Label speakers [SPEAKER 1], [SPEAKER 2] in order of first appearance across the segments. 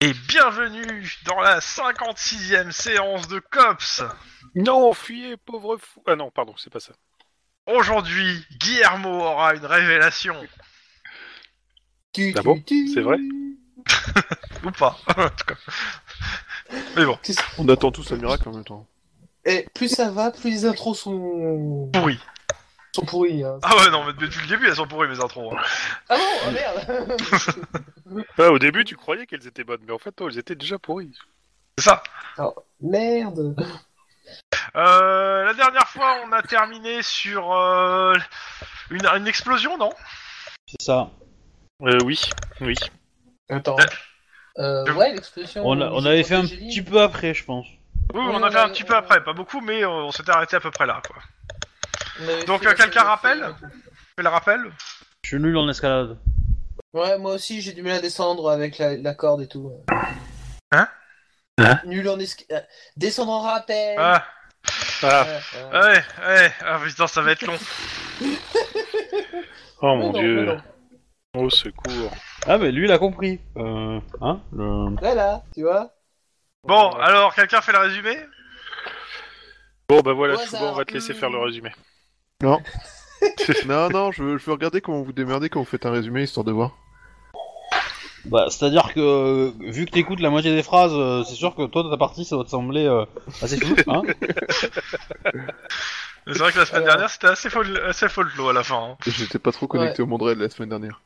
[SPEAKER 1] Et bienvenue dans la 56e séance de COPS
[SPEAKER 2] Non, fuyez, pauvre fou. Ah non, pardon, c'est pas ça.
[SPEAKER 1] Aujourd'hui, Guillermo aura une révélation.
[SPEAKER 2] Ah bon C'est vrai
[SPEAKER 1] Ou pas, en tout cas. Mais bon,
[SPEAKER 3] On attend tous un miracle
[SPEAKER 2] hein.
[SPEAKER 3] en même temps.
[SPEAKER 4] Et eh, plus ça va, plus les intros sont,
[SPEAKER 1] pourri.
[SPEAKER 4] sont pourries. hein.
[SPEAKER 1] Ah ouais, non, mais depuis le début, elles sont pourries, mes intros. hein.
[SPEAKER 4] Ah bon oh merde
[SPEAKER 2] Ah, au début, tu croyais qu'elles étaient bonnes, mais en fait, non, elles étaient déjà pourries.
[SPEAKER 1] C'est ça.
[SPEAKER 4] Merde
[SPEAKER 1] Euh, la dernière fois, on a terminé sur euh, une, une explosion, non
[SPEAKER 5] C'est ça.
[SPEAKER 2] Euh, oui, oui.
[SPEAKER 4] Attends. Euh,
[SPEAKER 1] Je-
[SPEAKER 4] ouais, l'explosion.
[SPEAKER 5] On, a- on avait fait un petit peu après, je pense.
[SPEAKER 1] Oui,
[SPEAKER 4] Ouais,
[SPEAKER 1] on a fait un
[SPEAKER 4] ouais,
[SPEAKER 1] petit
[SPEAKER 4] ouais,
[SPEAKER 1] peu
[SPEAKER 4] ouais.
[SPEAKER 1] après, pas beaucoup, mais euh, on s'était arrêté à peu près là, quoi. Donc, euh, quelqu'un rappelle Tu le rappelles
[SPEAKER 5] Je suis nul en escalade.
[SPEAKER 4] Ouais, moi aussi j'ai du mal à descendre avec la, la corde et tout.
[SPEAKER 1] Hein
[SPEAKER 2] Hein
[SPEAKER 4] Nul en escalade. Descendre en rappel
[SPEAKER 1] Ah,
[SPEAKER 2] Ah,
[SPEAKER 4] Ouais, ouais.
[SPEAKER 1] ouais, ouais, ah putain, ça va être long.
[SPEAKER 2] oh mon
[SPEAKER 4] Mais non, mais
[SPEAKER 2] dieu.
[SPEAKER 4] non.
[SPEAKER 2] Au secours.
[SPEAKER 5] Ah, mais lui, il a compris. Euh, hein le-
[SPEAKER 4] Voilà, tu vois
[SPEAKER 1] Bon, alors, quelqu'un fait le résumé
[SPEAKER 2] Bon, bah voilà,
[SPEAKER 4] Au
[SPEAKER 2] Chouba, on va te
[SPEAKER 4] hasard.
[SPEAKER 2] laisser faire le résumé.
[SPEAKER 3] non, non, je veux, je veux regarder comment vous démerdez quand vous faites un résumé, histoire de voir.
[SPEAKER 5] Bah, c'est-à-dire que euh, vu que t'écoutes la moitié des phrases, euh, c'est sûr que toi, ta partie, ça doit te sembler euh, assez flou. Hein
[SPEAKER 1] C'est vrai que la semaine
[SPEAKER 4] Alors.
[SPEAKER 1] dernière, c'était assez, fol- assez folklore à la fin. hein.
[SPEAKER 3] J'étais pas trop connecté au monde réel la semaine dernière.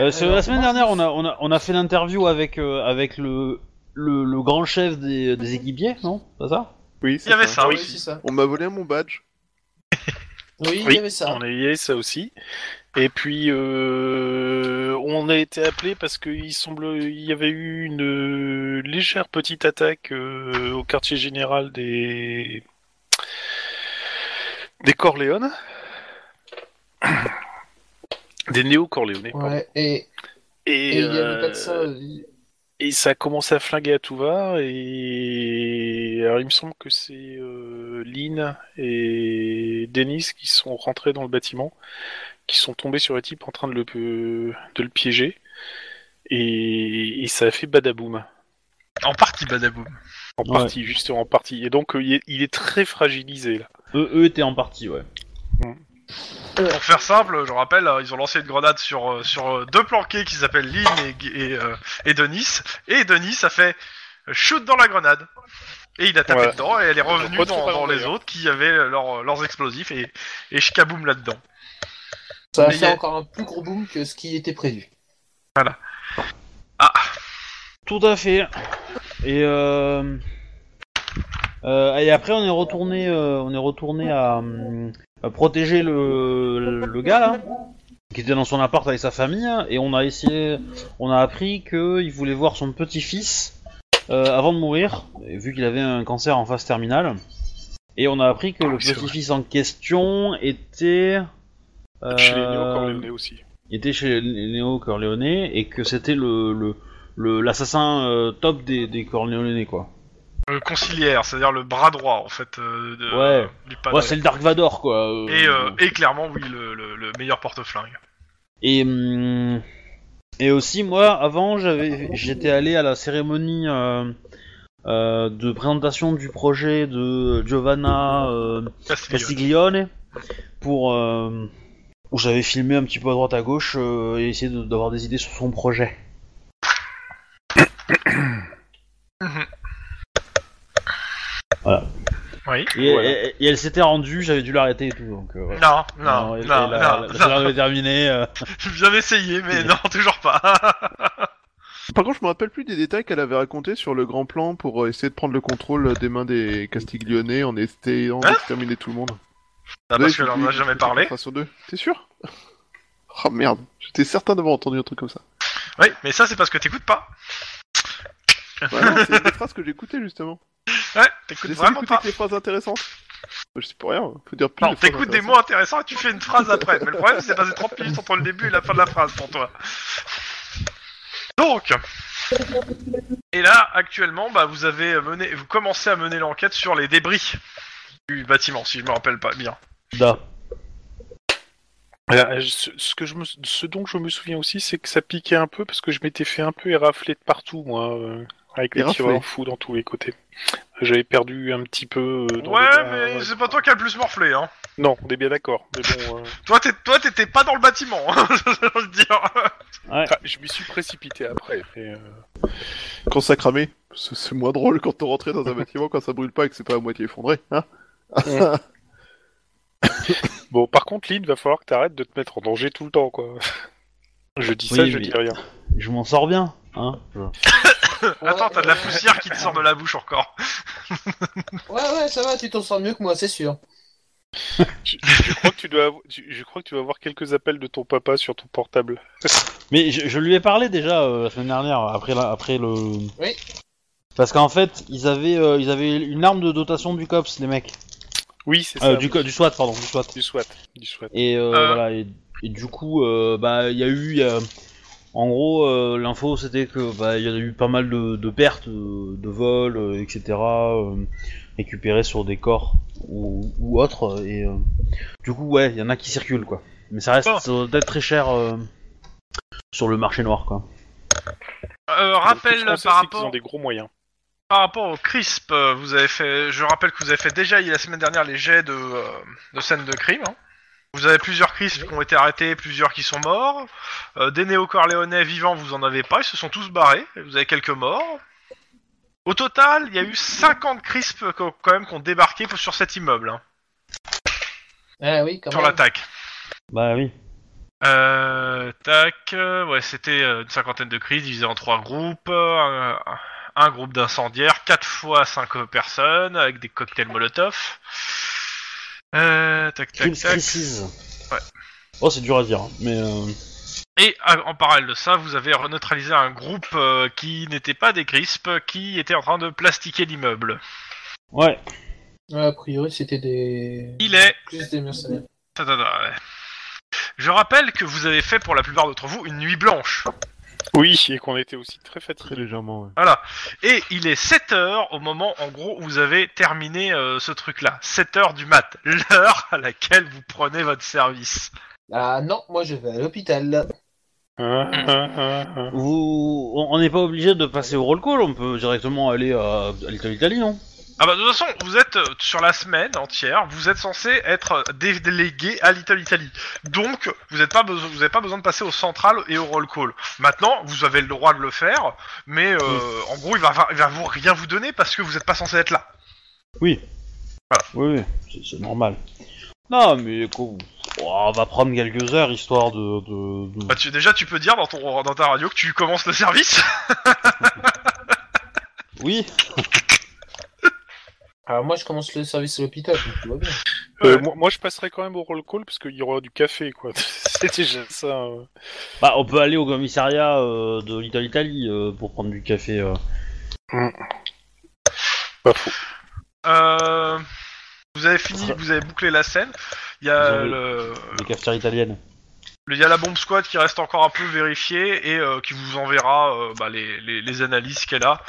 [SPEAKER 5] Euh, c'est-
[SPEAKER 4] Alors,
[SPEAKER 5] la semaine
[SPEAKER 4] moi,
[SPEAKER 5] dernière,
[SPEAKER 4] c'est-
[SPEAKER 5] on a, on a, on a fait l'interview avec, euh, avec le, le, le grand chef des, des équipiers, non C'est ça
[SPEAKER 3] Oui,
[SPEAKER 1] Il y avait ça,
[SPEAKER 4] Ouais,
[SPEAKER 1] Ah oui.
[SPEAKER 4] c'est ça.
[SPEAKER 3] On m'a volé mon badge.
[SPEAKER 4] Oui, il
[SPEAKER 2] Oui,
[SPEAKER 4] y avait ça.
[SPEAKER 2] On a eu ça aussi. Et puis, euh, on a été appelé parce qu'il semble il y avait eu une euh, légère petite attaque euh, au quartier général des des Corléones. Des néo-corléonais. pardon.
[SPEAKER 4] Ouais, et
[SPEAKER 2] Et,
[SPEAKER 4] et il y
[SPEAKER 2] euh,
[SPEAKER 4] avait pas que ça. euh,
[SPEAKER 2] et ça a commencé à flinguer à tout va. Et alors, il me semble que c'est euh, Lynn et Dennis qui sont rentrés dans le bâtiment, qui sont tombés sur le type en train de le, de le piéger. Et, et ça a fait badaboum.
[SPEAKER 1] En partie, Badaboum.
[SPEAKER 2] En
[SPEAKER 5] Ouais.
[SPEAKER 2] partie, juste en partie. Et donc, euh, il est, il est très fragilisé là.
[SPEAKER 5] eux, eux étaient en partie, ouais.
[SPEAKER 1] Pour faire simple, je rappelle, euh, ils ont lancé une grenade sur, euh, sur euh, deux planqués qui s'appellent Lynn et, Gu- et, euh, et Denis. Et Denis a fait euh, shoot dans la grenade. Et il a tapé
[SPEAKER 2] Ouais.
[SPEAKER 1] dedans et elle est revenue
[SPEAKER 2] Retrouve
[SPEAKER 1] dans,
[SPEAKER 2] pas
[SPEAKER 1] dans
[SPEAKER 2] l'endroit,
[SPEAKER 1] les
[SPEAKER 2] d'ailleurs.
[SPEAKER 1] autres qui avaient leurs- leurs explosifs et, et shkaboum là-dedans.
[SPEAKER 4] Ça a
[SPEAKER 1] mais il y
[SPEAKER 4] fait
[SPEAKER 1] a-
[SPEAKER 4] encore un plus gros boom que ce qui était prévu.
[SPEAKER 5] Tout à fait. Et euh... euh, et après on est retourné, euh, on est retourné à, euh, à protéger le, le, le gars là, qui était dans son appart avec sa famille, et on a essayé, on a appris qu'il voulait voir son petit-fils euh, avant de mourir, et vu qu'il avait un cancer en phase terminale. Et on a appris que le
[SPEAKER 2] oui, c'est vrai.
[SPEAKER 5] petit-fils en question était
[SPEAKER 2] Chez les
[SPEAKER 5] euh,
[SPEAKER 2] néo-corléonais aussi.
[SPEAKER 5] il était chez les Néo Corleone et que c'était le le- le- l'assassin euh, top des, des Corleone quoi.
[SPEAKER 1] Le Euh, conciliaire, c'est-à-dire le bras droit en fait. euh, de,
[SPEAKER 5] Ouais.
[SPEAKER 1] du Pan-
[SPEAKER 5] ouais, c'est le Dark Vador quoi. euh,
[SPEAKER 1] et, euh, et clairement, oui, le, le- le meilleur porte-flingue.
[SPEAKER 5] et hum, et aussi moi avant j'avais j'étais allé à la cérémonie euh, euh, de présentation du projet de Giovanna euh, Castiglione pour euh, où j'avais filmé un petit peu à droite à gauche euh, et essayé de- d'avoir des idées sur son projet.
[SPEAKER 1] Oui.
[SPEAKER 5] Et,
[SPEAKER 2] Voilà.
[SPEAKER 5] et- et elle s'était rendue, j'avais dû l'arrêter et tout donc. euh, voilà.
[SPEAKER 1] Non, non, non,
[SPEAKER 5] et- et
[SPEAKER 1] non,
[SPEAKER 5] la- la- la chaleur est terminée. euh.
[SPEAKER 1] Bien essayé, mais non, toujours pas.
[SPEAKER 3] Par contre, je me rappelle plus des détails qu'elle avait racontés sur le grand plan pour euh, essayer de prendre le contrôle des mains des Castiglionais en essayant
[SPEAKER 1] Hein
[SPEAKER 3] d'exterminer tout le monde.
[SPEAKER 1] Ah,
[SPEAKER 3] Ouais,
[SPEAKER 1] parce qu'elle
[SPEAKER 3] j'ai
[SPEAKER 1] en
[SPEAKER 3] oublié
[SPEAKER 1] a
[SPEAKER 3] de
[SPEAKER 1] jamais
[SPEAKER 3] faire
[SPEAKER 1] parlé.
[SPEAKER 3] une phrase sur deux. T'es sûr Oh merde, j'étais certain d'avoir entendu un truc comme ça.
[SPEAKER 1] Oui, mais ça, c'est parce que t'écoutes pas.
[SPEAKER 3] Ouais, non, c'est des phrases que j'écoutais justement.
[SPEAKER 1] Ouais, t'écoutes
[SPEAKER 3] J'essaie
[SPEAKER 1] vraiment
[SPEAKER 3] d'écouter
[SPEAKER 1] pas.
[SPEAKER 3] que les phrases intéressantes. Bah, Je sais pour rien, hein. faut dire plus.
[SPEAKER 1] Non,
[SPEAKER 3] les phrases
[SPEAKER 1] t'écoutes des
[SPEAKER 3] intéressantes.
[SPEAKER 1] mots intéressants et tu fais une phrase après. Mais le problème, c'est passer 30 minutes entre le début et la fin de la phrase pour toi. Donc, et là, actuellement, bah, vous avez mené, vous commencez à mener l'enquête sur les débris du bâtiment, si je me rappelle pas bien.
[SPEAKER 5] Da.
[SPEAKER 2] Voilà, je- Euh, ce, ce que je me, ce dont je me souviens aussi, c'est que ça piquait un peu parce que je m'étais fait un peu érafler de partout, moi, euh, avec les
[SPEAKER 3] Érafler.
[SPEAKER 2] tireurs fous dans tous les côtés. J'avais perdu un petit peu. euh, dans
[SPEAKER 1] Ouais,
[SPEAKER 2] le-
[SPEAKER 1] mais c'est pas toi qui a le plus morflé, hein.
[SPEAKER 2] Non, on est bien d'accord. Mais bon, euh,
[SPEAKER 1] Toi, t'es- toi, t'étais pas dans le bâtiment, hein, je veux dire.
[SPEAKER 2] enfin, je m'y suis précipité après. mais, euh,
[SPEAKER 3] Quand ça cramait, c'est c'est moins drôle quand on rentrait dans un bâtiment quand ça brûle pas et que c'est pas à moitié effondré. Hein
[SPEAKER 2] Bon, par contre, Lynn, va falloir que t'arrêtes de te mettre en danger tout le temps, quoi. Je dis ça,
[SPEAKER 5] Oui,
[SPEAKER 2] je
[SPEAKER 5] mais-
[SPEAKER 2] dis rien.
[SPEAKER 5] Je m'en sors bien, hein.
[SPEAKER 1] Euh, Attends, t'as de la
[SPEAKER 4] ouais.
[SPEAKER 1] poussière qui te sort de la bouche encore.
[SPEAKER 4] Ouais, ouais, ça va, tu t'en sors mieux que moi, c'est sûr.
[SPEAKER 2] Je, je crois que tu dois, avo- tu- je crois que tu vas avoir quelques appels de ton papa sur ton portable.
[SPEAKER 5] Mais je, je lui ai parlé déjà euh, la semaine dernière, après, la, après le.
[SPEAKER 4] Oui.
[SPEAKER 5] Parce qu'en fait, ils avaient, euh, ils avaient une arme de dotation du COPS, les mecs.
[SPEAKER 2] Oui, c'est ça.
[SPEAKER 5] Euh, du, co- du SWAT, pardon, du SWAT.
[SPEAKER 2] du SWAT, du SWAT.
[SPEAKER 5] Et euh,
[SPEAKER 1] Euh.
[SPEAKER 5] voilà, et, et du coup, euh, bah, il y a eu. euh, en gros, euh, l'info c'était que bah, il y a eu pas mal de, de pertes, euh, de vols, euh, etc. euh, récupérés sur des corps ou, ou autres. Et euh, du coup, ouais, il y en a qui circulent quoi. Mais ça reste
[SPEAKER 1] Bon.
[SPEAKER 5] ça doit être très cher euh, sur le marché noir quoi.
[SPEAKER 1] Euh,
[SPEAKER 2] Donc,
[SPEAKER 1] rappel
[SPEAKER 2] tout ce qu'on sait,
[SPEAKER 1] par
[SPEAKER 2] c'est qu'ils ont
[SPEAKER 1] rapport,
[SPEAKER 2] des gros moyens.
[SPEAKER 1] par rapport au CRISP, euh, vous avez fait, je rappelle que vous avez fait déjà il y a la semaine dernière les jets de, euh, de scènes de crime. hein. Vous avez plusieurs CRISP qui ont été arrêtés, plusieurs qui sont morts. Euh, des néo-corléonais vivants, vous en avez pas, ils se sont tous barrés. Vous avez quelques morts. Au total, il y a eu 50 CRISP qu'o- quand même qui ont débarqué pour- sur cet immeuble, hein,
[SPEAKER 4] Ouais, Ah oui, quand
[SPEAKER 1] sur
[SPEAKER 4] même.
[SPEAKER 1] l'attaque.
[SPEAKER 5] Bah oui.
[SPEAKER 1] Euh, tac, euh, ouais, c'était euh, une cinquantaine de crises divisées en trois groupes, euh, un- un groupe d'incendiaires, quatre fois cinq euh, personnes avec des cocktails Molotov. Euh, tac, tac,
[SPEAKER 5] Jules
[SPEAKER 1] tac.
[SPEAKER 5] Crisis.
[SPEAKER 1] Ouais.
[SPEAKER 5] Oh, c'est dur à dire, hein, mais euh,
[SPEAKER 1] Et à- en parallèle de ça, vous avez neutralisé un groupe euh, qui n'était pas des crisps, qui était en train de plastiquer l'immeuble.
[SPEAKER 5] ouais.
[SPEAKER 4] Ouais, a priori, c'était des.
[SPEAKER 1] Il est
[SPEAKER 4] Plus des mercenaires.
[SPEAKER 1] Ta, ta, ta, ouais. Je rappelle que vous avez fait pour la plupart d'entre vous une nuit blanche.
[SPEAKER 2] Oui, et qu'on était aussi très fatigués.
[SPEAKER 3] légèrement, ouais.
[SPEAKER 1] Et il est 7 heures au moment, en gros, où vous avez terminé euh, ce truc-là. 7 heures du mat, l'heure à laquelle vous prenez votre service.
[SPEAKER 4] Ah non, moi je vais à l'hôpital.
[SPEAKER 2] Hein, hein, hein, hein.
[SPEAKER 5] Vous, on on n'est pas obligé de passer au roll call, on peut directement aller à, à l'Italie, non
[SPEAKER 1] Ah bah de toute façon, vous êtes euh, sur la semaine entière, vous êtes censé être dé- délégué à Little Italy. Donc, vous n'avez pas, beso- vous avez pas besoin de passer au central et au roll call. Maintenant, vous avez le droit de le faire, mais euh, en gros, il va, va- il va vous rien vous donner parce que vous n'êtes pas censé être là.
[SPEAKER 5] Oui, oui, c'est- c'est normal. Non, mais qu'on- on va prendre quelques heures histoire de. de- de-
[SPEAKER 1] Bah, tu- déjà, tu peux dire dans, ton, dans ta radio que tu commences le service.
[SPEAKER 5] Oui.
[SPEAKER 4] Alors moi je commence le service à l'hôpital, donc tout va bien.
[SPEAKER 2] Euh,
[SPEAKER 1] Ouais.
[SPEAKER 2] moi, moi, je passerai quand même au roll call parce qu'il y aura du café, quoi. C'était déjà ça. euh.
[SPEAKER 5] Bah, on peut aller au commissariat euh, de l'Italie Italie euh, pour prendre du café. euh.
[SPEAKER 2] Pas faux.
[SPEAKER 1] Euh, vous avez fini, vous avez bouclé la scène. Il y a
[SPEAKER 5] Vous
[SPEAKER 1] le,
[SPEAKER 5] Des cafetières italiennes.
[SPEAKER 1] il y a la bombe squad qui reste encore un peu vérifiée et euh, qui vous enverra euh, bah, les, les- les analyses qu'elle a.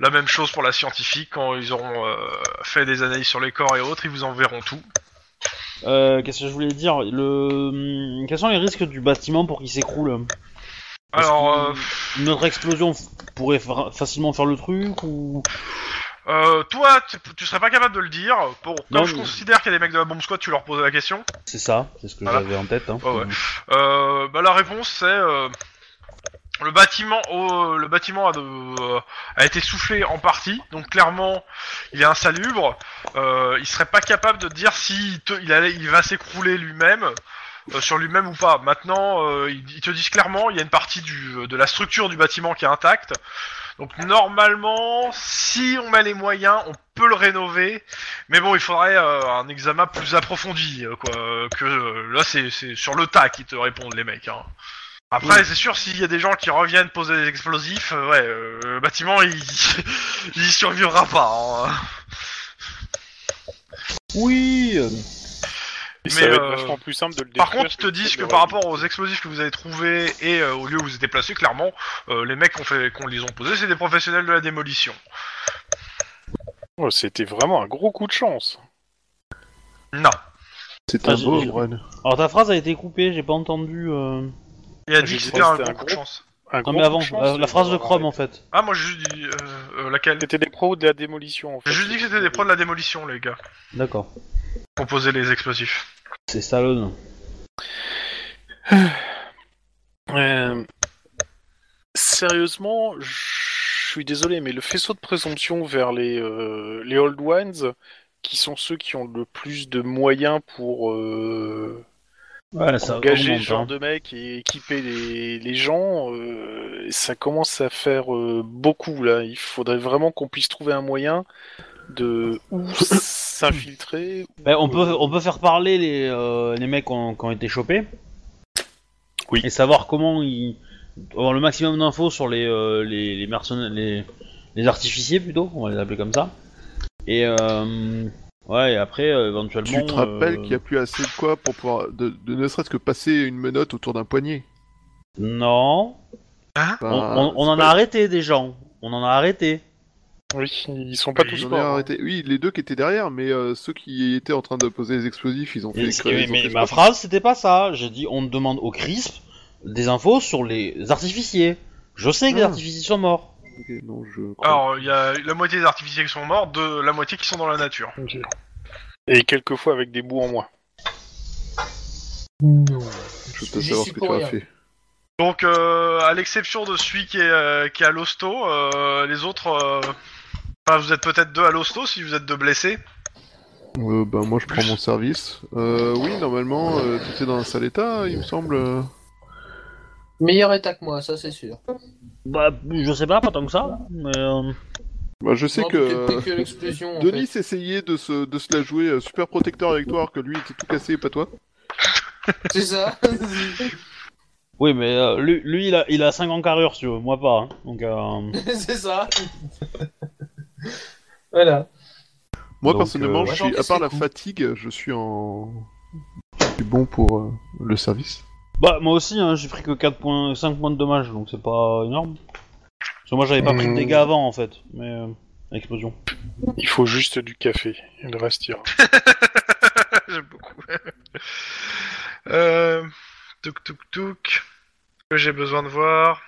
[SPEAKER 1] La même chose pour la scientifique quand ils auront euh, fait des analyses sur les corps et autres, ils vous enverront tout.
[SPEAKER 5] Euh, Qu'est-ce que je voulais dire le... hum, Quels sont les risques du bâtiment pour qu'il s'écroule Est-ce
[SPEAKER 1] Alors, euh,
[SPEAKER 5] qu'une- Une autre explosion f- pourrait fa- facilement faire le truc ou...
[SPEAKER 1] euh, toi, tu, tu serais pas capable de le dire. Bon, comme
[SPEAKER 5] Non,
[SPEAKER 1] je
[SPEAKER 5] mais-
[SPEAKER 1] considère qu'il y a des mecs de la bombe squad, tu leur poses la question.
[SPEAKER 5] C'est ça, c'est ce que
[SPEAKER 1] Voilà.
[SPEAKER 5] j'avais en tête. Hein.
[SPEAKER 1] Ouais, ouais. Euh, bah, la réponse c'est euh, le bâtiment au- le bâtiment a, de- euh, a été soufflé en partie donc clairement il est insalubre euh, il serait pas capable de dire si te- il, allait- il va s'écrouler lui-même euh, sur lui-même ou pas maintenant euh, ils, ils te disent clairement il y a une partie du, euh, de la structure du bâtiment qui est intacte donc normalement si on met les moyens on peut le rénover mais bon, il faudrait euh, un examen plus approfondi, euh, quoi. euh, Que euh, là, c'est c'est sur le tas qu'ils te répondent, les mecs. hein. Après, c'est sûr, s'il y a des gens qui reviennent poser des explosifs, euh, ouais, euh, le bâtiment, il, il survivra pas. hein.
[SPEAKER 5] Oui euh,
[SPEAKER 2] Et ça
[SPEAKER 1] euh,
[SPEAKER 2] va être vachement plus simple de le
[SPEAKER 1] Par
[SPEAKER 2] détruire
[SPEAKER 1] contre, ils te
[SPEAKER 2] de
[SPEAKER 1] disent que
[SPEAKER 2] le
[SPEAKER 1] par
[SPEAKER 2] rajouter.
[SPEAKER 1] rapport aux explosifs que vous avez trouvés et euh, au lieu où vous étiez placés, clairement, euh, les mecs qu'on fait, qu'on les ont posés, c'est des professionnels de la démolition.
[SPEAKER 2] Oh, C'était vraiment un gros coup de chance.
[SPEAKER 1] Non.
[SPEAKER 3] C'est
[SPEAKER 5] Ah,
[SPEAKER 3] un
[SPEAKER 5] j'ai-
[SPEAKER 3] beau
[SPEAKER 5] j'ai-
[SPEAKER 3] moine.
[SPEAKER 5] Alors ta phrase a été coupée, j'ai pas entendu. euh,
[SPEAKER 1] Il a
[SPEAKER 2] Je
[SPEAKER 1] dit que
[SPEAKER 2] sais
[SPEAKER 1] c'était
[SPEAKER 2] pas,
[SPEAKER 1] un
[SPEAKER 2] Ah, c'était
[SPEAKER 1] gros
[SPEAKER 2] un
[SPEAKER 1] coup de
[SPEAKER 2] gros.
[SPEAKER 1] chance.
[SPEAKER 2] Un
[SPEAKER 5] Non
[SPEAKER 2] gros
[SPEAKER 5] mais avant,
[SPEAKER 2] coup de chance,
[SPEAKER 5] euh, la
[SPEAKER 2] et-
[SPEAKER 5] phrase de Chrome en fait.
[SPEAKER 1] Ah, moi j'ai juste dit. euh, euh, laquelle
[SPEAKER 2] C'était des pros de la démolition en fait.
[SPEAKER 1] J'ai juste dit que c'était des pros de la démolition, les gars,
[SPEAKER 5] D'accord.
[SPEAKER 1] pour poser les explosifs.
[SPEAKER 5] C'est Stallone.
[SPEAKER 2] Euh, Sérieusement, je suis désolé, mais le faisceau de présomption vers les, euh, les Old Ones, qui sont ceux qui ont le plus de moyens pour euh,
[SPEAKER 5] Ouais, ça
[SPEAKER 2] engager
[SPEAKER 5] augmente,
[SPEAKER 2] ce genre
[SPEAKER 5] hein.
[SPEAKER 2] de mecs et équiper les, les gens, euh, ça commence à faire euh, beaucoup là. Il faudrait vraiment qu'on puisse trouver un moyen de ou s'infiltrer. ou-
[SPEAKER 5] Ben, on, peut, on peut faire parler les, euh, les mecs qui ont, qui ont été chopés.
[SPEAKER 2] Oui.
[SPEAKER 5] Et savoir comment ils. avoir le maximum d'infos sur les, euh, les, les, mercena- les, les artificiers plutôt, on va les appeler comme ça. Et. euh, ouais, et après, euh, éventuellement.
[SPEAKER 3] Tu te rappelles
[SPEAKER 5] euh,
[SPEAKER 3] qu'il n'y a plus assez de quoi pour pouvoir, de, de ne serait-ce que passer une menotte autour d'un poignet.
[SPEAKER 5] Non.
[SPEAKER 3] Enfin,
[SPEAKER 5] On,
[SPEAKER 3] Ah,
[SPEAKER 5] on- on en a arrêté des gens. On en a arrêté.
[SPEAKER 2] Oui, ils sont pas
[SPEAKER 1] Oui, bah,
[SPEAKER 2] tous
[SPEAKER 3] ils en ont
[SPEAKER 2] morts. hein.
[SPEAKER 3] arrêté. Oui, les deux qui étaient derrière, mais euh, ceux qui étaient en train de poser les explosifs, ils ont fait.
[SPEAKER 5] Et-
[SPEAKER 3] des creux,
[SPEAKER 5] mais
[SPEAKER 3] ils ont
[SPEAKER 5] mais
[SPEAKER 3] fait
[SPEAKER 5] ma
[SPEAKER 3] ce-
[SPEAKER 5] phrase, c'était pas ça. J'ai dit on demande au CRISP des infos sur les artificiers. Je sais que les
[SPEAKER 3] Ah.
[SPEAKER 5] artificiers sont morts.
[SPEAKER 3] Ok, non, je crois-
[SPEAKER 1] Alors, il y a la moitié des artificiers qui sont morts, de la moitié qui sont dans la nature.
[SPEAKER 2] Et quelquefois avec des bouts en moins.
[SPEAKER 3] je peux
[SPEAKER 4] j'y
[SPEAKER 3] savoir
[SPEAKER 4] suis
[SPEAKER 3] ce que
[SPEAKER 4] pour
[SPEAKER 3] tu as
[SPEAKER 4] rien.
[SPEAKER 3] fait.
[SPEAKER 1] Donc, euh, à l'exception de celui qui est, euh, qui est à l'hosto, euh, les autres. euh, Enfin, vous êtes peut-être deux à l'hosto si vous êtes deux blessés.
[SPEAKER 3] Euh, ben, moi, je prends mon service. Euh, oui, normalement, euh, tu étais dans un sale état, il me semble. euh.
[SPEAKER 4] Meilleur état que moi, ça c'est sûr.
[SPEAKER 5] Bah, je sais pas, pas tant que ça. Mais, euh,
[SPEAKER 3] Bah, je sais
[SPEAKER 4] Non,
[SPEAKER 3] que.
[SPEAKER 4] peut-être que l'explosion. en fait.
[SPEAKER 3] Denis essayait de se, de se la jouer euh, super protecteur avec toi, alors que lui était tout cassé et pas toi.
[SPEAKER 4] C'est ça.
[SPEAKER 5] Oui, mais euh, lui, lui, il a, il a 5 ans carrure, si tu veux. Moi, pas. hein. Donc, euh,
[SPEAKER 4] c'est ça. voilà.
[SPEAKER 3] Moi,
[SPEAKER 5] Donc,
[SPEAKER 3] personnellement,
[SPEAKER 5] euh,
[SPEAKER 3] je
[SPEAKER 4] J'en
[SPEAKER 3] suis, à
[SPEAKER 4] casse
[SPEAKER 3] part
[SPEAKER 4] les
[SPEAKER 3] la
[SPEAKER 4] couilles.
[SPEAKER 3] fatigue, je suis en. Je suis bon pour euh, le service.
[SPEAKER 5] Bah, moi aussi, hein, j'ai pris que 4 points, 5 points de dommages, donc c'est pas énorme. Parce que moi, j'avais pas pris de
[SPEAKER 2] Mm.
[SPEAKER 5] dégâts avant, en fait. Mais, euh, explosion.
[SPEAKER 2] Il faut juste du café, et le reste ira.
[SPEAKER 1] J'aime beaucoup. euh, touk touk touk. Ce que j'ai besoin de voir.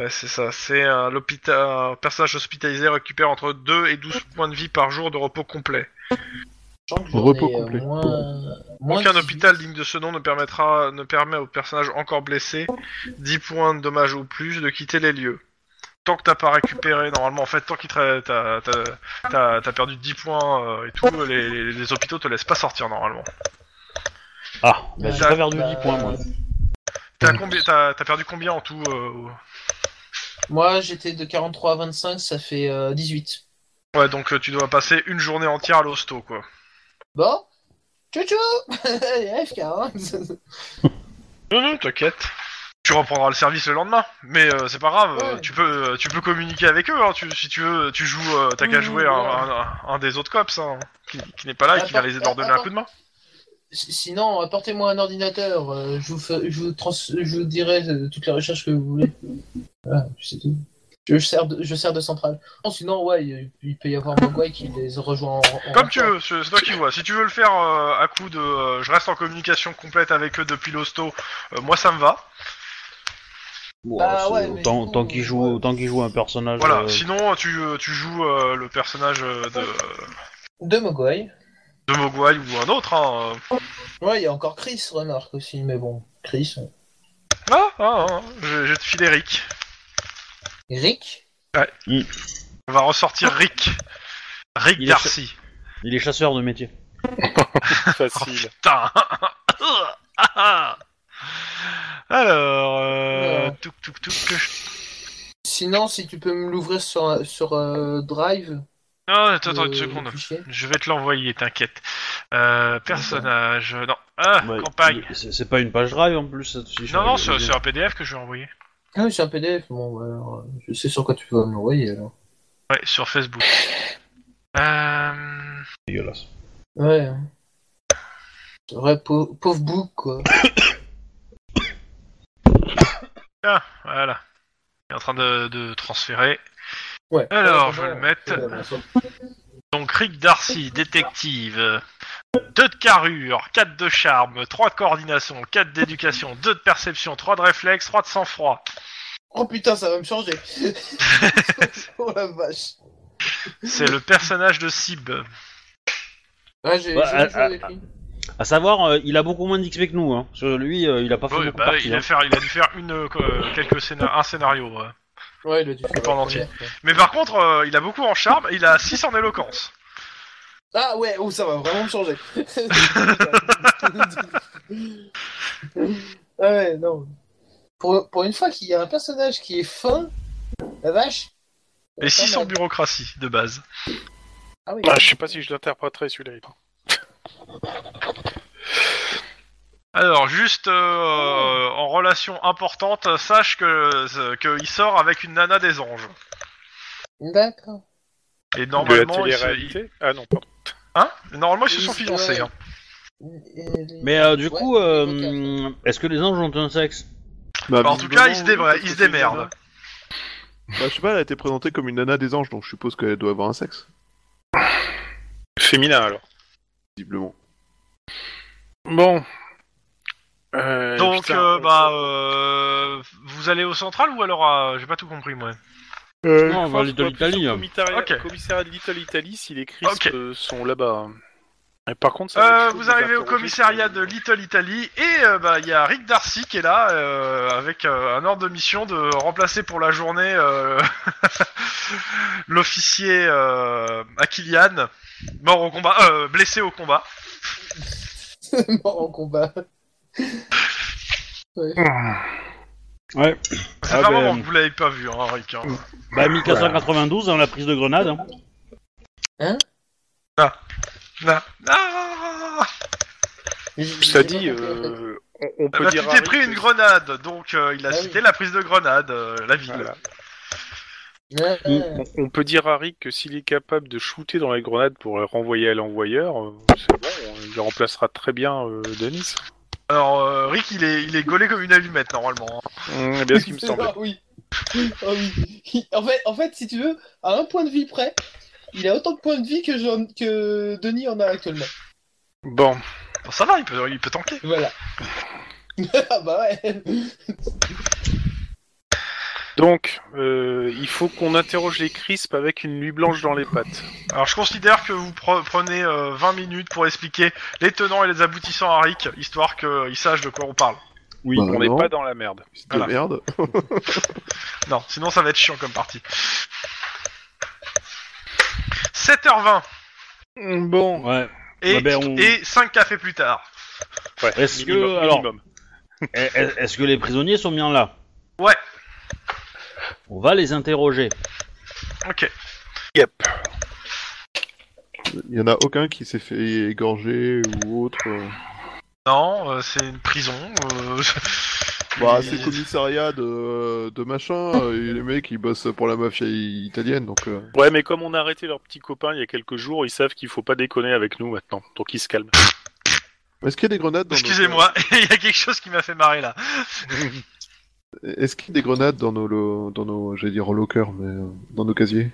[SPEAKER 1] Ouais, c'est ça, c'est un, l'hôpital, un personnage hospitalisé récupère entre 2 et 12 points de vie par jour de repos complet.
[SPEAKER 4] Je sens que j'en
[SPEAKER 3] Repos
[SPEAKER 4] ai, euh,
[SPEAKER 3] complet.
[SPEAKER 4] moins- moins
[SPEAKER 1] Aucun
[SPEAKER 4] 18.
[SPEAKER 1] hôpital digne de ce nom ne, permettra, ne permet au personnage encore blessé 10 points de dommage ou plus de quitter les lieux. Tant que t'as pas récupéré, normalement, en fait, tant que t'as, t'as, t'as- t'as- t'as perdu 10 points euh, et tout, les, les- les hôpitaux te laissent pas sortir normalement.
[SPEAKER 5] Ah, bah, j'ai
[SPEAKER 1] Ouais,
[SPEAKER 5] pas perdu
[SPEAKER 4] bah,
[SPEAKER 5] 10 points, moi.
[SPEAKER 1] T'as, combi- t'as- t'as perdu combien en tout euh, au-
[SPEAKER 4] Moi j'étais de 43 à 25, ça fait euh, 18.
[SPEAKER 1] Ouais, donc euh, tu dois passer une journée entière à l'hosto, quoi.
[SPEAKER 4] Bon. Tchou-tchou Allez, FK, hein.
[SPEAKER 1] Non, non, t'inquiète. Tu reprendras le service le lendemain, mais euh, c'est pas grave, euh,
[SPEAKER 4] Ouais.
[SPEAKER 1] tu peux euh, tu peux communiquer avec eux, hein, tu- si tu veux, tu joues, euh, t'as qu'à
[SPEAKER 4] Mmh,
[SPEAKER 1] jouer un,
[SPEAKER 4] ouais. Bah,
[SPEAKER 1] un- un des autres cops, hein, qui, qui n'est pas là et qui va les, leur donner un coup de main.
[SPEAKER 4] Si- Sinon, apportez-moi un ordinateur, euh, je, vous fe- je, vous trans- je vous dirai euh, toutes les recherches que vous voulez. Voilà, c'est tout. Je sers, de, je sers de centrale. Non, sinon, ouais, il, il peut y avoir Mogwai qui les rejoint en. en
[SPEAKER 1] Comme tu
[SPEAKER 4] renfort.
[SPEAKER 1] veux, c'est c'est toi qui vois. Si tu veux le faire euh, à coup de euh, je reste en communication complète avec eux depuis l'hosto, euh, moi ça me va.
[SPEAKER 5] Bon,
[SPEAKER 4] Bah,
[SPEAKER 5] c'est-
[SPEAKER 4] ouais, mais du
[SPEAKER 5] autant
[SPEAKER 4] coup, euh,
[SPEAKER 5] autant qu'il joue,
[SPEAKER 4] ouais.
[SPEAKER 5] autant qu'il joue un personnage.
[SPEAKER 1] Voilà,
[SPEAKER 5] euh,
[SPEAKER 1] sinon tu, euh, tu joues euh, le personnage euh, de,
[SPEAKER 4] De Mogwai.
[SPEAKER 1] de Mogwai ou un autre, hein. euh,
[SPEAKER 4] Ouais, il y a encore Chris, remarque aussi, mais bon, Chris. euh,
[SPEAKER 1] Ah, ah, ah, je, je te file Eric.
[SPEAKER 4] Rick
[SPEAKER 1] On va ressortir Rick. Rick
[SPEAKER 5] Il est
[SPEAKER 1] Darcy.
[SPEAKER 5] Il est chasseur de métier.
[SPEAKER 2] Facile.
[SPEAKER 1] Putain. Alors, euh,
[SPEAKER 4] Ouais.
[SPEAKER 1] touc, touc, touc.
[SPEAKER 4] Sinon, si tu peux me l'ouvrir sur, sur euh, Drive.
[SPEAKER 1] Non, attends, attends
[SPEAKER 4] le-
[SPEAKER 1] une
[SPEAKER 4] le
[SPEAKER 1] seconde.
[SPEAKER 4] fichier.
[SPEAKER 1] Je vais te l'envoyer, t'inquiète. Euh, personnage, non. Ah,
[SPEAKER 5] Ouais,
[SPEAKER 1] campagne.
[SPEAKER 5] il- C'est c'est pas une page drive en plus, cette fiche.
[SPEAKER 1] Non, non,
[SPEAKER 5] Elle-
[SPEAKER 1] c'est
[SPEAKER 5] elle-
[SPEAKER 1] c'est un PDF que je vais envoyer.
[SPEAKER 4] Ah oui, c'est un PDF. Bon, bah, alors, euh, je sais sur quoi tu vas me l'envoyer alors.
[SPEAKER 1] Ouais, sur Facebook. Euh...
[SPEAKER 5] dégueulasse.
[SPEAKER 4] Ouais. C'est vrai, pau- pauvre bouc, quoi.
[SPEAKER 1] Ah, voilà. Il est en train de, de transférer.
[SPEAKER 4] Ouais.
[SPEAKER 1] Alors, je vais le mettre.
[SPEAKER 4] Ouais, bah, ça-
[SPEAKER 1] Donc, Rick Darcy, détective. 2 de carrure, 4 de charme, 3 de coordination, 4 d'éducation, 2 de perception, 3 de réflexe, 3 de sang-froid.
[SPEAKER 4] Oh putain, ça va me changer. oh la vache.
[SPEAKER 1] C'est le personnage de Sib.
[SPEAKER 4] Ouais, j'ai
[SPEAKER 5] Ouais,
[SPEAKER 4] j'ai-
[SPEAKER 5] ah,
[SPEAKER 4] j'ai
[SPEAKER 5] ah,
[SPEAKER 4] écrit.
[SPEAKER 5] À savoir, euh, il a beaucoup moins d'XP que nous. Hein. Sur lui, euh, il a pas fait
[SPEAKER 1] Oui,
[SPEAKER 5] beaucoup
[SPEAKER 1] bah,
[SPEAKER 5] de parties,
[SPEAKER 1] il, a
[SPEAKER 5] hein.
[SPEAKER 1] faire- il a dû faire une, euh, quelques scénar- un scénario. ouais.
[SPEAKER 4] Ouais, il a dû faire
[SPEAKER 1] Pas en
[SPEAKER 4] la
[SPEAKER 1] entier.
[SPEAKER 4] première, quoi.
[SPEAKER 1] Mais par contre, euh, il a beaucoup en charme et il a 6 en éloquence.
[SPEAKER 4] Ah ouais, oh, ça va vraiment me changer. ah ouais, non. Pour, pour une fois qu'il y a un personnage qui est fin, la vache.
[SPEAKER 1] Et 6 en
[SPEAKER 4] sont
[SPEAKER 1] bureaucratie, de base.
[SPEAKER 4] Ah oui.
[SPEAKER 2] Ah, je sais pas si je l'interpréterai celui-là.
[SPEAKER 1] Alors, juste
[SPEAKER 2] Oh.
[SPEAKER 1] euh, en relation importante, sache que qu'il sort avec une nana des anges.
[SPEAKER 4] D'accord.
[SPEAKER 1] Et
[SPEAKER 2] De
[SPEAKER 1] normalement,
[SPEAKER 2] la
[SPEAKER 1] ils se,
[SPEAKER 2] télé-réalité Ah non, pardon.
[SPEAKER 1] hein normalement, ils se
[SPEAKER 4] Oui,
[SPEAKER 1] sont
[SPEAKER 4] c'est
[SPEAKER 1] fiancés.
[SPEAKER 4] vrai.
[SPEAKER 1] hein.
[SPEAKER 5] Mais euh, du
[SPEAKER 4] Ouais,
[SPEAKER 5] coup, euh,
[SPEAKER 4] ok.
[SPEAKER 5] hum, est-ce que les anges ont un sexe
[SPEAKER 3] Bah,
[SPEAKER 1] Bah, en tout cas, ils se,
[SPEAKER 3] visiblement,
[SPEAKER 1] débra-
[SPEAKER 3] oui,
[SPEAKER 1] ils se
[SPEAKER 3] parce que c'est une
[SPEAKER 1] démerdent.
[SPEAKER 3] nana. Bah, je sais pas, elle a été présentée comme une nana des anges, donc je suppose qu'elle doit avoir un sexe,
[SPEAKER 2] Féminin alors.
[SPEAKER 3] visiblement.
[SPEAKER 2] Bon. Euh,
[SPEAKER 1] Donc,
[SPEAKER 2] putain.
[SPEAKER 1] euh, bah, euh, vous allez au central ou alors à... J'ai pas tout compris, moi.
[SPEAKER 2] Euh, je
[SPEAKER 5] Non, on
[SPEAKER 2] crois que
[SPEAKER 5] va à Little
[SPEAKER 2] je vois plutôt
[SPEAKER 5] Italy, hein.
[SPEAKER 2] Commissariat,
[SPEAKER 1] Ok.
[SPEAKER 2] commissariat de Little Italy si les cris
[SPEAKER 1] Ok.
[SPEAKER 2] euh, sont là-bas. Et par contre, ça va être
[SPEAKER 1] Euh,
[SPEAKER 2] chaud
[SPEAKER 1] vous
[SPEAKER 2] de les
[SPEAKER 1] arrivez au
[SPEAKER 2] interroger
[SPEAKER 1] commissariat
[SPEAKER 2] sur-
[SPEAKER 1] de Little Italy et euh, bah, il y a Rick Darcy qui est là euh, avec euh, un ordre de mission de remplacer pour la journée euh, l'officier euh, Akilian, mort au combat, euh, blessé au combat.
[SPEAKER 4] Mort en combat.
[SPEAKER 5] Ouais.
[SPEAKER 1] C'est
[SPEAKER 5] Ah
[SPEAKER 1] vraiment
[SPEAKER 5] ben.
[SPEAKER 1] que vous l'avez pas vu, hein, Rick. hein.
[SPEAKER 5] Bah 1492, hein, la prise de Grenade. hein.
[SPEAKER 1] Ah
[SPEAKER 2] Cela dit, euh, on, on peut
[SPEAKER 1] Bah, tu
[SPEAKER 2] dire. à
[SPEAKER 1] t'es pris
[SPEAKER 2] Rick
[SPEAKER 1] une
[SPEAKER 2] que-
[SPEAKER 1] grenade, donc euh, il a
[SPEAKER 4] Ah
[SPEAKER 1] cité
[SPEAKER 4] oui.
[SPEAKER 1] la prise de grenade, euh, la ville.
[SPEAKER 2] Voilà.
[SPEAKER 4] Ah,
[SPEAKER 5] Mm.
[SPEAKER 2] On, on peut dire à Rick que s'il est capable de shooter dans les grenades pour les renvoyer à l'envoyeur, euh, c'est bon, euh, il remplacera très bien euh, Denis.
[SPEAKER 1] Alors euh, Rick, il est, il est gaulé comme une allumette normalement. hein.
[SPEAKER 2] Eh bien ce qui me semble.
[SPEAKER 4] Ah oui. Ah oui. En fait, en fait, si tu veux, à un point de vie près, il a autant de points de vie que, j'en- que Denis en a actuellement.
[SPEAKER 2] Bon,
[SPEAKER 1] Bon, ça va, il peut, il peut tanker.
[SPEAKER 4] Voilà. ah bah ouais.
[SPEAKER 2] donc, euh, il faut qu'on interroge les crisps avec une nuit blanche dans les pattes.
[SPEAKER 1] Alors je considère que vous pre- prenez euh, 20 minutes pour expliquer les tenants et les aboutissants à Rick, histoire qu'il sache de quoi on parle.
[SPEAKER 5] Oui.
[SPEAKER 3] Bah,
[SPEAKER 2] On n'est
[SPEAKER 3] non,
[SPEAKER 2] pas dans la merde.
[SPEAKER 3] c'est de
[SPEAKER 1] voilà.
[SPEAKER 3] merde.
[SPEAKER 1] Non, sinon ça va être chiant comme partie. 7h20
[SPEAKER 2] Mmh, Bon,
[SPEAKER 5] Ouais.
[SPEAKER 1] et,
[SPEAKER 5] Ouais, ben, on-
[SPEAKER 1] et 5 cafés plus tard.
[SPEAKER 5] Est-ce que
[SPEAKER 2] minimum,
[SPEAKER 5] alors,
[SPEAKER 2] minimum.
[SPEAKER 5] est- est- est-ce que les prisonniers sont bien là
[SPEAKER 1] Ouais.
[SPEAKER 5] On va les interroger.
[SPEAKER 1] Ok.
[SPEAKER 2] Yep.
[SPEAKER 3] Il y en a aucun qui s'est fait égorger ou autre. euh.
[SPEAKER 1] Non, euh, c'est une prison. euh,
[SPEAKER 3] Bah,
[SPEAKER 1] Ils-
[SPEAKER 3] c'est le commissariat de, de machin, euh, et les mecs ils bossent pour la mafia i- italienne, donc. euh,
[SPEAKER 2] Ouais, mais comme on a arrêté leur petit copain il y a quelques jours, ils savent qu'il faut pas déconner avec nous maintenant, donc ils se calment.
[SPEAKER 3] Est-ce qu'il y a des grenades dans nos-
[SPEAKER 1] Excusez-moi, il y a quelque chose qui m'a fait marrer là.
[SPEAKER 3] Est-ce qu'il y a des grenades dans nos, lo- dans nos, j'allais dire lockers, mais euh, dans nos casiers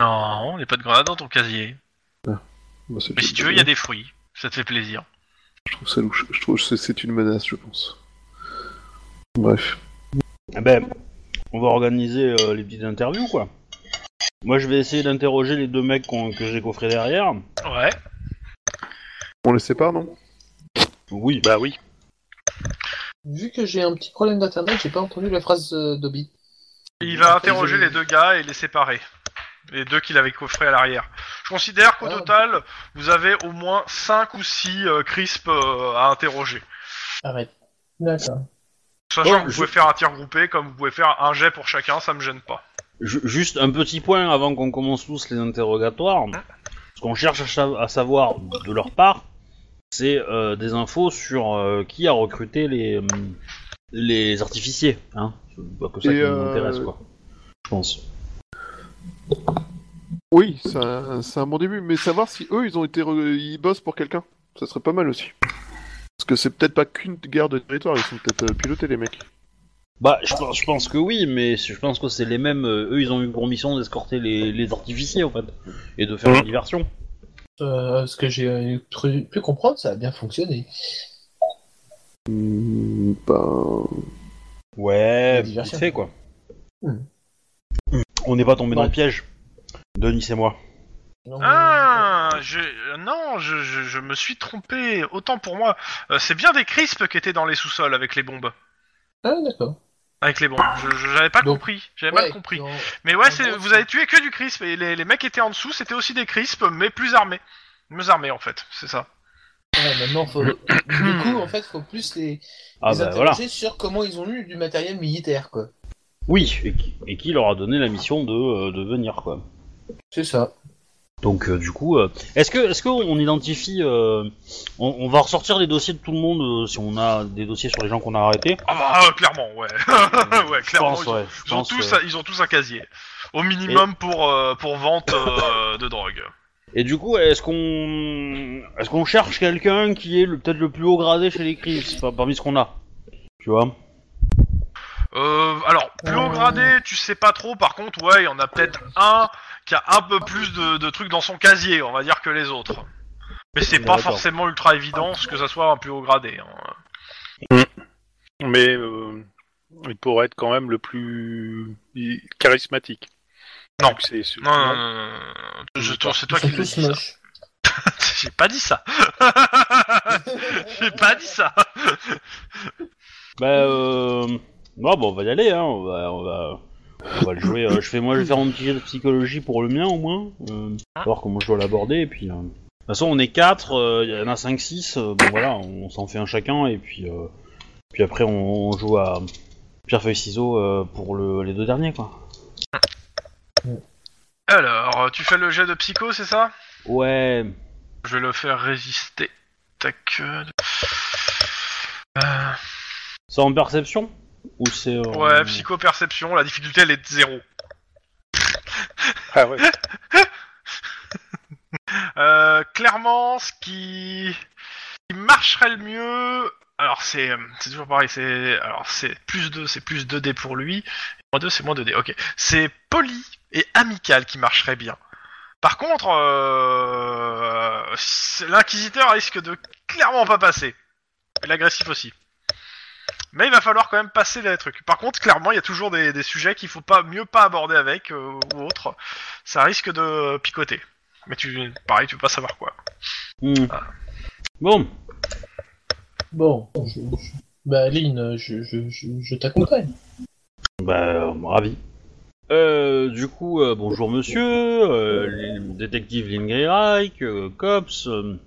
[SPEAKER 1] Non, il n'y a pas de grenade dans ton casier.
[SPEAKER 3] Bah, c'est-
[SPEAKER 1] Mais si tu veux, il y a des fruits. Ça te fait plaisir.
[SPEAKER 3] Je trouve ça louche. Je trouve que c'est une menace, je pense. Bref.
[SPEAKER 5] Eh Ben, on va organiser euh, les petites interviews quoi. Moi, je vais essayer d'interroger les deux mecs qu'on- que j'ai coffrés derrière.
[SPEAKER 1] Ouais.
[SPEAKER 3] On les sépare, non
[SPEAKER 5] Oui.
[SPEAKER 2] Bah oui.
[SPEAKER 4] Vu que j'ai un petit problème d'internet, j'ai pas entendu la phrase euh, d'Obi.
[SPEAKER 1] Il
[SPEAKER 4] Ah,
[SPEAKER 1] va interroger les deux gars et les séparer. Les deux qu'il avait coffrés à l'arrière. Je considère qu'au
[SPEAKER 4] Ah.
[SPEAKER 1] total, vous avez au moins 5 ou 6 crisps euh, à interroger.
[SPEAKER 4] Arrête. D'accord.
[SPEAKER 1] Sachant
[SPEAKER 5] Bon,
[SPEAKER 1] que vous
[SPEAKER 5] je-
[SPEAKER 1] pouvez faire un tir groupé, comme vous pouvez faire un jet pour chacun, ça me gêne pas.
[SPEAKER 5] Ju- Juste un petit point avant qu'on commence tous les interrogatoires. Ce qu'on cherche à, sa- à savoir de leur part, c'est euh, des infos sur euh, qui a recruté les, hum, les artificiers. Hein. C'est pas que ça
[SPEAKER 3] Et,
[SPEAKER 5] qui
[SPEAKER 3] euh,
[SPEAKER 5] nous intéresse, quoi. Je pense.
[SPEAKER 3] Oui, c'est un, c'est un bon début, mais savoir si eux, ils ont été, re- ils bossent pour quelqu'un, ça serait pas mal aussi. Parce que c'est peut-être pas qu'une guerre de territoire, ils sont peut-être euh, pilotés les mecs.
[SPEAKER 5] Bah, je, pense- je pense que oui, mais je pense que c'est les mêmes. euh, eux, ils ont eu pour mission d'escorter les, les artificiers, en fait, et de faire
[SPEAKER 2] Mhm.
[SPEAKER 5] la diversion.
[SPEAKER 4] Euh, ce que j'ai euh, cru- pu comprendre, ça a bien fonctionné.
[SPEAKER 3] Hmm, ben...
[SPEAKER 5] Ouais,
[SPEAKER 4] La diversion.
[SPEAKER 5] vite fait quoi.
[SPEAKER 4] Hmm.
[SPEAKER 5] On n'est pas tombé dans
[SPEAKER 4] Ouais.
[SPEAKER 5] le piège. Denis et moi.
[SPEAKER 4] Non,
[SPEAKER 1] Ah, je... euh, non, je, je- je me suis trompé. Autant pour moi, Euh, c'est bien des crisps qui étaient dans les sous-sols avec les bombes.
[SPEAKER 4] Ah, d'accord.
[SPEAKER 1] Avec les bombes. Je- je- J'avais pas
[SPEAKER 4] Donc,
[SPEAKER 1] compris. J'avais
[SPEAKER 4] Ouais,
[SPEAKER 1] mal compris.
[SPEAKER 4] non.
[SPEAKER 1] Mais ouais,
[SPEAKER 4] en
[SPEAKER 1] c'est-
[SPEAKER 4] gros,
[SPEAKER 1] vous
[SPEAKER 4] c'est-
[SPEAKER 1] avez tué que du crisp et les, les mecs étaient en dessous, c'était aussi des crisps, mais plus armés. Mieux armés en fait, c'est ça.
[SPEAKER 4] Ouais, maintenant, faut... du coup, en fait, faut plus les,
[SPEAKER 5] Ah
[SPEAKER 4] les
[SPEAKER 5] bah voilà.
[SPEAKER 4] interroger sur comment ils ont eu du matériel militaire, quoi.
[SPEAKER 5] Oui, et qui, et qui leur a donné la mission de, euh, de venir quoi.
[SPEAKER 4] C'est ça.
[SPEAKER 5] Donc euh, du coup, euh, est-ce que est-ce qu'on identifie, euh, on, on va ressortir les dossiers de tout le monde euh, si on a des dossiers sur les gens qu'on a arrêtés.
[SPEAKER 1] Ah bah, euh, clairement, ouais. ouais,
[SPEAKER 5] Je
[SPEAKER 1] clairement.
[SPEAKER 5] pense,
[SPEAKER 1] ils ont,
[SPEAKER 5] ouais, je
[SPEAKER 1] ils ont
[SPEAKER 5] pense,
[SPEAKER 1] tous,
[SPEAKER 5] euh,
[SPEAKER 1] ils ont tous un casier. Au minimum pour, euh, pour vente euh, de drogue.
[SPEAKER 5] Et du coup, est-ce qu'on est-ce qu'on cherche quelqu'un qui est le- peut-être le plus haut gradé chez les Crips, par- parmi ce qu'on a, tu vois
[SPEAKER 1] Euh, alors, plus haut
[SPEAKER 4] Euh.
[SPEAKER 1] gradé, tu sais pas trop, par contre, ouais, il y en a peut-être un qui a un peu plus de, de trucs dans son casier, on va dire, que les autres. Mais c'est pas
[SPEAKER 5] D'accord.
[SPEAKER 1] forcément ultra évident ce que ça soit un plus haut gradé. hein.
[SPEAKER 2] Mais euh, il pourrait être quand même le plus i- charismatique.
[SPEAKER 1] Non.
[SPEAKER 2] Donc c'est celui-
[SPEAKER 1] Non, non, non, non, non. Je- toi- C'est toi
[SPEAKER 4] Ils sont
[SPEAKER 1] qui le
[SPEAKER 4] tous
[SPEAKER 1] dis. ça.
[SPEAKER 4] moches.
[SPEAKER 1] J'ai pas dit ça. J'ai pas dit ça.
[SPEAKER 5] Bah, euh... bon, bon, on va y aller, hein. On va, on va, on va le jouer. euh, je fais, moi, je vais faire mon petit jet de psychologie pour le mien, au moins. Euh, voir comment je dois l'aborder, et puis... euh, De toute façon, on est 4, il y en a 5-6, bon voilà, on, s'en fait un chacun, et puis... euh, Puis après, on, on joue à pierre feuille ciseaux euh, pour le, les deux derniers, quoi.
[SPEAKER 1] Alors, tu fais le jet de psycho, c'est ça
[SPEAKER 5] Ouais...
[SPEAKER 1] Je vais le faire résister. Tac. euh, euh,
[SPEAKER 5] C'est en perception Ou c'est... euh,
[SPEAKER 1] ouais, psycho-perception, la difficulté elle est de zéro.
[SPEAKER 2] Ah ouais.
[SPEAKER 1] Euh, clairement, ce qui... qui marcherait le mieux, alors c'est euh, c'est toujours pareil, c'est alors c'est plus 2, c'est plus 2D pour lui, moins 2 c'est moins 2D. OK. C'est poli et amical qui marcherait bien. Par contre, euh, c'est- l'inquisiteur risque de clairement pas passer. Et l'agressif aussi. Mais il va falloir quand même passer les trucs. Par contre, clairement, il y a toujours des, des sujets qu'il faut pas mieux pas aborder avec euh, ou autre. Ça risque de picoter. Mais tu, pareil, tu peux pas savoir quoi.
[SPEAKER 5] hmm.
[SPEAKER 1] Ah.
[SPEAKER 5] Bon,
[SPEAKER 4] Bon, je- je- bah Lynn, je, je, je, je t'accompagne.
[SPEAKER 5] Bah, euh, ravi. Euh, du coup, euh, bonjour monsieur, euh, les- détective Lynn Greyreich, euh, cops, euh,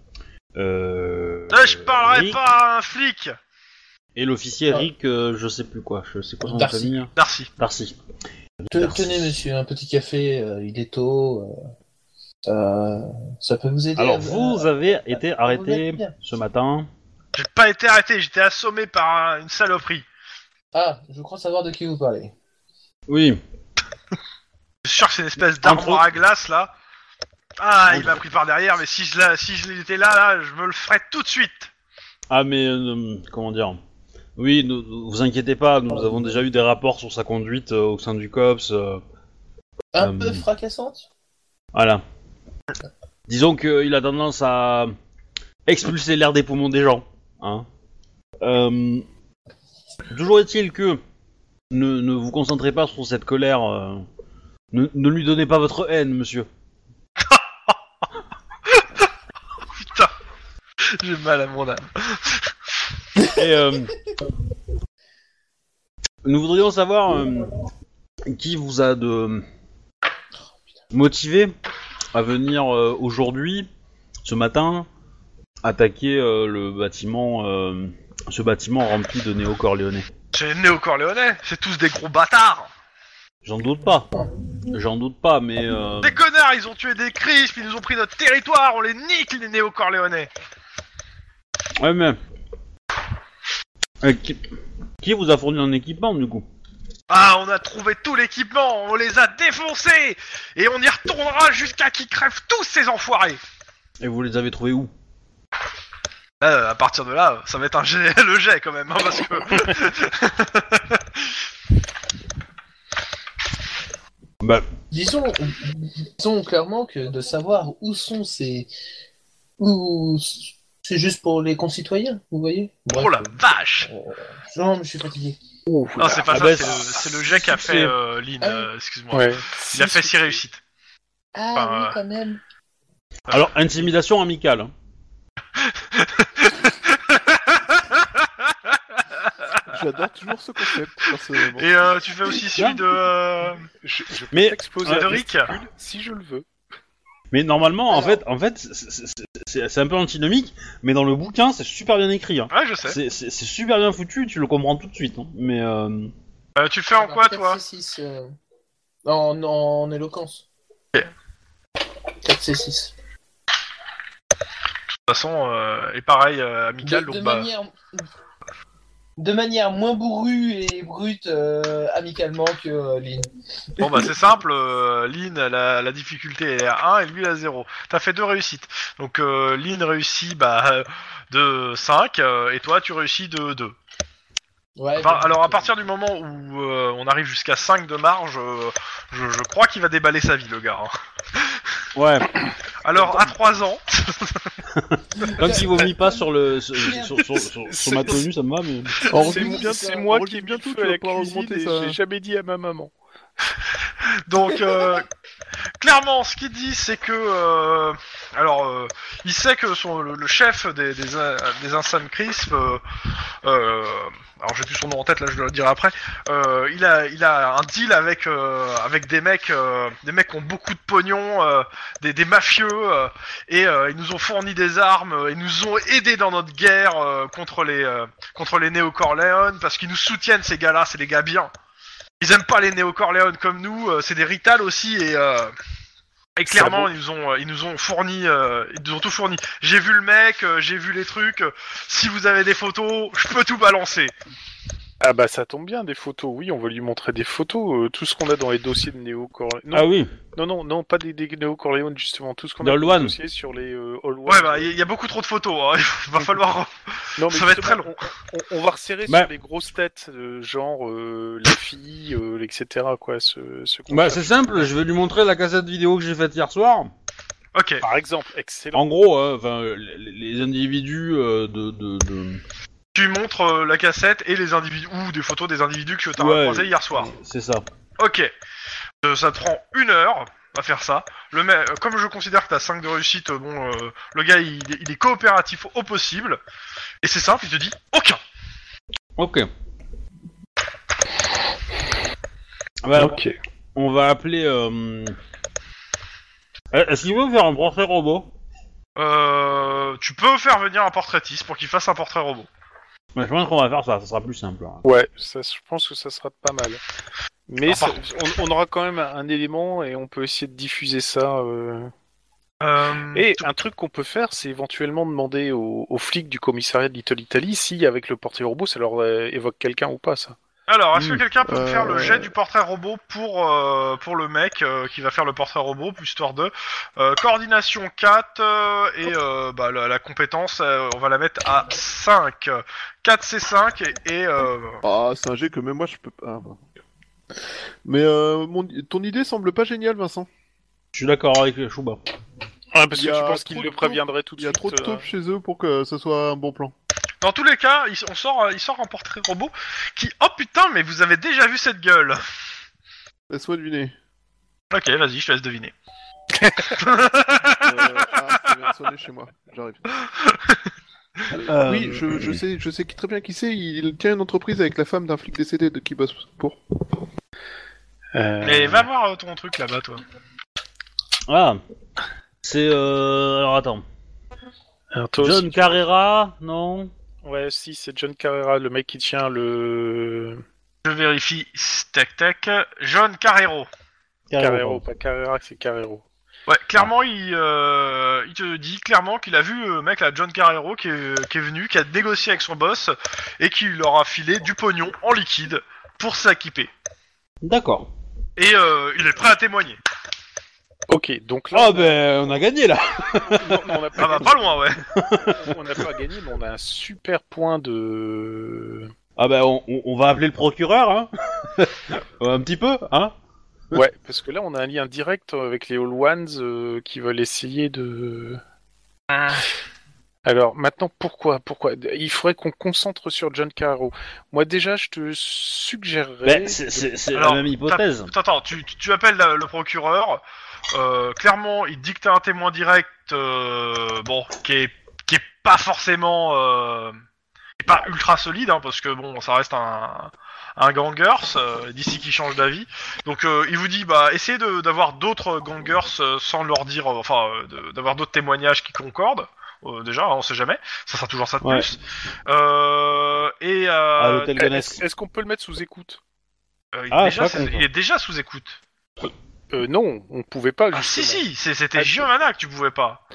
[SPEAKER 5] euh,
[SPEAKER 1] Euh, je parlerai
[SPEAKER 5] Rick,
[SPEAKER 1] pas à un flic
[SPEAKER 5] Et l'officier
[SPEAKER 4] Ah.
[SPEAKER 5] Rick, euh, je sais plus quoi, je sais quoi son nom de
[SPEAKER 4] Darcy.
[SPEAKER 5] famille. hein
[SPEAKER 1] Darcy.
[SPEAKER 5] Darcy.
[SPEAKER 4] Te-
[SPEAKER 5] Darcy.
[SPEAKER 4] tenez monsieur, un petit café, euh, il est tôt. euh, euh, ça peut vous aider.
[SPEAKER 5] Alors
[SPEAKER 4] à-
[SPEAKER 5] vous
[SPEAKER 4] à-
[SPEAKER 5] avez été
[SPEAKER 4] remettre
[SPEAKER 5] arrêté
[SPEAKER 4] euh, bien.
[SPEAKER 5] ce matin.
[SPEAKER 1] J'ai pas été arrêté, j'étais assommé par un- une saloperie.
[SPEAKER 4] Ah, je crois savoir de qui vous parlez.
[SPEAKER 5] Oui.
[SPEAKER 1] Je suis sûr que c'est une espèce
[SPEAKER 5] Entre
[SPEAKER 1] d'armoire
[SPEAKER 5] autres.
[SPEAKER 1] à glace là. Ah,
[SPEAKER 5] Entre
[SPEAKER 1] il m'a pris par derrière, mais si je l'a- si je l'étais là, là, je me le ferais tout de suite.
[SPEAKER 5] Ah mais euh, comment dire Oui, nous- nous- vous inquiétez pas, nous avons déjà eu des rapports sur sa conduite euh, au sein du cops. euh,
[SPEAKER 4] Un
[SPEAKER 5] Euh,
[SPEAKER 4] peu fracassante
[SPEAKER 5] Voilà. Disons qu'il a tendance à expulser l'air des poumons des gens. Hein. Euh, toujours est-il que ne, ne vous concentrez pas sur cette colère. euh, ne, ne lui donnez pas votre haine, monsieur.
[SPEAKER 1] J'ai mal à mon âme.
[SPEAKER 5] Et, euh, nous voudrions savoir euh, qui vous a de motivé à venir euh, aujourd'hui, ce matin, attaquer euh, le bâtiment, euh, ce bâtiment rempli de néo-corléonais.
[SPEAKER 1] C'est les néo-corléonais, c'est tous des gros bâtards.
[SPEAKER 5] J'en doute pas, j'en doute pas, mais euh,
[SPEAKER 1] Des connards, ils ont tué des crisps, ils nous ont pris notre territoire, on les nique les néo-corléonais.
[SPEAKER 5] ouais mais Euh, qui, qui vous a fourni un équipement du coup
[SPEAKER 1] Ah, on a trouvé tout l'équipement, on les a défoncés et on y retournera jusqu'à qu'ils crèvent tous ces enfoirés.
[SPEAKER 5] Et vous les avez trouvés où
[SPEAKER 1] Là, à partir de là, ça va être un jet, le jet quand même, hein, parce que.
[SPEAKER 5] Bah,
[SPEAKER 4] Disons, disons clairement que de savoir où sont ces. Où... C'est juste pour les concitoyens, vous voyez Bref,
[SPEAKER 1] Oh la vache
[SPEAKER 4] euh, Non, mais je suis fatigué.
[SPEAKER 1] Non, c'est pas
[SPEAKER 5] Ah
[SPEAKER 1] ça,
[SPEAKER 5] bah,
[SPEAKER 1] c'est le- c'est le,
[SPEAKER 5] c'est-
[SPEAKER 1] jet qu'a
[SPEAKER 5] c'est-
[SPEAKER 1] fait euh, Lynn,
[SPEAKER 4] Ah oui.
[SPEAKER 1] euh, excuse-moi.
[SPEAKER 2] Ouais.
[SPEAKER 1] Il a fait six réussites.
[SPEAKER 4] Ah
[SPEAKER 1] Enfin,
[SPEAKER 4] oui,
[SPEAKER 1] euh,
[SPEAKER 4] quand même.
[SPEAKER 5] alors, intimidation amicale. hein.
[SPEAKER 3] J'adore toujours ce concept, personnellement.
[SPEAKER 1] Et euh, tu fais aussi celui de, euh,
[SPEAKER 2] Je, je peux
[SPEAKER 5] Mais-
[SPEAKER 2] t'exposer
[SPEAKER 1] de
[SPEAKER 2] à
[SPEAKER 1] Rick
[SPEAKER 2] Rick, si je le veux.
[SPEAKER 5] Mais normalement, en
[SPEAKER 4] Alors.
[SPEAKER 5] fait, en fait, c'est- c'est- c'est- c'est c'est un peu antinomique, mais dans le bouquin, c'est super bien écrit. hein.
[SPEAKER 1] Ouais, je sais.
[SPEAKER 5] C'est c'est- c'est super bien foutu, tu le comprends tout de suite. hein. Mais euh,
[SPEAKER 1] Euh, tu le fais en quoi, toi
[SPEAKER 4] 4C6. euh, En, en éloquence.
[SPEAKER 1] Ok.
[SPEAKER 4] 4C6.
[SPEAKER 1] De toute façon, euh, et pareil, euh,
[SPEAKER 4] De,
[SPEAKER 1] amical,
[SPEAKER 4] de
[SPEAKER 1] donc bah.
[SPEAKER 4] manière... de manière moins bourrue et brute euh, amicalement que euh, Lynn.
[SPEAKER 1] Bon bah c'est simple, euh, Lynn la, la difficulté est à 1 et lui à 0. T'as fait deux réussites. Donc euh, Lynn réussit bah, euh, de 5 euh, et toi tu réussis de 2.
[SPEAKER 4] Ouais,
[SPEAKER 1] Enfin,
[SPEAKER 4] bah,
[SPEAKER 1] alors à partir du moment où euh, on arrive jusqu'à 5 de marge, euh, je, je crois qu'il va déballer sa vie le gars. hein.
[SPEAKER 5] ouais,
[SPEAKER 1] Alors à 3 ans,
[SPEAKER 4] euh,
[SPEAKER 5] quand il vomit pas sur le sur, sur, sur, sur- sur ma
[SPEAKER 2] C'est-
[SPEAKER 5] tenue, ça me va. Mais...
[SPEAKER 3] En
[SPEAKER 2] C'est
[SPEAKER 3] revue,
[SPEAKER 4] oui,
[SPEAKER 2] bien-
[SPEAKER 4] ça-
[SPEAKER 2] c'est
[SPEAKER 3] on
[SPEAKER 2] moi
[SPEAKER 3] revient
[SPEAKER 2] qui ai mis le
[SPEAKER 3] bientôt,
[SPEAKER 2] feu
[SPEAKER 3] tu
[SPEAKER 2] à
[SPEAKER 3] vas
[SPEAKER 2] la
[SPEAKER 3] pouvoir
[SPEAKER 2] cuisine
[SPEAKER 3] augmenter
[SPEAKER 2] et
[SPEAKER 3] ça.
[SPEAKER 2] j'ai jamais dit à ma maman.
[SPEAKER 1] Donc, euh, clairement, ce qu'il dit, c'est que. euh, alors, euh, il sait que son, le, le chef des, des, in- des Insane Crisp. euh, euh, alors, j'ai plus son nom en tête, là, je le dirai après. euh, il, a, il a un deal avec, euh, avec des mecs euh, des mecs qui ont beaucoup de pognon, euh, des, des mafieux, euh, et euh, ils nous ont fourni des armes, euh, ils nous ont aidés dans notre guerre euh, contre les, euh, contre les néo-corléones, parce qu'ils nous soutiennent, ces gars-là, c'est des gars bien. Ils aiment pas les néo-corléones comme nous, euh, c'est des Rital aussi et, euh, et clairement ils nous ont euh, ils nous ont fourni euh, ils nous ont tout fourni. J'ai vu le mec, euh, j'ai vu les trucs. euh, si vous avez des photos, je peux tout balancer.
[SPEAKER 2] Ah bah ça tombe bien, des photos. Oui, on va lui montrer des photos. euh, tout ce qu'on a dans les dossiers de Néo Corléon. Non,
[SPEAKER 5] Ah oui,
[SPEAKER 2] non, non, non, pas des, des Néo Corléon justement. Tout ce qu'on a
[SPEAKER 5] Dans
[SPEAKER 2] dans
[SPEAKER 5] le
[SPEAKER 2] les
[SPEAKER 5] One.
[SPEAKER 2] dossiers sur les euh, All
[SPEAKER 1] Ouais
[SPEAKER 2] One.
[SPEAKER 1] bah il y, y a beaucoup trop de photos. hein, Il va falloir.
[SPEAKER 2] non,
[SPEAKER 1] ça va être
[SPEAKER 2] justement,
[SPEAKER 1] très long.
[SPEAKER 2] On, on- on va resserrer
[SPEAKER 5] Bah.
[SPEAKER 2] sur les grosses têtes, euh, genre euh, la fille, euh, etc. Quoi, ce, ce qu'on
[SPEAKER 5] bah
[SPEAKER 2] cherche.
[SPEAKER 5] c'est simple, je vais lui montrer la cassette vidéo que j'ai faite hier soir.
[SPEAKER 1] Ok.
[SPEAKER 2] Par exemple, excellent.
[SPEAKER 5] En gros, hein, enfin, euh, les, les individus euh, de, de, de-
[SPEAKER 1] Tu montres euh, la cassette et les individus ou des photos des individus que t'as
[SPEAKER 5] Ouais.
[SPEAKER 1] croisés hier soir.
[SPEAKER 5] C'est ça.
[SPEAKER 1] Ok. Euh, ça te prend une heure à faire ça. Le mec, euh, comme je considère que t'as 5 de réussite, euh, bon, euh, le gars il, est- il est coopératif au possible. Et c'est simple, il te dit aucun.
[SPEAKER 5] Ok. Bah,
[SPEAKER 2] ok.
[SPEAKER 5] On va appeler. euh, euh, Est-ce qu'il veut faire un procès robot
[SPEAKER 1] Euh, tu peux faire venir un portraitiste pour qu'il fasse un portrait robot.
[SPEAKER 5] Bah, Je pense qu'on va faire ça, ça sera plus simple. hein.
[SPEAKER 2] Ouais, ça, je pense que ça sera pas mal. Mais
[SPEAKER 1] Ah, par
[SPEAKER 2] ça- on, on aura quand même un élément et on peut essayer de diffuser ça. euh,
[SPEAKER 1] Euh,
[SPEAKER 2] Et un truc qu'on peut faire, c'est éventuellement demander aux, aux flics du commissariat de Little Italy si, avec le portier robot, ça leur euh, évoque quelqu'un ou pas, ça.
[SPEAKER 1] Alors, est-ce que
[SPEAKER 5] Hmm.
[SPEAKER 1] quelqu'un peut me
[SPEAKER 2] Euh,
[SPEAKER 1] faire le jet
[SPEAKER 2] ouais.
[SPEAKER 1] du portrait robot pour, euh, pour le mec euh, qui va faire le portrait robot, plus histoire de euh, coordination 4 euh, et euh, bah, la, la compétence, euh, on va la mettre à 5. 4 c'est 5 et, et, euh,
[SPEAKER 3] Ah, c'est un jet que même moi je peux pas. ah, bah. Mais euh, mon... ton idée semble pas géniale, Vincent.
[SPEAKER 5] Je suis d'accord avec Chouba.
[SPEAKER 2] Ah, parce
[SPEAKER 3] Il y
[SPEAKER 2] que tu
[SPEAKER 3] a
[SPEAKER 2] penses
[SPEAKER 3] trop
[SPEAKER 2] qu'ils
[SPEAKER 3] de
[SPEAKER 2] le
[SPEAKER 3] taupes.
[SPEAKER 2] préviendraient tout de
[SPEAKER 3] Il y a
[SPEAKER 2] suite.
[SPEAKER 3] trop de
[SPEAKER 2] euh,
[SPEAKER 3] taupes chez eux pour que ce soit un bon plan.
[SPEAKER 1] Dans tous les cas, il, on sort, euh, il sort un portrait robot qui. Oh putain, mais vous avez déjà vu cette gueule
[SPEAKER 3] Laisse-moi deviner.
[SPEAKER 1] Ok, vas-y, je te laisse deviner.
[SPEAKER 3] Euh, ah, ça vient de sonner chez moi. J'arrive.
[SPEAKER 5] Euh,
[SPEAKER 3] Oui, je, je sais, je sais qui- très bien qui c'est. Il tient une entreprise avec la femme d'un flic décédé de qui bosse pour.
[SPEAKER 2] euh,
[SPEAKER 1] Mais va voir euh, ton truc là-bas, toi.
[SPEAKER 5] Ah C'est. Euh... Alors attends.
[SPEAKER 2] alors, toi aussi-
[SPEAKER 5] John Carrera Non
[SPEAKER 2] Ouais, si, c'est John Carrera, le mec qui tient le.
[SPEAKER 1] Je vérifie. Tac tac. John Carrero.
[SPEAKER 2] Carrero, pas Carrera, c'est Carrero.
[SPEAKER 1] Ouais, clairement, il, euh, il te dit clairement qu'il a vu euh, mec là, John Carrero qui est, qui est venu, qui a négocié avec son boss et qui leur a filé du pognon en liquide pour s'équiper.
[SPEAKER 5] D'accord.
[SPEAKER 1] Et euh, il est prêt à témoigner.
[SPEAKER 2] Ok, donc là,
[SPEAKER 5] Ah ben on a gagné là
[SPEAKER 2] non, non, on n'a
[SPEAKER 1] Ah
[SPEAKER 2] pas,
[SPEAKER 1] bah pas loin, ouais.
[SPEAKER 2] on n'a pas gagné, mais on a un super point de.
[SPEAKER 5] Ah ben on, on- on va appeler le procureur hein Un petit Euh, peu hein
[SPEAKER 2] Ouais, parce que là, on a un lien direct avec les All Ones euh, qui veulent essayer de.
[SPEAKER 3] Ah.
[SPEAKER 2] Alors, maintenant, pourquoi Pourquoi Il faudrait qu'on concentre sur John Caro. Moi, déjà, je te suggérerais.
[SPEAKER 5] Ben, c'est- c'est c'est la
[SPEAKER 1] Alors,
[SPEAKER 5] même hypothèse.
[SPEAKER 1] Attends, attends, tu, tu- tu appelles la- le procureur. euh, clairement, il te dit que t'as un témoin direct, euh, bon, qui est, qui est pas forcément, euh, qui est pas ultra solide, hein, parce que bon, ça reste un, un gangers euh, d'ici qui change d'avis. Donc, euh, il vous dit, bah, essayez de- d'avoir d'autres gangers euh, sans leur dire, euh, enfin, euh, de- d'avoir d'autres témoignages qui concordent. euh, déjà, hein, on sait jamais. Ça sera toujours ça de
[SPEAKER 5] Ouais.
[SPEAKER 1] plus. Euh, et euh,
[SPEAKER 5] à l'hôtel Gonesse.
[SPEAKER 2] Est-ce est-ce qu'on peut le mettre sous écoute
[SPEAKER 1] euh, il,
[SPEAKER 5] Ah,
[SPEAKER 1] est
[SPEAKER 5] je
[SPEAKER 1] déjà,
[SPEAKER 5] suis pas
[SPEAKER 1] sous-
[SPEAKER 5] con,
[SPEAKER 1] il est déjà sous écoute.
[SPEAKER 2] euh, Non, on pouvait pas.
[SPEAKER 1] Ah, si,
[SPEAKER 2] justement.
[SPEAKER 1] si, c'est-
[SPEAKER 2] Ah,
[SPEAKER 1] c'était Giovanna que tu pouvais pas.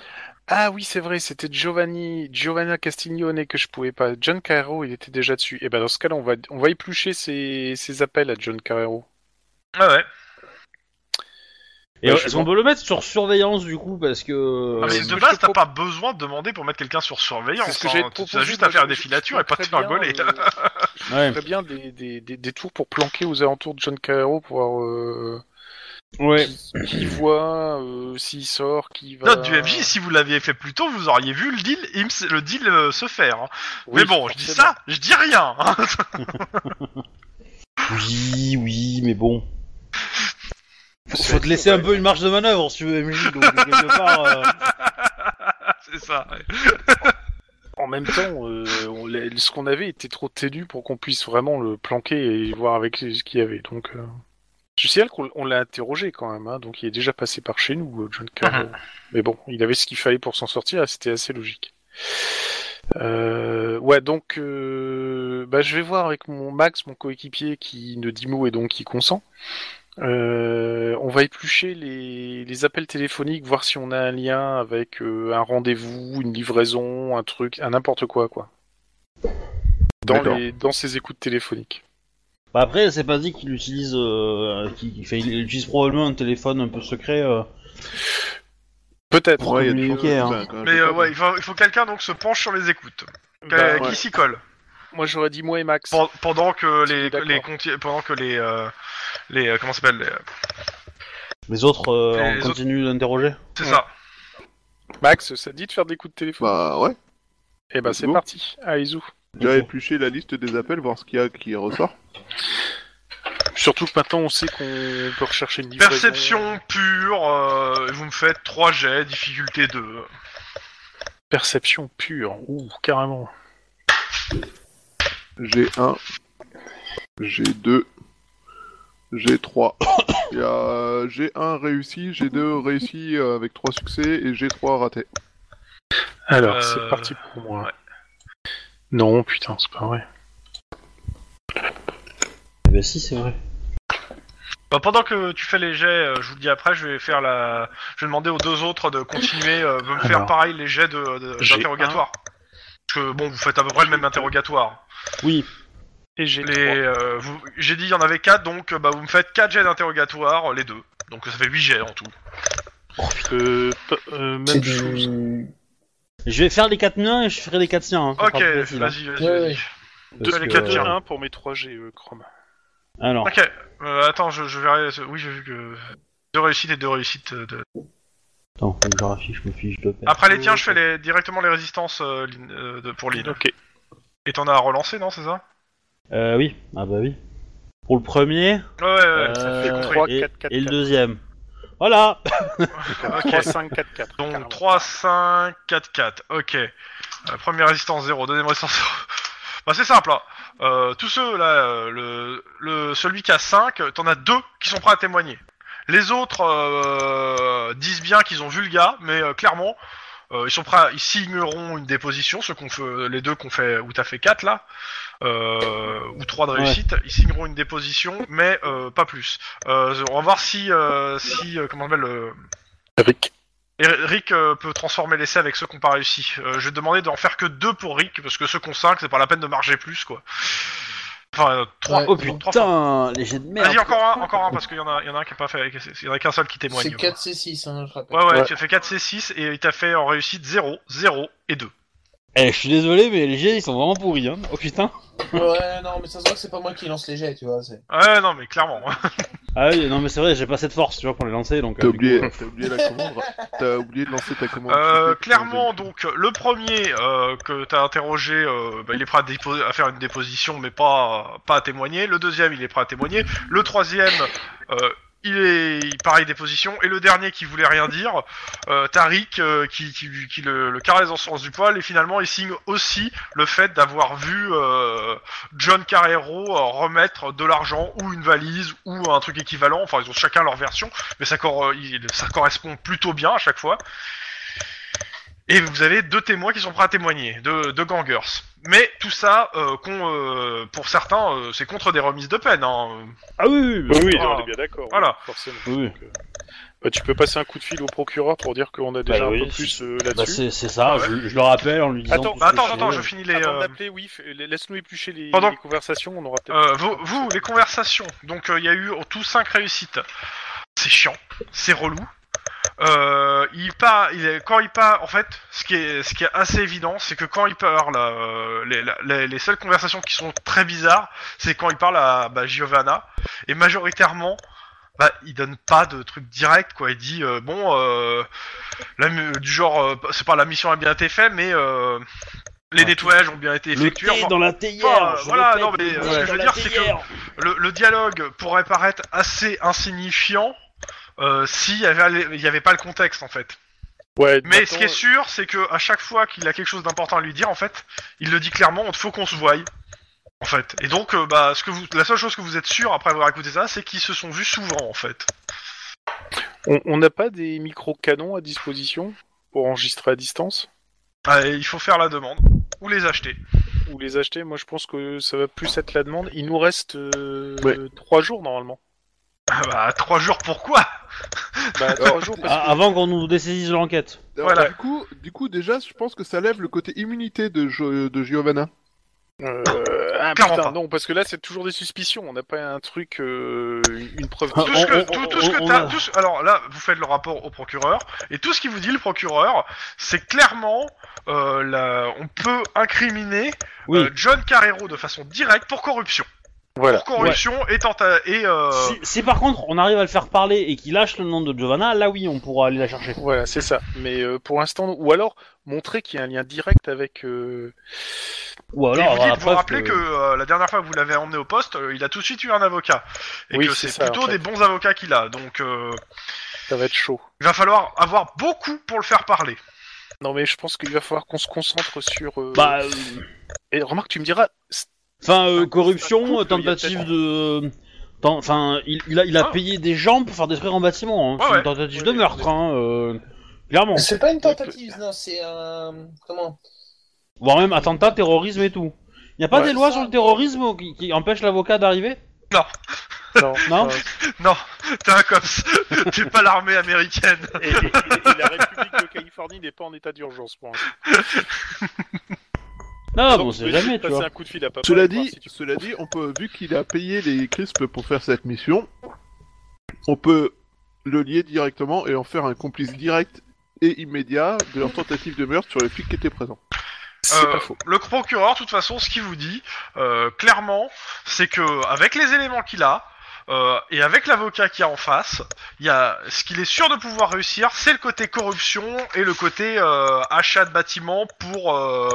[SPEAKER 2] Ah oui, c'est vrai, c'était Giovanni, Giovanna Castiglione que je pouvais pas. John Carrero, il était déjà dessus. Et ben dans ce cas-là, on va, on va éplucher ses, ses appels à John Carrero.
[SPEAKER 1] Ah ouais.
[SPEAKER 5] Et
[SPEAKER 2] Ouais, je
[SPEAKER 5] est-ce
[SPEAKER 2] sais
[SPEAKER 5] qu'on
[SPEAKER 2] pas.
[SPEAKER 5] peut le mettre sur surveillance du coup parce que euh,
[SPEAKER 1] Ah, mais
[SPEAKER 2] mais
[SPEAKER 1] de
[SPEAKER 2] je
[SPEAKER 1] base,
[SPEAKER 2] te
[SPEAKER 1] t'as
[SPEAKER 2] pro-
[SPEAKER 1] pas besoin de demander pour mettre quelqu'un sur
[SPEAKER 2] C'est
[SPEAKER 1] surveillance.
[SPEAKER 2] ce que j'allais
[SPEAKER 1] hein.
[SPEAKER 2] te
[SPEAKER 1] Tu-
[SPEAKER 2] proposer,
[SPEAKER 1] T'as juste
[SPEAKER 2] moi,
[SPEAKER 1] à faire
[SPEAKER 2] je-
[SPEAKER 1] des
[SPEAKER 2] je-
[SPEAKER 1] filatures et
[SPEAKER 2] je
[SPEAKER 1] pas te
[SPEAKER 2] ferais bien,
[SPEAKER 1] tringoler.
[SPEAKER 2] euh,
[SPEAKER 5] Ouais.
[SPEAKER 2] je ferais bien des, des, des, des tours pour planquer aux alentours de John Carrero pour voir euh,
[SPEAKER 5] ouais.
[SPEAKER 2] qui, qui voit, euh, s'il sort, qui va.
[SPEAKER 1] Note du FJ, si vous l'aviez fait plus tôt, vous auriez vu le deal, ims- le deal euh, se faire. hein.
[SPEAKER 2] Oui,
[SPEAKER 1] mais bon, je dis
[SPEAKER 2] forcément.
[SPEAKER 1] ça, je dis rien. hein.
[SPEAKER 5] Oui, oui, mais bon. Faut,
[SPEAKER 2] C'est-
[SPEAKER 5] faut te laisser un peu une marge de manœuvre si tu veux MJ. Donc quelque part, euh,
[SPEAKER 1] c'est ça. ouais.
[SPEAKER 2] En même temps, euh, on l'a- ce qu'on avait était trop ténu pour qu'on puisse vraiment le planquer et voir avec ce qu'il y avait. Donc, euh... je signale qu'on on l'a interrogé quand même, hein, donc il est déjà passé par chez nous, euh, John Carroll. Mais bon, il avait ce qu'il fallait pour s'en sortir, et c'était assez logique. Euh, ouais, donc, euh, bah, je vais voir avec mon Max, mon coéquipier, qui ne dit mot et donc qui consent. Euh, on va éplucher les, les appels téléphoniques, voir si on a un lien avec euh, un rendez-vous, une livraison, un truc, un n'importe quoi, quoi. Dans,
[SPEAKER 3] D'accord.
[SPEAKER 2] les, dans ces écoutes téléphoniques.
[SPEAKER 5] bah après, c'est pas dit qu'il utilise, euh, qu'il qu'il fait- il utilise probablement un téléphone un peu secret. euh.
[SPEAKER 2] Peut-être.
[SPEAKER 5] Pour
[SPEAKER 3] y a des
[SPEAKER 5] communiquer,
[SPEAKER 3] choses-
[SPEAKER 5] hein.
[SPEAKER 3] enfin,
[SPEAKER 1] Mais
[SPEAKER 3] je
[SPEAKER 1] euh,
[SPEAKER 3] sais pas,
[SPEAKER 1] ouais, il faut, il faut quelqu'un donc se penche sur les écoutes. Quel-
[SPEAKER 2] Bah,
[SPEAKER 1] Qui
[SPEAKER 3] ouais.
[SPEAKER 1] s'y colle
[SPEAKER 2] Moi, j'aurais dit moi et Max.
[SPEAKER 1] Pen- Pendant que
[SPEAKER 2] Si,
[SPEAKER 1] les,
[SPEAKER 2] d'accord.
[SPEAKER 1] les conti- pendant que les euh, les euh, comment ça s'appelle les-
[SPEAKER 5] Les autres, euh,
[SPEAKER 1] Les
[SPEAKER 5] on
[SPEAKER 1] autres-
[SPEAKER 5] continue d'interroger.
[SPEAKER 1] C'est
[SPEAKER 2] Ouais.
[SPEAKER 1] ça.
[SPEAKER 2] Max, ça te dit de faire des coups de téléphone
[SPEAKER 3] Bah ouais.
[SPEAKER 2] Eh ben, c'est
[SPEAKER 3] bon.
[SPEAKER 2] parti. Allez, zou.
[SPEAKER 3] Déjà éplucher la liste des appels, voir ce qu'il y a qui ressort.
[SPEAKER 2] Surtout que maintenant on sait qu'on peut rechercher une livraison.
[SPEAKER 1] Perception pure. euh, vous me faites 3 jets, difficulté 2.
[SPEAKER 2] Perception pure. Ouh, carrément.
[SPEAKER 3] J'ai 1, j'ai 2, j'ai 3. euh, J'ai 1 réussi, j'ai 2 réussi euh, avec 3 succès et j'ai 3 ratés.
[SPEAKER 2] Alors,
[SPEAKER 1] Euh,
[SPEAKER 2] c'est parti pour moi. Non, putain, c'est pas vrai.
[SPEAKER 5] Eh ben si, c'est vrai.
[SPEAKER 1] Bah, pendant que tu fais les jets, euh, je vous le dis après, je vais faire la. Je vais demander aux deux autres de continuer, euh, de me faire
[SPEAKER 2] Alors.
[SPEAKER 1] pareil les jets de- de-
[SPEAKER 2] J'ai
[SPEAKER 1] d'interrogatoire. Parce que bon, vous faites à peu près le même interrogatoire.
[SPEAKER 5] Oui.
[SPEAKER 2] Et j'ai
[SPEAKER 1] Les, euh, vous- J'ai dit il y en avait quatre, donc euh, bah, vous me faites quatre jets d'interrogatoire, euh, les deux. Donc ça fait huit jets en tout.
[SPEAKER 2] trois. Euh, p- euh,
[SPEAKER 4] C'est
[SPEAKER 2] même chose.
[SPEAKER 4] du...
[SPEAKER 5] Je vais faire les 4 miens et je ferai les 4 siens. hein. Ça
[SPEAKER 1] Ok,
[SPEAKER 5] sera plus facile, hein.
[SPEAKER 1] vas-y, vas-y.
[SPEAKER 4] Ouais,
[SPEAKER 1] vas-y.
[SPEAKER 4] ouais.
[SPEAKER 5] Parce
[SPEAKER 1] les
[SPEAKER 5] que,
[SPEAKER 1] quatre
[SPEAKER 5] euh,
[SPEAKER 1] tiens.
[SPEAKER 2] 1 pour mes 3 G, euh, Chrome.
[SPEAKER 5] Alors,
[SPEAKER 1] Ok, euh, attends, je, je verrai. ce- Oui, j'ai vu que. Deux réussites et deux réussites. euh, de-
[SPEAKER 5] attends, faut que je raffiche, je me fiche de
[SPEAKER 1] Après les tiens, je fais les, directement les résistances euh, Lynn, euh, de- pour l'île.
[SPEAKER 2] Ok.
[SPEAKER 1] Et t'en as à relancer, non, c'est ça
[SPEAKER 5] Euh, oui, ah bah oui. Pour le premier,
[SPEAKER 1] Ouais, ouais, ouais.
[SPEAKER 5] euh,
[SPEAKER 1] j'ai compris.
[SPEAKER 2] trois,
[SPEAKER 5] et,
[SPEAKER 2] quatre, quatre,
[SPEAKER 5] et le
[SPEAKER 2] quatre.
[SPEAKER 5] deuxième. Voilà
[SPEAKER 1] Ok.
[SPEAKER 2] 3, 5, 4, 4.
[SPEAKER 1] Donc 3, 5, 4, 4. Ok. Euh, première résistance 0, deuxième résistance 0. bah, c'est simple. Hein. Euh, tous ceux là, euh, le, le, celui qui a 5, t'en as deux qui sont prêts à témoigner. Les autres euh, disent bien qu'ils ont vu le gars, mais euh, clairement, euh, ils sont prêts, à- ils signeront une déposition, ceux qu'on fait, les deux qu'on fait, où t'as fait 4 là, euh, ou 3 de
[SPEAKER 5] Ouais.
[SPEAKER 1] réussite, ils signeront une déposition, mais euh, pas plus. Euh, on va voir si, euh, si, euh, comment on appelle, le-
[SPEAKER 2] Rick.
[SPEAKER 1] et Rick euh, peut transformer l'essai avec ceux qui n'ont pas réussi. Euh, je vais demander d'en faire que deux pour Rick, parce que ceux qui ont 5, c'est pas la peine de marger plus, quoi. Enfin, euh, 3.
[SPEAKER 4] Ouais.
[SPEAKER 5] Oh putain, les jets de merde
[SPEAKER 1] Vas-y, encore un, encore un, parce qu'il y, en a- il y en a un qui a pas fait. Il y en a qu'un seul qui témoigne.
[SPEAKER 4] C'est 4 C6, hein, je rappelle.
[SPEAKER 1] Ouais, ouais,
[SPEAKER 2] Ouais.
[SPEAKER 1] tu as fait 4 C6 et il t'a fait en réussite 0, 0 et 2.
[SPEAKER 5] Eh, je suis désolé, mais les jets ils sont vraiment pourris, hein. Oh putain.
[SPEAKER 4] Ouais, non, mais ça se voit que c'est pas moi qui lance les jets, tu vois. c'est-
[SPEAKER 1] Ouais, non, mais clairement.
[SPEAKER 5] Ah oui, non, mais c'est vrai, j'ai pas assez de force, tu vois, pour les lancer, donc.
[SPEAKER 3] T'as
[SPEAKER 5] euh, du
[SPEAKER 3] oublié,
[SPEAKER 5] coup,
[SPEAKER 3] t'as oublié la commande. T'as oublié de lancer ta commande.
[SPEAKER 1] Euh, clairement, donc, le premier euh, que t'as interrogé, euh, bah, il est prêt à, dépo- à faire une déposition, mais pas, pas à témoigner. Le deuxième, il est prêt à témoigner. Le troisième, euh, il est pareil déposition. Et le dernier qui voulait rien dire, euh, Tariq, euh, qui, qui, lui- qui le, le caresse dans le sens du poil. Et finalement, il signe aussi le fait d'avoir vu euh, John Carrero euh, remettre de l'argent ou une valise ou un truc équivalent. Enfin, ils ont chacun leur version, mais ça, cor- il- ça correspond plutôt bien à chaque fois. Et vous avez deux témoins qui sont prêts à témoigner, deux, deux gangers. Mais tout ça, euh, qu'on, euh, pour certains, euh, c'est contre des remises de peine. Hein.
[SPEAKER 5] Ah oui, oui, oui.
[SPEAKER 2] Oui, oui,
[SPEAKER 1] Ah.
[SPEAKER 2] on est bien d'accord.
[SPEAKER 1] Voilà.
[SPEAKER 2] oui, forcément.
[SPEAKER 5] oui. oui.
[SPEAKER 2] Bah, tu peux passer un coup de fil au procureur pour dire qu'on a déjà
[SPEAKER 5] Bah oui,
[SPEAKER 2] un peu plus euh,
[SPEAKER 5] Bah,
[SPEAKER 2] là-dessus.
[SPEAKER 5] c'est c'est ça, je, je le rappelle en lui disant.
[SPEAKER 2] Attends,
[SPEAKER 5] tout ce
[SPEAKER 1] Bah, attends,
[SPEAKER 5] que
[SPEAKER 1] attends,
[SPEAKER 5] j'ai.
[SPEAKER 1] je finis les.
[SPEAKER 2] Avant
[SPEAKER 1] euh,
[SPEAKER 2] d'appeler, oui, f- la- laisse-nous éplucher les,
[SPEAKER 1] Pardon
[SPEAKER 2] les conversations, on aura peut-être...
[SPEAKER 1] Euh, vous, vous, les conversations. Donc, euh, il y a eu en tout 5 réussites. C'est chiant, c'est relou. Euh, il part, il est- quand il part, en fait, ce qui est, ce qui est assez évident, c'est que quand il parle, euh, les, la- les- les seules conversations qui sont très bizarres, c'est quand il parle à bah, Giovanna, et majoritairement, bah, il donne pas de truc direct, quoi. Il dit, euh, bon, euh, la mu- du genre, euh, c'est pas la mission a bien été faite, mais euh, les
[SPEAKER 5] Ouais.
[SPEAKER 1] nettoyages ont bien été
[SPEAKER 5] Le
[SPEAKER 1] effectués.
[SPEAKER 5] thé
[SPEAKER 1] Enfin,
[SPEAKER 5] dans la
[SPEAKER 1] enfin,
[SPEAKER 5] théière. je
[SPEAKER 1] voilà,
[SPEAKER 5] répète,
[SPEAKER 1] non, mais,
[SPEAKER 5] le
[SPEAKER 1] euh, ce
[SPEAKER 5] thé
[SPEAKER 1] que je
[SPEAKER 5] dans
[SPEAKER 1] veux
[SPEAKER 5] la
[SPEAKER 1] dire, c'est que-
[SPEAKER 5] théière.
[SPEAKER 1] le, le dialogue pourrait paraître assez insignifiant euh, s'il y avait, il y avait pas le contexte en fait.
[SPEAKER 2] Ouais,
[SPEAKER 1] Euh, Mais
[SPEAKER 2] maintenant,
[SPEAKER 1] ce qui est sûr, c'est que à chaque fois qu'il a quelque chose d'important à lui dire, en fait, il le dit clairement. On faut qu'on se voie. En fait. Et donc, euh, bah, ce que vous, la seule chose que vous êtes sûr après avoir écouté ça, c'est qu'ils se sont vus souvent en fait.
[SPEAKER 2] on- on n'a pas des micro-canons à disposition pour enregistrer à distance
[SPEAKER 1] Ah, et il faut faire la demande ou les acheter.
[SPEAKER 2] ou les acheter Moi, je pense que ça va plus être la demande. Il nous reste euh,
[SPEAKER 3] Ouais.
[SPEAKER 2] trois jours normalement.
[SPEAKER 1] Ah bah, trois jours pourquoi
[SPEAKER 2] Bah, trois jours parce que-
[SPEAKER 5] Ah, Avant qu'on nous dessaisisse de l'enquête.
[SPEAKER 1] Voilà.
[SPEAKER 3] Voilà. Du coup, du coup, déjà, je pense que ça lève le côté immunité de, Jo- de Giovanna.
[SPEAKER 2] Euh, ah,
[SPEAKER 1] Clairement
[SPEAKER 2] putain,
[SPEAKER 1] pas.
[SPEAKER 2] non, parce que là, c'est toujours des suspicions. On n'a pas un truc, euh, une preuve.
[SPEAKER 5] Ah,
[SPEAKER 1] tout ce que,
[SPEAKER 5] on-
[SPEAKER 1] tout,
[SPEAKER 5] on-
[SPEAKER 1] tout ce que
[SPEAKER 5] on-
[SPEAKER 1] t'as,
[SPEAKER 5] on-
[SPEAKER 1] tout ce- alors là, vous faites le rapport au procureur, et tout ce qu'il vous dit, le procureur, c'est clairement, euh, la- on peut incriminer
[SPEAKER 5] Oui.
[SPEAKER 1] euh, John Carrero de façon directe pour corruption.
[SPEAKER 2] Voilà.
[SPEAKER 1] Pour corruption et tenta et euh,
[SPEAKER 5] Si, si par contre on arrive à le faire parler et qu'il lâche le nom de Giovanna, là oui, on pourra aller la chercher.
[SPEAKER 2] Voilà, c'est ça. Mais euh, pour l'instant, non. ou alors montrer qu'il y a un lien direct avec. euh,
[SPEAKER 5] Ou
[SPEAKER 1] et
[SPEAKER 5] alors
[SPEAKER 1] vous
[SPEAKER 5] avoir la
[SPEAKER 1] dites- vous
[SPEAKER 5] preuve
[SPEAKER 1] rappelez que, euh, la dernière fois que vous l'avez emmené au poste, euh, il a tout de suite eu un avocat. Et
[SPEAKER 2] Oui,
[SPEAKER 1] que
[SPEAKER 2] c'est
[SPEAKER 1] c'est
[SPEAKER 2] ça,
[SPEAKER 1] plutôt
[SPEAKER 2] en
[SPEAKER 1] des
[SPEAKER 2] fait.
[SPEAKER 1] bons avocats qu'il a. Donc euh,
[SPEAKER 2] Ça va être chaud.
[SPEAKER 1] il va falloir avoir beaucoup pour le faire parler.
[SPEAKER 2] Non, mais je pense qu'il va falloir qu'on se concentre sur. euh,
[SPEAKER 5] Bah, euh,
[SPEAKER 2] Et remarque, tu me diras. c'est-
[SPEAKER 5] enfin, euh,
[SPEAKER 2] Un- un
[SPEAKER 5] corruption,
[SPEAKER 2] couple,
[SPEAKER 5] euh,
[SPEAKER 2] il y
[SPEAKER 5] tentative
[SPEAKER 2] a
[SPEAKER 5] de. ten- Enfin, il, il a, il a
[SPEAKER 1] Ah.
[SPEAKER 5] payé des gens pour faire détruire un bâtiment. hein.
[SPEAKER 1] Ouais,
[SPEAKER 5] C'est
[SPEAKER 1] ouais.
[SPEAKER 5] une tentative
[SPEAKER 2] Ouais,
[SPEAKER 5] de
[SPEAKER 2] mais-
[SPEAKER 5] meurtre, hein, euh, clairement.
[SPEAKER 4] C'est pas une tentative,
[SPEAKER 1] euh,
[SPEAKER 4] non, c'est un. Comment
[SPEAKER 5] Voire même attentat, terrorisme et tout. Il n'y a pas
[SPEAKER 2] Ouais.
[SPEAKER 5] des lois sur le terrorisme qui, qui empêchent l'avocat d'arriver
[SPEAKER 2] Non.
[SPEAKER 5] Non
[SPEAKER 2] euh,
[SPEAKER 1] Non, t'es un cops, t'es pas l'armée américaine.
[SPEAKER 2] et, et- et la République de Californie n'est pas en état d'urgence pour l'instant.
[SPEAKER 5] Non,
[SPEAKER 2] Donc,
[SPEAKER 5] Ah, bon,
[SPEAKER 2] je
[SPEAKER 5] c'est
[SPEAKER 2] vais
[SPEAKER 5] jamais, tu
[SPEAKER 2] passer
[SPEAKER 5] vois.
[SPEAKER 2] un coup de fil à papa.
[SPEAKER 3] Cela
[SPEAKER 2] et voir
[SPEAKER 3] dit,
[SPEAKER 2] si tu-
[SPEAKER 3] cela dit, on peut, vu qu'il a payé les crisps pour faire cette mission, on peut le lier directement et en faire un complice direct et immédiat de leur tentative de meurtre sur les flics qui étaient présents.
[SPEAKER 2] C'est
[SPEAKER 1] Euh,
[SPEAKER 2] pas faux.
[SPEAKER 1] Le procureur, de toute façon, ce qu'il vous dit, euh, clairement, c'est que avec les éléments qu'il a euh, et avec l'avocat qu'il y a en face, il y a ce qu'il est sûr de pouvoir réussir, c'est le côté corruption et le côté euh, achat de bâtiments pour euh,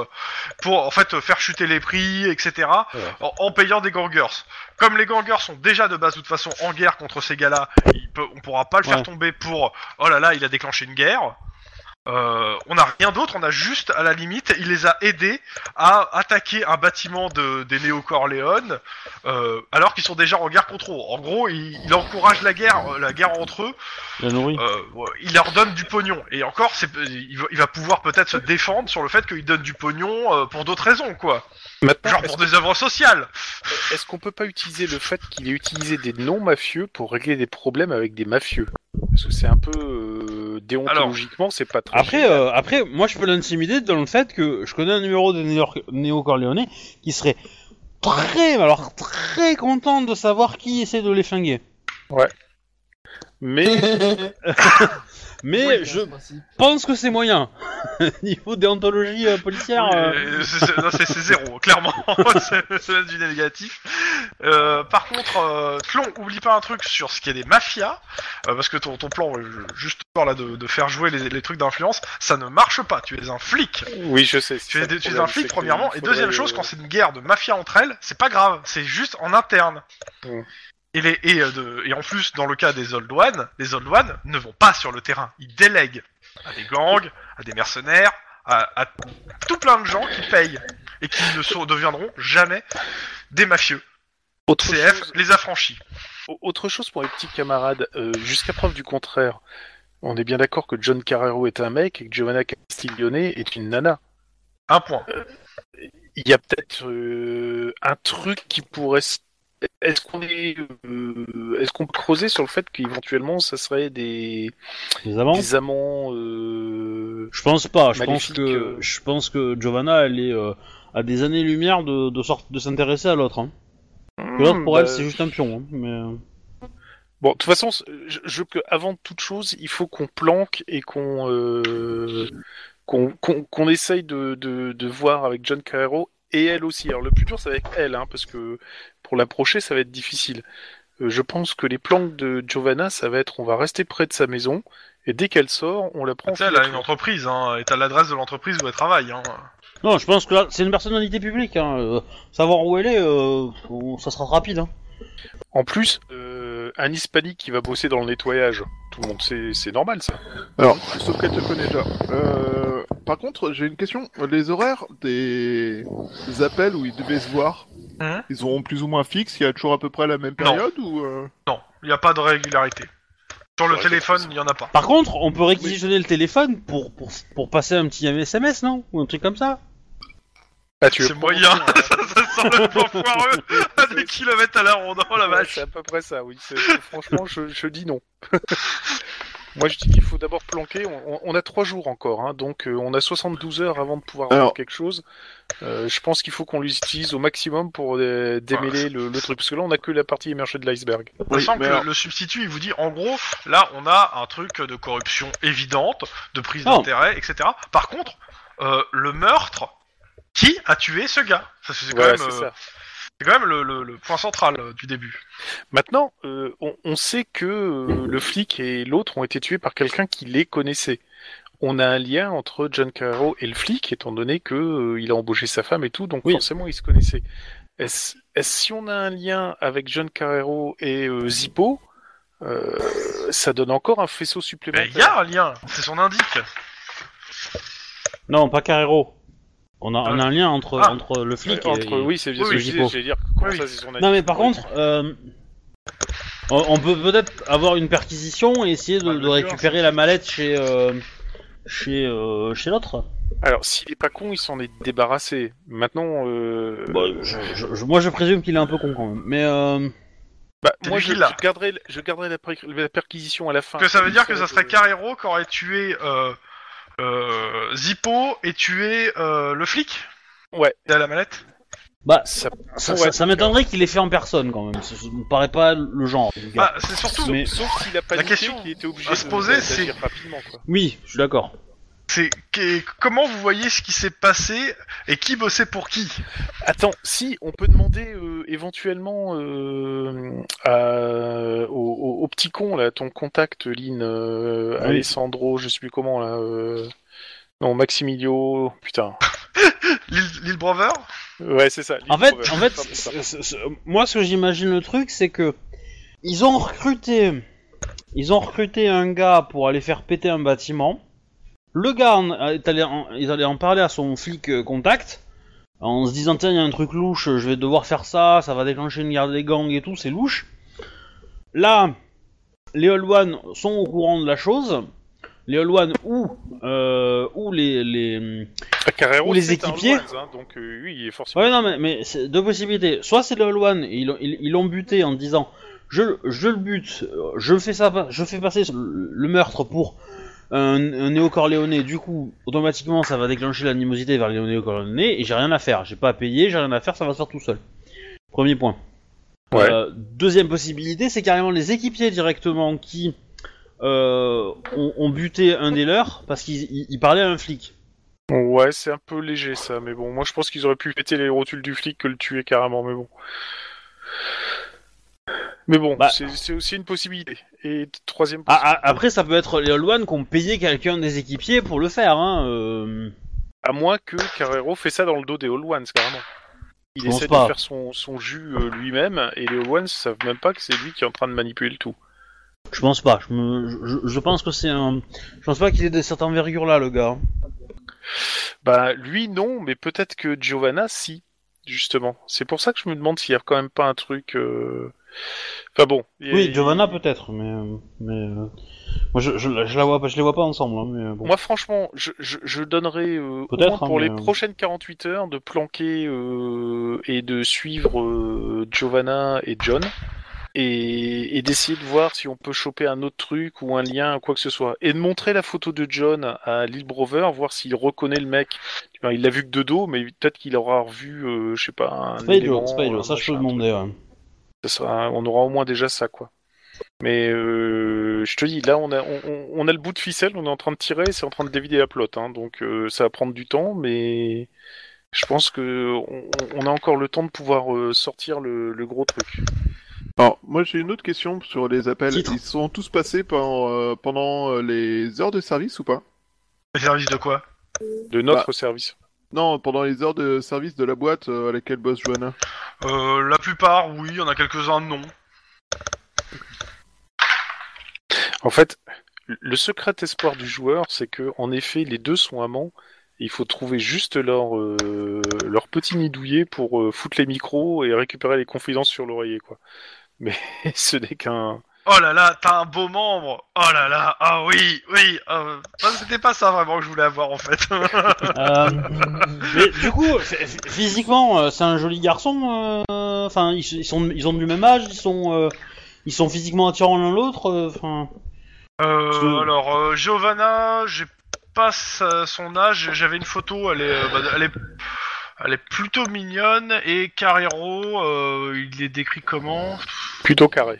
[SPEAKER 1] pour en fait faire chuter les prix, etc.
[SPEAKER 5] Ouais.
[SPEAKER 1] En, en payant des gangers. Comme les gangers sont déjà de base de toute façon en guerre contre ces gars-là, il peut- on pourra pas le faire
[SPEAKER 5] Ouais.
[SPEAKER 1] tomber pour oh là là, il a déclenché une guerre. Euh, on n'a rien d'autre, on a juste à la limite, il les a aidés à attaquer un bâtiment de, des néo-corléones euh, alors qu'ils sont déjà en guerre contre eux. En gros, il, il encourage la guerre, euh, la guerre entre eux.
[SPEAKER 5] La nourrit.
[SPEAKER 1] euh, ouais, il leur donne du pognon et encore, c'est, il, va, il va pouvoir peut-être se défendre sur le fait qu'il donne du pognon euh, pour d'autres raisons, quoi.
[SPEAKER 2] Maintenant,
[SPEAKER 1] Genre pour des œuvres sociales.
[SPEAKER 2] est-ce- est-ce qu'on peut pas utiliser le fait qu'il ait utilisé des non-mafieux pour régler des problèmes avec des mafieux Parce que c'est un peu. euh, déontologiquement, c'est pas très.
[SPEAKER 5] Après, euh, après, moi je peux l'intimider dans le fait que je connais un numéro de Néo- néo-corléonais qui serait très, mais alors très content de savoir qui essaie de les flinguer.
[SPEAKER 2] Mais
[SPEAKER 5] Mais Eh, je pense que c'est moyen. Niveau déontologie euh, policière.
[SPEAKER 1] Oui,
[SPEAKER 5] euh,
[SPEAKER 1] euh, c'est- c'est- non, c'est c'est zéro, clairement. C'est- c'est du négatif. Euh, par contre, euh, Tlon, oublie pas un truc sur ce qui est des mafias, euh, parce que ton, ton plan, euh, juste histoire, là, de, de faire jouer les, les trucs d'influence, ça ne marche pas. Tu es un flic.
[SPEAKER 2] oui, je sais. c'est
[SPEAKER 1] Tu
[SPEAKER 2] ça
[SPEAKER 1] es,
[SPEAKER 2] le
[SPEAKER 1] tu es un
[SPEAKER 2] problème,
[SPEAKER 1] flic,
[SPEAKER 2] c'est que
[SPEAKER 1] premièrement.
[SPEAKER 2] il
[SPEAKER 1] Et deuxième
[SPEAKER 2] faudrait,
[SPEAKER 1] chose,
[SPEAKER 2] euh,
[SPEAKER 1] quand c'est une guerre de mafias entre elles, c'est pas grave. C'est juste en interne.
[SPEAKER 2] Mm.
[SPEAKER 1] Et, les, et, euh, de- et en plus, dans le cas des Old One, les Old One ne vont pas sur le terrain. Ils délèguent à des gangs, à des mercenaires, à, à tout plein de gens qui payent et qui ne sont- deviendront jamais des mafieux.
[SPEAKER 2] autre
[SPEAKER 1] CF
[SPEAKER 2] chose-
[SPEAKER 1] les affranchis.
[SPEAKER 2] Au- Autre chose pour les petits camarades, euh, jusqu'à preuve du contraire, on est bien d'accord que John Carrero est un mec et que Giovanna Castiglione est une nana.
[SPEAKER 1] Un point.
[SPEAKER 2] Il y a peut-être euh, un truc qui pourrait. s- Est-ce qu'on est, euh, est-ce qu'on peut creuser sur le fait qu'éventuellement ça serait des,
[SPEAKER 5] les amants.
[SPEAKER 2] des amants euh,
[SPEAKER 5] Je pense pas. Je pense
[SPEAKER 2] Maléfique,
[SPEAKER 5] que
[SPEAKER 2] euh.
[SPEAKER 5] je pense que Giovanna, elle est euh, à des années-lumière de de, sorte de s'intéresser à l'autre. Hein. Que l'autre pour
[SPEAKER 2] bah,
[SPEAKER 5] elle, c'est juste un pion. hein, Mais euh,
[SPEAKER 2] Bon, de toute façon, c- je, je veux que avant toute chose, il faut qu'on planque et qu'on euh, qu'on qu'on- qu'on essaye de, de, de voir avec John Carrero et elle aussi. Alors le plus dur, ça va être elle, hein, parce que pour l'approcher, ça va être difficile. Euh, je pense que les planques de Giovanna, ça va être on va rester près de sa maison et dès qu'elle sort, on la prend.
[SPEAKER 1] Tu sais, Ah, elle a une entreprise, hein, et t'as l'adresse de l'entreprise où elle travaille. Hein.
[SPEAKER 5] non, je pense que là, c'est une personnalité publique. Hein. euh, savoir où elle est, euh, on- ça sera rapide. Hein.
[SPEAKER 2] En plus, euh, un hispanique qui va bosser dans le nettoyage. Tout le monde, sait- c'est normal ça.
[SPEAKER 3] Alors, sauf qu'elle te connaît déjà. Euh, par contre, j'ai une question. Les horaires des, des appels où ils devaient se voir,
[SPEAKER 1] Mhm.
[SPEAKER 3] ils auront plus ou moins fixe Il y a toujours à peu près la même
[SPEAKER 1] Non.
[SPEAKER 3] période ou euh,
[SPEAKER 1] Non, il n'y a pas de régularité. Sur le
[SPEAKER 2] Ouais,
[SPEAKER 1] téléphone,
[SPEAKER 2] c'est-
[SPEAKER 1] il n'y en a pas.
[SPEAKER 5] Par contre, on peut réquisitionner le téléphone pour, pour pour passer un petit SMS, non Ou un truc comme ça.
[SPEAKER 2] Bah, tu veux
[SPEAKER 1] C'est
[SPEAKER 2] pas
[SPEAKER 1] moyen,
[SPEAKER 2] en dire, euh,
[SPEAKER 1] ça, ça sent le plan foireux à des kilomètres à la ronde. Oh la
[SPEAKER 2] Ouais,
[SPEAKER 1] vache.
[SPEAKER 2] C'est à peu près ça, oui. C'est- c'est- franchement, je, je dis non. Moi, je dis qu'il faut d'abord planquer. On, on- on a trois jours encore, hein, donc euh, on a 72 heures avant de pouvoir
[SPEAKER 3] Alors-
[SPEAKER 2] faire quelque chose. Euh, je pense qu'il faut qu'on les utilise au maximum pour euh, démêler le, le truc, parce que là, on a que la partie émergée de l'iceberg.
[SPEAKER 3] Oui,
[SPEAKER 1] Sachant
[SPEAKER 3] mais
[SPEAKER 1] que
[SPEAKER 3] alors-
[SPEAKER 1] le substitut, il vous dit, en gros, là, on a un truc de corruption évidente, de prise
[SPEAKER 3] Oh.
[SPEAKER 5] Non.
[SPEAKER 1] d'intérêt, etc. Par contre, euh, le meurtre, qui a tué ce gars Ça, C'est quand, même,
[SPEAKER 2] Voilà, c'est
[SPEAKER 1] euh,
[SPEAKER 2] ça.
[SPEAKER 1] c'est quand même le, le- le point central euh, du début.
[SPEAKER 2] Maintenant, euh, on, on sait que euh, le flic et l'autre ont été tués par quelqu'un qui les connaissait. On a un lien entre John Carrero et le flic, étant donné que euh, il a embauché sa femme et tout, donc
[SPEAKER 5] Oui.
[SPEAKER 2] forcément ils se connaissaient. Est-ce, est-ce si on a un lien avec John Carrero et euh, Zippo, euh, ça donne encore un faisceau
[SPEAKER 1] Mais
[SPEAKER 2] supplémentaire Euh,
[SPEAKER 1] il y a un lien, c'est son indique.
[SPEAKER 5] Non, pas Carrero. On a, on a un lien entre
[SPEAKER 1] Ah.
[SPEAKER 5] entre le flic et,
[SPEAKER 2] entre, oui, c'est bien ce
[SPEAKER 1] oui,
[SPEAKER 2] que je disais,
[SPEAKER 5] Zippo.
[SPEAKER 2] j'allais dire. comment
[SPEAKER 1] Oui.
[SPEAKER 2] ça, c'est son ami.
[SPEAKER 5] Non mais par
[SPEAKER 2] Ouais.
[SPEAKER 5] contre, euh, on, on peut peut-être avoir une perquisition et essayer de,
[SPEAKER 2] Bah,
[SPEAKER 1] Ah,
[SPEAKER 5] de
[SPEAKER 1] bien sûr.
[SPEAKER 5] récupérer la mallette chez euh, chez euh, chez l'autre.
[SPEAKER 2] Alors, s'il est pas con, il s'en est débarrassé. Maintenant, euh,
[SPEAKER 5] Bah, je- je- je- moi je présume qu'il est un peu con quand même. Mais euh,
[SPEAKER 2] Bah,
[SPEAKER 1] C'est
[SPEAKER 2] moi,
[SPEAKER 1] lui
[SPEAKER 2] je,
[SPEAKER 1] qui l'a.
[SPEAKER 2] je garderai, je garderai la, pré- la perquisition à la fin.
[SPEAKER 1] que ça veut dire que ça serait
[SPEAKER 2] Euh,
[SPEAKER 1] Carrero qui aurait tué euh, euh, Zippo et tué euh, le flic
[SPEAKER 2] Ouais.
[SPEAKER 1] Il a la mallette
[SPEAKER 5] bah
[SPEAKER 2] ça-
[SPEAKER 5] ça,
[SPEAKER 2] Ouais.
[SPEAKER 5] ça- ça m'étonnerait qu'il l'ait fait en personne quand même. Ça, ça me paraît pas le genre. du
[SPEAKER 1] Bah,
[SPEAKER 5] gars.
[SPEAKER 1] c'est surtout,
[SPEAKER 5] Mais-
[SPEAKER 2] Sauf s'il a pas
[SPEAKER 1] question
[SPEAKER 2] qu'il était obligé
[SPEAKER 1] à se
[SPEAKER 2] de-
[SPEAKER 1] poser,
[SPEAKER 2] d'agir
[SPEAKER 1] c'est-
[SPEAKER 2] rapidement, quoi.
[SPEAKER 5] Oui, je suis d'accord.
[SPEAKER 1] c'est qu'est- comment vous voyez ce qui s'est passé et qui bossait pour qui
[SPEAKER 2] Attends, si on peut demander euh, éventuellement euh, à- au, au- au petit con là, ton contact, Lynn, euh,
[SPEAKER 5] Oui.
[SPEAKER 2] Alessandro, je sais plus comment là. euh, Non, Maximilio, putain.
[SPEAKER 1] Lil Lil Brother
[SPEAKER 2] Ouais, c'est ça.
[SPEAKER 5] En
[SPEAKER 2] Lynn,
[SPEAKER 5] fait,
[SPEAKER 2] ouais,
[SPEAKER 5] en fait,
[SPEAKER 2] c'est ça.
[SPEAKER 5] c'est- c'est- c'est- moi ce que j'imagine le truc, c'est que ils ont recruté, ils ont recruté un gars pour aller faire péter un bâtiment. Le gars en- est allé, en, est allé en parler à son flic euh, contact en se disant tiens il y a un truc louche, je vais devoir faire ça, ça va déclencher une guerre des gangs et tout, c'est louche. Là, les All One sont au courant de la chose. Les All One ou euh, ou les- les
[SPEAKER 2] Carrero,
[SPEAKER 5] ou les
[SPEAKER 2] c'est un
[SPEAKER 5] équipiers.
[SPEAKER 2] Loise, hein, donc euh, oui, il est forcément.
[SPEAKER 5] Ouais, non, mais, mais c'est deux possibilités. Soit c'est le All One, et ils l'ont- ils ils l'ont buté en disant je, je le bute, euh, je fais ça, pa- je fais passer le, le meurtre pour un, un néo-corléonais, du coup, automatiquement ça va déclencher l'animosité vers les néo-corléonais, et j'ai rien à faire, j'ai pas à payer, j'ai rien à faire, ça va se faire tout seul. Premier point.
[SPEAKER 2] Ouais.
[SPEAKER 5] Euh, deuxième possibilité, c'est carrément les équipiers directement qui euh, ont, ont buté un des leurs parce qu'ils ils- ils parlaient à un flic.
[SPEAKER 2] Ouais, c'est un peu léger ça, mais bon, moi je pense qu'ils auraient pu péter les rotules du flic que le tuer carrément, mais bon. Mais bon,
[SPEAKER 5] Bah.
[SPEAKER 2] c'est c'est aussi une possibilité. Et troisième
[SPEAKER 5] Ah, ah, après, ça peut être les All One qui ont payé quelqu'un des équipiers pour le faire. Hein, euh.
[SPEAKER 2] À moins que Carrero fait ça dans le dos des All Ones, carrément. Il
[SPEAKER 5] Je pense
[SPEAKER 2] essaie
[SPEAKER 5] pas.
[SPEAKER 2] de faire son, son jus euh, lui-même, et les All Ones savent même pas que c'est lui qui est en train de manipuler le tout.
[SPEAKER 5] Je pense pas. Je, me- je, je pense que c'est un. Je pense pas qu'il ait de cette envergure là, le gars.
[SPEAKER 2] Bah, lui, non, mais peut-être que Giovanna, si, justement. C'est pour ça que je me demande s'il y a quand même pas un truc... euh, Enfin bon. il y a-
[SPEAKER 5] Oui, Giovanna peut-être, mais euh, mais euh, moi je, je, la- je la vois pas, je les vois pas ensemble. hein, mais euh, bon.
[SPEAKER 2] Moi, franchement, je, je, je donnerais euh, au
[SPEAKER 5] Peut-être,
[SPEAKER 2] moins
[SPEAKER 5] hein,
[SPEAKER 2] pour
[SPEAKER 5] mais,
[SPEAKER 2] les
[SPEAKER 5] euh,
[SPEAKER 2] prochaines 48 heures de planquer euh, et de suivre euh, Giovanna et John et, et d'essayer de voir si on peut choper un autre truc ou un lien, quoi que ce soit. Et de montrer la photo de John à Lil Brover, voir s'il reconnaît le mec. Enfin, il l'a vu que de dos, mais peut-être qu'il aura revu, euh, je sais pas, un.
[SPEAKER 5] c'est pas idiot,
[SPEAKER 2] élément,
[SPEAKER 5] c'est pas idiot.
[SPEAKER 2] un
[SPEAKER 1] euh,
[SPEAKER 5] Ça, je peux
[SPEAKER 2] machin,
[SPEAKER 5] demander. Ouais.
[SPEAKER 2] ça sera- on aura au moins déjà ça, quoi. Mais euh, je te dis, là, on a, on, on- on a le bout de ficelle, on est en train de tirer, c'est en train de dévider la pelote, hein, donc euh, ça va prendre du temps, mais je pense que on, on a encore le temps de pouvoir euh, sortir le, le gros truc.
[SPEAKER 3] Alors, moi j'ai une autre question sur les appels.
[SPEAKER 5] Titre.
[SPEAKER 3] Ils sont tous passés pendant, euh, pendant euh, les heures de service ou pas
[SPEAKER 1] Les services de quoi
[SPEAKER 2] De notre service.
[SPEAKER 3] Non, pendant les heures de service de la boîte euh, à laquelle bosse Joanna.
[SPEAKER 1] euh, La plupart, oui, il y en a quelques-uns, non.
[SPEAKER 2] En fait, le secret espoir du joueur, c'est que, en effet, les deux sont amants. Il faut trouver juste leur, euh, leur petit nidouillet pour euh, foutre les micros et récupérer les confidences sur l'oreiller, quoi. Mais ce n'est qu'un.
[SPEAKER 1] Oh là là, t'as un beau membre Oh là là, ah oui, oui euh, ah, C'était pas ça vraiment que je voulais avoir en fait.
[SPEAKER 5] Euh, mais du coup, f- f- physiquement, euh, c'est un joli garçon. euh, Enfin, ils, ils sont ils ont du même âge, ils sont euh, ils sont physiquement attirants l'un l'autre. euh, Enfin,
[SPEAKER 1] Euh,
[SPEAKER 5] Je-
[SPEAKER 1] Alors, euh, Giovanna, j'ai pas sa- son âge, j'avais une photo, elle est, euh, bah, elle est, elle est plutôt mignonne, et Carrero, euh, il est décrit comment
[SPEAKER 2] Plutôt carré.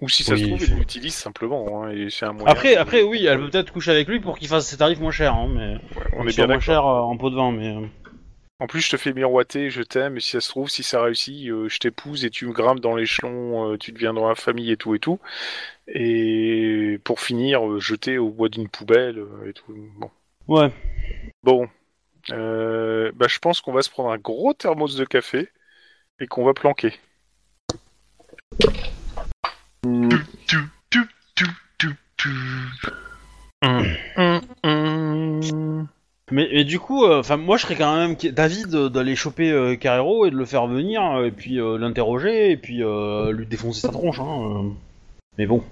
[SPEAKER 2] Ou si ça
[SPEAKER 5] Oui,
[SPEAKER 2] se trouve,
[SPEAKER 5] c'est-
[SPEAKER 2] il l'utilise simplement, hein, et c'est un moyen.
[SPEAKER 5] Après, après, oui, elle peut peut-être coucher avec lui pour qu'il fasse ses tarifs moins chers, hein, mais
[SPEAKER 2] on
[SPEAKER 5] qu'ils
[SPEAKER 2] est bien
[SPEAKER 5] soient moins
[SPEAKER 2] d'accord.
[SPEAKER 5] chers euh, en pot de vin, mais. euh,
[SPEAKER 2] En plus, je te fais miroiter, je t'aime, et si ça se trouve, si ça réussit, euh, je t'épouse et tu me grimpes dans l'échelon, euh, tu deviens dans la famille et tout, et tout. Et pour finir, euh, jeté au bois d'une poubelle euh, et tout. Bon.
[SPEAKER 5] Ouais.
[SPEAKER 2] Bon. Euh, bah, je pense qu'on va se prendre un gros thermos de café et qu'on va planquer.
[SPEAKER 3] Hmm.
[SPEAKER 1] Tu, tu, tu, tu, tu.
[SPEAKER 5] Mais, mais du coup, euh, enfin, moi, je serais quand même qui- d'avis de- d'aller choper euh, Carrero et de le faire venir, euh, et puis euh, l'interroger, et puis euh, lui défoncer sa tronche. Hein, euh. Mais bon.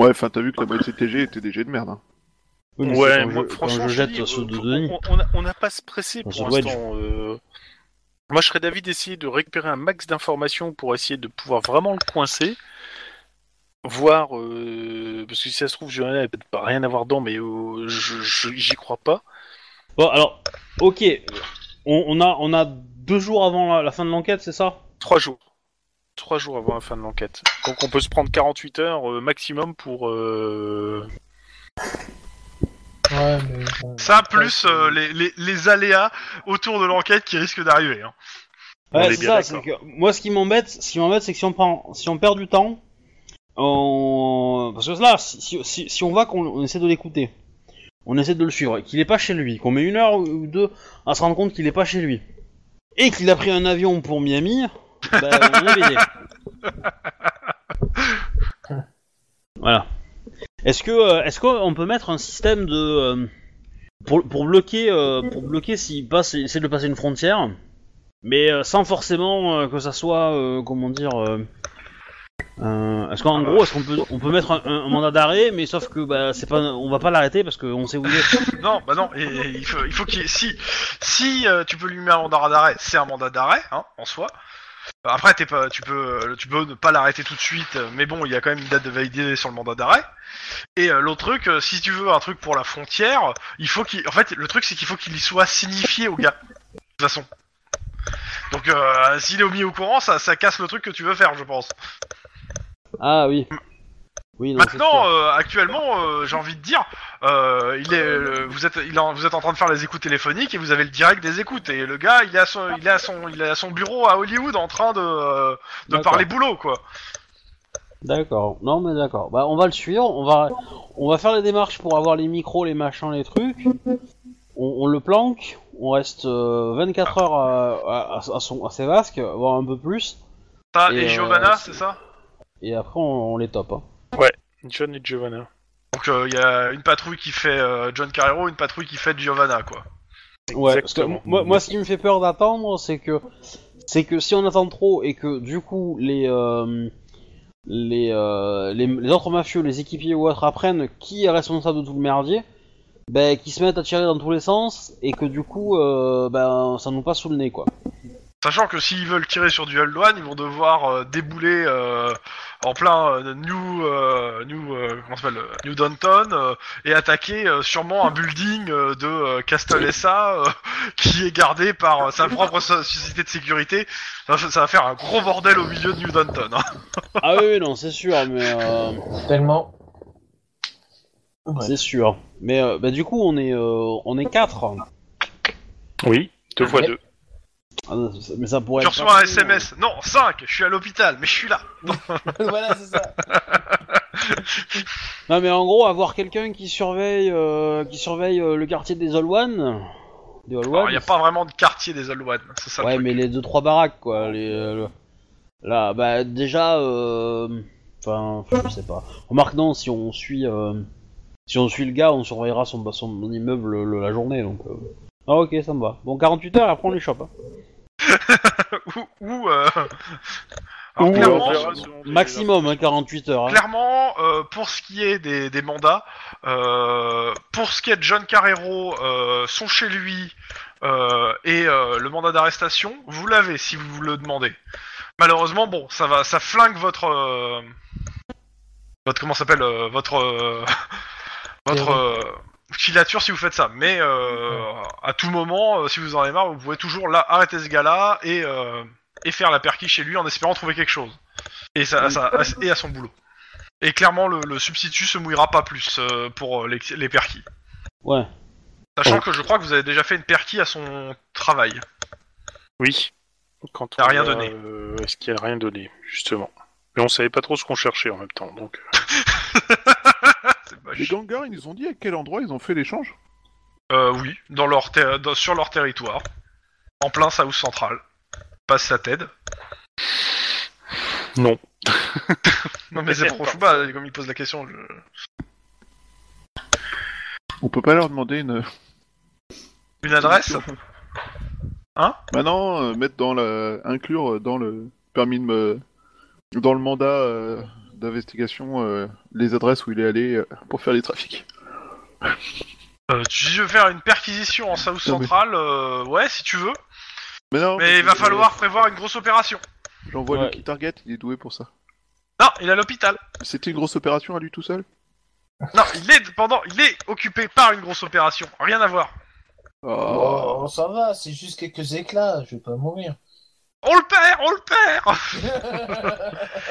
[SPEAKER 3] Ouais, enfin hein, t'as vu que la boîte CTG était des jets de merde. hein.
[SPEAKER 5] Oui, mais c'est
[SPEAKER 2] Ouais,
[SPEAKER 5] quand
[SPEAKER 2] moi,
[SPEAKER 5] je, quand
[SPEAKER 2] franchement,
[SPEAKER 5] je
[SPEAKER 2] je
[SPEAKER 5] jette
[SPEAKER 2] dis,
[SPEAKER 5] ceux de
[SPEAKER 2] euh,
[SPEAKER 5] Denis.
[SPEAKER 2] on- on a- on n'a pas se presser
[SPEAKER 5] Dans
[SPEAKER 2] pour
[SPEAKER 5] ce wedge.
[SPEAKER 2] l'instant. euh. Moi, je serais d'avis d'essayer de récupérer un max d'informations pour essayer de pouvoir vraiment le coincer. Voir, euh, parce que si ça se trouve, Johanna n'a peut-être pas rien à voir dedans, mais euh, je- je- j'y crois pas.
[SPEAKER 5] Bon, alors, ok. On, on a, on a deux jours avant la, la fin de l'enquête, c'est ça
[SPEAKER 2] Trois jours. Trois jours avant la fin de l'enquête. Donc, on peut se prendre 48 heures euh, maximum pour. euh,
[SPEAKER 4] Ouais, mais, euh,
[SPEAKER 1] Ça plus euh, les, les, les aléas autour de l'enquête qui risquent d'arriver. Hein.
[SPEAKER 2] On est
[SPEAKER 5] Ouais, c'est
[SPEAKER 2] bien
[SPEAKER 5] ça. c'est
[SPEAKER 2] d'accord.
[SPEAKER 5] que moi, ce qui m'embête, ce qui m'embête, c'est que si on prend, si on perd du temps, on... parce que là, si, si, si- si on va, qu'on on essaie de l'écouter, on essaie de le suivre, et qu'il est pas chez lui, qu'on met une heure ou- ou deux à se rendre compte qu'il est pas chez lui, et qu'il a pris un avion pour Miami, bah, on est baisé. voilà. Est-ce que, euh, est-ce qu'on peut mettre un système de euh, pour, pour bloquer, euh, pour bloquer s'il passe, il essaie de passer une frontière? Mais euh, sans forcément euh, que ça soit, euh, comment dire, euh, Euh, est-ce qu'en gros, est-ce qu'on peut, on peut mettre un, un- un mandat d'arrêt, mais sauf que bah, c'est pas, on va pas l'arrêter parce qu'on sait où il est.
[SPEAKER 1] Non, bah non, et, et il faut, il faut qu'il si si euh, tu peux lui mettre un mandat d'arrêt, c'est un mandat d'arrêt hein, en soi. Bah, Après, t'es pas, tu peux, euh, tu peux ne pas l'arrêter tout de suite, euh, mais bon, il y a quand même une date de validité sur le mandat d'arrêt. Et euh, l'autre truc, euh, si tu veux un truc pour la frontière, il faut qu'il, en fait, le truc c'est qu'il faut qu'il y soit signifié au gars, de toute façon. Donc, euh, s'il est mis au courant, ça, ça casse le truc que tu veux faire, je pense.
[SPEAKER 5] Ah oui. Oui. Non, c'est
[SPEAKER 1] Maintenant,
[SPEAKER 5] sûr.
[SPEAKER 1] euh, actuellement, euh, j'ai envie de dire, euh, il est, euh, vous êtes, il en- vous êtes en train de faire les écoutes téléphoniques et vous avez le direct des écoutes et le gars, il est à son, il est à son, il est à son bureau à Hollywood en train de, euh, de
[SPEAKER 5] D'accord.
[SPEAKER 1] parler boulot quoi.
[SPEAKER 5] D'accord. Non, mais d'accord. Bah, on va le suivre. On va, on va faire les démarches pour avoir les micros, les machins, les trucs. On, on le planque. On reste euh, 24 heures à, à, à son, à ses vasques, voire un peu plus.
[SPEAKER 1] Ça,
[SPEAKER 5] Et,
[SPEAKER 1] et,
[SPEAKER 5] euh,
[SPEAKER 1] Giovanna,
[SPEAKER 5] c'est-
[SPEAKER 1] c'est ça
[SPEAKER 5] Et après, on, on les top. Hein.
[SPEAKER 2] John et Giovanna.
[SPEAKER 1] Donc euh, il y a une patrouille qui fait euh, John Carrero, une patrouille qui fait Giovanna quoi.
[SPEAKER 5] Ouais, parce que
[SPEAKER 2] Exactement.
[SPEAKER 5] moi, moi, ce qui me fait peur d'attendre, c'est que, c'est que si on attend trop et que du coup les, euh, les, euh, les, les autres mafieux, les équipiers ou autres apprennent qui est responsable de tout le merdier, ben qui se mettent à tirer dans tous les sens et que du coup, euh, ben ça nous passe sous le nez quoi.
[SPEAKER 1] Sachant que s'ils veulent tirer sur du One, ils vont devoir euh, débouler euh, en plein euh, New euh, New euh, comment ça s'appelle euh, New Downton euh, et attaquer euh, sûrement un building euh, de euh, Castle SA euh, qui est gardé par euh, sa propre so- société de sécurité. Ça, ça va faire un gros bordel au milieu de New Downton. hein.
[SPEAKER 5] ah oui, oui, non, c'est sûr, mais euh,
[SPEAKER 4] Tellement. Ouais.
[SPEAKER 5] c'est sûr. Mais euh, ben, du coup, on est, euh, on est quatre.
[SPEAKER 2] Oui, deux fois
[SPEAKER 4] Ouais.
[SPEAKER 2] deux.
[SPEAKER 5] Ah, non, ça- mais ça pourrait.
[SPEAKER 1] tu
[SPEAKER 5] être hein.
[SPEAKER 1] reçois un
[SPEAKER 5] pas-
[SPEAKER 1] SMS. Non, 5, je suis à l'hôpital, mais je suis là.
[SPEAKER 4] voilà, c'est ça.
[SPEAKER 5] Non mais en gros avoir quelqu'un qui surveille euh, qui surveille euh, le quartier des All One, des All
[SPEAKER 1] Alors,
[SPEAKER 5] One.
[SPEAKER 1] Il n'y Ah, a pas vraiment de quartier des Old One, c'est ça le
[SPEAKER 5] ouais
[SPEAKER 1] truc.
[SPEAKER 5] mais les deux trois baraques quoi. Les, euh, le- Là bah déjà euh, enfin je sais pas. Remarque non si on suit euh, si on suit le gars on surveillera son son immeuble le- la journée donc. euh. Ah ok ça me va. Bon 48 heures après on les chope. hein.
[SPEAKER 1] Ou, ou, euh, alors,
[SPEAKER 2] Ou,
[SPEAKER 1] clairement,
[SPEAKER 2] euh,
[SPEAKER 1] je-
[SPEAKER 5] Maximum hein, 48 heures. hein.
[SPEAKER 1] Clairement, euh, pour ce qui est des, des mandats, euh, pour ce qui est de John Carrero, euh, sont chez lui euh, et euh, le mandat d'arrestation, vous l'avez si vous le demandez. Malheureusement, bon, ça va, ça flingue votre, euh, votre comment ça s'appelle, euh, votre, euh, votre euh, filature si vous faites ça. Mais euh, à tout moment, euh, si vous en avez marre, vous pouvez toujours là arrêter ce gars-là et euh, et faire la perquis chez lui en espérant trouver quelque chose. Et ça, ça et à son boulot. Et clairement, le, le substitut se mouillera pas plus euh, pour euh, les, les perquis.
[SPEAKER 5] Ouais.
[SPEAKER 1] Sachant que je crois que vous avez déjà fait une perquis à son travail.
[SPEAKER 2] Oui. Quand
[SPEAKER 1] Ça a
[SPEAKER 2] on
[SPEAKER 1] rien
[SPEAKER 2] a,
[SPEAKER 1] donné.
[SPEAKER 2] euh, Est-ce qu'il a rien donné, justement Mais on savait pas trop ce qu'on cherchait en même temps, donc.
[SPEAKER 1] C'est
[SPEAKER 3] Les
[SPEAKER 1] moche.
[SPEAKER 3] gangars, ils nous ont dit à quel endroit ils ont fait l'échange
[SPEAKER 1] Euh, oui, dans leur ter- dans- sur leur territoire. En plein South Central. Passe sa tête.
[SPEAKER 2] Non.
[SPEAKER 1] Non mais c'est trop chou bah, comme il pose la question. je-
[SPEAKER 3] On peut pas leur demander une.
[SPEAKER 1] Une adresse Hein
[SPEAKER 3] Maintenant, euh, mettre dans la... inclure euh, dans le permis de me... dans le mandat euh, d'investigation euh, les adresses où il est allé euh, pour faire les trafics.
[SPEAKER 1] euh, Si je veux faire une perquisition en South
[SPEAKER 3] Non, mais-
[SPEAKER 1] Central, euh, ouais, si tu veux.
[SPEAKER 3] Mais non.
[SPEAKER 1] Mais il va
[SPEAKER 3] euh,
[SPEAKER 1] falloir prévoir une grosse opération.
[SPEAKER 3] J'envoie
[SPEAKER 5] Ouais.
[SPEAKER 3] Lucky Target, il est doué pour ça.
[SPEAKER 1] Non, il est à l'hôpital.
[SPEAKER 3] C'était une grosse opération à lui tout seul
[SPEAKER 1] Non, il est pendant, il est occupé par une grosse opération. Rien à voir.
[SPEAKER 3] Oh.
[SPEAKER 4] Oh, ça va, c'est juste quelques éclats, je vais pas mourir.
[SPEAKER 1] On le perd, on le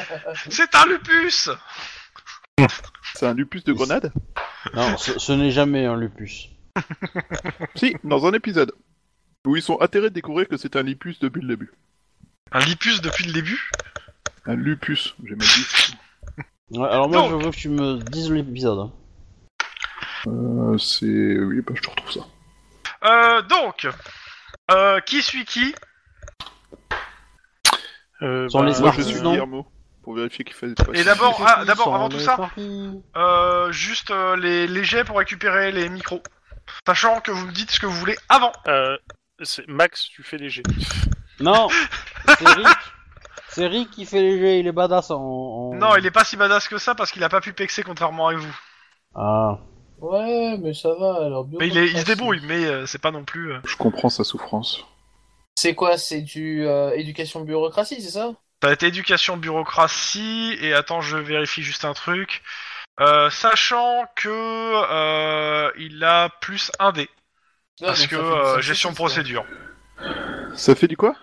[SPEAKER 1] perd C'est un lupus
[SPEAKER 3] C'est un lupus de grenade
[SPEAKER 5] Non ce, ce n'est jamais hein, un lupus.
[SPEAKER 3] Si, dans un épisode. Où ils sont atterrés de découvrir que c'est un lupus depuis le début.
[SPEAKER 1] Un lupus depuis le début
[SPEAKER 3] Un lupus, j'ai même dit.
[SPEAKER 5] Ouais, alors moi
[SPEAKER 1] Donc-
[SPEAKER 5] je veux que tu me dises l'épisode. hein.
[SPEAKER 3] Euh, c'est. Oui, bah je te retrouve ça.
[SPEAKER 1] euh, Donc, euh, qui suit qui
[SPEAKER 2] Euh,
[SPEAKER 5] Sans les
[SPEAKER 3] Moi
[SPEAKER 5] Smart,
[SPEAKER 3] je suis
[SPEAKER 5] non.
[SPEAKER 3] Guillermo, pour vérifier qu'il fait des trafics.
[SPEAKER 1] Et d'abord,
[SPEAKER 5] Qui fait
[SPEAKER 1] ah,
[SPEAKER 5] qui
[SPEAKER 1] d'abord,
[SPEAKER 5] sans
[SPEAKER 1] avant tout
[SPEAKER 5] les
[SPEAKER 1] ça.
[SPEAKER 5] parties
[SPEAKER 1] euh, Juste euh, les, les jets pour récupérer les micros. Sachant que vous me dites ce que vous voulez avant.
[SPEAKER 2] euh, c'est- Max, tu fais léger.
[SPEAKER 5] Non, Cédric, C'est Rick qui fait léger, il est badass en.
[SPEAKER 3] Oh.
[SPEAKER 5] en-
[SPEAKER 1] Non, il est pas si badass que ça parce qu'il a pas pu pexer contrairement à vous.
[SPEAKER 5] Ah.
[SPEAKER 4] Ouais, mais ça va, alors bio-
[SPEAKER 1] Mais il, est, il se débrouille, mais euh, c'est pas non plus. euh,
[SPEAKER 6] Je comprends sa souffrance.
[SPEAKER 4] C'est quoi C'est du euh, éducation bureaucratie, c'est ça
[SPEAKER 1] T'as été éducation bureaucratie et attends, je vérifie juste un truc. Euh, sachant que euh, il a plus un dé
[SPEAKER 3] Ah,
[SPEAKER 4] Non,
[SPEAKER 1] parce
[SPEAKER 4] donc
[SPEAKER 1] que
[SPEAKER 4] ça fait-
[SPEAKER 1] euh,
[SPEAKER 4] ça fait
[SPEAKER 1] gestion de
[SPEAKER 4] six, quoi.
[SPEAKER 1] procédure.
[SPEAKER 3] Ça fait du quoi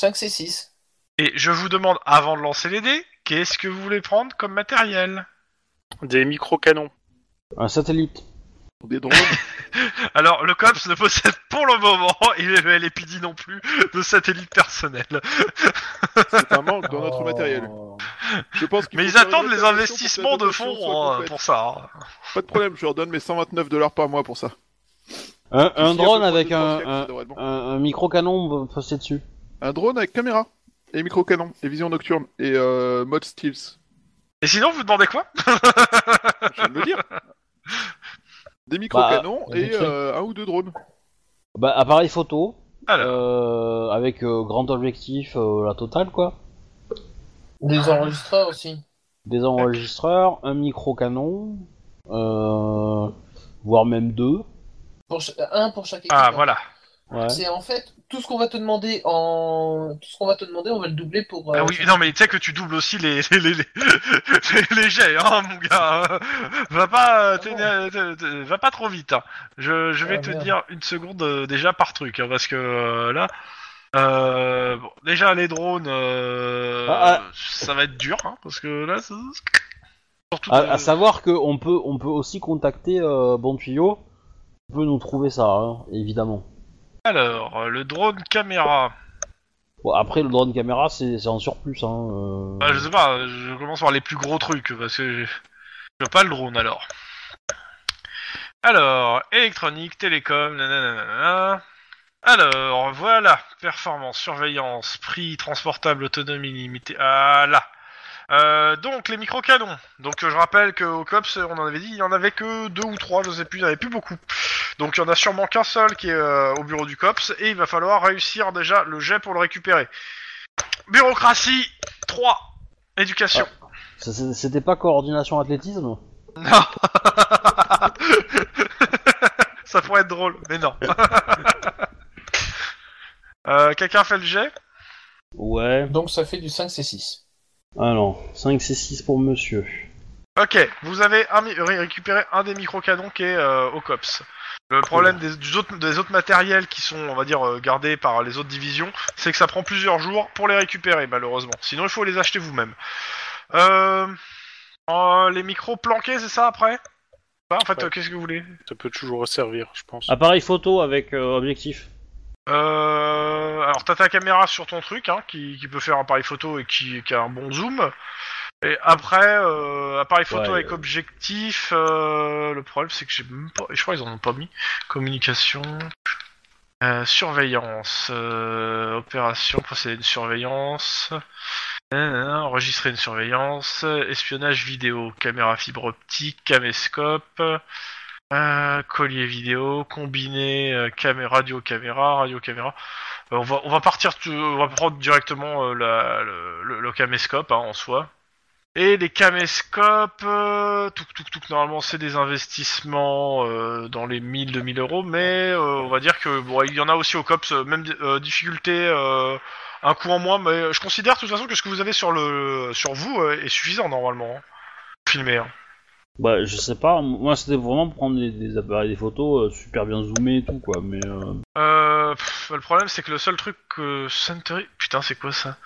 [SPEAKER 4] 5 c'est 6.
[SPEAKER 1] Et je vous demande avant de lancer les dés, qu'est-ce que vous voulez prendre comme matériel
[SPEAKER 2] Des micro-canons.
[SPEAKER 5] Un satellite.
[SPEAKER 3] Des drones
[SPEAKER 1] Alors, le COPS ne possède pour le moment, et le LPD non plus, de satellite personnel.
[SPEAKER 3] C'est un manque dans
[SPEAKER 4] Oh.
[SPEAKER 3] notre matériel. Je pense qu'il
[SPEAKER 1] Oh. Mais
[SPEAKER 3] faut
[SPEAKER 1] ils
[SPEAKER 3] faire une
[SPEAKER 1] attendent les
[SPEAKER 3] réservation
[SPEAKER 1] investissements
[SPEAKER 3] pour
[SPEAKER 1] de
[SPEAKER 3] que la dotation
[SPEAKER 1] fonds
[SPEAKER 3] soit
[SPEAKER 1] hein,
[SPEAKER 3] complète.
[SPEAKER 1] pour ça. hein.
[SPEAKER 3] Pas de problème, je leur donne mes 129 dollars par mois pour ça.
[SPEAKER 5] Un, un
[SPEAKER 3] Si,
[SPEAKER 5] drone
[SPEAKER 3] à peu près
[SPEAKER 5] avec
[SPEAKER 3] deux, trois
[SPEAKER 5] un,
[SPEAKER 3] siècles, ça
[SPEAKER 5] un,
[SPEAKER 3] devrait être bon.
[SPEAKER 5] un- un micro-canon posté dessus.
[SPEAKER 3] Un drone avec caméra, et micro-canon, et vision nocturne, et euh, mode stealth.
[SPEAKER 1] Et sinon, vous demandez quoi
[SPEAKER 3] Je viens de le dire. Des micro-canons
[SPEAKER 5] Bah,
[SPEAKER 3] et
[SPEAKER 5] des trucs.
[SPEAKER 3] euh, un ou deux drones.
[SPEAKER 5] Bah, appareil photo.
[SPEAKER 1] Alors.
[SPEAKER 5] Euh, avec euh, grand objectif, euh, la totale quoi.
[SPEAKER 4] Des enregistreurs aussi.
[SPEAKER 5] Des enregistreurs, un micro-canon. Euh, voire même deux.
[SPEAKER 4] Pour ch- euh, Un pour chaque équipe.
[SPEAKER 1] Ah,
[SPEAKER 4] hein.
[SPEAKER 1] voilà.
[SPEAKER 5] Ouais.
[SPEAKER 4] C'est en fait tout ce qu'on va te demander en tout ce qu'on va te demander, on va le doubler pour. euh,
[SPEAKER 1] Ah oui, non, mais tu sais que tu doubles aussi les, les, les, les, les- les jets, hein, mon gars. hein. Va pas, euh, t'es- euh, t'es- va pas trop vite. hein. Je, je vais
[SPEAKER 4] Ah,
[SPEAKER 1] te
[SPEAKER 4] merde.
[SPEAKER 1] dire une seconde euh, déjà par truc, hein, parce que euh, là, euh, bon, déjà les drones, euh,
[SPEAKER 5] Ah,
[SPEAKER 1] ça va être dur, hein, parce que là, ça- surtout.
[SPEAKER 5] À,
[SPEAKER 1] euh,
[SPEAKER 5] à savoir qu'on peut, on peut aussi contacter euh, Bon Tuyau. On peut nous trouver ça, hein, évidemment.
[SPEAKER 1] Alors, euh, le drone caméra.
[SPEAKER 5] Bon, après, le drone caméra, c'est c'est en surplus. Hein, euh.
[SPEAKER 1] Bah, je sais pas, je commence par les plus gros trucs, parce que j'ai- je veux pas le drone alors. Alors, électronique, télécom, nanana. Alors, voilà, performance, surveillance, prix, transportable, autonomie limitée. Ah là Euh, donc les micro-canons. Donc euh, je rappelle qu'au COPS, on en avait dit, il y en avait que deux ou trois, je sais plus, il n'y en avait plus beaucoup. Donc il y en a sûrement qu'un seul qui est euh, au bureau du COPS, et il va falloir réussir déjà le jet pour le récupérer. Bureaucratie 3. Éducation.
[SPEAKER 5] Ça, c'est- C'était pas coordination athlétisme
[SPEAKER 1] Ça pourrait être drôle, mais non. Euh, Quelqu'un fait le jet
[SPEAKER 5] Ouais.
[SPEAKER 4] Donc ça fait du 5 c'est 6.
[SPEAKER 5] Alors, 5 c'est 6 pour monsieur.
[SPEAKER 1] Ok, vous avez un mi- ré- récupéré un des micro-canons qui est euh, au COPS. Le problème des, du- autres, des autres matériels qui sont, on va dire, euh, gardés par les autres divisions, c'est que ça prend plusieurs jours pour les récupérer, malheureusement. Sinon, il faut les acheter vous-même. Euh, euh, les micros planqués, c'est ça, après Bah, En fait,
[SPEAKER 2] Ouais.
[SPEAKER 1] euh, qu'est-ce que vous voulez
[SPEAKER 2] Ça peut toujours servir, je pense.
[SPEAKER 5] Appareil photo avec euh, objectif.
[SPEAKER 1] Euh, alors, t'as ta caméra sur ton truc, hein, qui, qui peut faire appareil photo et qui, qui a un bon zoom. Et après, euh, appareil photo
[SPEAKER 5] Ouais,
[SPEAKER 1] avec
[SPEAKER 5] euh.
[SPEAKER 1] objectif. euh, le problème, c'est que j'ai même pas. Je crois qu'ils en ont pas mis. Communication. euh, surveillance. euh, opération. Procéder une surveillance. nanana, enregistrer une surveillance. Espionnage vidéo. Caméra fibre optique. Caméscope. Euh, collier vidéo, combiné euh, caméra, radio caméra, radio caméra. Euh, on va on va partir, tu- on va prendre directement euh, la, le, le- le caméscope hein, en soi. Et les caméscopes, euh, tout tout tout normalement c'est des investissements euh, dans les 1000 2000 euros, mais euh, on va dire que bon il y en a aussi au cops, euh, même euh, difficulté. euh, un coup en moins, mais je considère de toute façon que ce que vous avez sur le sur vous euh, est suffisant normalement. hein. Filmé. hein.
[SPEAKER 5] Bah, je sais pas, moi c'était vraiment pour prendre des, des appareils des photos euh, super bien zoomés et tout quoi, mais. euh,
[SPEAKER 1] Euh, pff, le problème, c'est que le seul truc que Suntory... Putain, c'est quoi ça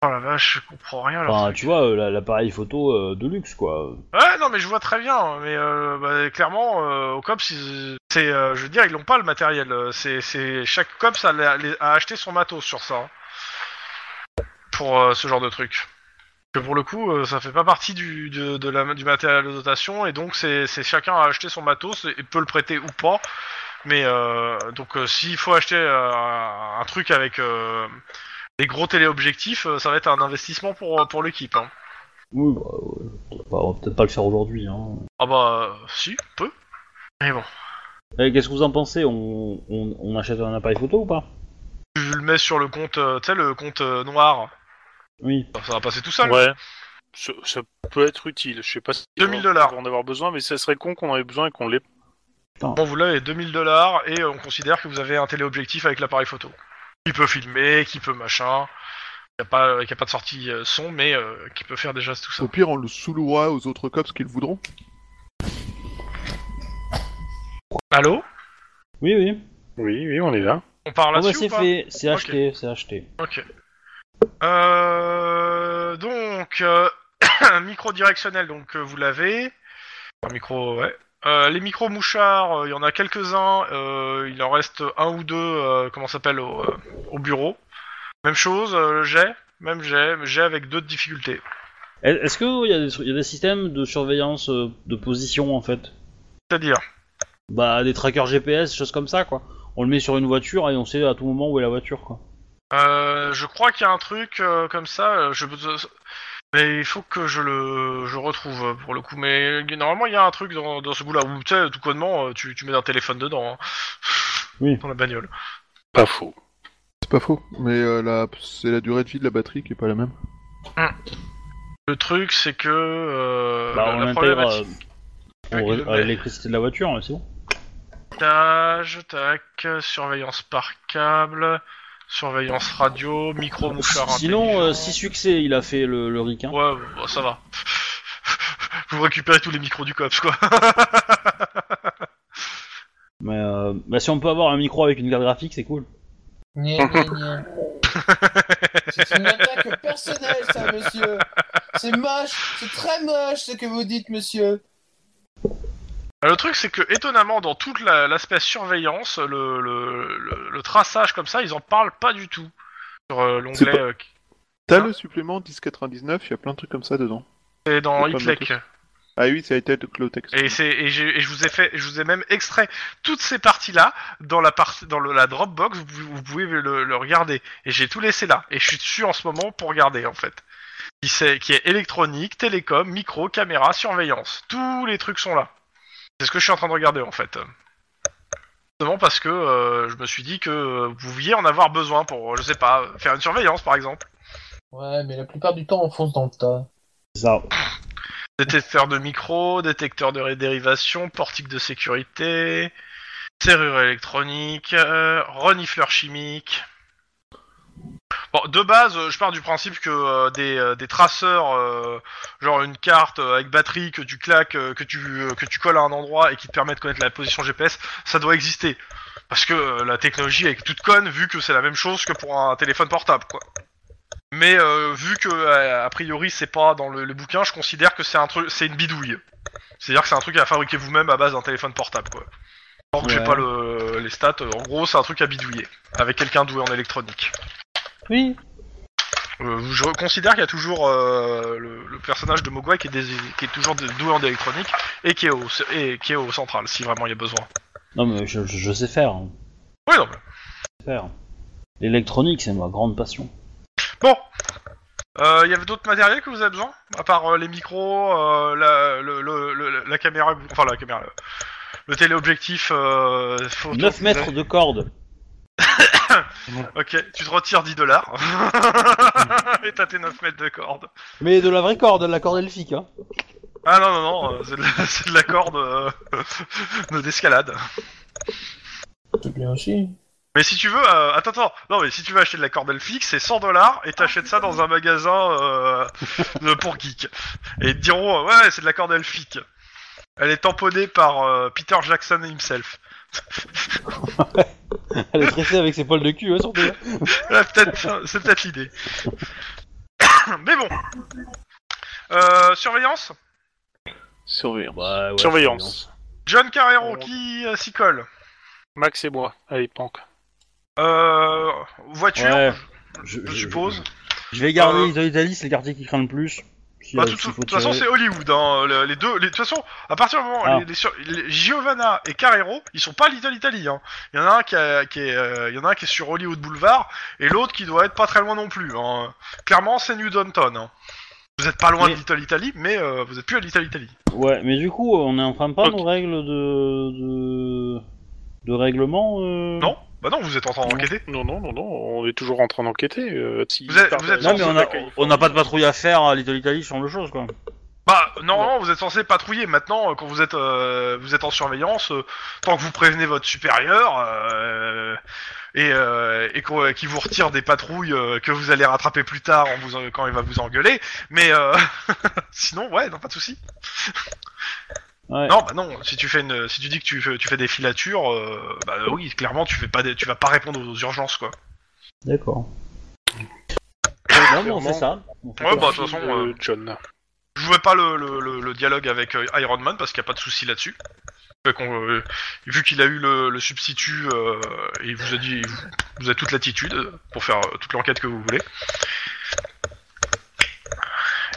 [SPEAKER 1] Oh la vache, je comprends rien. Leur
[SPEAKER 5] Enfin,
[SPEAKER 1] truc.
[SPEAKER 5] tu vois, euh, la- l'appareil photo euh, de luxe quoi.
[SPEAKER 1] Ouais, non, mais je vois très bien. Mais euh, bah, clairement, euh, au COPS, ils- c'est, euh, je veux dire, ils n'ont pas le matériel. euh, C'est, c'est chaque COPS a, la- les- a acheté son matos sur ça. hein. pour euh, ce genre de truc. Que pour le coup, euh, ça fait pas partie du, de, de la, du matériel de dotation, et donc c'est, c'est chacun a acheté son matos et peut le prêter ou pas. Mais euh, donc, euh, s'il faut acheter euh, un truc avec euh, des gros téléobjectifs, euh, ça va être un investissement pour, pour l'équipe. hein.
[SPEAKER 5] Oui, bah, ouais, peut-être pas- on va peut-être pas le faire aujourd'hui. Hein.
[SPEAKER 1] Ah bah, euh, si, peu. Mais bon.
[SPEAKER 5] Eh, Qu'est-ce que vous en pensez on, on- on achète un appareil photo ou pas
[SPEAKER 1] Tu le mets sur le compte, euh, tu sais, le compte euh, noir.
[SPEAKER 5] Oui.
[SPEAKER 1] Ça va passer tout seul.
[SPEAKER 2] Ouais. Ça, ça peut être utile. Je sais pas si
[SPEAKER 1] 2000
[SPEAKER 2] on
[SPEAKER 1] dollars.
[SPEAKER 2] va en avoir besoin, mais ça serait con qu'on en ait besoin et qu'on l'ait.
[SPEAKER 1] Bon, vous l'avez 2000 dollars et euh, on considère que vous avez un téléobjectif avec l'appareil photo. Qui peut filmer, qui peut machin. Il n'y a, pas- qui a pas de sortie euh, son, mais euh, qui peut faire déjà tout ça.
[SPEAKER 3] Au pire, on le soulouera aux autres cops qu'ils voudront.
[SPEAKER 1] Allô
[SPEAKER 5] Oui, oui.
[SPEAKER 2] Oui, oui, on est là.
[SPEAKER 1] On parle
[SPEAKER 5] Bon, bah,
[SPEAKER 1] là-dessus
[SPEAKER 5] c'est
[SPEAKER 1] ou pas
[SPEAKER 5] fait, c'est
[SPEAKER 1] Ok.
[SPEAKER 5] acheté, c'est acheté.
[SPEAKER 1] Ok. Euh, donc, euh, micro directionnel, donc euh, vous l'avez. Un micro, ouais. Euh, les micros mouchards, euh, il y en a quelques-uns. euh, il en reste un ou deux, euh, comment ça s'appelle, au, euh, au bureau. Même chose, euh, le jet, même jet, mais jet avec deux de difficulté.
[SPEAKER 5] Est- Est-ce qu'il y, a des- y a des systèmes de surveillance euh, de position en fait
[SPEAKER 1] C'est-à-dire,
[SPEAKER 5] Bah, des trackers GPS, choses comme ça quoi. On le met sur une voiture et on sait à tout moment où est la voiture quoi.
[SPEAKER 1] euh, je crois qu'il y a un truc euh, comme ça. euh, Je, mais il faut que je le je retrouve euh, pour le coup. Mais normalement, il y a un truc dans, dans ce bout-là où tu sais, tout connement, euh, tu, tu mets un téléphone dedans. hein.
[SPEAKER 5] Oui.
[SPEAKER 1] Dans la bagnole.
[SPEAKER 2] Pas faux.
[SPEAKER 3] C'est pas faux, mais euh, la... c'est la durée de vie de la batterie qui est pas la même.
[SPEAKER 1] Le truc, c'est que euh,
[SPEAKER 5] bah,
[SPEAKER 1] la,
[SPEAKER 5] on
[SPEAKER 1] la
[SPEAKER 5] l'intègre euh,
[SPEAKER 1] problématique.
[SPEAKER 5] pour,
[SPEAKER 1] Oui,
[SPEAKER 5] euh,
[SPEAKER 1] mais-
[SPEAKER 5] l'électricité de la voiture, mais c'est bon.
[SPEAKER 1] Tâche, tac, surveillance par câble, surveillance radio, micro mouchard.
[SPEAKER 5] Sinon, euh,
[SPEAKER 1] intelligent.
[SPEAKER 5] 6 succès il a fait le, le ric. hein.
[SPEAKER 1] euh, Ouais, bon, bah, ça va. Vous récupérez tous les micros du cops, quoi.
[SPEAKER 5] Mais euh, bah, si on peut avoir un micro avec une carte graphique, c'est cool.
[SPEAKER 4] Gna, gna, gna. C'est une attaque personnelle, ça, monsieur. C'est moche, c'est très moche ce que vous dites, monsieur.
[SPEAKER 1] Euh, Le truc, c'est que étonnamment, dans toute la- l'aspect surveillance, le, le, le- le traçage comme ça, ils en parlent pas du tout sur euh,
[SPEAKER 3] C'est
[SPEAKER 1] l'onglet.
[SPEAKER 3] pas-
[SPEAKER 1] euh, qui-
[SPEAKER 3] T'as
[SPEAKER 1] Ah.
[SPEAKER 3] le supplément 1099, il y a plein de trucs comme ça dedans.
[SPEAKER 1] C'est dans
[SPEAKER 3] C'est pas
[SPEAKER 1] Hitlec.
[SPEAKER 3] Ah oui, ça a été de Clotex.
[SPEAKER 1] Et, c'est- et, j'ai- et je vous ai fait, je vous ai même extrait toutes ces parties-là dans la partie, dans le- la Dropbox. Vous, pouvez- vous pouvez le, le regarder. Et j'ai tout laissé là. Et je suis dessus en ce moment pour regarder en fait. Qui, c'est- qui est électronique, télécom, micro, caméra, surveillance. Tous les trucs sont là. C'est ce que je suis en train de regarder en fait. Justement parce que euh, je me suis dit que vous pouviez en avoir besoin pour, je sais pas, faire une surveillance par exemple.
[SPEAKER 4] Ouais, mais la plupart du temps, on fonce dans le tas.
[SPEAKER 5] C'est ça.
[SPEAKER 1] Détecteur de micro, détecteur de dérivation, portique de sécurité, serrure électronique, euh, renifleur chimique. Bon, de base, euh, je pars du principe que euh, des, euh, des traceurs, euh, genre une carte euh, avec batterie que tu claques, euh, que, tu, euh, que tu colles à un endroit et qui te permet de connaître la position GPS, ça doit exister. Parce que euh, la technologie est toute conne vu que c'est la même chose que pour un téléphone portable, quoi. Mais euh, vu que euh, a priori c'est pas dans le, le bouquin, je considère que c'est un truc, c'est une bidouille. C'est-à-dire que c'est un truc à fabriquer vous-même à base d'un téléphone portable, quoi. Tant que j'ai
[SPEAKER 5] Ouais.
[SPEAKER 1] pas le, les stats, euh, en gros c'est un truc à bidouiller avec quelqu'un doué en électronique.
[SPEAKER 5] Oui.
[SPEAKER 1] Euh, je considère qu'il y a toujours euh, le, le personnage de Mogwai qui est, dés- qui est toujours de- doué en électronique et qui est au et qui est au central si vraiment il y a besoin.
[SPEAKER 5] Non, mais je, je- je sais faire. hein.
[SPEAKER 1] Oui non. mais-
[SPEAKER 5] Je sais faire. L'électronique, c'est ma grande passion.
[SPEAKER 1] Bon. Euh, Il y avait d'autres matériels que vous avez besoin À part euh, les micros, euh, la, le- le- le- la caméra, que vous- enfin la caméra, le, le téléobjectif euh, photo.
[SPEAKER 5] 9
[SPEAKER 1] que vous
[SPEAKER 5] mètres de corde.
[SPEAKER 1] avez. Ok, tu te retires 10 dollars. Et t'as tes 9 mètres de corde.
[SPEAKER 5] Mais de la vraie corde, de la corde elfique. Hein.
[SPEAKER 1] Ah non, non, non, euh, c'est de la, c'est de la corde euh, de- d'escalade.
[SPEAKER 4] C'est bien aussi.
[SPEAKER 1] Mais si tu veux, euh, attends, attends, non, mais si tu veux acheter de la corde elfique, c'est 100 dollars et t'achètes ça dans un magasin euh, de- pour geek. Et ils te diront, euh, ouais, ouais, c'est de la corde elfique. Elle est tamponnée par euh, Peter Jackson himself.
[SPEAKER 5] Elle est tressée avec ses poils de cul, hein, surtout.
[SPEAKER 1] Ouais, peut-être, c'est peut-être l'idée. mais bon. Euh, surveillance
[SPEAKER 3] Surveillance.
[SPEAKER 5] Bah, ouais,
[SPEAKER 2] Surveillance.
[SPEAKER 1] John Carrero, qui euh, s'y colle
[SPEAKER 2] Max et moi. Allez, panque.
[SPEAKER 1] euh, Voiture,
[SPEAKER 5] Ouais.
[SPEAKER 1] je, suppose.
[SPEAKER 5] Je vais garder
[SPEAKER 1] Euh,
[SPEAKER 5] l'Italie, c'est le quartier qui craint le plus. Si,
[SPEAKER 1] Bah,
[SPEAKER 5] euh,
[SPEAKER 1] tout-
[SPEAKER 5] s'il
[SPEAKER 1] tout- de
[SPEAKER 5] faut
[SPEAKER 1] toute façon,
[SPEAKER 5] tirer.
[SPEAKER 1] c'est Hollywood. Hein. le- Les deux, les- de toute façon, à partir du moment
[SPEAKER 5] Ah.
[SPEAKER 1] les, les sur- les- Giovanna et Carrero, ils sont pas Little Italy. hein. Il y en a un qui, a- qui est, euh, il y en a un qui est sur Hollywood Boulevard et l'autre qui doit être pas très loin non plus. hein. Clairement, c'est New Downton. hein. Vous êtes pas loin
[SPEAKER 5] Mais-
[SPEAKER 1] de Little Italy, mais euh, vous êtes plus à Little Italy.
[SPEAKER 5] Ouais, mais du coup, on est enfreint pas
[SPEAKER 2] Ok.
[SPEAKER 5] nos règles de. de, de règlement euh,
[SPEAKER 1] Non. Bah non, vous êtes en train d'enquêter.
[SPEAKER 2] Non, non, non, non, on est toujours en train d'enquêter. euh, si-
[SPEAKER 1] Vous êtes- vous êtes
[SPEAKER 5] Non, mais on a,
[SPEAKER 2] d'accueil.
[SPEAKER 5] on n'a pas de patrouille à faire à Little Italy sur le chose, quoi.
[SPEAKER 1] Bah normalement, vous êtes censé patrouiller. Maintenant, euh, quand vous êtes euh, vous êtes en surveillance, euh, tant que vous prévenez votre supérieur euh, et euh, et qu'on- euh, qu'il vous retire des patrouilles euh, que vous allez rattraper plus tard en vous en- quand il va vous engueuler. Mais euh, sinon, ouais, non, pas de souci.
[SPEAKER 5] Ouais.
[SPEAKER 1] Non, bah non. Si tu fais une, si tu dis que tu, fais- tu fais des filatures, euh, bah oui, clairement, tu fais pas, des- tu vas pas répondre aux urgences, quoi.
[SPEAKER 5] D'accord. non, mais on fait ça. On fait
[SPEAKER 1] Ouais,
[SPEAKER 5] ça.
[SPEAKER 1] bah de toute façon,
[SPEAKER 2] Euh,
[SPEAKER 1] euh,
[SPEAKER 2] John.
[SPEAKER 1] je veux pas le, le, le- le dialogue avec euh, Iron Man parce qu'il n'y a pas de souci là-dessus. Fait qu'on, euh, vu qu'il a eu le, le substitut, euh, il vous a dit, vous, vous avez toute l'attitude pour faire euh, toute l'enquête que vous voulez.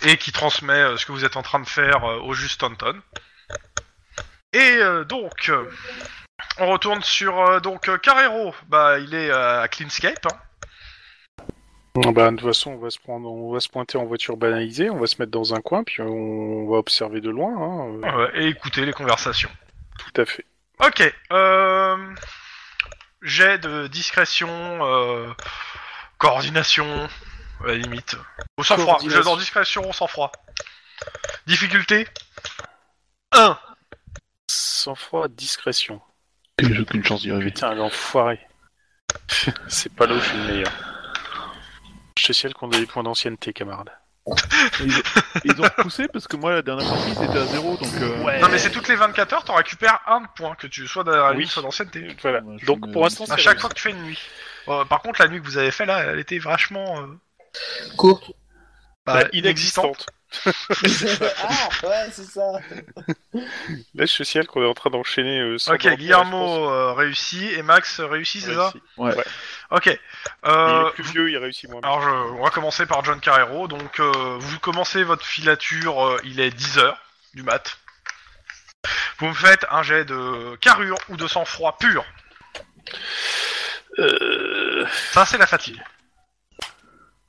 [SPEAKER 1] Et qui transmet euh, ce que vous êtes en train de faire euh, au juste Anton. Et euh, donc, euh, on retourne sur euh, donc euh, Carrero. Bah, il est euh, à Cleanscape. hein.
[SPEAKER 2] Ah bah, de toute façon, on va, se prendre, on va se pointer en voiture banalisée, on va se mettre dans un coin, puis on va observer de loin. hein, euh,
[SPEAKER 1] Euh, et écoutez les conversations.
[SPEAKER 2] Tout à fait.
[SPEAKER 1] Ok. Euh... J'ai de discrétion, euh, coordination, à la limite. Au sang-froid.
[SPEAKER 2] Coordination.
[SPEAKER 1] J'ai dans discrétion au sang-froid. Difficulté 1.
[SPEAKER 2] Sans froid, discrétion.
[SPEAKER 3] Et j'ai aucune chance d'y arriver.
[SPEAKER 2] Putain, l'enfoiré. C'est pas là où je suis le meilleur. Je te ciel qu'on a des points d'ancienneté, camarade.
[SPEAKER 3] Ils ont repoussé parce que moi, la dernière partie, c'était à zéro, donc... euh,
[SPEAKER 1] Non mais c'est toutes les 24 heures, t'en récupères un point, que tu sois dans la
[SPEAKER 2] Oui.
[SPEAKER 1] nuit, soit d'ancienneté.
[SPEAKER 2] Voilà.
[SPEAKER 3] Ouais, je
[SPEAKER 2] Donc
[SPEAKER 3] me-
[SPEAKER 2] pour l'instant,
[SPEAKER 1] À
[SPEAKER 2] c'est
[SPEAKER 1] chaque
[SPEAKER 2] chaque
[SPEAKER 1] fois que tu fais une nuit. Euh, par contre, la nuit que vous avez fait là, elle était vachement euh,
[SPEAKER 4] Courte.
[SPEAKER 1] bah, inexistante.
[SPEAKER 2] inexistante.
[SPEAKER 4] ah, ouais, c'est ça.
[SPEAKER 2] Là, je te ciel qu'on est en train d'enchaîner. euh, sans
[SPEAKER 1] Ok,
[SPEAKER 2] dormir, je pense.
[SPEAKER 1] Guillermo euh, réussit et Max euh, réussit, c'est ça
[SPEAKER 2] Réussit.
[SPEAKER 1] Ok.
[SPEAKER 2] Il
[SPEAKER 1] Euh,
[SPEAKER 2] est plus vieux, il réussit moins. bien.
[SPEAKER 1] Alors, je- on va commencer par John Carrero. Donc, euh, vous commencez votre filature, euh, il est 10h du mat. Vous me faites un jet de carrure ou de sang-froid pur.
[SPEAKER 2] Euh,
[SPEAKER 1] Ça, c'est la fatigue.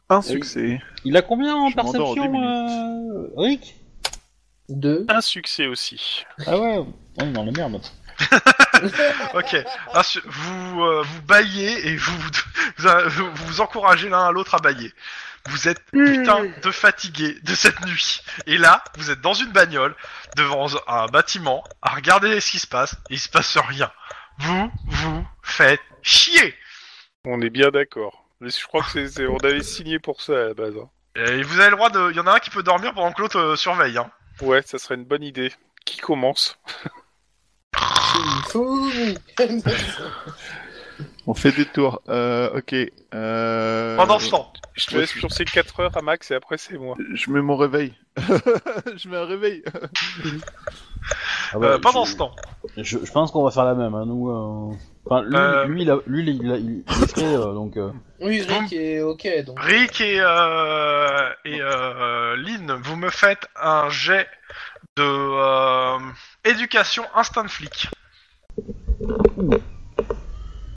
[SPEAKER 3] Un succès.
[SPEAKER 5] Il a combien en
[SPEAKER 3] Je m'endors en
[SPEAKER 5] perception,
[SPEAKER 3] deux
[SPEAKER 5] euh, Rick
[SPEAKER 4] Deux.
[SPEAKER 2] Un succès aussi.
[SPEAKER 5] Ah ouais, on est dans la merde.
[SPEAKER 1] Ok. Ah, su- vous, euh, vous baillez et vous vous, vous vous encouragez l'un à l'autre à bailler. Vous êtes putain de fatigué de cette nuit. Et là, vous êtes dans une bagnole, devant un bâtiment, à regarder ce qui se passe, et il se passe rien. Vous, vous faites chier
[SPEAKER 2] On est bien d'accord. Mais je crois que c'est, c'est- on avait signé pour ça à la base. hein.
[SPEAKER 1] Et vous avez le droit de. Il y en a un qui peut dormir pendant que l'autre euh, surveille. Hein.
[SPEAKER 2] Ouais, ça serait une bonne idée. Qui commence
[SPEAKER 4] Fou.
[SPEAKER 3] On fait des tours. Euh, ok. Euh...
[SPEAKER 1] Pendant ce temps.
[SPEAKER 2] Je te
[SPEAKER 3] Ouais,
[SPEAKER 2] laisse
[SPEAKER 3] je-
[SPEAKER 2] sur ces 4 heures à max et après c'est moi.
[SPEAKER 3] Je mets mon réveil. je mets un réveil.
[SPEAKER 5] ah bah,
[SPEAKER 1] Euh, pendant ce temps.
[SPEAKER 5] Je, je pense qu'on va faire la même, hein, nous. euh, Enfin, lui,
[SPEAKER 1] Euh.
[SPEAKER 5] lui, il a- lui, il a- il a- il est frais, euh, donc. euh,
[SPEAKER 4] Oui, Rick est ok, donc.
[SPEAKER 1] Rick et, euh, et euh, Lynn, vous me faites un jet de. euh, éducation instant flic.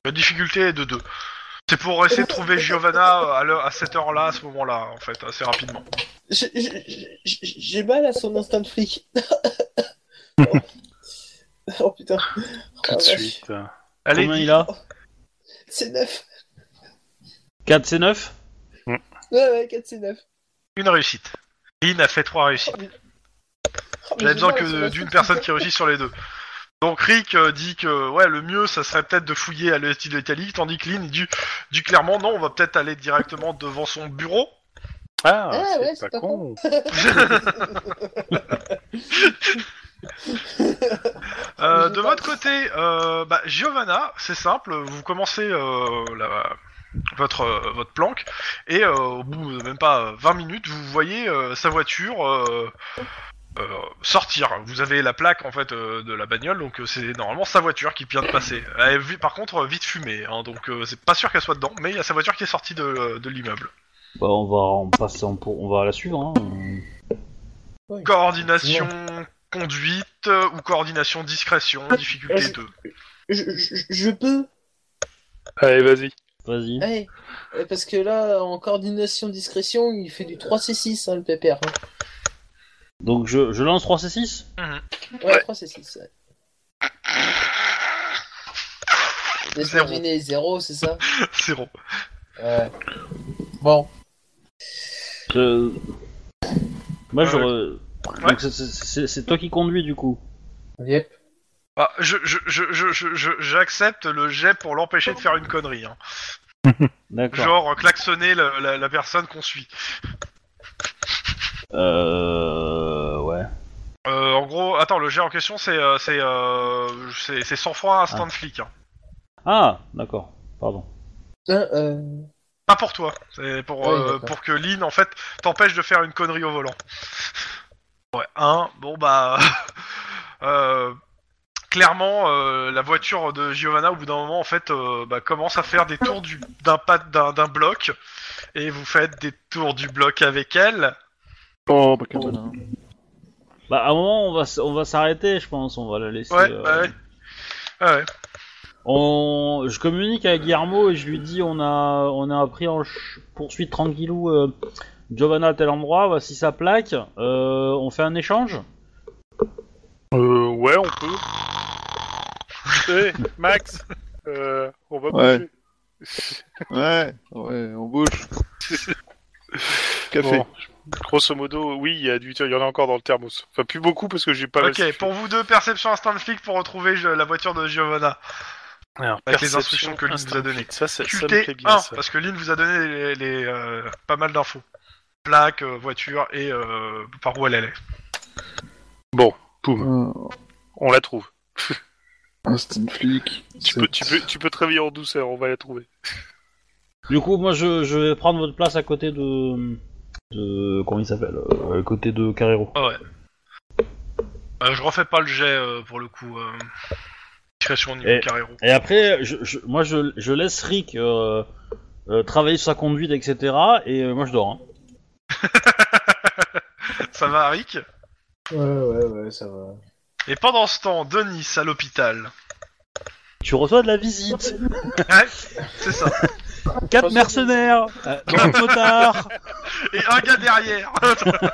[SPEAKER 1] La difficulté est de 2. C'est pour essayer de trouver Giovanna euh, à, l'heure- à cette heure-là, à ce moment-là, en fait, assez rapidement.
[SPEAKER 4] J'ai- j'ai- J'ai j'ai mal à son instinct de flic. oh putain.
[SPEAKER 2] Tout
[SPEAKER 4] Ah,
[SPEAKER 2] de
[SPEAKER 4] vache.
[SPEAKER 2] suite.
[SPEAKER 1] Allez,
[SPEAKER 5] Combien il a
[SPEAKER 4] C'est 9.
[SPEAKER 5] 4 C9
[SPEAKER 4] Ouais, ouais, 4 c'est 9.
[SPEAKER 1] une réussite. Lynn a fait 3 réussites.
[SPEAKER 4] Oh,
[SPEAKER 1] J'avais besoin que d'une personne qui réussisse sur les deux. Donc Rick euh, dit que ouais le mieux ça serait peut-être de fouiller à l'est de l'Italie, tandis que Lynn il dit, dit clairement non on va peut-être aller directement devant son bureau.
[SPEAKER 2] Ah,
[SPEAKER 4] Ah,
[SPEAKER 2] c'est
[SPEAKER 4] ouais,
[SPEAKER 2] pas, con.
[SPEAKER 1] Euh,
[SPEAKER 4] Je
[SPEAKER 1] de
[SPEAKER 4] pense.
[SPEAKER 1] votre côté, euh, bah, Giovanna, c'est simple, vous commencez euh, la- votre, euh, votre planque, et euh, au bout de même pas euh, 20 minutes, vous voyez euh, sa voiture euh, euh, sortir. Vous avez la plaque en fait euh, de la bagnole, donc euh, c'est normalement sa voiture qui vient de passer. Elle est vi- par contre euh, vite fumée, hein, donc euh, c'est pas sûr qu'elle soit dedans, mais il y a sa voiture qui est sortie de, euh, de l'immeuble.
[SPEAKER 5] Bah, on va en passant pour. On va la suivre, hein.
[SPEAKER 1] Coordination, conduite, euh, ou coordination, discrétion, difficulté
[SPEAKER 4] Vas-y.
[SPEAKER 1] 2.
[SPEAKER 4] Je, je, je peux
[SPEAKER 2] Allez, vas-y.
[SPEAKER 5] Vas-y.
[SPEAKER 4] Allez. Euh, Parce que là, en coordination discrétion, il fait du 3C6, hein, le pépère. hein.
[SPEAKER 5] Donc, je, je lance 3 C6
[SPEAKER 4] Ouais, 3C6. ouais. Laisse-moi
[SPEAKER 1] Zéro.
[SPEAKER 4] deviner, zéro, c'est ça
[SPEAKER 1] Zéro.
[SPEAKER 4] Ouais. Bon.
[SPEAKER 5] Euh, Moi, je.
[SPEAKER 1] Euh, Ouais.
[SPEAKER 5] re- Donc, c'est- c'est- c'est c'est toi qui conduis du coup.
[SPEAKER 4] Yep.
[SPEAKER 1] Ah, je, je, je, je, je- je- j'accepte le jet pour l'empêcher de faire une connerie. Hein.
[SPEAKER 5] D'accord.
[SPEAKER 1] Genre euh, klaxonner la, la- la personne qu'on suit.
[SPEAKER 5] Euh. Ouais.
[SPEAKER 1] Euh, en gros, attends, le jet en question c'est euh, c'est euh, c'est c'est sang-froid instant de flic. Hein.
[SPEAKER 5] Ah, d'accord. Pardon.
[SPEAKER 4] Euh, euh,
[SPEAKER 1] Pas pour toi, c'est pour
[SPEAKER 4] Ah Oui,
[SPEAKER 1] euh,
[SPEAKER 4] d'accord.
[SPEAKER 1] pour que Lynn en fait t'empêche de faire une connerie au volant. Ouais, hein, bon bah euh, clairement euh, la voiture de Giovanna au bout d'un moment en fait euh, bah, commence à faire des tours du d'un pas d'un d'un bloc et vous faites des tours du bloc avec elle.
[SPEAKER 3] Oh, bah, quand même.
[SPEAKER 5] Bah, à un moment, on va, s- on va s'arrêter, je pense. On va la laisser.
[SPEAKER 1] Ouais,
[SPEAKER 5] euh,
[SPEAKER 1] bah ouais. Ah ouais.
[SPEAKER 5] On... Je communique à Guillermo et je lui dis on a, on a pris en ch- poursuite tranquillou euh, Giovanna à tel endroit, voici sa plaque, euh, on fait un échange
[SPEAKER 2] Euh, ouais, on peut. Hé, Eh, Max, euh, on va
[SPEAKER 3] Ouais.
[SPEAKER 2] bouger.
[SPEAKER 3] Ouais, ouais, on bouge. Café.
[SPEAKER 2] Bon, grosso modo, oui, il y a du, il y en a encore dans le thermos. Enfin, plus beaucoup parce que j'ai pas.
[SPEAKER 1] Ok, pour vous deux, perception instant de flic pour retrouver euh, la voiture de Giovanna. avec les instructions que Lynn vous a données.
[SPEAKER 2] Ça, ça, ça me plaît
[SPEAKER 1] QT1,
[SPEAKER 2] bien. Ça.
[SPEAKER 1] parce que Lynn vous a donné les, les, euh, pas mal d'infos. Plaque, euh, voiture et euh, par où elle allait.
[SPEAKER 3] Euh,
[SPEAKER 2] On la trouve.
[SPEAKER 3] Instant flic.
[SPEAKER 2] Tu peux, tu peux, tu peux travailler en douceur. On va la trouver.
[SPEAKER 5] Du coup, moi je, je vais prendre votre place à côté de. de comment il s'appelle euh, À côté de Carrero.
[SPEAKER 1] Ah ouais. Euh, je refais pas le jet euh, pour le coup. Euh, discrétion au niveau
[SPEAKER 5] Et-
[SPEAKER 1] Carrero.
[SPEAKER 5] Et après, je, je- moi je, je laisse Rick euh, euh, travailler sur sa conduite, etc. Et euh, moi je dors. hein.
[SPEAKER 1] Ça va, Rick
[SPEAKER 4] Ouais, ouais, ouais, ça va.
[SPEAKER 1] Et pendant ce temps, Denis à l'hôpital.
[SPEAKER 5] Tu reçois de la visite
[SPEAKER 1] Ouais, c'est ça.
[SPEAKER 5] Quatre mercenaires euh, Quatre motards
[SPEAKER 1] Et un gars derrière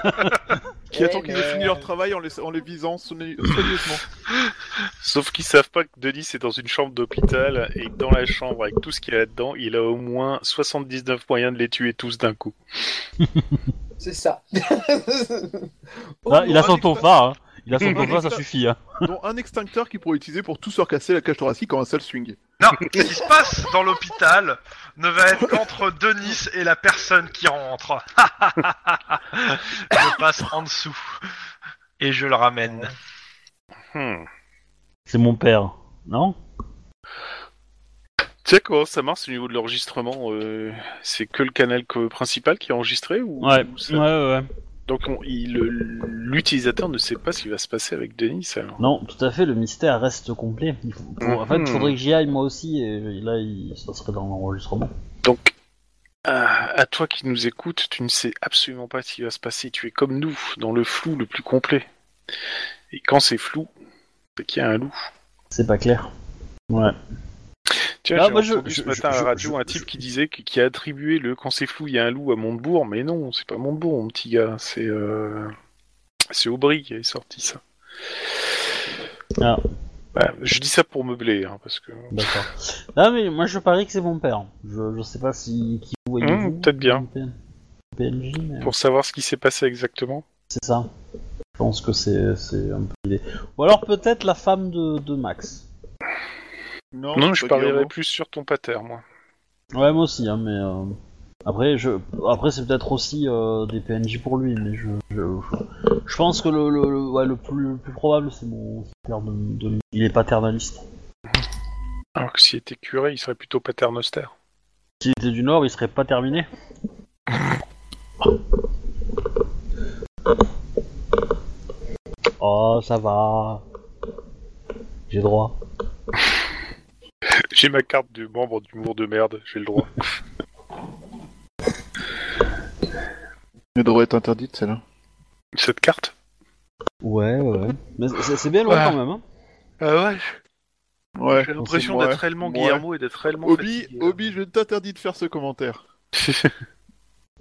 [SPEAKER 3] Qui attend qu'ils
[SPEAKER 4] Eh
[SPEAKER 3] aient fini
[SPEAKER 4] ben.
[SPEAKER 3] leur travail en les, en les visant soigné- soigneusement.
[SPEAKER 2] Sauf qu'ils savent pas que Denis est dans une chambre d'hôpital et que dans la chambre, avec tout ce qu'il y a là-dedans, il a au moins 79 moyens de les tuer tous d'un coup.
[SPEAKER 4] C'est ça.
[SPEAKER 5] Ah, Il a son
[SPEAKER 3] Rick, toi-
[SPEAKER 5] tonfa, hein. Il a son tonfa, ça suffit. hein.
[SPEAKER 3] dont un extincteur qui pourrait utiliser pour tout se recasser la cage thoracique en un seul swing.
[SPEAKER 1] Non, ce qui se passe dans l'hôpital ne va être qu'entre Denis et la personne qui rentre. je passe en dessous et je le ramène.
[SPEAKER 2] Hmm.
[SPEAKER 5] C'est mon père. Non
[SPEAKER 2] Tu sais comment ça marche au niveau de l'enregistrement euh, C'est que le canal co- principal qui est enregistré ou
[SPEAKER 5] Ouais,
[SPEAKER 2] ou
[SPEAKER 5] ouais,
[SPEAKER 2] ça-
[SPEAKER 5] ouais. ouais.
[SPEAKER 2] Donc on- il- le- l'utilisateur ne sait pas ce qui va se passer avec Denis. alors.
[SPEAKER 5] Non, tout à fait, le mystère reste complet. Il faut- faut- En fait, il faudrait que j'y aille moi aussi, et là, il- ça serait dans l'enregistrement.
[SPEAKER 2] Donc à, à toi qui nous écoutes, tu ne sais absolument pas ce qui va se passer. Tu es comme nous, dans le flou le plus complet. Et quand c'est flou, c'est qu'il y a un loup.
[SPEAKER 5] C'est pas clair. Ouais.
[SPEAKER 2] Tiens,
[SPEAKER 5] Ah,
[SPEAKER 2] j'ai
[SPEAKER 5] moi, je-
[SPEAKER 2] entendu ce
[SPEAKER 5] je-
[SPEAKER 2] matin
[SPEAKER 5] je-
[SPEAKER 2] à la
[SPEAKER 5] je-
[SPEAKER 2] radio
[SPEAKER 5] je-
[SPEAKER 2] un type qui disait que- qui a attribué le quand c'est flou, il y a un loup à Montebourg, mais non, c'est pas Montebourg, mon petit gars, c'est euh, c'est Aubry qui avait sorti ça.
[SPEAKER 5] Ah.
[SPEAKER 2] Bah, je dis ça pour meubler, hein, parce que
[SPEAKER 5] D'accord. Non, Ah, mais moi, je parie que c'est mon père. Je, je sais pas si... Qui vous voyez
[SPEAKER 2] Hmm, peut-être bien.
[SPEAKER 5] PNJ, mais
[SPEAKER 2] pour savoir ce qui s'est passé exactement.
[SPEAKER 5] c'est ça. Je pense que c'est c'est un peu l'idée. Ou alors, peut-être la femme de, de Max.
[SPEAKER 2] non, je
[SPEAKER 3] pas
[SPEAKER 2] parierais
[SPEAKER 3] Guillermo.
[SPEAKER 2] plus sur ton pater, moi.
[SPEAKER 5] Ouais, moi aussi, hein, mais... euh, Après, je... Après c'est peut-être aussi euh, des PNJ pour lui, mais je... Je, je- je pense que le, le, le- ouais, le plus, le plus probable, c'est mon c'est père de, de... Il est paternaliste.
[SPEAKER 2] Alors que s'il était curé, il serait plutôt paternostère.
[SPEAKER 5] S'il était du Nord, il serait pas terminé. Oh, ça va. J'ai droit.
[SPEAKER 2] J'ai ma carte de membre d'humour de merde, j'ai le droit.
[SPEAKER 3] Elle devrait être interdite celle-là.
[SPEAKER 2] Cette carte
[SPEAKER 5] Ouais, ouais. Mais c'est c'est bien loin
[SPEAKER 2] Ouais.
[SPEAKER 5] quand même. Hein.
[SPEAKER 2] Ah ouais,
[SPEAKER 3] Ouais.
[SPEAKER 2] j'ai
[SPEAKER 3] l'impression d'être réellement Guillermo
[SPEAKER 2] et d'être hein. réellement
[SPEAKER 3] Obi, Obi, je t'interdis de faire ce commentaire.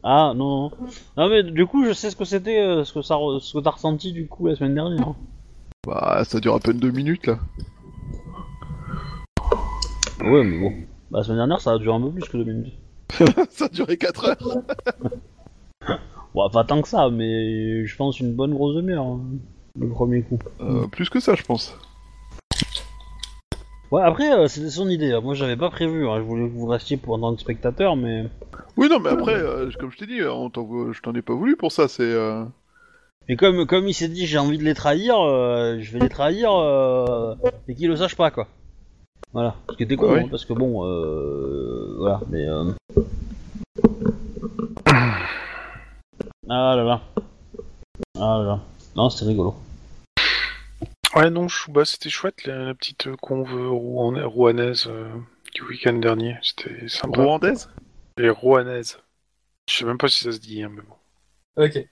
[SPEAKER 5] Ah non, non. Non mais du coup, je sais ce que c'était, euh, ce que ça, re- ce que t'as ressenti du coup la semaine dernière. hein.
[SPEAKER 3] Bah, ça dure à peine deux minutes là.
[SPEAKER 5] Ouais, mais bon. Bah, la semaine dernière, ça a duré un peu plus que deux minutes.
[SPEAKER 3] Ça a duré 4 heures.
[SPEAKER 5] Bon, pas tant que ça, mais je pense une bonne grosse demi-heure. hein, le premier coup.
[SPEAKER 3] Euh, plus que ça, je pense.
[SPEAKER 5] Ouais, après, euh, c'était son idée. hein. Moi, j'avais pas prévu. hein. Je voulais que vous restiez pour en tant que spectateur, mais.
[SPEAKER 3] Oui, non, mais après, euh, comme je t'ai dit, on t'en veut- je t'en ai pas voulu pour ça. C'est. euh,
[SPEAKER 5] Et comme, comme il s'est dit, j'ai envie de les trahir, euh, je vais les trahir euh, et qu'ils le sachent pas, quoi. Voilà. Ce qui était con,
[SPEAKER 3] Ah oui.
[SPEAKER 5] hein, parce que bon, euh, voilà, mais. euh. Ah là là. Ah là là. Non, c'était rigolo.
[SPEAKER 2] Ouais, non, Chouba, c'était chouette, la, la petite euh, conve rouana- rouanaise euh, du week-end dernier. C'était
[SPEAKER 5] Ah, bah.
[SPEAKER 2] sympa.
[SPEAKER 3] Rwandaise
[SPEAKER 2] Les rouanaises. Je sais même pas si ça se dit, hein, mais bon.
[SPEAKER 4] Ok.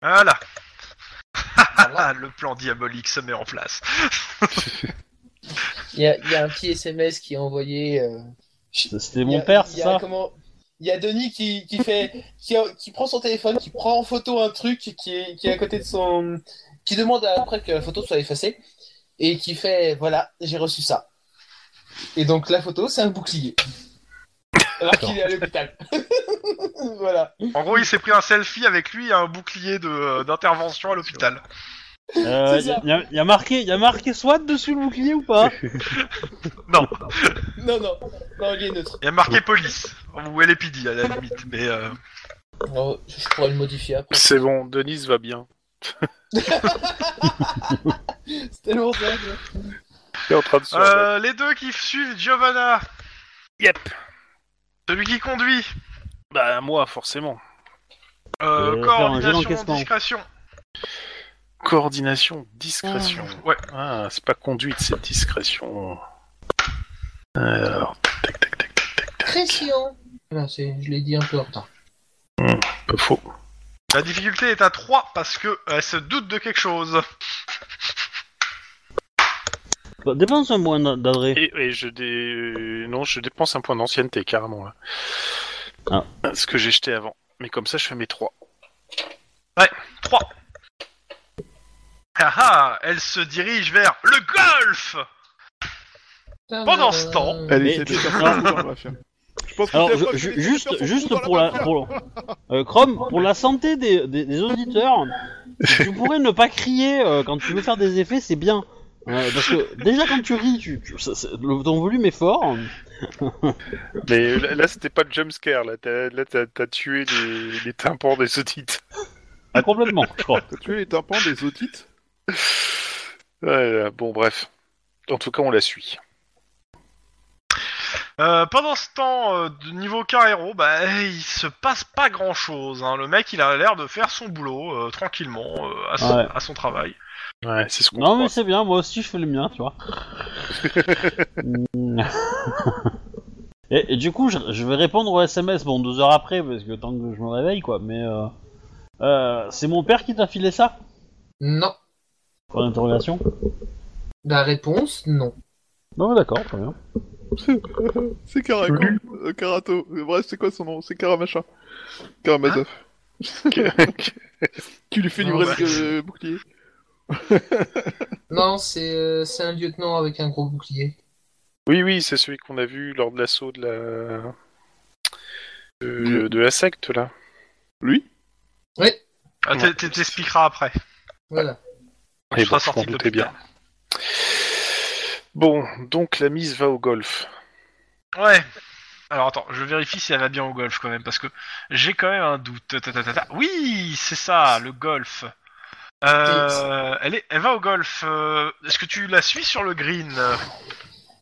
[SPEAKER 1] Voilà. le plan diabolique se met en place.
[SPEAKER 4] Il y, a- il y a un petit SMS qui est envoyé. euh,
[SPEAKER 5] C'était
[SPEAKER 4] il y
[SPEAKER 5] mon
[SPEAKER 4] a-
[SPEAKER 5] père,
[SPEAKER 4] il
[SPEAKER 5] c'est
[SPEAKER 4] y a
[SPEAKER 5] ça
[SPEAKER 4] comment- Il y a Denis qui, qui fait, qui, a- qui prend son téléphone, qui prend en photo un truc qui est, qui est à côté de son, qui demande après que la photo soit effacée et qui fait, voilà, j'ai reçu ça. Et donc la photo, c'est un bouclier. Alors qu'il est à l'hôpital. voilà.
[SPEAKER 1] En gros, il s'est pris un selfie avec lui et un bouclier de, euh, d'intervention à l'hôpital.
[SPEAKER 5] Euh,
[SPEAKER 4] c'est ça.
[SPEAKER 5] y, a- y a marqué, y a marqué SWAT dessus le bouclier ou pas
[SPEAKER 1] Non,
[SPEAKER 4] Non, non, non, il est neutre.
[SPEAKER 1] il y a marqué police ou LAPD à la limite, mais euh,
[SPEAKER 4] Oh, je pourrais le modifier après.
[SPEAKER 2] C'est bon, Denise va bien.
[SPEAKER 4] C'est tellement hein. dingue.
[SPEAKER 2] Elle est en train de se remettre.
[SPEAKER 1] euh, les deux qui suivent Giovanna.
[SPEAKER 2] Yep.
[SPEAKER 1] Celui qui conduit.
[SPEAKER 2] Bah, moi, forcément.
[SPEAKER 1] Euh,
[SPEAKER 5] Euh, faire un jeu
[SPEAKER 1] coordination,
[SPEAKER 5] d'encaissement.
[SPEAKER 1] discrétion.
[SPEAKER 2] Coordination, discrétion.
[SPEAKER 1] Ouais.
[SPEAKER 2] Ah, c'est pas conduite, c'est discrétion. Alors, tac, tac, tac, tac, tac, tac.
[SPEAKER 4] Pression. Non, Ah, c'est, je l'ai dit un peu en retard.
[SPEAKER 2] Pas faux.
[SPEAKER 1] La difficulté est à 3 parce que euh, elle se doute de quelque chose.
[SPEAKER 5] Bah, Dépense un point d'a- d'adresse.
[SPEAKER 2] Et, et je dé... non, je dépense un point d'ancienneté carrément là.
[SPEAKER 5] Ah.
[SPEAKER 2] Ce que j'ai jeté avant. Mais comme ça, je fais mes trois.
[SPEAKER 1] 3. Ah ah, elle se dirige vers le golf. Pendant ce temps,
[SPEAKER 4] Euh,
[SPEAKER 3] Elle
[SPEAKER 5] Mais
[SPEAKER 3] essaie de
[SPEAKER 5] tu-
[SPEAKER 3] faire
[SPEAKER 5] non.
[SPEAKER 3] ça, on va faire. Je pense que
[SPEAKER 5] Alors,
[SPEAKER 3] c'est
[SPEAKER 5] je-
[SPEAKER 3] la preuve
[SPEAKER 5] je-
[SPEAKER 3] que
[SPEAKER 5] juste,
[SPEAKER 3] les
[SPEAKER 5] juste
[SPEAKER 3] personnes
[SPEAKER 5] pour
[SPEAKER 3] sont
[SPEAKER 5] la,
[SPEAKER 3] dans
[SPEAKER 5] pour, euh, Chrome, pour la santé des, des, des auditeurs, si tu pourrais ne pas crier euh, quand tu veux faire des effets, c'est bien. Euh, parce que déjà quand tu ris, tu, tu- ça- ça- le- ton volume est fort.
[SPEAKER 2] Mais là, là, c'était pas le jumpscare. Là, t'as, là, t'as- t'as tué les, les tympans des auditeurs.
[SPEAKER 5] Ah, complètement, je crois.
[SPEAKER 3] T'as tué les tympans des otites
[SPEAKER 2] Ouais, euh, bon, bref. En tout cas, on la suit.
[SPEAKER 1] Euh, pendant ce temps, euh, de niveau Carrero, bah, eh, il se passe pas grand chose. Le mec, il a l'air de faire son boulot euh, tranquillement euh, à, son,
[SPEAKER 5] Ouais.
[SPEAKER 1] à son travail.
[SPEAKER 2] Ouais, c'est ce qu'on.
[SPEAKER 5] Non mais
[SPEAKER 2] croit.
[SPEAKER 5] c'est bien, moi aussi je fais le mien, tu vois. Mm. et, et du coup, je, je vais répondre au SMS, bon, deux heures après, parce que tant que je me réveille, quoi. Mais euh, euh, c'est mon père qui t'a filé ça
[SPEAKER 4] Non.
[SPEAKER 5] Pour l'interrogation
[SPEAKER 4] La réponse, non.
[SPEAKER 5] Non, d'accord, très bien.
[SPEAKER 3] C'est Caraco. euh, Carato. Euh, Bref, c'est quoi son nom C'est Karamacha. Karamazov.
[SPEAKER 5] Ah.
[SPEAKER 3] tu lui fais
[SPEAKER 4] Non,
[SPEAKER 3] livrer
[SPEAKER 1] bah,
[SPEAKER 3] le euh, bouclier.
[SPEAKER 4] Non, c'est euh, c'est un lieutenant avec un gros bouclier.
[SPEAKER 2] Oui, oui, c'est celui qu'on a vu lors de l'assaut de la
[SPEAKER 5] Euh,
[SPEAKER 2] de, de la secte là.
[SPEAKER 3] Lui
[SPEAKER 1] Euh, t'es- t'es- T'expliqueras après.
[SPEAKER 4] Voilà.
[SPEAKER 1] Je serai
[SPEAKER 2] bon,
[SPEAKER 1] sorti
[SPEAKER 2] m'en
[SPEAKER 1] de
[SPEAKER 2] doutais bien. Bon, donc la mise va au golf.
[SPEAKER 1] Ouais. Alors attends, je vérifie si elle va bien au golf quand même, parce que j'ai quand même un doute. Ta, ta, ta, ta, ta. Oui, c'est ça, le golf. Euh, elle, est, elle va au golf. Euh, Est-ce que tu la suis sur le green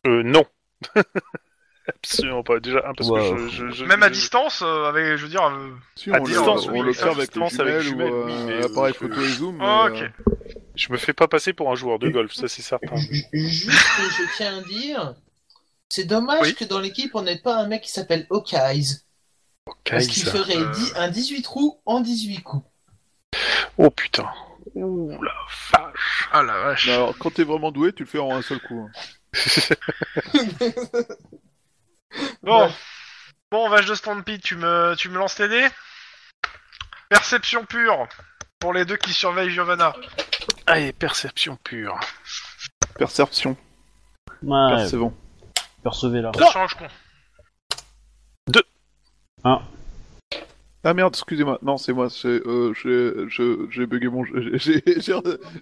[SPEAKER 2] Euh, non. Absolument pas. Déjà, un, parce
[SPEAKER 5] Wow.
[SPEAKER 2] que je, je- je-
[SPEAKER 1] Même à
[SPEAKER 2] je-
[SPEAKER 1] distance, euh, avec, je veux dire. euh,
[SPEAKER 3] si,
[SPEAKER 2] À
[SPEAKER 3] on le-
[SPEAKER 1] distance,
[SPEAKER 3] on
[SPEAKER 1] oui,
[SPEAKER 3] le
[SPEAKER 1] à
[SPEAKER 3] fait avec les
[SPEAKER 2] distance, avec
[SPEAKER 3] jumelles ou
[SPEAKER 2] jumelles, oui,
[SPEAKER 3] euh,
[SPEAKER 2] mais, euh,
[SPEAKER 3] appareil
[SPEAKER 2] je- Ah,
[SPEAKER 3] photo et zoom. mais,
[SPEAKER 1] Ok.
[SPEAKER 3] euh,
[SPEAKER 2] Je me fais pas passer pour un joueur de golf, ça c'est certain.
[SPEAKER 4] Ju- Juste que je tiens à dire, c'est dommage
[SPEAKER 1] Oui.
[SPEAKER 4] que dans l'équipe, on n'ait pas un mec qui s'appelle Hawkeyes. Parce qu'il
[SPEAKER 2] Kaiser.
[SPEAKER 4] ferait
[SPEAKER 1] Euh.
[SPEAKER 4] dix- un 18 trous en 18 coups.
[SPEAKER 2] Oh putain. Ouh la vache.
[SPEAKER 1] Ah la vache.
[SPEAKER 3] mais alors, quand t'es vraiment doué, tu le fais en un seul coup. hein.
[SPEAKER 1] Bon,
[SPEAKER 4] Ouais.
[SPEAKER 1] bon vache de Stampede, tu me, tu me lances tes dés Perception pure pour les deux qui surveillent Giovanna.
[SPEAKER 2] Allez, perception pure.
[SPEAKER 3] Perception.
[SPEAKER 5] Ouais.
[SPEAKER 3] Percevant.
[SPEAKER 5] percevez là.
[SPEAKER 1] Ça change con.
[SPEAKER 3] Ah merde, excusez-moi. Non, c'est moi. c'est, euh, J'ai je- j'ai bugué mon. jeu. J'ai- j'ai- j'ai-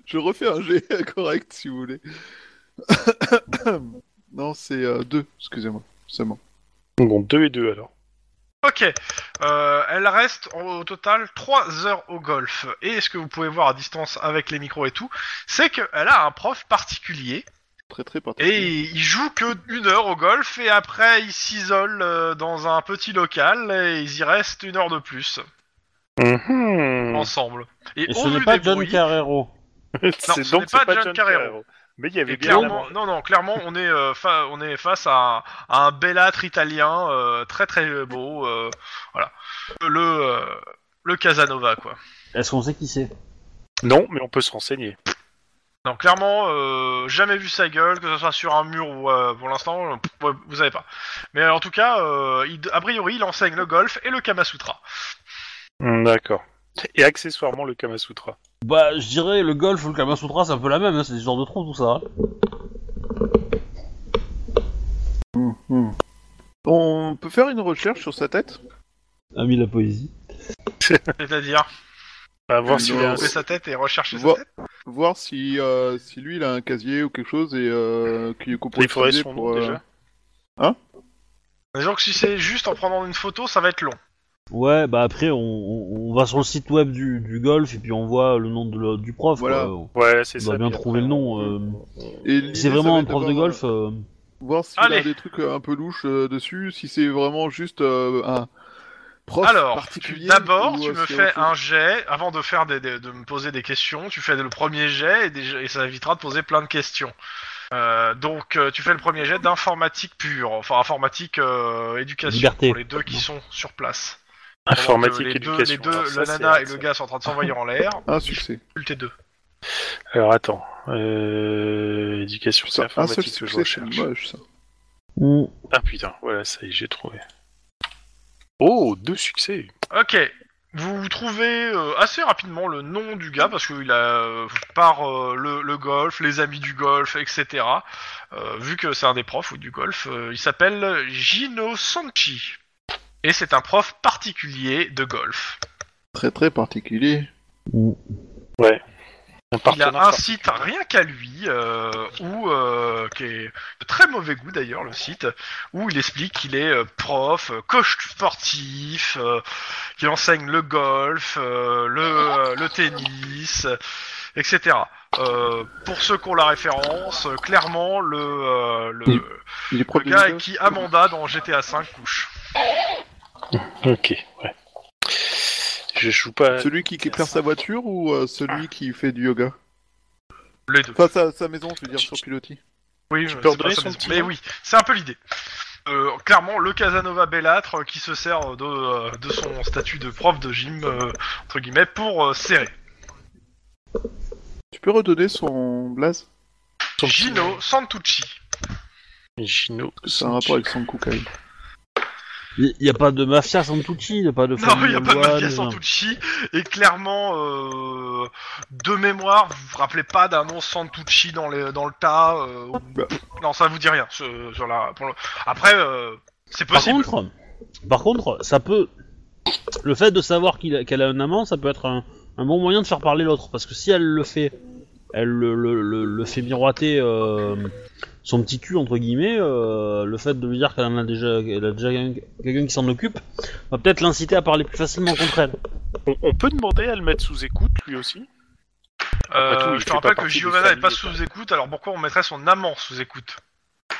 [SPEAKER 3] Je refais un G correct si vous voulez. non, c'est 2. Excusez-moi. C'est bon.
[SPEAKER 2] Bon, 2 et 2 alors.
[SPEAKER 1] Ok, Euh, elle reste en- au total 3 heures au golf. Et ce que vous pouvez voir à distance avec les micros et tout, c'est qu'elle a un prof particulier
[SPEAKER 3] Très très
[SPEAKER 1] et
[SPEAKER 3] particulier.
[SPEAKER 1] il joue que une heure au golf et après il s'isole euh, dans un petit local et ils y restent une heure de plus
[SPEAKER 2] Mhm.
[SPEAKER 1] ensemble. Et,
[SPEAKER 5] Mmh. Et
[SPEAKER 1] au
[SPEAKER 5] ce n'est
[SPEAKER 1] vu
[SPEAKER 5] pas
[SPEAKER 1] des
[SPEAKER 5] John
[SPEAKER 1] bruits-
[SPEAKER 5] Carrero.
[SPEAKER 1] Non, ce
[SPEAKER 2] C'est donc
[SPEAKER 1] n'est pas
[SPEAKER 2] c'est pas
[SPEAKER 1] John
[SPEAKER 2] John
[SPEAKER 1] Carrero.
[SPEAKER 2] Carrero. Mais il y avait
[SPEAKER 1] Et
[SPEAKER 2] bien.
[SPEAKER 1] clairement, non, non, clairement, on est, euh, fa- on est face à un, à un bellâtre italien euh, très très beau, euh, voilà, le euh, le Casanova quoi.
[SPEAKER 5] Est-ce qu'on sait qui c'est
[SPEAKER 2] Non, mais on peut se renseigner.
[SPEAKER 1] Non, clairement, euh, jamais vu sa gueule, que ce soit sur un mur ou euh, pour l'instant, euh, pff, ouais, vous savez pas. Mais euh, en tout cas, euh, il- a priori, il enseigne le golf et le Kamasutra.
[SPEAKER 2] Hmm, D'accord. Et accessoirement le Kama Sutra.
[SPEAKER 5] Bah, je dirais le golf ou le Kamasutra, c'est un peu la même, hein, c'est des genres de trous tout ça. hein.
[SPEAKER 3] Hum, hum. On peut faire une recherche sur sa tête
[SPEAKER 5] Ami de Ah la poésie.
[SPEAKER 1] C'est-à-dire,
[SPEAKER 2] À voir si
[SPEAKER 3] Non.
[SPEAKER 2] il y a un-
[SPEAKER 1] couper sa tête et rechercher sa
[SPEAKER 3] Vo-
[SPEAKER 1] tête.
[SPEAKER 3] Voir si, euh, si lui il a un casier ou quelque chose et euh, qu'il qu'on pourrait
[SPEAKER 2] il faudrait
[SPEAKER 3] utiliser
[SPEAKER 2] son nom
[SPEAKER 3] pour, euh,
[SPEAKER 2] déjà.
[SPEAKER 1] Disons que si c'est juste en prenant une photo, ça va être long.
[SPEAKER 5] Ouais, bah après, on, on- on va sur le site web du, du golf et puis on voit le nom de le- du prof.
[SPEAKER 3] Voilà.
[SPEAKER 5] quoi.
[SPEAKER 2] Ouais, c'est
[SPEAKER 5] On
[SPEAKER 2] ça.
[SPEAKER 5] doit bien
[SPEAKER 2] puis
[SPEAKER 5] trouver
[SPEAKER 2] après,
[SPEAKER 5] le nom.
[SPEAKER 2] on-
[SPEAKER 5] euh.
[SPEAKER 3] et
[SPEAKER 5] Si
[SPEAKER 3] l'idée,
[SPEAKER 5] c'est
[SPEAKER 3] ça
[SPEAKER 5] vraiment
[SPEAKER 3] va
[SPEAKER 5] un
[SPEAKER 3] être
[SPEAKER 5] prof de
[SPEAKER 3] d'avoir,
[SPEAKER 5] golf. euh,
[SPEAKER 3] Voir s'il a
[SPEAKER 1] Allez.
[SPEAKER 3] des trucs euh, un peu louches euh, dessus, si c'est vraiment juste euh, un prof
[SPEAKER 1] Alors, tu-
[SPEAKER 3] particulier.
[SPEAKER 1] d'abord,
[SPEAKER 3] ou,
[SPEAKER 1] tu
[SPEAKER 3] euh,
[SPEAKER 1] me
[SPEAKER 3] c'est
[SPEAKER 1] fais
[SPEAKER 3] autre chose.
[SPEAKER 1] un jet, avant de faire des, des- de me poser des questions, tu fais le premier jet et, des- et ça évitera de poser plein de questions. Euh, donc, euh, tu fais le premier jet d'informatique pure, enfin informatique euh, éducation
[SPEAKER 5] Liberté.
[SPEAKER 1] pour les deux qui sont sur place.
[SPEAKER 2] Ah, Informatique,
[SPEAKER 1] Donc, euh, les deux,
[SPEAKER 2] éducation.
[SPEAKER 1] les deux,
[SPEAKER 2] Alors, ça,
[SPEAKER 1] le
[SPEAKER 2] c'est
[SPEAKER 1] nana
[SPEAKER 2] hard,
[SPEAKER 1] et le
[SPEAKER 2] ça.
[SPEAKER 1] gars sont en train de s'envoyer en l'air.
[SPEAKER 3] Un succès.
[SPEAKER 1] Tes deux.
[SPEAKER 2] Alors attends. Euh... Éducation, c'est
[SPEAKER 3] Putain, un seul
[SPEAKER 2] informatique que je
[SPEAKER 3] succès, c'est
[SPEAKER 2] recherche.
[SPEAKER 3] moche ça.
[SPEAKER 5] mm.
[SPEAKER 2] Ah putain, voilà, ça y est, j'ai trouvé. Oh, deux succès.
[SPEAKER 1] Ok. Vous trouvez euh, assez rapidement le nom du gars parce qu'il a euh, par euh, le, le golf, les amis du golf, etc. Euh, vu que c'est un des profs ou du golf, euh, il s'appelle Gino Sanchi et c'est un prof particulier de golf.
[SPEAKER 3] Très très particulier.
[SPEAKER 2] Un
[SPEAKER 1] Il a
[SPEAKER 2] partenaire
[SPEAKER 1] un
[SPEAKER 2] par-
[SPEAKER 1] site rien qu'à lui, euh, où, euh, qui est de très mauvais goût d'ailleurs, le site, où il explique qu'il est euh, prof, euh, coach sportif, euh, qu'il enseigne le golf, euh, le, euh, le tennis, euh, etc. Euh, pour ceux qui ont la référence, euh, clairement, le, euh, le,
[SPEAKER 3] Il-
[SPEAKER 1] le
[SPEAKER 3] Il est prof de
[SPEAKER 1] gars
[SPEAKER 3] Windows.
[SPEAKER 1] qui Amanda dans GTA V couche.
[SPEAKER 2] Ok, ouais. Je joue pas.
[SPEAKER 3] Celui qui éclaire sa voiture ou euh, celui qui fait du yoga
[SPEAKER 1] Les deux.
[SPEAKER 3] Enfin, sa, sa maison, je veux dire, sur pilotis.
[SPEAKER 1] Oui,
[SPEAKER 2] Tu
[SPEAKER 1] mais
[SPEAKER 2] peux
[SPEAKER 1] c'est pas
[SPEAKER 2] redonner
[SPEAKER 1] ça,
[SPEAKER 2] son
[SPEAKER 1] mais-
[SPEAKER 2] petit
[SPEAKER 1] Mais
[SPEAKER 2] nom
[SPEAKER 1] oui, c'est un peu l'idée. Euh, clairement, le Casanova Bellâtre euh, qui se sert de, euh, de son statut de prof de gym, euh, entre guillemets, pour euh, serrer.
[SPEAKER 3] Tu peux redonner son blaze
[SPEAKER 2] Son petit
[SPEAKER 1] Gino Santucci.
[SPEAKER 2] Gino.
[SPEAKER 3] C'est un rapport avec son Kukai.
[SPEAKER 5] Il n'y a pas de mafia Santucci, il n'y a pas de
[SPEAKER 1] Non,
[SPEAKER 5] famille
[SPEAKER 1] il n'y a pas de
[SPEAKER 5] Lohan,
[SPEAKER 1] mafia
[SPEAKER 5] euh,
[SPEAKER 1] Santucci. Et clairement, euh, de mémoire, vous vous rappelez pas d'un nom Santucci dans, les, dans le tas. euh, ou-
[SPEAKER 3] Bah.
[SPEAKER 1] Non, ça vous dit rien. ce- sur la, pour le- Après, euh, c'est
[SPEAKER 5] Par
[SPEAKER 1] possible.
[SPEAKER 5] contre, par contre, ça peut. Le fait de savoir qu'il a- qu'elle a un amant, ça peut être un, un bon moyen de faire parler l'autre. Parce que si elle le fait, elle le, le- le- le fait miroiter euh, son petit cul, entre guillemets, euh, le fait de lui dire qu'elle en a déjà, qu'elle a déjà quelqu'un quelqu'un qui s'en occupe, va peut-être l'inciter à parler plus facilement contre elle.
[SPEAKER 2] On, on peut demander à le mettre sous écoute, lui aussi
[SPEAKER 1] Euh,
[SPEAKER 2] Après tout, il
[SPEAKER 1] je
[SPEAKER 2] fait
[SPEAKER 1] te
[SPEAKER 2] pas
[SPEAKER 1] rappelle que
[SPEAKER 2] partie des
[SPEAKER 1] Giovanna n'est pas
[SPEAKER 2] familles,
[SPEAKER 1] sous écoute, alors pourquoi on mettrait son amant sous écoute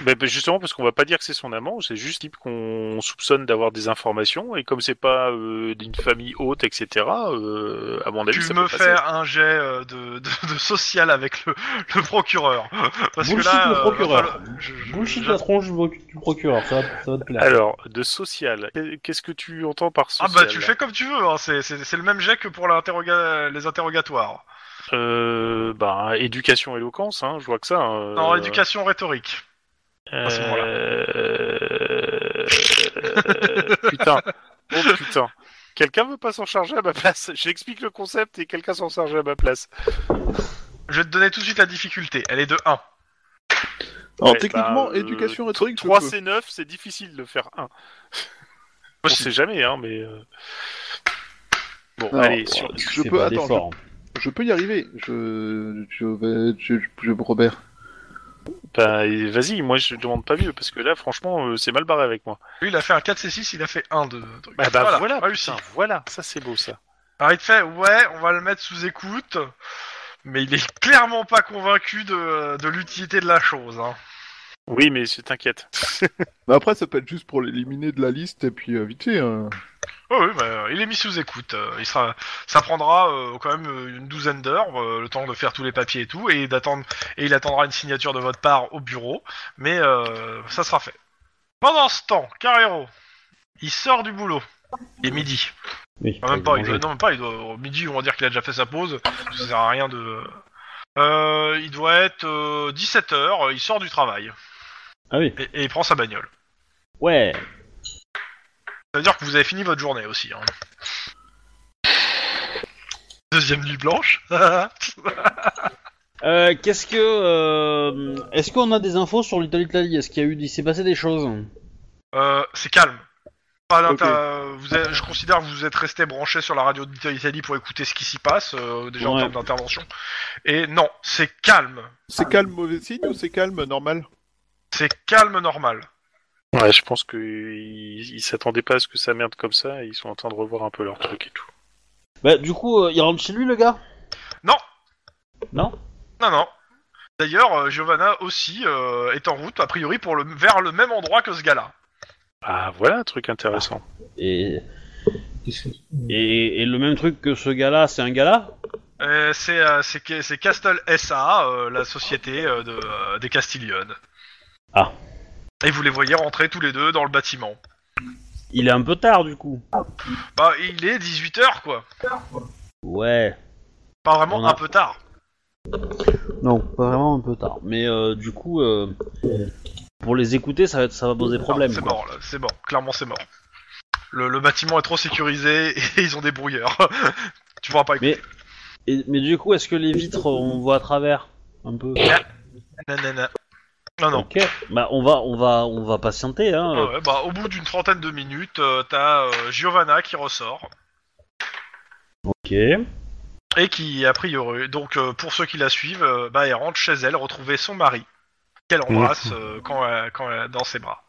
[SPEAKER 2] Bah, bah, Justement, parce qu'on va pas dire que c'est son amant, c'est juste type qu'on soupçonne d'avoir des informations, et comme c'est pas euh, d'une famille haute, etc., euh, à mon avis,
[SPEAKER 1] Tu
[SPEAKER 2] ça
[SPEAKER 1] me
[SPEAKER 2] peut
[SPEAKER 1] fais un jet euh, de, de- de social avec le, le procureur. Parce
[SPEAKER 5] Bullshit
[SPEAKER 1] que là,
[SPEAKER 5] le
[SPEAKER 1] euh,
[SPEAKER 5] procureur.
[SPEAKER 1] enfin, le- je- je-
[SPEAKER 5] Bullshit
[SPEAKER 1] je-
[SPEAKER 5] la tronche du, du procureur, ça va, ça va te plaire.
[SPEAKER 2] passer. Alors, de social, qu'est-ce que tu entends par
[SPEAKER 1] Ah bah
[SPEAKER 2] social
[SPEAKER 1] tu fais comme tu veux, hein, c'est, c'est- c'est le même jet que pour l'interroga- les interrogatoires.
[SPEAKER 2] Euh, bah, éducation, éloquence, hein, je vois que ça. hein,
[SPEAKER 1] Non,
[SPEAKER 2] euh,
[SPEAKER 1] éducation rhétorique. à ce moment-là.
[SPEAKER 2] Euh, putain. Oh putain. Quelqu'un veut pas s'en charger à ma place. J'explique le concept et quelqu'un s'en charge à ma place.
[SPEAKER 1] Je vais te donner tout de suite la difficulté, elle est de 1.
[SPEAKER 3] Alors
[SPEAKER 2] Ouais,
[SPEAKER 3] techniquement,
[SPEAKER 2] bah, euh,
[SPEAKER 3] éducation rhétorique, je
[SPEAKER 2] 3
[SPEAKER 3] peux.
[SPEAKER 2] C9, c'est difficile de faire 1. On
[SPEAKER 1] Possible.
[SPEAKER 2] sait jamais, hein, mais. euh, Bon,
[SPEAKER 3] Non,
[SPEAKER 2] allez,
[SPEAKER 3] bon,
[SPEAKER 2] sur...
[SPEAKER 3] je
[SPEAKER 5] Fais
[SPEAKER 3] peux,
[SPEAKER 5] pas
[SPEAKER 3] attends,
[SPEAKER 5] d'efforts.
[SPEAKER 3] je peux y arriver. Je, je vais, je, je- Robert.
[SPEAKER 2] bah, et vas-y, moi je demande pas mieux, parce que là, franchement, euh, c'est mal barré avec moi.
[SPEAKER 1] Lui, il a fait un 4C6, il a fait un de truc.
[SPEAKER 2] Bah, bah, voilà,
[SPEAKER 1] réussi.
[SPEAKER 2] putain, voilà, ça c'est beau ça.
[SPEAKER 1] Alors, il te fait, ouais, on va le mettre sous écoute, mais il est clairement pas convaincu de, de l'utilité de la chose. Hein.
[SPEAKER 2] Oui, mais c'est- t'inquiète.
[SPEAKER 3] Mais après, ça peut être juste pour l'éliminer de la liste et puis euh, vite fait. euh.
[SPEAKER 1] Oui, oui, bah, euh, il est mis sous écoute. euh, il sera, ça prendra euh, quand même euh, une douzaine d'heures, euh, le temps de faire tous les papiers et tout, et d'attendre, et il attendra une signature de votre part au bureau, mais euh, ça sera fait. Pendant ce temps, Carrero, il sort du boulot. Il est midi.
[SPEAKER 5] hein. Oui,
[SPEAKER 1] Enfin, même pas, il
[SPEAKER 5] manger.
[SPEAKER 1] doit, non, même pas, il doit, au midi, on va dire qu'il a déjà fait sa pause, ça sert à rien de. Euh, il doit être euh, 17h, il sort du travail
[SPEAKER 5] Ah oui.
[SPEAKER 1] et, et il prend sa bagnole.
[SPEAKER 5] Ouais.
[SPEAKER 1] Ça veut dire que vous avez fini votre journée aussi. Hein. Deuxième nuit blanche.
[SPEAKER 5] Euh, Qu'est-ce que. euh, Est-ce qu'on a des infos sur l'Italie-Italie Est-ce qu'il y a eu. Il s'est passé des choses
[SPEAKER 1] Euh, c'est calme. Pas
[SPEAKER 3] Ok.
[SPEAKER 1] d'inter- vous êtes- je considère que vous êtes resté branché sur la radio d'Italie pour écouter ce qui s'y passe, euh, déjà en
[SPEAKER 5] Ouais.
[SPEAKER 1] termes d'intervention. Et non, c'est calme.
[SPEAKER 3] C'est calme mauvais signe ou c'est calme normal
[SPEAKER 1] C'est calme normal.
[SPEAKER 2] Ouais, je pense que ils ils s'attendaient pas à ce que ça merde comme ça, et ils sont en train de revoir un peu leur truc et tout.
[SPEAKER 5] Bah, du coup, euh, il rentre chez lui, le gars
[SPEAKER 1] Non.
[SPEAKER 5] Non
[SPEAKER 1] Non, non. D'ailleurs, euh, Giovanna aussi euh, est en route, a priori, pour le, vers le même endroit que ce gars-là.
[SPEAKER 2] Ah, voilà un truc intéressant.
[SPEAKER 5] et,
[SPEAKER 4] Qu'est-ce que-
[SPEAKER 5] et, et le même truc que ce gars-là, c'est un gars-là
[SPEAKER 1] Euh, C'est euh, c'est que- c'est Castle SA, euh, la société euh, de, euh, des Castillonnes.
[SPEAKER 5] Ah.
[SPEAKER 1] Et vous les voyez rentrer tous les deux dans le bâtiment.
[SPEAKER 5] Il est un peu tard, du coup.
[SPEAKER 1] Bah, il est 18h, quoi.
[SPEAKER 5] Ouais.
[SPEAKER 1] Pas vraiment
[SPEAKER 5] On a-
[SPEAKER 1] un peu tard.
[SPEAKER 5] Non, pas vraiment un peu tard. Mais euh, du coup, euh, pour les écouter, ça va, être- ça va poser problème.
[SPEAKER 1] Non, C'est
[SPEAKER 5] quoi.
[SPEAKER 1] mort, là. C'est mort. Clairement, c'est mort. Le, le bâtiment est trop sécurisé et ils ont des brouilleurs. tu pourras pas écouter.
[SPEAKER 5] Mais, et- mais du coup, est-ce que les vitres, on voit à travers Un peu
[SPEAKER 1] Nanana. Non, non.
[SPEAKER 5] Ok. Bah, on va, on va, on va patienter, hein.
[SPEAKER 1] Ah ouais, bah, au bout d'une trentaine de minutes, euh, t'as euh, Giovanna qui ressort
[SPEAKER 5] Ok.
[SPEAKER 1] et qui, a priori, donc euh, pour ceux qui la suivent, euh, bah, elle rentre chez elle retrouver son mari qu'elle
[SPEAKER 5] Mm.
[SPEAKER 1] embrasse euh, quand, elle, quand elle- dans ses bras.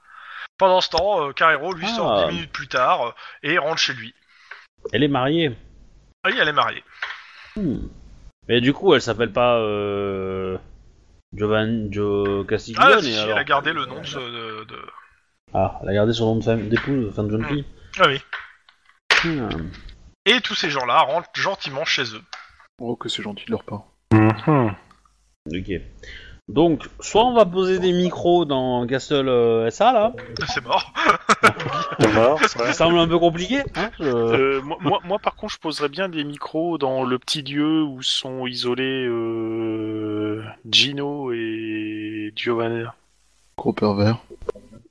[SPEAKER 1] Pendant ce temps, euh, Carrero lui sort
[SPEAKER 5] Ah.
[SPEAKER 1] 10 minutes plus tard euh, et rentre chez lui.
[SPEAKER 5] Elle est mariée.
[SPEAKER 1] Oui, elle est mariée.
[SPEAKER 5] Hmm. Mais du coup, elle s'appelle pas euh, Giovanni Gio
[SPEAKER 1] Ah,
[SPEAKER 5] Castiglione.
[SPEAKER 1] si, si,
[SPEAKER 5] alors. Euh.
[SPEAKER 1] elle a gardé le nom de. ce- de- de-
[SPEAKER 5] Ah, elle a gardé son nom de femme d'épouse, enfin de jeune fille.
[SPEAKER 1] Ah oui.
[SPEAKER 5] Hmm.
[SPEAKER 1] Et tous ces gens-là rentrent gentiment chez eux.
[SPEAKER 3] Oh, que c'est gentil de leur part.
[SPEAKER 5] Ok. Donc, soit on va poser des micros dans Castle euh, SA là,
[SPEAKER 1] C'est mort.
[SPEAKER 5] ça semble un peu compliqué. Hein euh,
[SPEAKER 2] Euh, moi, moi, moi, par contre, je poserais bien des micros dans le petit lieu où sont isolés euh, Gino et Giovanna.
[SPEAKER 3] Gros pervers.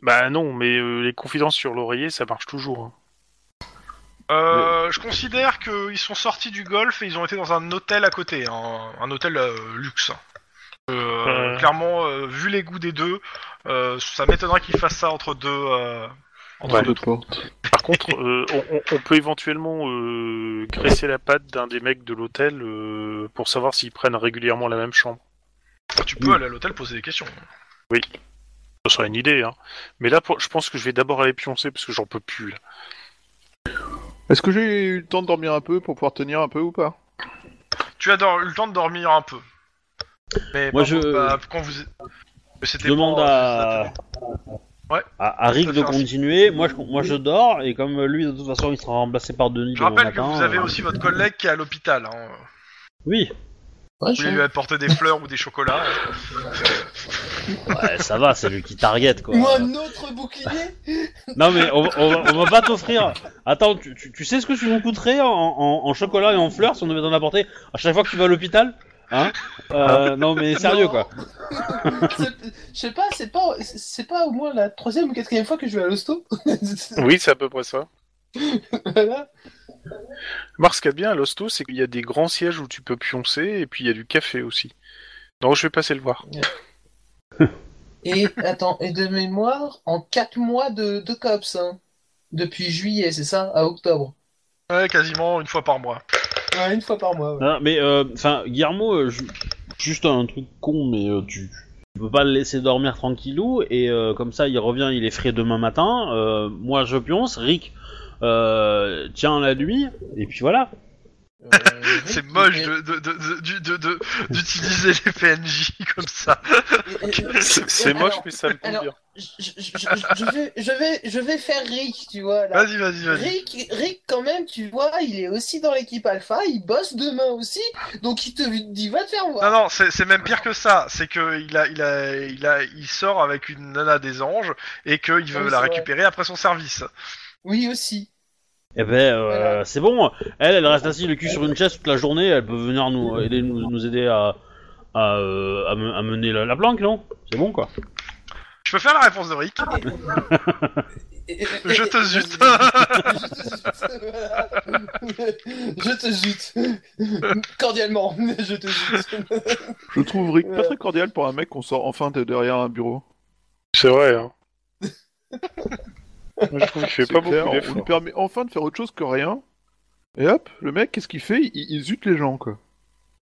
[SPEAKER 2] Bah non, mais euh, les confidences sur l'oreiller, ça marche toujours. hein.
[SPEAKER 1] Euh, je considère qu'ils sont sortis du golf et ils ont été dans un hôtel à côté, un, un hôtel euh, luxe. Euh,
[SPEAKER 2] Euh.
[SPEAKER 1] Clairement, euh, vu les goûts des deux, euh, ça m'étonnerait qu'ils fassent ça entre deux. euh, entre
[SPEAKER 3] Entre
[SPEAKER 1] deux.
[SPEAKER 3] deux portes.
[SPEAKER 2] Par contre, euh, on, on- on peut éventuellement euh, graisser la patte d'un des mecs de l'hôtel euh, pour savoir s'ils prennent régulièrement la même chambre.
[SPEAKER 1] Tu peux aller à l'hôtel poser des questions.
[SPEAKER 2] Ce serait une idée, hein. Mais là, pour- je pense que je vais d'abord aller pioncer parce que j'en peux plus. Là.
[SPEAKER 3] Est-ce que j'ai eu le temps de dormir un peu pour pouvoir tenir un peu ou pas
[SPEAKER 1] Tu as dor- eu le temps de dormir un peu. Mais
[SPEAKER 5] Moi,
[SPEAKER 1] par
[SPEAKER 5] je-
[SPEAKER 1] contre, bah, quand vous.
[SPEAKER 5] Je
[SPEAKER 1] C'était
[SPEAKER 5] demande
[SPEAKER 1] pour, euh,
[SPEAKER 5] à...
[SPEAKER 1] Ouais.
[SPEAKER 5] à, à Rick
[SPEAKER 1] Je
[SPEAKER 5] de
[SPEAKER 1] peux faire un-
[SPEAKER 5] continuer. Moi je, moi, je dors et comme euh, lui, de toute façon, il sera remplacé par Denis
[SPEAKER 1] Je
[SPEAKER 5] demain
[SPEAKER 1] rappelle que
[SPEAKER 5] matin,
[SPEAKER 1] vous avez
[SPEAKER 5] euh,
[SPEAKER 1] aussi votre collègue qui est à l'hôpital. Hein.
[SPEAKER 5] Oui.
[SPEAKER 4] Ouais,
[SPEAKER 1] Vous
[SPEAKER 4] je
[SPEAKER 1] lui apporter des fleurs ou des chocolats. hein.
[SPEAKER 5] Ouais, ça va, c'est lui qui target quoi.
[SPEAKER 4] Ou un autre bouclier
[SPEAKER 5] Non mais on, va- on va- on va pas t'offrir. Attends, tu, tu- tu sais ce que tu nous coûterais en, en- en chocolat et en fleurs si on devait t'en apporter à chaque fois que tu vas à l'hôpital Hein Euh, Non mais sérieux
[SPEAKER 4] Non.
[SPEAKER 5] quoi.
[SPEAKER 4] C'est- Je sais pas, c'est pas, c'est pas au moins la troisième ou quatrième fois que je vais à l'hosto.
[SPEAKER 2] Oui, c'est à peu près ça.
[SPEAKER 4] Voilà.
[SPEAKER 2] Mars, ce qu'il y a de bien à l'hosto, c'est qu'il y a des grands sièges où tu peux pioncer et puis il y a du café aussi. Donc je vais passer le voir.
[SPEAKER 4] Et attends, et de mémoire, en 4 mois de, de COPS, hein. depuis juillet, c'est ça, à octobre.
[SPEAKER 1] Ouais, quasiment une fois par mois.
[SPEAKER 4] Ouais, une fois par mois. ouais.
[SPEAKER 5] Non, Hein, mais enfin, Guillermo, euh, ju- juste un truc con, mais euh, tu, tu peux pas le laisser dormir tranquillou et euh, comme ça il revient, il est frais demain matin. Euh, moi je pionce, Rick euh, tient la nuit et puis voilà.
[SPEAKER 4] Euh,
[SPEAKER 1] C'est
[SPEAKER 4] oui,
[SPEAKER 1] moche
[SPEAKER 4] et-
[SPEAKER 1] de- de- de- de- de- de- d'utiliser les PNJ comme ça.
[SPEAKER 4] et- et- et-
[SPEAKER 2] C'est c'est
[SPEAKER 4] et-
[SPEAKER 2] moche,
[SPEAKER 4] alors,
[SPEAKER 2] mais ça me plaît
[SPEAKER 4] alors-
[SPEAKER 2] bien.
[SPEAKER 4] je, je- je- je vais, je, vais, je vais faire Rick, tu vois. Là.
[SPEAKER 1] Vas-y, vas-y, vas-y.
[SPEAKER 4] Rick, Rick, quand même, tu vois, il est aussi dans l'équipe Alpha, il bosse demain aussi, donc il te dit va te faire
[SPEAKER 1] Non,
[SPEAKER 4] voir.
[SPEAKER 1] non, c'est c'est même pire que ça. C'est que il a, il a, il a, il sort avec une nana des anges et qu'il veut
[SPEAKER 4] Oui,
[SPEAKER 1] la
[SPEAKER 4] c'est vrai.
[SPEAKER 1] récupérer après son service.
[SPEAKER 4] Oui, aussi.
[SPEAKER 5] Et ben euh,
[SPEAKER 4] Voilà.
[SPEAKER 5] c'est bon. Elle, elle reste assise le cul sur une chaise toute la journée. Elle peut venir nous aider, nous, nous aider à à, euh, à me- à mener la, la planque, non C'est bon quoi.
[SPEAKER 1] Je peux faire la réponse de Rick
[SPEAKER 4] Et- et-
[SPEAKER 1] Je
[SPEAKER 4] et-
[SPEAKER 1] te zute.
[SPEAKER 4] Je te zute. Cordialement, je te zute.
[SPEAKER 3] Je trouve Rick
[SPEAKER 4] Ouais.
[SPEAKER 3] pas très cordial pour un mec qu'on sort enfin de derrière un bureau.
[SPEAKER 2] C'est vrai, hein. Moi, je trouve qu'il fait
[SPEAKER 3] C'est
[SPEAKER 2] pas
[SPEAKER 3] clair,
[SPEAKER 2] beaucoup
[SPEAKER 3] On lui
[SPEAKER 2] d'efforts.
[SPEAKER 3] permet enfin de faire autre chose que rien. Et hop, le mec, qu'est-ce qu'il fait il, il zute les gens, quoi.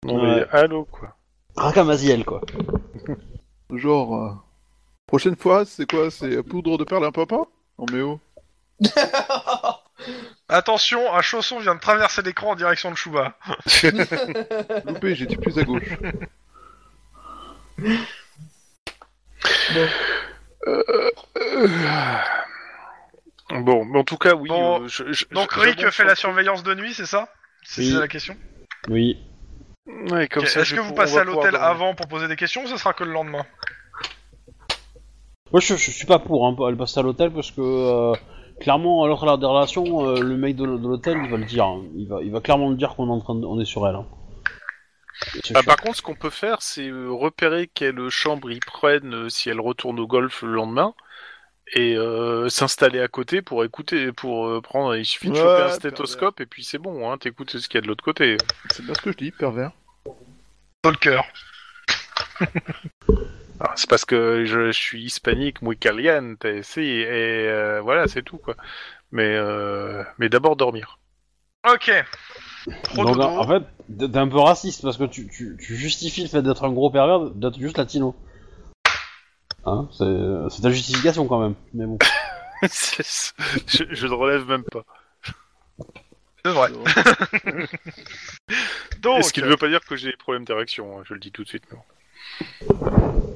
[SPEAKER 2] Non, mais
[SPEAKER 5] Ouais.
[SPEAKER 2] allô, quoi.
[SPEAKER 5] Racamaziel quoi.
[SPEAKER 3] Genre, euh, prochaine fois, c'est quoi C'est poudre de perles à papa Non mais oh.
[SPEAKER 1] Attention, un chausson vient de traverser l'écran en direction de Chouba.
[SPEAKER 3] Loupé, j'étais plus à gauche.
[SPEAKER 2] Bon, mais en tout cas, oui.
[SPEAKER 1] Bon,
[SPEAKER 2] euh, je- je-
[SPEAKER 1] Donc
[SPEAKER 2] je-
[SPEAKER 1] Rick
[SPEAKER 2] j'abonde
[SPEAKER 1] fait
[SPEAKER 2] sur-
[SPEAKER 1] la surveillance de nuit, c'est ça C'est
[SPEAKER 5] Oui.
[SPEAKER 1] c'est la question
[SPEAKER 5] Oui.
[SPEAKER 2] Ouais, comme
[SPEAKER 1] Ok,
[SPEAKER 2] ça,
[SPEAKER 1] Est-ce
[SPEAKER 2] je
[SPEAKER 1] que
[SPEAKER 2] vais
[SPEAKER 1] vous
[SPEAKER 2] pour- on
[SPEAKER 1] passez
[SPEAKER 2] va
[SPEAKER 1] à l'hôtel
[SPEAKER 2] pouvoir dormir.
[SPEAKER 1] avant pour poser des questions ou ce sera que le lendemain
[SPEAKER 5] Moi, je, je suis pas pour hein, elle passe à l'hôtel parce que euh, clairement, alors la relation, euh, le mec de, l- de l'hôtel, il va le dire. hein. Il, va, il va clairement le dire qu'on est en train de- on est sur elle. hein. C'est
[SPEAKER 2] Ah,
[SPEAKER 5] sûr.
[SPEAKER 2] par contre, ce qu'on peut faire, c'est euh, repérer quelle chambre ils prennent euh, si elle retourne au golf le lendemain et euh, s'installer à côté pour écouter, pour euh, prendre. Il suffit de
[SPEAKER 3] Ouais,
[SPEAKER 2] choper un
[SPEAKER 3] pervers.
[SPEAKER 2] stéthoscope et puis c'est bon, hein, t'écoutes ce qu'il y a de l'autre côté.
[SPEAKER 3] C'est bien ce que je dis, pervers.
[SPEAKER 1] Stalker.
[SPEAKER 2] Ah, c'est parce que je, je suis hispanique, muy caliente, et, si, et euh, voilà, c'est tout quoi. Mais, euh, mais d'abord dormir.
[SPEAKER 1] Ok. Pro
[SPEAKER 5] Donc,
[SPEAKER 1] dodo.
[SPEAKER 5] en fait, t'es t'es un peu raciste parce que tu, tu, tu justifies le fait d'être un gros pervers, d'être juste latino. Hein, c'est c'est ta justification quand même. Mais bon.
[SPEAKER 2] C'est- je, je ne relève même pas.
[SPEAKER 1] C'est vrai. Donc,
[SPEAKER 2] ce qui ne veut pas dire que j'ai des problèmes d'érection, hein, je le dis tout de suite. mais bon.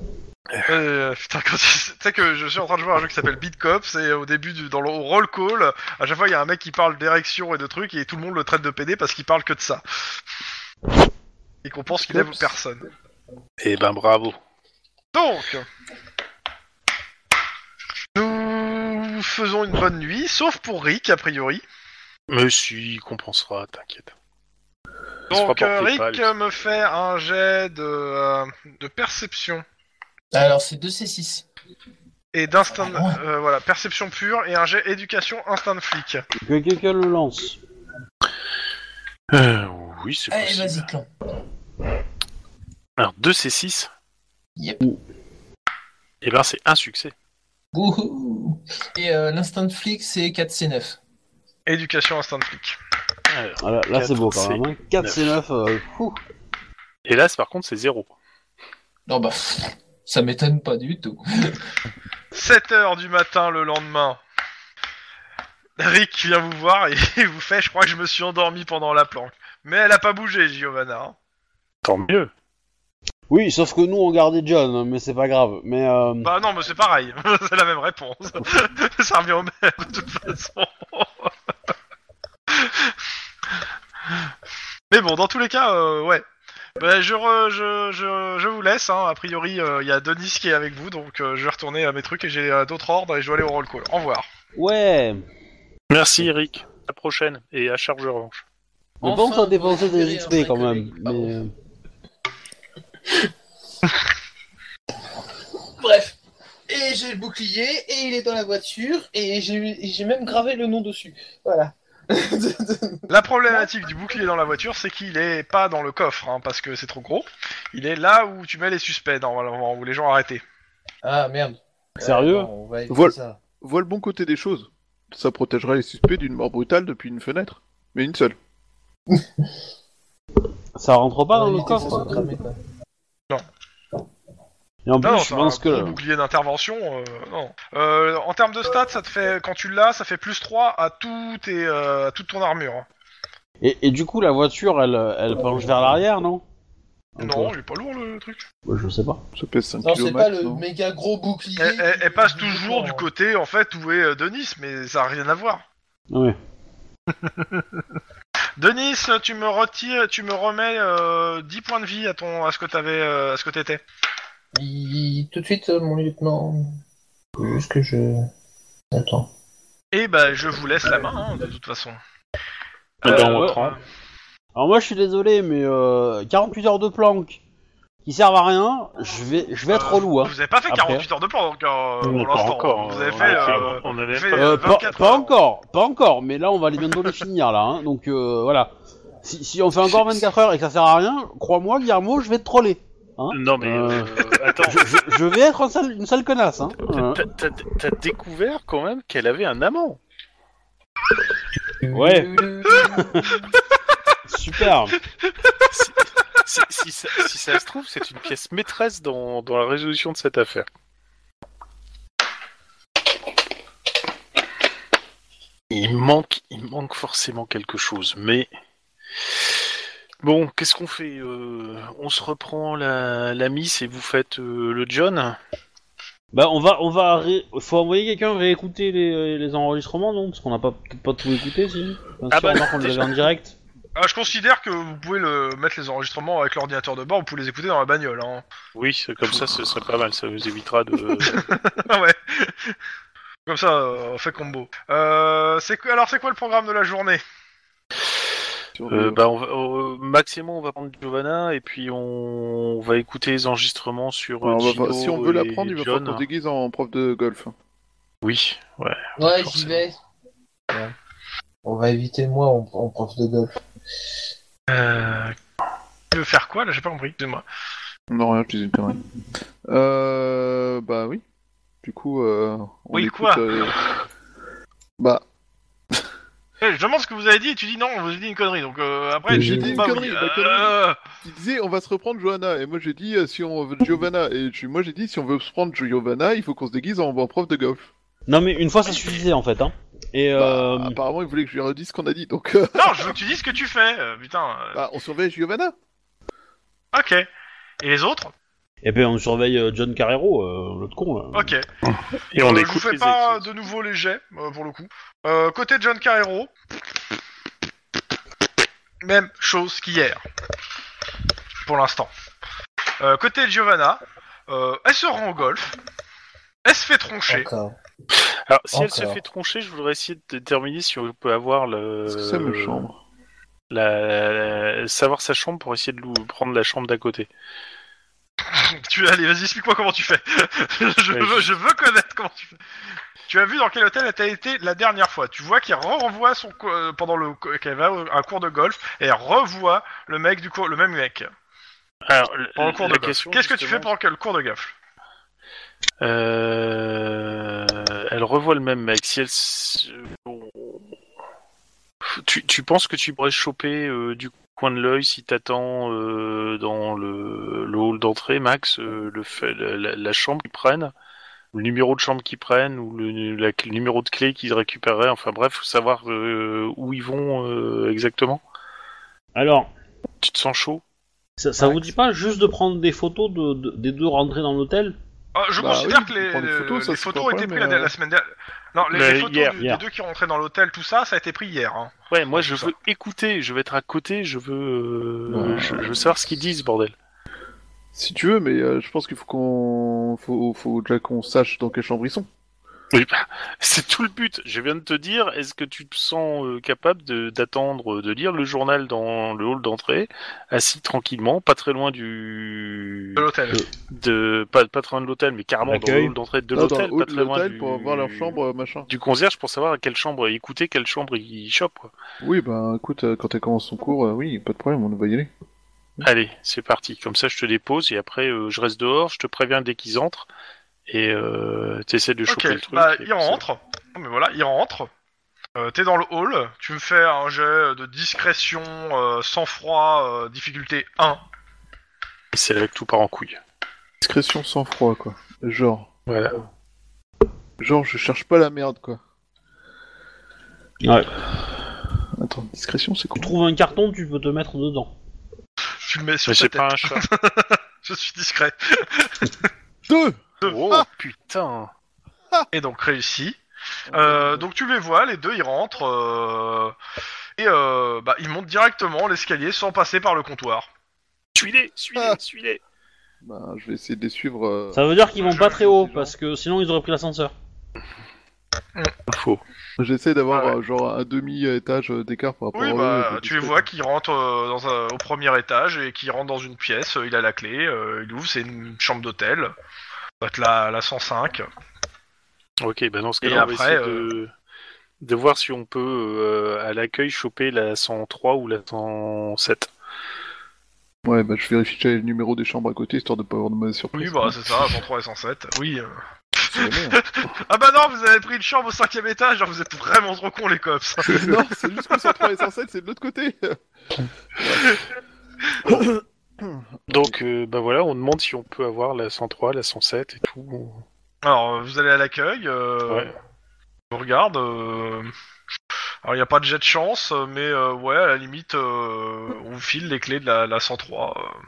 [SPEAKER 1] euh, putain, quand il- tu sais que je suis en train de jouer à un jeu qui s'appelle Beat Cops et au début du, dans le au roll call, à chaque fois il y a un mec qui parle d'érection et de trucs et tout le monde le traite de PD parce qu'il parle que de ça. Et qu'on pense qu'il aime
[SPEAKER 3] Cops.
[SPEAKER 1] personne.
[SPEAKER 2] Eh ben bravo.
[SPEAKER 1] Donc, nous faisons une bonne nuit, sauf pour Rick a priori.
[SPEAKER 2] Mais si, il compensera, t'inquiète. Il se
[SPEAKER 1] Donc
[SPEAKER 2] fera porter
[SPEAKER 1] euh,
[SPEAKER 2] pâle.
[SPEAKER 1] Rick me fait un jet de, euh, de perception
[SPEAKER 4] Alors, c'est 2C6.
[SPEAKER 1] et d'instinct, euh, voilà, perception pure et un jet éducation instinct de flic.
[SPEAKER 5] Que quelqu'un le lance.
[SPEAKER 2] Euh, oui, c'est
[SPEAKER 4] Allez,
[SPEAKER 2] possible.
[SPEAKER 4] vas-y, clan.
[SPEAKER 2] Alors 2 c'est 6.
[SPEAKER 4] Yep.
[SPEAKER 2] Et ben c'est un succès.
[SPEAKER 4] Wouhou. Et euh, l'instinct de flic, c'est 4C9.
[SPEAKER 1] Éducation instinct de flic.
[SPEAKER 2] Alors,
[SPEAKER 5] Ah, là, là, c'est beau
[SPEAKER 2] Quatre,
[SPEAKER 5] quand même. hein.
[SPEAKER 2] c'est
[SPEAKER 5] 4
[SPEAKER 2] neuf.
[SPEAKER 5] c'est 9. Euh, fou.
[SPEAKER 2] Et là, c'est- par contre, c'est 0.
[SPEAKER 4] Non, bah, pff, ça m'étonne pas du tout.
[SPEAKER 1] 7h du matin le lendemain. Rick vient vous voir et il vous fait je crois que je me suis endormi pendant la planque. Mais elle a pas bougé Giovanna. hein.
[SPEAKER 2] Tant mieux.
[SPEAKER 5] Oui, sauf que nous on gardait John, hein, mais c'est pas grave. Mais euh,
[SPEAKER 1] Bah non mais c'est pareil, c'est la même réponse. Ça revient au même de toute façon. mais bon dans tous les cas euh, ouais. Bah, je, re- je, je, je vous laisse, hein. a priori il y a Denis qui est avec vous donc euh, je vais retourner à mes trucs et j'ai euh, d'autres ordres et je dois aller au roll call. Au revoir.
[SPEAKER 5] ouais.
[SPEAKER 2] Merci, Eric. À la prochaine et à charge revanche.
[SPEAKER 5] Mais
[SPEAKER 4] Enfin,
[SPEAKER 5] pense à dépenser
[SPEAKER 4] vous
[SPEAKER 5] des
[SPEAKER 4] récupérez
[SPEAKER 5] XP
[SPEAKER 4] un
[SPEAKER 5] quand
[SPEAKER 4] vrai
[SPEAKER 5] même.
[SPEAKER 4] collègue.
[SPEAKER 5] Mais, euh,
[SPEAKER 4] Bref. Et j'ai le bouclier, et il est dans la voiture, et j'ai et j'ai même gravé le nom dessus. Voilà.
[SPEAKER 1] La problématique du bouclier dans la voiture, c'est qu'il est pas dans le coffre, hein, parce que c'est trop gros. Il est là où tu mets les suspects normalement, où les gens arrêtés.
[SPEAKER 4] Ah merde.
[SPEAKER 5] Sérieux
[SPEAKER 4] non, On va éviter
[SPEAKER 3] Voilà.
[SPEAKER 4] ça.
[SPEAKER 3] Vois le bon côté des choses. Ça protégerait les suspects d'une mort brutale depuis une fenêtre. Mais une seule.
[SPEAKER 5] Ça rentre pas dans
[SPEAKER 4] On va
[SPEAKER 5] le
[SPEAKER 4] éviter que ça
[SPEAKER 5] coffre.
[SPEAKER 4] soit cramé, quoi.
[SPEAKER 5] Et en plus,
[SPEAKER 1] Non,
[SPEAKER 5] je
[SPEAKER 1] t'as
[SPEAKER 5] pense
[SPEAKER 1] un
[SPEAKER 5] que.
[SPEAKER 1] gros bouclier d'intervention, euh, non. Euh, en termes de stats, ça te fait, quand tu l'as, ça fait plus 3 à, tout tes, euh, à toute ton armure. hein.
[SPEAKER 5] Et, et du coup, la voiture, elle, elle penche vers l'arrière, non Un peu.
[SPEAKER 1] Non, il est pas lourd le truc.
[SPEAKER 5] Bah, je sais pas.
[SPEAKER 3] Ça pèse 5
[SPEAKER 4] Non,
[SPEAKER 3] kg
[SPEAKER 4] c'est
[SPEAKER 3] max.
[SPEAKER 4] pas le
[SPEAKER 3] non
[SPEAKER 4] méga gros bouclier.
[SPEAKER 1] Elle, elle- elle passe
[SPEAKER 4] qui-
[SPEAKER 1] toujours du côté, en fait, où est euh, Denis, mais ça a rien à voir.
[SPEAKER 5] Ah Ouais.
[SPEAKER 1] Denis, tu me retires, tu me remets euh, 10 points de vie à ton, à ce que t'avais, euh, à ce que t'étais.
[SPEAKER 4] Il- Tout de suite, euh, mon lieutenant. Faut Juste que je. Attends.
[SPEAKER 1] Et bah, je vous laisse la main, hein, de toute façon.
[SPEAKER 5] Eh ben, on
[SPEAKER 1] Euh, ouais.
[SPEAKER 5] reprend. Alors moi, je suis désolé, mais euh, 48 heures de planque qui servent à rien, je vais, je vais être
[SPEAKER 1] Euh,
[SPEAKER 5] relou. Hein.
[SPEAKER 1] Vous avez pas fait
[SPEAKER 5] Après.
[SPEAKER 1] 48 heures de plan, donc, euh,
[SPEAKER 2] Non,
[SPEAKER 1] pour
[SPEAKER 2] pas
[SPEAKER 1] l'instant.
[SPEAKER 2] encore. hein.
[SPEAKER 1] Vous avez
[SPEAKER 2] on
[SPEAKER 1] fait.
[SPEAKER 2] a
[SPEAKER 1] euh,
[SPEAKER 2] on a
[SPEAKER 1] fait,
[SPEAKER 2] même pas-
[SPEAKER 5] Euh, pas,
[SPEAKER 1] 24
[SPEAKER 5] pas
[SPEAKER 1] heures.
[SPEAKER 5] encore, pas encore, mais là on va les- bientôt les finir là, hein. donc euh, voilà. Si, si on fait encore 24 heures et que ça sert à rien, crois-moi Guillermo, je vais te troller.
[SPEAKER 2] Non mais
[SPEAKER 5] Euh,
[SPEAKER 2] euh, attends,
[SPEAKER 5] Je, je- je vais être un sale- une sale connasse. Hein. Euh,
[SPEAKER 2] t'as- t'as t'as découvert quand même qu'elle avait un amant.
[SPEAKER 5] Ouais. super.
[SPEAKER 2] Si, si- si ça, si ça se trouve, c'est une pièce maîtresse dans, dans la résolution de cette affaire. Il manque, il manque forcément quelque chose, mais bon, qu'est-ce qu'on fait Euh, On se reprend la, la miss et vous faites euh, le John.
[SPEAKER 5] Bah on va, on va, ré- faut envoyer quelqu'un réécouter les, les enregistrements non, parce qu'on n'a pas peut-être pas tout écouté si. Enfin,
[SPEAKER 2] Ah
[SPEAKER 5] si,
[SPEAKER 2] bah,
[SPEAKER 5] remarque, on les
[SPEAKER 2] déjà.
[SPEAKER 5] avait en direct.
[SPEAKER 1] Ah, je considère que vous pouvez le, mettre les enregistrements avec l'ordinateur de bord, vous pouvez les écouter dans la bagnole. Hein.
[SPEAKER 2] Oui, c'est- comme ça, ce serait pas mal. Ça vous évitera de. euh,
[SPEAKER 1] Ah ouais. Comme ça, euh, on fait combo. Euh, c'est quoi- alors, c'est quoi le programme de la journée
[SPEAKER 3] Sur
[SPEAKER 2] Euh,
[SPEAKER 3] le-
[SPEAKER 2] bah, on va- euh, maximum, on va prendre Giovanna et puis on, on va écouter les enregistrements sur. euh,
[SPEAKER 3] Alors, on va-
[SPEAKER 2] Gino
[SPEAKER 3] si on veut la
[SPEAKER 2] et
[SPEAKER 3] prendre, il va
[SPEAKER 2] John.
[SPEAKER 3] falloir qu'on se déguise en prof de golf.
[SPEAKER 2] Oui, ouais.
[SPEAKER 4] Ouais, j'y
[SPEAKER 2] Forcément.
[SPEAKER 4] vais. Ouais. On va éviter moi en, en prof de golf.
[SPEAKER 1] euh... Tu veux faire quoi là J'ai pas compris, excuse-moi.
[SPEAKER 3] Non, rien, je disais une connerie. Euh. Bah oui. Du coup, euh. On
[SPEAKER 1] Oui,
[SPEAKER 3] écoute,
[SPEAKER 1] quoi
[SPEAKER 3] euh, Bah,
[SPEAKER 1] Eh, je demande ce que vous avez dit et tu dis non, on vous a dit une connerie. Donc euh, après,
[SPEAKER 3] J'ai
[SPEAKER 1] tu
[SPEAKER 3] dit
[SPEAKER 1] dis
[SPEAKER 3] une
[SPEAKER 1] pas,
[SPEAKER 3] connerie,
[SPEAKER 1] oui.
[SPEAKER 3] la
[SPEAKER 1] Euh,
[SPEAKER 3] il disait on va se reprendre Johanna. Et moi j'ai dit euh, si on veut Giovanna. Et je- moi j'ai dit si on veut se prendre Giovanna, il faut qu'on se déguise en, en prof de golf.
[SPEAKER 5] Non mais une fois ça suffisait en fait hein. Et
[SPEAKER 3] Bah,
[SPEAKER 5] euh,
[SPEAKER 3] apparemment, il voulait que je lui redise ce qu'on a dit. Donc, euh,
[SPEAKER 1] Non, je veux que tu dises ce que tu fais. euh, putain. euh,
[SPEAKER 3] bah, on surveille Giovanna.
[SPEAKER 1] Ok. Et les autres
[SPEAKER 5] et ben on surveille euh, John Carrero, euh, l'autre con là.
[SPEAKER 1] Ok.
[SPEAKER 2] Et on
[SPEAKER 1] Euh,
[SPEAKER 2] écoute
[SPEAKER 1] Je vous fais
[SPEAKER 2] les
[SPEAKER 1] pas
[SPEAKER 2] extraits.
[SPEAKER 1] de nouveau les jets, euh, pour le coup. Euh, côté John Carrero, même chose qu'hier, pour l'instant. Euh, côté Giovanna, euh, elle se rend au golf, elle se fait
[SPEAKER 2] Ah,
[SPEAKER 1] troncher.
[SPEAKER 4] Encore.
[SPEAKER 2] Alors, si elle se
[SPEAKER 4] Encore.
[SPEAKER 2] fait troncher, je voudrais essayer de déterminer si on peut avoir le.
[SPEAKER 3] Est-ce que ça
[SPEAKER 2] Euh,
[SPEAKER 3] me chambre
[SPEAKER 2] la- la- Savoir sa chambre pour essayer de lou- prendre la chambre d'à côté.
[SPEAKER 1] Tu allez, vas-y, explique-moi comment tu fais. je,
[SPEAKER 2] Ouais,
[SPEAKER 1] veux,
[SPEAKER 2] je-
[SPEAKER 1] je veux connaître comment tu fais. Tu as vu dans quel hôtel elle t'a été la dernière fois. Tu vois qu'elle revoit son co- euh, pendant le co- qu'elle va à un cours de golf et elle revoit le mec du cours, le même mec
[SPEAKER 2] Alors, l-
[SPEAKER 1] pendant le cours
[SPEAKER 2] la
[SPEAKER 1] de golf.
[SPEAKER 2] question,
[SPEAKER 1] bah, Qu'est-ce que tu fais
[SPEAKER 2] justement,
[SPEAKER 1] pendant que le cours de golf
[SPEAKER 2] Euh, elle revoit le même mec. Si elle, s- euh, bon. tu, tu penses que tu pourrais choper euh, du coin de l'œil si t'attends euh, dans le, le hall d'entrée, Max, euh, le fait- la, la chambre qu'ils prennent, ou le numéro de chambre qu'ils prennent, ou le, la- le numéro de clé qu'ils récupéraient. Enfin bref, faut savoir euh, où ils vont euh, exactement.
[SPEAKER 5] Alors
[SPEAKER 2] Tu te sens chaud
[SPEAKER 5] ça, ça vous dit pas juste de prendre des photos de, de- des deux rentrées dans l'hôtel
[SPEAKER 1] Ah, je
[SPEAKER 3] Bah
[SPEAKER 1] considère
[SPEAKER 3] oui,
[SPEAKER 1] que les,
[SPEAKER 3] on prend des
[SPEAKER 1] les- euh,
[SPEAKER 3] photos, ça,
[SPEAKER 1] les
[SPEAKER 3] c'est
[SPEAKER 1] photos
[SPEAKER 3] pas un
[SPEAKER 1] étaient
[SPEAKER 3] problème,
[SPEAKER 1] prises la,
[SPEAKER 3] mais,
[SPEAKER 1] la semaine dernière. Non, les,
[SPEAKER 2] Mais
[SPEAKER 1] les photos
[SPEAKER 2] hier,
[SPEAKER 1] du-
[SPEAKER 5] hier.
[SPEAKER 1] des deux qui rentraient dans l'hôtel, tout ça, ça a été pris hier. hein.
[SPEAKER 2] Ouais, moi je
[SPEAKER 1] Ça.
[SPEAKER 2] veux écouter, je veux être à côté, je veux, euh,
[SPEAKER 3] Ouais.
[SPEAKER 2] je, je veux savoir ce qu'ils disent, bordel.
[SPEAKER 3] Si tu veux, mais euh, je pense qu'il faut qu'on. Faut, faut déjà qu'on sache dans quelle chambre ils sont.
[SPEAKER 2] Oui, bah, c'est tout le but. Je viens de te dire, est-ce que tu te sens euh, capable de- d'attendre, euh, de, lire le journal dans le hall d'entrée, assis tranquillement, pas très loin du...
[SPEAKER 1] De l'hôtel.
[SPEAKER 2] De, pas, pas très loin de l'hôtel, mais carrément dans le
[SPEAKER 5] L'accueil.
[SPEAKER 2] hall d'entrée de
[SPEAKER 3] Là, dans le
[SPEAKER 2] l'hôtel,
[SPEAKER 3] hall
[SPEAKER 2] pas
[SPEAKER 3] de
[SPEAKER 2] très loin
[SPEAKER 3] l'hôtel
[SPEAKER 2] du...
[SPEAKER 3] pour voir leur chambre, euh, machin.
[SPEAKER 2] Du concierge pour savoir à quelle chambre écouter, quelle chambre il chope. quoi.
[SPEAKER 3] Oui, bah écoute, euh, quand elle commence son cours, euh, oui, pas de problème, on va y aller.
[SPEAKER 2] Allez, c'est parti. Comme ça, je te dépose et après, euh, je reste dehors, je te préviens dès qu'ils entrent. et euh, t'essaies de choper
[SPEAKER 1] Ok,
[SPEAKER 2] le truc.
[SPEAKER 1] bah,
[SPEAKER 2] et
[SPEAKER 1] il
[SPEAKER 2] puis ça-
[SPEAKER 1] rentre. Non, mais voilà, il rentre. Euh, T'es dans le hall. Tu me fais un jet de discrétion, euh, sang-froid, euh, difficulté 1.
[SPEAKER 2] et C'est là que tout part en couille.
[SPEAKER 3] Discrétion sans froid, quoi. Genre.
[SPEAKER 2] Voilà.
[SPEAKER 3] Genre, je cherche pas la merde, quoi.
[SPEAKER 5] Ouais.
[SPEAKER 3] Attends, discrétion, c'est
[SPEAKER 5] Tu
[SPEAKER 3] quoi
[SPEAKER 5] trouves un carton, tu peux te mettre dedans.
[SPEAKER 1] Tu le mets sur
[SPEAKER 2] Mais
[SPEAKER 1] ta
[SPEAKER 2] c'est
[SPEAKER 1] tête.
[SPEAKER 2] pas un chat.
[SPEAKER 1] Je suis discret.
[SPEAKER 3] Deux
[SPEAKER 2] oh putain
[SPEAKER 1] Et donc réussi. Euh, donc tu les vois, les deux ils rentrent euh, et euh, bah, ils montent directement l'escalier sans passer par le comptoir.
[SPEAKER 2] Suis-les, suis-les,
[SPEAKER 3] Ah.
[SPEAKER 2] suis-les
[SPEAKER 3] Bah, je vais essayer de les suivre. euh,
[SPEAKER 5] Ça veut dire qu'ils vont
[SPEAKER 2] Je-
[SPEAKER 5] pas très
[SPEAKER 2] je-
[SPEAKER 5] haut,
[SPEAKER 2] je-
[SPEAKER 5] parce que sinon ils auraient pris l'ascenseur.
[SPEAKER 2] Faux.
[SPEAKER 3] J'essaie d'avoir
[SPEAKER 1] Ah
[SPEAKER 3] euh, genre un demi-étage euh, d'écart par rapport
[SPEAKER 1] Oui,
[SPEAKER 3] à eux,
[SPEAKER 1] bah
[SPEAKER 3] euh,
[SPEAKER 1] tu les
[SPEAKER 3] discret.
[SPEAKER 1] vois qu'ils rentrent euh, dans un- au premier étage et qu'ils rentrent dans une pièce. euh, Il a la clé, euh, il ouvre, c'est une chambre d'hôtel. Ça doit être la, la 105.
[SPEAKER 2] Ok, bah dans ce
[SPEAKER 1] Et
[SPEAKER 2] cas-là, on va
[SPEAKER 1] après,
[SPEAKER 2] essayer de... de voir si on peut, euh, à l'accueil, choper la 103 ou la 107.
[SPEAKER 3] Ouais, bah je vérifie déjà le numéro des chambres à côté histoire de pas avoir de mauvaises surprises.
[SPEAKER 1] Oui, bah c'est ça, 103 et 107. Oui. euh.
[SPEAKER 3] C'est la merde.
[SPEAKER 1] Ah bah non, vous avez pris une chambre au cinquième étage, genre, vous êtes vraiment trop cons les cops.
[SPEAKER 3] non, c'est juste que 103 et 107, c'est de l'autre côté.
[SPEAKER 2] Donc, euh, bah voilà, on demande si on peut avoir la 103, la 107 et tout.
[SPEAKER 1] Alors, euh, vous allez à l'accueil, euh,
[SPEAKER 2] Ouais.
[SPEAKER 1] on regarde. euh, Alors, il n'y a pas de jet de chance, euh, mais euh, ouais, à la limite, euh, on vous file les clés de la, la 103. euh.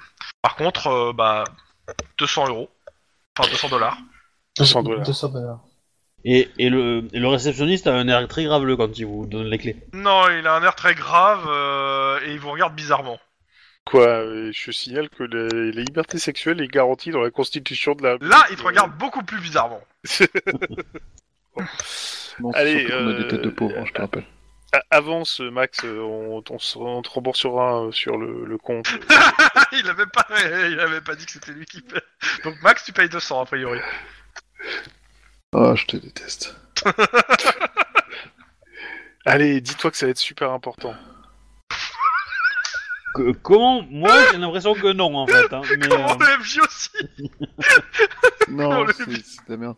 [SPEAKER 1] Par contre, euh, bah, 200 euros. Enfin, 200 dollars.
[SPEAKER 2] 200 dollars.
[SPEAKER 4] 200 dollars.
[SPEAKER 5] Et, et, le, et le réceptionniste a un air très graveleux quand il vous donne les clés.
[SPEAKER 1] Non, il a un air très grave euh, et il vous regarde bizarrement.
[SPEAKER 2] Quoi euh, Je signale que la, la liberté sexuelle est garantie dans la Constitution de la.
[SPEAKER 1] Là, il te regarde beaucoup plus bizarrement.
[SPEAKER 3] Non, c'est
[SPEAKER 2] Allez,
[SPEAKER 3] surtout qu'on a
[SPEAKER 2] euh,
[SPEAKER 3] des têtes de pauvres, hein, je te rappelle.
[SPEAKER 2] A- Avance, Max, euh, on, on se- on te remboursera euh, sur le, le compte.
[SPEAKER 1] Ah, il avait pas, il avait pas dit que c'était lui qui paye. Donc, Max, tu payes 200 a priori.
[SPEAKER 3] Ah, je te déteste.
[SPEAKER 2] Allez, dis-toi que ça va être super important.
[SPEAKER 5] Que- comment Moi, j'ai l'impression que non, en fait. hein, mais,
[SPEAKER 1] Comment
[SPEAKER 5] euh,
[SPEAKER 1] le MJ aussi
[SPEAKER 3] Non,
[SPEAKER 1] Non, le-
[SPEAKER 3] c'est c'est de la merde.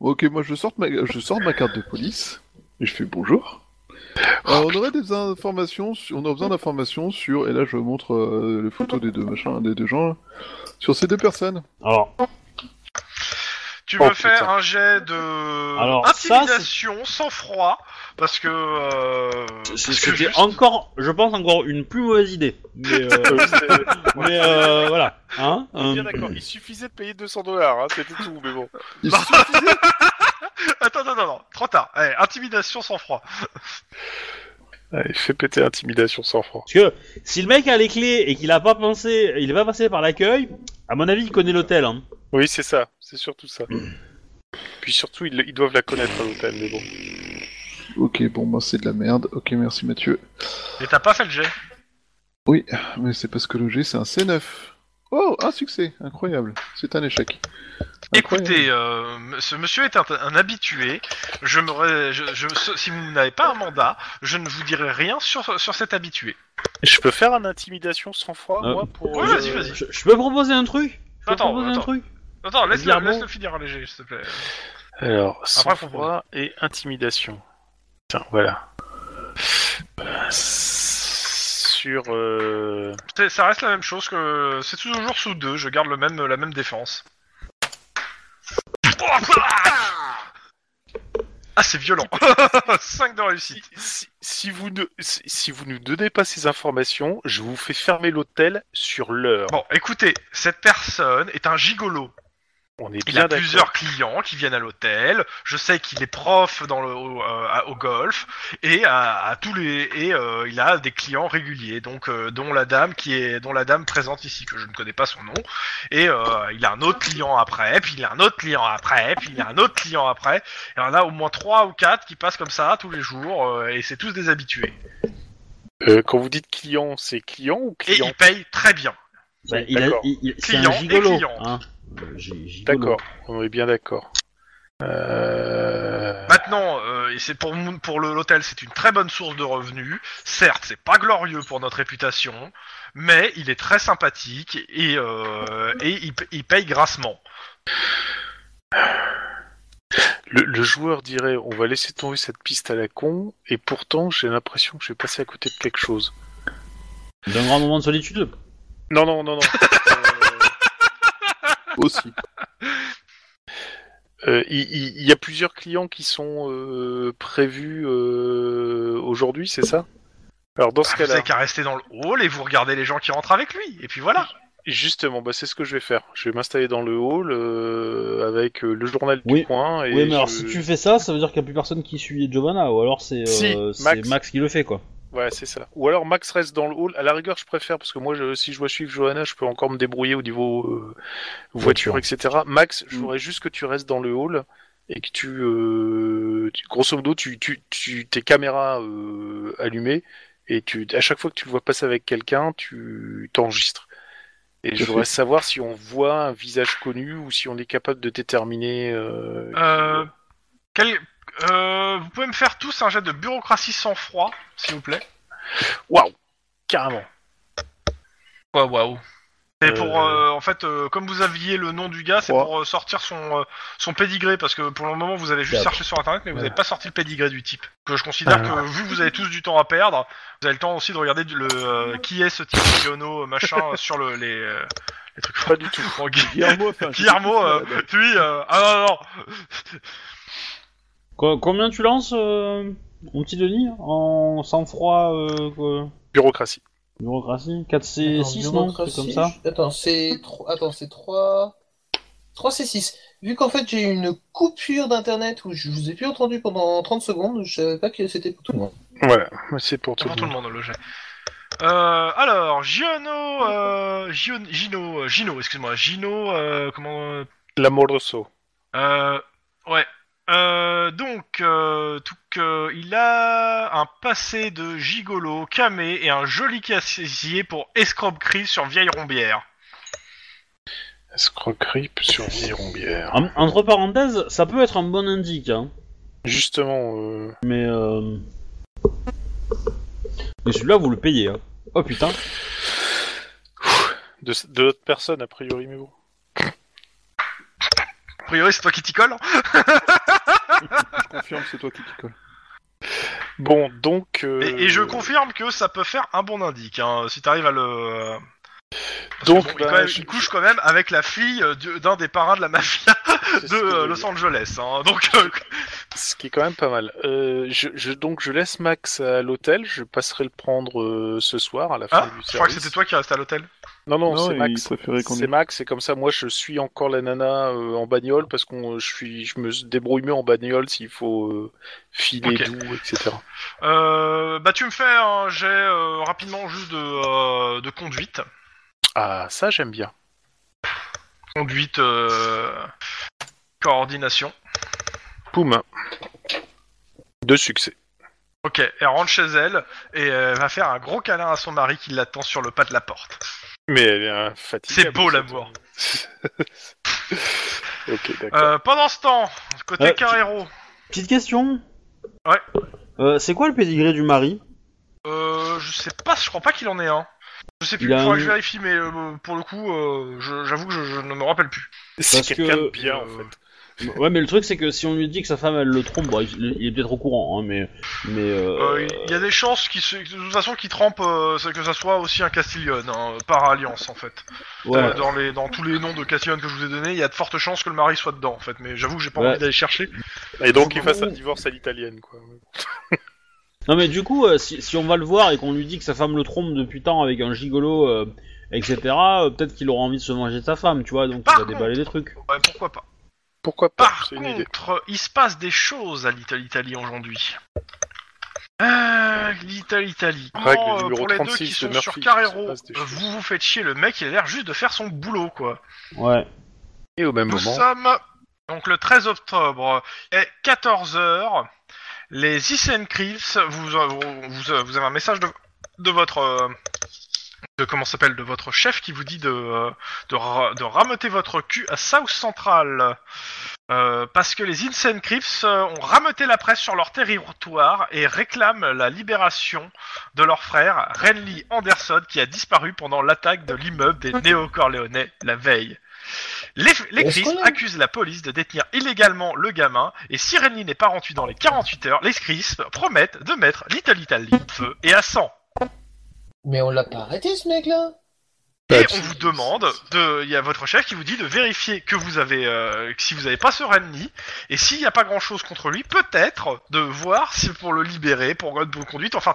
[SPEAKER 3] Ok, moi je sors, de ma... je sors de ma carte de police et je fais bonjour. Euh, on aurait des informations, su- on a besoin d'informations sur, et là je montre euh, les photos des deux machins, des deux gens, là, sur ces deux personnes.
[SPEAKER 5] alors,
[SPEAKER 1] Tu
[SPEAKER 2] Oh,
[SPEAKER 1] veux faire
[SPEAKER 2] putain.
[SPEAKER 1] un jet de
[SPEAKER 5] Alors, ça,
[SPEAKER 1] intimidation sans froid parce que euh,
[SPEAKER 5] c'est-
[SPEAKER 1] parce que
[SPEAKER 5] c'était
[SPEAKER 1] juste-
[SPEAKER 5] encore, je pense, encore une plus mauvaise idée. Mais, euh,
[SPEAKER 2] Euh, c'est-
[SPEAKER 5] mais, euh, voilà. Hein
[SPEAKER 2] on est bien
[SPEAKER 5] euh,
[SPEAKER 2] d'accord, il suffisait de payer 200 dollars, hein, c'était tout, mais bon.
[SPEAKER 3] Ils-
[SPEAKER 1] attends attends attends, attends, trop tard. Allez, intimidation sans froid.
[SPEAKER 2] Allez, fais Ah, péter intimidation sans froid.
[SPEAKER 5] Parce que si le mec a les clés et qu'il a pas pensé, il est pas passé par l'accueil, à mon avis, il connaît l'hôtel. Hein.
[SPEAKER 2] Oui, c'est ça, c'est surtout ça. Puis surtout, ils, ils doivent la connaître à l'hôtel, mais bon.
[SPEAKER 3] ok, bon, moi c'est de la merde. Ok, merci Mathieu.
[SPEAKER 1] Et t'as pas fait le jet.
[SPEAKER 3] Ah, Mais c'est parce que le G c'est un C9. Oh, un succès, incroyable. C'est un échec. Incroyable.
[SPEAKER 1] Écoutez, euh, m- ce monsieur est un, un habitué. Je me ré- je, je- ce- si vous n'avez pas un mandat, je ne vous dirai rien sur sur cet habitué.
[SPEAKER 2] Je peux faire un intimidation sans froid,
[SPEAKER 5] Euh,
[SPEAKER 2] moi, pour.
[SPEAKER 1] Ah. ouais,
[SPEAKER 2] euh,
[SPEAKER 1] vas-y, vas-y.
[SPEAKER 5] Je, je peux proposer un truc Je peux
[SPEAKER 1] Attends,
[SPEAKER 5] proposer un
[SPEAKER 1] attends.
[SPEAKER 5] truc
[SPEAKER 1] Attends, laisse le,
[SPEAKER 5] Guillermo.
[SPEAKER 1] laisse le finir le jet, s'il te plaît.
[SPEAKER 2] euh, Alors, sans
[SPEAKER 1] Après, faut
[SPEAKER 2] froid et intimidation. Putain, voilà. Sur. euh,
[SPEAKER 1] C'est- Ça reste la même chose que c'est toujours sous deux. Je garde le même la même défense. Oh, Ah, c'est violent. 5 de
[SPEAKER 2] Si,
[SPEAKER 1] réussite.
[SPEAKER 2] si- si vous ne, si, si vous ne donnez pas ces informations, je vous fais fermer l'hôtel sur l'heure.
[SPEAKER 1] Bon, écoutez, cette personne est un gigolo.
[SPEAKER 2] On est
[SPEAKER 1] Il
[SPEAKER 2] bien
[SPEAKER 1] a
[SPEAKER 2] d'accord.
[SPEAKER 1] plusieurs clients qui viennent à l'hôtel. Je sais qu'il est prof dans le, au, euh, à- au golf et à, à tous les et euh, il a des clients réguliers. Donc euh, dont la dame qui est dont la dame présente ici que je ne connais pas son nom. Et euh, il a un autre client après, puis il a un autre client après, puis il a un autre client après. Et on a au moins trois ou quatre qui passent comme ça tous les jours euh, et c'est tous des habitués.
[SPEAKER 2] Euh, quand vous dites client, c'est client ou
[SPEAKER 1] Et
[SPEAKER 2] client
[SPEAKER 1] ils payent très bien.
[SPEAKER 5] Bah, il a-
[SPEAKER 2] D'accord.
[SPEAKER 5] il- il- C'est
[SPEAKER 1] Client
[SPEAKER 5] un
[SPEAKER 1] et
[SPEAKER 5] gigolo.
[SPEAKER 1] cliente.
[SPEAKER 5] hein. Euh, gi- gigolo.
[SPEAKER 2] D'accord, on est bien d'accord. Euh,
[SPEAKER 1] Maintenant, euh, et c'est pour, mon- pour le- l'hôtel, c'est une très bonne source de revenus. Certes, c'est pas glorieux pour notre réputation, mais il est très sympathique et, euh, et il, p- il paye grassement.
[SPEAKER 2] Le, le joueur dirait on va laisser tomber cette piste à la con, et pourtant j'ai l'impression que je vais passer à côté de quelque chose.
[SPEAKER 5] D'un grand moment de solitude.
[SPEAKER 2] Non, non, non, Euh, non.
[SPEAKER 3] Aussi.
[SPEAKER 2] Euh, Il il- il y, a plusieurs clients qui sont euh, prévus euh, aujourd'hui, c'est ça Alors dans ce
[SPEAKER 1] Ah, Vous
[SPEAKER 2] cas-là,
[SPEAKER 1] avez qu'à rester dans le hall et vous regardez les gens qui rentrent avec lui. Et puis voilà.
[SPEAKER 2] justement, bah, c'est ce que je vais faire. Je vais m'installer dans le hall euh, avec euh, le journal du
[SPEAKER 5] Oui.
[SPEAKER 2] coin. Et
[SPEAKER 5] oui, mais alors
[SPEAKER 2] je-
[SPEAKER 5] si tu fais ça, ça veut dire qu'il n'y a plus personne qui suit Giovanna, ou alors c'est euh,
[SPEAKER 2] Si,
[SPEAKER 5] c'est
[SPEAKER 2] Max.
[SPEAKER 5] Max. qui le fait, quoi.
[SPEAKER 2] Ouais, c'est ça. Ou alors Max reste dans le hall. À la rigueur, je préfère parce que moi, je- si je dois suivre Johanna, je peux encore me débrouiller au niveau euh, voiture,
[SPEAKER 5] Voiture.
[SPEAKER 2] etc. Max,
[SPEAKER 3] Mm.
[SPEAKER 2] je voudrais juste que tu restes dans le hall et que tu, euh, tu- grosso modo, tu, tu, tu- tes caméras euh, allumées et tu, à chaque fois que tu le vois passer avec quelqu'un, tu t'enregistres. Et
[SPEAKER 3] à
[SPEAKER 2] je
[SPEAKER 3] fait.
[SPEAKER 2] voudrais savoir si on voit un visage connu ou si on est capable de déterminer. euh,
[SPEAKER 1] Euh, quel- euh, vous pouvez me faire tous un jet de bureaucratie sans froid, s'il vous plaît.
[SPEAKER 2] Waouh, carrément.
[SPEAKER 1] Quoi, waouh. C'est
[SPEAKER 2] Euh.
[SPEAKER 1] pour, euh, en fait, euh, comme vous aviez le nom du gars, c'est
[SPEAKER 3] Trois.
[SPEAKER 1] pour euh, sortir son, euh, son pédigré, parce que pour le moment, vous avez juste
[SPEAKER 5] Quatre.
[SPEAKER 1] cherché sur Internet, mais vous
[SPEAKER 5] Ouais.
[SPEAKER 1] n'avez pas sorti le pédigré du type. Que je considère que, vu que vous avez tous du temps à perdre, vous avez le temps aussi de regarder du- le, euh, qui est ce type Yono, machin, sur le, les, euh, les trucs. Pas du tout.
[SPEAKER 3] Guillermo, enfin, je sais
[SPEAKER 1] Guillermo, euh,
[SPEAKER 3] plus, là, là.
[SPEAKER 1] lui, euh, ah non, non,
[SPEAKER 5] Co- combien tu lances, euh, mon petit Denis, en sang-froid, euh, quoi
[SPEAKER 2] Bureaucratie.
[SPEAKER 5] bureaucratie 4 C6, non
[SPEAKER 4] bureaucratie,
[SPEAKER 5] C'est comme ça
[SPEAKER 4] je- Attends, c'est tro- Attends, c'est 3... 3 C6. Vu qu'en fait j'ai eu une coupure d'internet où je vous ai plus entendu pendant 30 secondes, je savais pas que c'était pour tout le monde.
[SPEAKER 2] Voilà, c'est pour
[SPEAKER 1] C'est
[SPEAKER 2] tout
[SPEAKER 1] pour
[SPEAKER 2] le
[SPEAKER 1] tout
[SPEAKER 2] monde.
[SPEAKER 1] le monde le jet. Euh, alors, Gino, euh, Gio- Gino, euh, Gino, excuse-moi, Gino, euh, comment, euh,
[SPEAKER 2] L'amoroso.
[SPEAKER 1] euh, ouais. Euh, donc, euh, tout que- il a un passé de gigolo, camé et un joli casier pour escroquerie sur vieille rombière.
[SPEAKER 2] Escroquerie sur rombière.
[SPEAKER 5] En- Entre parenthèses, ça peut être un bon indice, hein.
[SPEAKER 2] Justement, euh,
[SPEAKER 5] Mais euh... Mais celui-là, vous le payez. Hein. Oh putain.
[SPEAKER 2] de, de l'autre personne, a priori, mais bon.
[SPEAKER 1] A priori, c'est toi qui t'y hein. colle.
[SPEAKER 3] Je confirme, c'est toi qui t'y colle.
[SPEAKER 2] Bon, donc. euh,
[SPEAKER 1] Et, et je confirme que ça peut faire un bon indique, hein, si t'arrives à le. Parce
[SPEAKER 2] Donc,
[SPEAKER 1] que bon, il,
[SPEAKER 2] bah,
[SPEAKER 1] quand même-
[SPEAKER 2] je-
[SPEAKER 1] il couche quand même avec la fille euh, du- d'un des parrains de la mafia.
[SPEAKER 2] c'est
[SPEAKER 1] de
[SPEAKER 2] ce que-
[SPEAKER 1] euh, Los Angeles. hein. Donc, euh,
[SPEAKER 2] Ce qui est quand même pas mal. Euh, je, je- donc, je laisse Max à l'hôtel. Je passerai le prendre euh, ce soir à la fin
[SPEAKER 1] hein
[SPEAKER 2] du service.
[SPEAKER 1] je crois que c'était toi qui restais à l'hôtel.
[SPEAKER 2] Non, non,
[SPEAKER 3] Non,
[SPEAKER 2] c'est
[SPEAKER 3] il
[SPEAKER 2] Max.
[SPEAKER 3] préférait qu'on
[SPEAKER 2] C'est Max, et comme ça, moi, je suis encore la nana euh, en bagnole parce qu'on, je suis, je me débrouille mieux en bagnole s'il faut euh, filer
[SPEAKER 1] Ok.
[SPEAKER 2] doux, etc.
[SPEAKER 1] Euh, bah, tu me fais un jet euh, rapidement juste de, euh, de conduite.
[SPEAKER 2] Ah, ça, j'aime bien.
[SPEAKER 1] Conduite, euh, coordination.
[SPEAKER 2] Poum. Deux succès.
[SPEAKER 1] Ok, elle rentre chez elle et elle va faire un gros câlin à son mari qui l'attend sur le pas de la porte.
[SPEAKER 2] Mais elle est infatigable.
[SPEAKER 1] C'est beau,
[SPEAKER 2] cette-
[SPEAKER 1] l'amour.
[SPEAKER 2] ok, d'accord.
[SPEAKER 1] Euh, pendant ce temps, côté
[SPEAKER 5] Euh,
[SPEAKER 1] Carrero,
[SPEAKER 5] Petite question.
[SPEAKER 1] Ouais.
[SPEAKER 5] Euh, c'est quoi le pédigré du mari
[SPEAKER 1] euh, je sais pas, je crois pas qu'il en ait un. Je sais plus,
[SPEAKER 5] Il a
[SPEAKER 1] faudra
[SPEAKER 5] un-
[SPEAKER 1] que je vérifie, mais euh, pour le coup, euh, je- j'avoue que je, je ne me rappelle plus.
[SPEAKER 2] C'est
[SPEAKER 5] Parce
[SPEAKER 2] quelqu'un
[SPEAKER 5] que-
[SPEAKER 2] de bien, en
[SPEAKER 1] euh,
[SPEAKER 2] fait.
[SPEAKER 5] Ouais, mais le truc c'est que si on lui dit que sa femme elle le trompe, bon, il, il est peut-être au courant, hein, mais mais euh,
[SPEAKER 1] Euh, Il y a des chances qu'il se- de toute façon qu'il trempe euh, c'est que ça soit aussi un Castillon hein, par alliance en fait.
[SPEAKER 5] ouais.
[SPEAKER 1] Euh, dans les dans tous les noms de Castillon que je vous ai donné, il y a de fortes chances que le mari soit dedans en fait. Mais j'avoue que j'ai pas
[SPEAKER 5] Ouais.
[SPEAKER 1] envie d'aller chercher.
[SPEAKER 2] Et donc il fasse un divorce à l'italienne, quoi.
[SPEAKER 5] Non mais du coup, euh, si, si on va le voir et qu'on lui dit que sa femme le trompe depuis tant avec un gigolo, euh, etc. euh, peut-être qu'il aura envie de se manger de sa femme, tu vois, donc
[SPEAKER 1] Par
[SPEAKER 5] il va déballer des trucs.
[SPEAKER 1] Ouais, pourquoi pas.
[SPEAKER 2] Pourquoi pas
[SPEAKER 1] Par
[SPEAKER 2] C'est une idée.
[SPEAKER 1] contre, il se passe des choses à Little Italy aujourd'hui. Euh, Little Italy. Comment,
[SPEAKER 2] Règle
[SPEAKER 1] euh,
[SPEAKER 2] numéro
[SPEAKER 1] pour les deux
[SPEAKER 2] 36
[SPEAKER 1] qui
[SPEAKER 2] de
[SPEAKER 1] sont
[SPEAKER 2] Murphy,
[SPEAKER 1] sur
[SPEAKER 2] il se
[SPEAKER 1] Carrero,
[SPEAKER 2] passe des choses.
[SPEAKER 1] vous vous faites chier. Le mec, il a l'air juste de faire son boulot quoi.
[SPEAKER 5] Ouais.
[SPEAKER 2] Et au même
[SPEAKER 1] Nous
[SPEAKER 2] moment,
[SPEAKER 1] sommes donc le 13 octobre, et 14h. Les Isen Creeps, vous, vous, vous- vous avez un message de, de votre. euh, De, comment ça s'appelle De votre chef qui vous dit de, euh, de, ra- de rameuter votre cul à South Central. Euh, parce que les Isen Creeps euh, ont rameuté la presse sur leur territoire et réclament la libération de leur frère, Renly Anderson, qui a disparu pendant l'attaque de l'immeuble des néo-corléonais la veille. Les, les
[SPEAKER 4] Est-ce
[SPEAKER 1] Chris
[SPEAKER 4] qu'on a-
[SPEAKER 1] accusent la police de détenir illégalement le gamin, et si Renly n'est pas rendu dans les 48 heures, les Chris promettent de mettre Little Italy au feu et à 100.
[SPEAKER 4] Mais on l'a pas arrêté, ce mec-là
[SPEAKER 1] Et on vous demande, de- il y a votre chef qui vous dit de vérifier que vous avez, euh, que si vous n'avez pas ce Renly, et s'il n'y a pas grand chose contre lui, peut-être de voir si pour le libérer, pour bonne conduite, enfin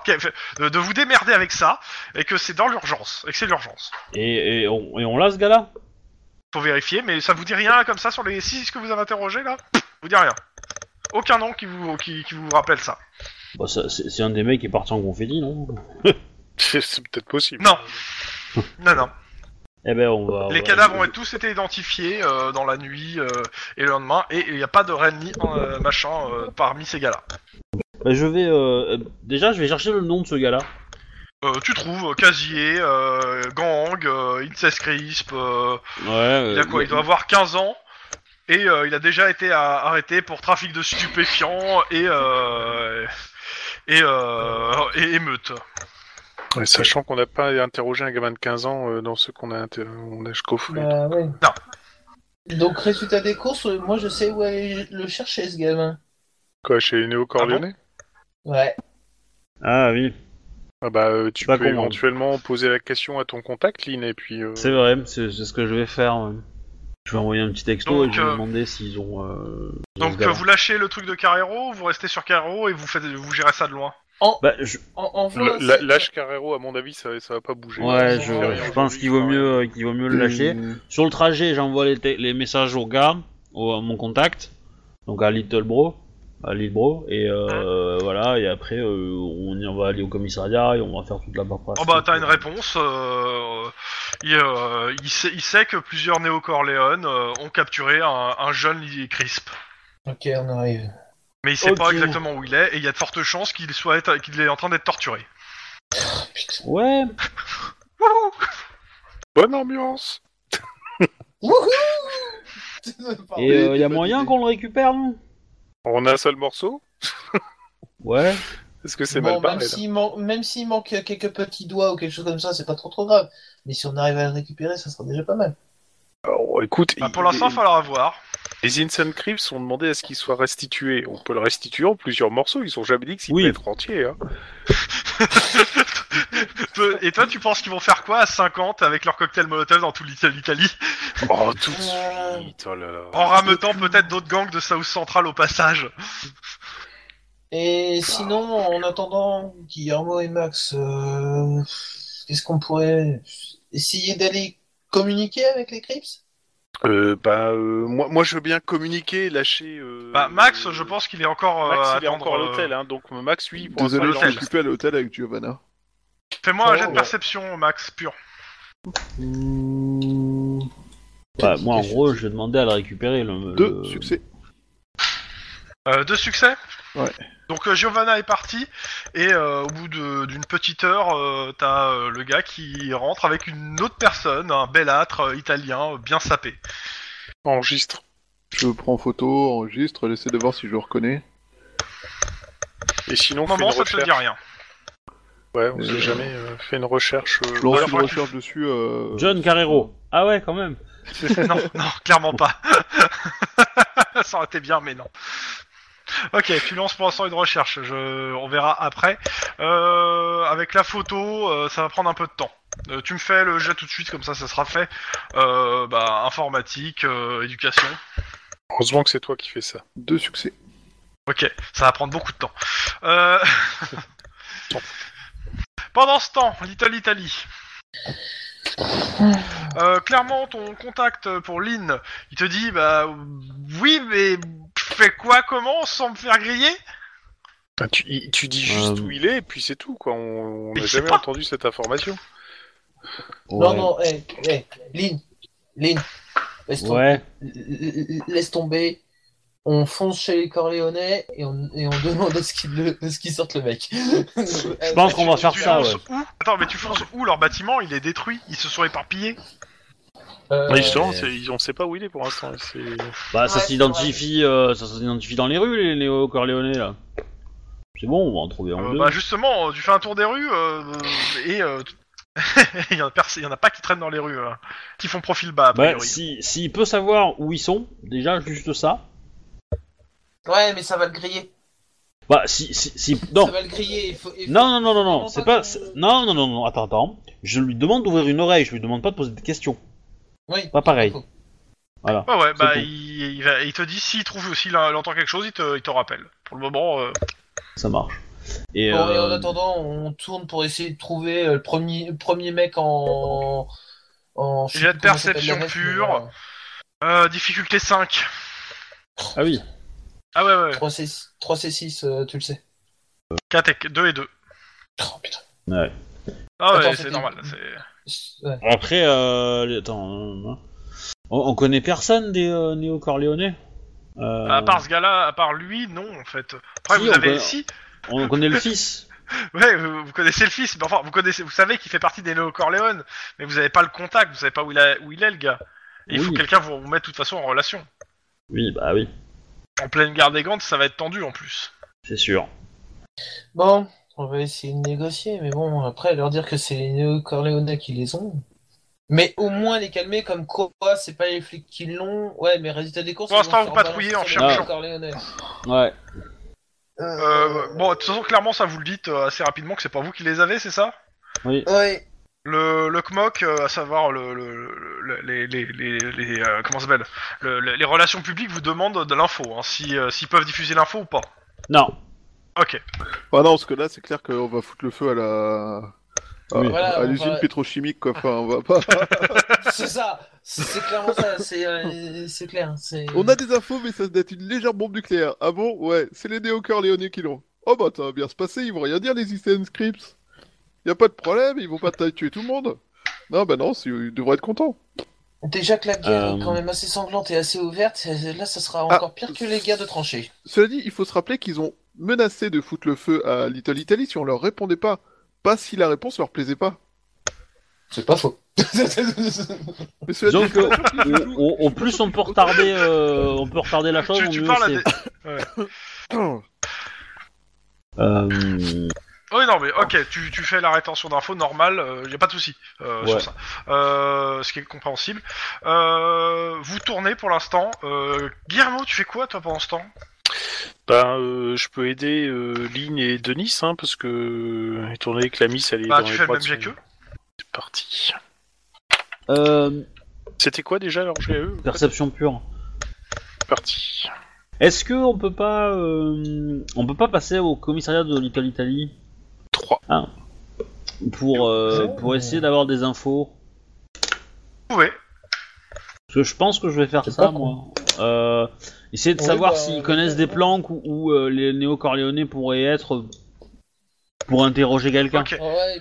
[SPEAKER 1] de, de vous démerder avec ça, et que c'est dans l'urgence, et que c'est l'urgence.
[SPEAKER 5] Et, et on, et on l'a ce gars-là
[SPEAKER 1] Faut vérifier, mais ça vous dit rien comme ça sur les six que vous avez interrogés là Vous dit rien. Aucun nom qui vous, qui, qui vous rappelle ça.
[SPEAKER 5] bah, ça, c'est, c'est un des mecs qui est parti en confetti, non
[SPEAKER 2] C'est c'est peut-être possible.
[SPEAKER 1] Non. Non, non.
[SPEAKER 5] Eh ben on va.
[SPEAKER 1] Les
[SPEAKER 5] on va-
[SPEAKER 1] cadavres ont tous été identifiés euh, dans la nuit euh, et le lendemain, et il n'y a pas de Renly euh, machin euh, parmi ces gars-là.
[SPEAKER 5] Bah, je vais. euh, euh, déjà, je vais chercher le nom de ce gars-là.
[SPEAKER 1] Euh, tu trouves euh, casier, euh, gang, euh, incest crisp, euh,
[SPEAKER 5] Ouais.
[SPEAKER 1] il a quoi Il doit avoir 15 ans et euh, il a déjà été à- arrêté pour trafic de stupéfiants et euh, et, euh, et émeute.
[SPEAKER 2] Ouais, sachant qu'on n'a pas interrogé un gamin de 15 ans euh, dans ce qu'on a, inter- on a coffré.
[SPEAKER 4] Bah ouais. Donc, résultat des courses, euh, moi je sais où aller le chercher, ce gamin.
[SPEAKER 2] Quoi, chez les néo-corléonais
[SPEAKER 4] Ouais.
[SPEAKER 5] Ah oui,
[SPEAKER 2] Ah bah, euh, tu
[SPEAKER 5] Pas
[SPEAKER 2] peux
[SPEAKER 5] con, hein.
[SPEAKER 2] éventuellement poser la question à ton contact, Lynn, et puis... euh,
[SPEAKER 5] c'est vrai, c'est, c'est ce que je vais faire. ouais. Je vais envoyer un petit texto
[SPEAKER 1] Donc,
[SPEAKER 5] et je vais
[SPEAKER 1] euh,
[SPEAKER 5] demander s'ils ont. euh, ils ont ce
[SPEAKER 1] Donc euh,
[SPEAKER 5] gars-là.
[SPEAKER 1] vous lâchez le truc de Carrero, vous restez sur Carrero et vous faites, vous gérez ça de loin.
[SPEAKER 5] Bah, je...
[SPEAKER 4] En, en faisant
[SPEAKER 2] le-
[SPEAKER 4] un-
[SPEAKER 2] la- Lâche Carrero, à mon avis, ça, ça va pas bouger.
[SPEAKER 5] Ouais,
[SPEAKER 4] ils
[SPEAKER 5] je,
[SPEAKER 4] ont rien
[SPEAKER 5] je pense qu'il vaut mieux, euh, qu'il vaut mieux le lâcher.
[SPEAKER 3] Mm.
[SPEAKER 5] Sur le trajet, j'envoie les, te- les messages au gars, au, à mon contact, donc à Little Bro, à Lil Bro, et euh,
[SPEAKER 1] Hein
[SPEAKER 5] voilà, et après euh, on y on va aller au commissariat et on va faire toute la paperasse.
[SPEAKER 1] Oh bah t'as une réponse. euh, il, euh, il sait, il sait que plusieurs néo-corléones euh, ont capturé un, un jeune Lee Crisp.
[SPEAKER 4] Ok, on arrive.
[SPEAKER 1] Mais il sait pas
[SPEAKER 5] Ok.
[SPEAKER 1] exactement où il est et il y a de fortes chances qu'il soit être- qu'il est en train d'être torturé.
[SPEAKER 5] Ouais,
[SPEAKER 2] Bonne ambiance
[SPEAKER 4] Wouhou Ah,
[SPEAKER 5] et
[SPEAKER 3] des-
[SPEAKER 5] il y a
[SPEAKER 3] des
[SPEAKER 5] moyen
[SPEAKER 3] idées.
[SPEAKER 5] qu'on le récupère, non
[SPEAKER 2] On a un seul morceau
[SPEAKER 5] Ouais.
[SPEAKER 2] Est-ce que c'est
[SPEAKER 4] Bon,
[SPEAKER 2] mal barré,
[SPEAKER 4] même
[SPEAKER 2] là
[SPEAKER 4] s'il man- même s'il manque quelques petits doigts ou quelque chose comme ça, c'est pas trop trop grave. Mais si on arrive à le récupérer, ça sera déjà pas mal.
[SPEAKER 2] Alors, Oh, écoute,
[SPEAKER 1] Bah,
[SPEAKER 2] il-
[SPEAKER 1] pour l'instant, il
[SPEAKER 2] il-
[SPEAKER 1] faudra voir.
[SPEAKER 2] les Insane Crips ont demandé à ce qu'il soit restitué. On peut le restituer en plusieurs morceaux, ils ont jamais dit que s'il
[SPEAKER 5] Oui.
[SPEAKER 2] peut être entier. Hein.
[SPEAKER 1] Peu- Et toi, tu penses qu'ils vont faire quoi à 50 avec leur cocktail Molotov dans toute l'Ita- l'Italie
[SPEAKER 2] Oh, tout de
[SPEAKER 4] Euh.
[SPEAKER 2] suite, oh là là.
[SPEAKER 1] En rameutant peut-être d'autres gangs de South Central au passage.
[SPEAKER 4] Et sinon, en attendant, Guillermo et Max, euh, qu'est-ce qu'on pourrait essayer d'aller communiquer avec les Crips
[SPEAKER 2] Euh, bah, euh, moi, moi, je veux bien communiquer, lâcher. euh,
[SPEAKER 1] Bah, Max, je
[SPEAKER 2] euh,
[SPEAKER 1] pense qu'il est encore euh,
[SPEAKER 2] Max,
[SPEAKER 1] à
[SPEAKER 2] il est
[SPEAKER 1] attendre,
[SPEAKER 2] encore à
[SPEAKER 1] euh,
[SPEAKER 2] l'hôtel, hein, donc Max, lui, pour
[SPEAKER 3] Désolé,
[SPEAKER 1] l'instant,
[SPEAKER 3] je
[SPEAKER 1] il
[SPEAKER 3] suis
[SPEAKER 1] est
[SPEAKER 3] occupé à l'hôtel avec Giovanna.
[SPEAKER 2] hein.
[SPEAKER 1] Fais-moi un jet de
[SPEAKER 4] Oh.
[SPEAKER 1] perception, Max, pur.
[SPEAKER 5] Bah, moi en gros, je vais demander à le récupérer. Le,
[SPEAKER 3] Deux
[SPEAKER 5] le-
[SPEAKER 3] succès.
[SPEAKER 1] Euh, deux succès
[SPEAKER 3] Ouais.
[SPEAKER 1] Donc euh, Giovanna est partie et euh, au bout de- d'une petite heure, euh, t'as euh, le gars qui rentre avec une autre personne, un belâtre euh, italien euh, bien sapé.
[SPEAKER 2] Enregistre.
[SPEAKER 3] Je prends photo, enregistre, j'essaie de voir si je le reconnais.
[SPEAKER 2] Et sinon,
[SPEAKER 1] Au
[SPEAKER 2] fais
[SPEAKER 1] moment,
[SPEAKER 2] une
[SPEAKER 1] ça te
[SPEAKER 2] recherche.
[SPEAKER 1] dit rien.
[SPEAKER 2] Ouais, on sait
[SPEAKER 3] Euh,
[SPEAKER 2] jamais. euh, fais une recherche. euh,
[SPEAKER 3] Je lance
[SPEAKER 1] la
[SPEAKER 3] une
[SPEAKER 1] fois que-
[SPEAKER 3] recherche dessus. euh,
[SPEAKER 5] John Carrero. Ah ouais, quand même.
[SPEAKER 1] non, non, clairement pas. ça aurait été bien, mais non. Ok, tu lances pour l'instant une recherche. Je... On verra après. Euh, avec la photo, euh, ça va prendre un peu de temps. Euh, tu me fais le jet tout de suite, comme ça, ça sera fait. Euh, bah, informatique, euh, éducation.
[SPEAKER 2] Heureusement que c'est toi qui fais ça.
[SPEAKER 3] Deux succès.
[SPEAKER 1] Ok, ça va prendre beaucoup de temps. Euh... Pendant ce temps, Little Italy. Euh, clairement, ton contact pour Lynn, il te dit bah oui, mais je fais quoi, comment, sans me faire griller
[SPEAKER 2] Ah, tu, il- tu dis juste
[SPEAKER 5] Euh,
[SPEAKER 2] où il est, et puis c'est tout, quoi. On on
[SPEAKER 1] Mais
[SPEAKER 2] n'a
[SPEAKER 1] je sais
[SPEAKER 2] jamais
[SPEAKER 1] pas.
[SPEAKER 2] entendu cette information.
[SPEAKER 4] Non,
[SPEAKER 5] Ouais.
[SPEAKER 4] non, hé, hé, Lynn, Lynn, laisse, tom-
[SPEAKER 5] Ouais.
[SPEAKER 4] l- l- laisse tomber. On fonce chez les Corléonais et on, et on demande à ce qu'ils le- à ce qu'ils sortent le mec.
[SPEAKER 5] Je pense qu'on va faire
[SPEAKER 1] Tu
[SPEAKER 5] Ah, ça. Ouais.
[SPEAKER 1] fonces où Attends, mais tu fonces où Leur bâtiment, il est détruit, ils se sont éparpillés.
[SPEAKER 4] Euh,
[SPEAKER 2] Mais justement, c'est- ils- on sait pas où il est pour l'instant. c'est-
[SPEAKER 5] Bah, ça
[SPEAKER 4] Ouais,
[SPEAKER 5] s'identifie, euh, ça s'identifie dans les rues, les néo-corléonais là. C'est bon, on va en trouver un ou
[SPEAKER 1] Euh,
[SPEAKER 5] deux.
[SPEAKER 1] bah justement, euh, tu fais un tour des rues euh, et euh, il, y en a pers- il y en a pas qui traînent dans les rues, hein, qui font profil bas, a
[SPEAKER 5] Bah,
[SPEAKER 1] priori.
[SPEAKER 5] si, s'il peut savoir où ils sont, déjà juste ça.
[SPEAKER 4] Ouais, mais ça va le griller.
[SPEAKER 5] Bah, si, si, si- non.
[SPEAKER 4] Ça va le griller. Il faut, il faut-
[SPEAKER 5] Non, non, non, non, non,
[SPEAKER 4] Vraiment
[SPEAKER 5] c'est
[SPEAKER 4] pas
[SPEAKER 5] pas.
[SPEAKER 4] que-
[SPEAKER 5] c'est- Non, non, non, non, attends, attends. Je lui demande d'ouvrir une oreille, je lui demande pas de poser des questions.
[SPEAKER 4] Oui.
[SPEAKER 5] Pas pareil.
[SPEAKER 4] Faut-
[SPEAKER 1] Ouais, ouais, bah,
[SPEAKER 5] tout.
[SPEAKER 1] il, il va- il te dit s'il trouve, s'il a- il entend quelque chose, il te, il te rappelle. Pour le moment, euh,
[SPEAKER 5] Ça marche. Et,
[SPEAKER 4] Bon, et en
[SPEAKER 5] euh,
[SPEAKER 4] attendant, on tourne pour essayer de trouver euh, le premier, le premier mec en. en je sais
[SPEAKER 1] Jet de
[SPEAKER 4] plus comment s'appelle
[SPEAKER 1] perception
[SPEAKER 4] la reste,
[SPEAKER 1] pure.
[SPEAKER 4] mais voilà.
[SPEAKER 1] euh, difficulté 5.
[SPEAKER 5] Ah oui.
[SPEAKER 1] Ah ouais, ouais,
[SPEAKER 4] 3C6, 3C6 euh, tu le sais.
[SPEAKER 1] 4 et 2 et 2.
[SPEAKER 4] Oh putain.
[SPEAKER 5] Ouais.
[SPEAKER 1] Ah ouais,
[SPEAKER 4] Attends,
[SPEAKER 1] c'est
[SPEAKER 4] c'était-
[SPEAKER 1] normal. c'est-
[SPEAKER 4] Ouais.
[SPEAKER 5] Après, euh, les- attends, euh, on, on connaît personne des euh, néo-corléonais. Euh,
[SPEAKER 1] À part ce gars-là, à part lui, non, en fait. Après,
[SPEAKER 5] Si,
[SPEAKER 1] vous
[SPEAKER 5] on
[SPEAKER 1] avez
[SPEAKER 5] peut-
[SPEAKER 1] si,
[SPEAKER 5] on connaît le fils.
[SPEAKER 1] ouais, vous, vous connaissez le fils, mais enfin, vous connaissez, vous savez qu'il fait partie des Neo Corleone, mais vous avez pas le contact, vous savez pas où il, a- où il est, le gars. Et il faut
[SPEAKER 5] Oui.
[SPEAKER 1] que quelqu'un vous, vous mette de toute façon en relation.
[SPEAKER 5] Oui, bah oui,
[SPEAKER 1] En pleine guerre des Gantes, ça va être tendu en plus.
[SPEAKER 5] c'est sûr.
[SPEAKER 4] Bon, on va essayer de négocier, mais bon, après, leur dire que c'est les néo-corléonais qui les ont. Mais au moins les calmer, comme quoi, c'est pas les flics qui l'ont. Ouais, mais résultat des courses.
[SPEAKER 1] Pour
[SPEAKER 4] ils
[SPEAKER 1] l'instant,
[SPEAKER 4] vont
[SPEAKER 1] vous
[SPEAKER 4] faire
[SPEAKER 1] patrouillez
[SPEAKER 4] balancer
[SPEAKER 1] en
[SPEAKER 4] les
[SPEAKER 5] cherchant.
[SPEAKER 4] néo-corléonais.
[SPEAKER 5] Ouais.
[SPEAKER 1] Euh, bon, de toute façon, clairement, ça vous le dites euh, assez rapidement que c'est pas vous qui les avez, c'est ça
[SPEAKER 5] Oui.
[SPEAKER 4] Ouais.
[SPEAKER 1] Le, le CMOC, euh, à savoir le, le- le- les, les, les, les, euh, comment ça s'appelle Le- le- Les relations publiques vous demandent de l'info, hein, si, euh, s'ils peuvent diffuser l'info ou pas.
[SPEAKER 5] Non.
[SPEAKER 1] Ok.
[SPEAKER 3] Ah non, parce que là, c'est clair qu'on va foutre le feu à la. à-
[SPEAKER 5] Oui.
[SPEAKER 4] Voilà,
[SPEAKER 3] à
[SPEAKER 4] on
[SPEAKER 3] l'usine
[SPEAKER 4] va-
[SPEAKER 3] pétrochimique, quoi. Enfin, on va pas.
[SPEAKER 4] C'est ça, c'est clairement ça, c'est euh, c'est clair. c'est-
[SPEAKER 3] on a des infos, mais ça se date une légère bombe nucléaire. Ah bon Ouais, c'est les néo-corléonais qui l'ont. Oh bah, ça va bien se passer, ils vont rien dire, les Eastern Scripts. Y a pas de problème, ils vont pas tuer tout le monde. Non, bah non, c'est- ils devraient être contents.
[SPEAKER 4] Déjà que la guerre est
[SPEAKER 5] Euh.
[SPEAKER 4] quand même assez sanglante et assez ouverte, là ça sera encore pire que les guerres de tranchées.
[SPEAKER 3] Cela dit, il faut se rappeler qu'ils ont menacé de foutre le feu à Little Italy si on leur répondait pas. Pas si la réponse leur plaisait pas.
[SPEAKER 4] C'est pas faux.
[SPEAKER 3] Mais cela dit,
[SPEAKER 5] Disons que au, au- au plus on peut retarder, euh, on peut retarder la chose,
[SPEAKER 1] Tu-
[SPEAKER 5] on
[SPEAKER 1] tu
[SPEAKER 5] mieux
[SPEAKER 1] parles à des-
[SPEAKER 5] c'est. Euh,
[SPEAKER 1] Oui, Oh, non, mais ok, tu, tu fais la rétention d'infos normale, il y a pas de souci euh, sur
[SPEAKER 5] Ouais.
[SPEAKER 1] ça. Euh, ce qui est compréhensible. Euh, vous tournez pour l'instant. Euh, Guillermo, tu fais quoi toi pendant ce temps
[SPEAKER 6] Ben, euh, je peux aider euh, Lynn et Denis, hein, parce que étant donné que la miss, elle est
[SPEAKER 1] Bah,
[SPEAKER 6] dans
[SPEAKER 1] tu
[SPEAKER 6] les
[SPEAKER 1] fais le
[SPEAKER 6] bras
[SPEAKER 1] même
[SPEAKER 6] de
[SPEAKER 1] jet
[SPEAKER 6] son-
[SPEAKER 1] qu'eux.
[SPEAKER 6] C'est parti.
[SPEAKER 5] euh,
[SPEAKER 6] C'était quoi déjà E leur jet à eux
[SPEAKER 5] perception pure.
[SPEAKER 6] C'est parti.
[SPEAKER 5] Est-ce que on peut pas, euh, on peut pas passer au commissariat de Little Italy
[SPEAKER 6] 3.
[SPEAKER 5] pour euh, pour essayer d'avoir des infos
[SPEAKER 1] Vous pouvez.
[SPEAKER 5] Parce que je pense que je vais faire
[SPEAKER 4] C'est
[SPEAKER 5] ça,
[SPEAKER 4] pas con.
[SPEAKER 5] moi. Euh, essayer de
[SPEAKER 4] Oui,
[SPEAKER 5] savoir
[SPEAKER 4] bah,
[SPEAKER 5] s'ils
[SPEAKER 4] euh,
[SPEAKER 5] connaissent des planques où, où, euh, les néo-corléonais pourraient être pour interroger quelqu'un.
[SPEAKER 1] Ok.
[SPEAKER 4] Ouais,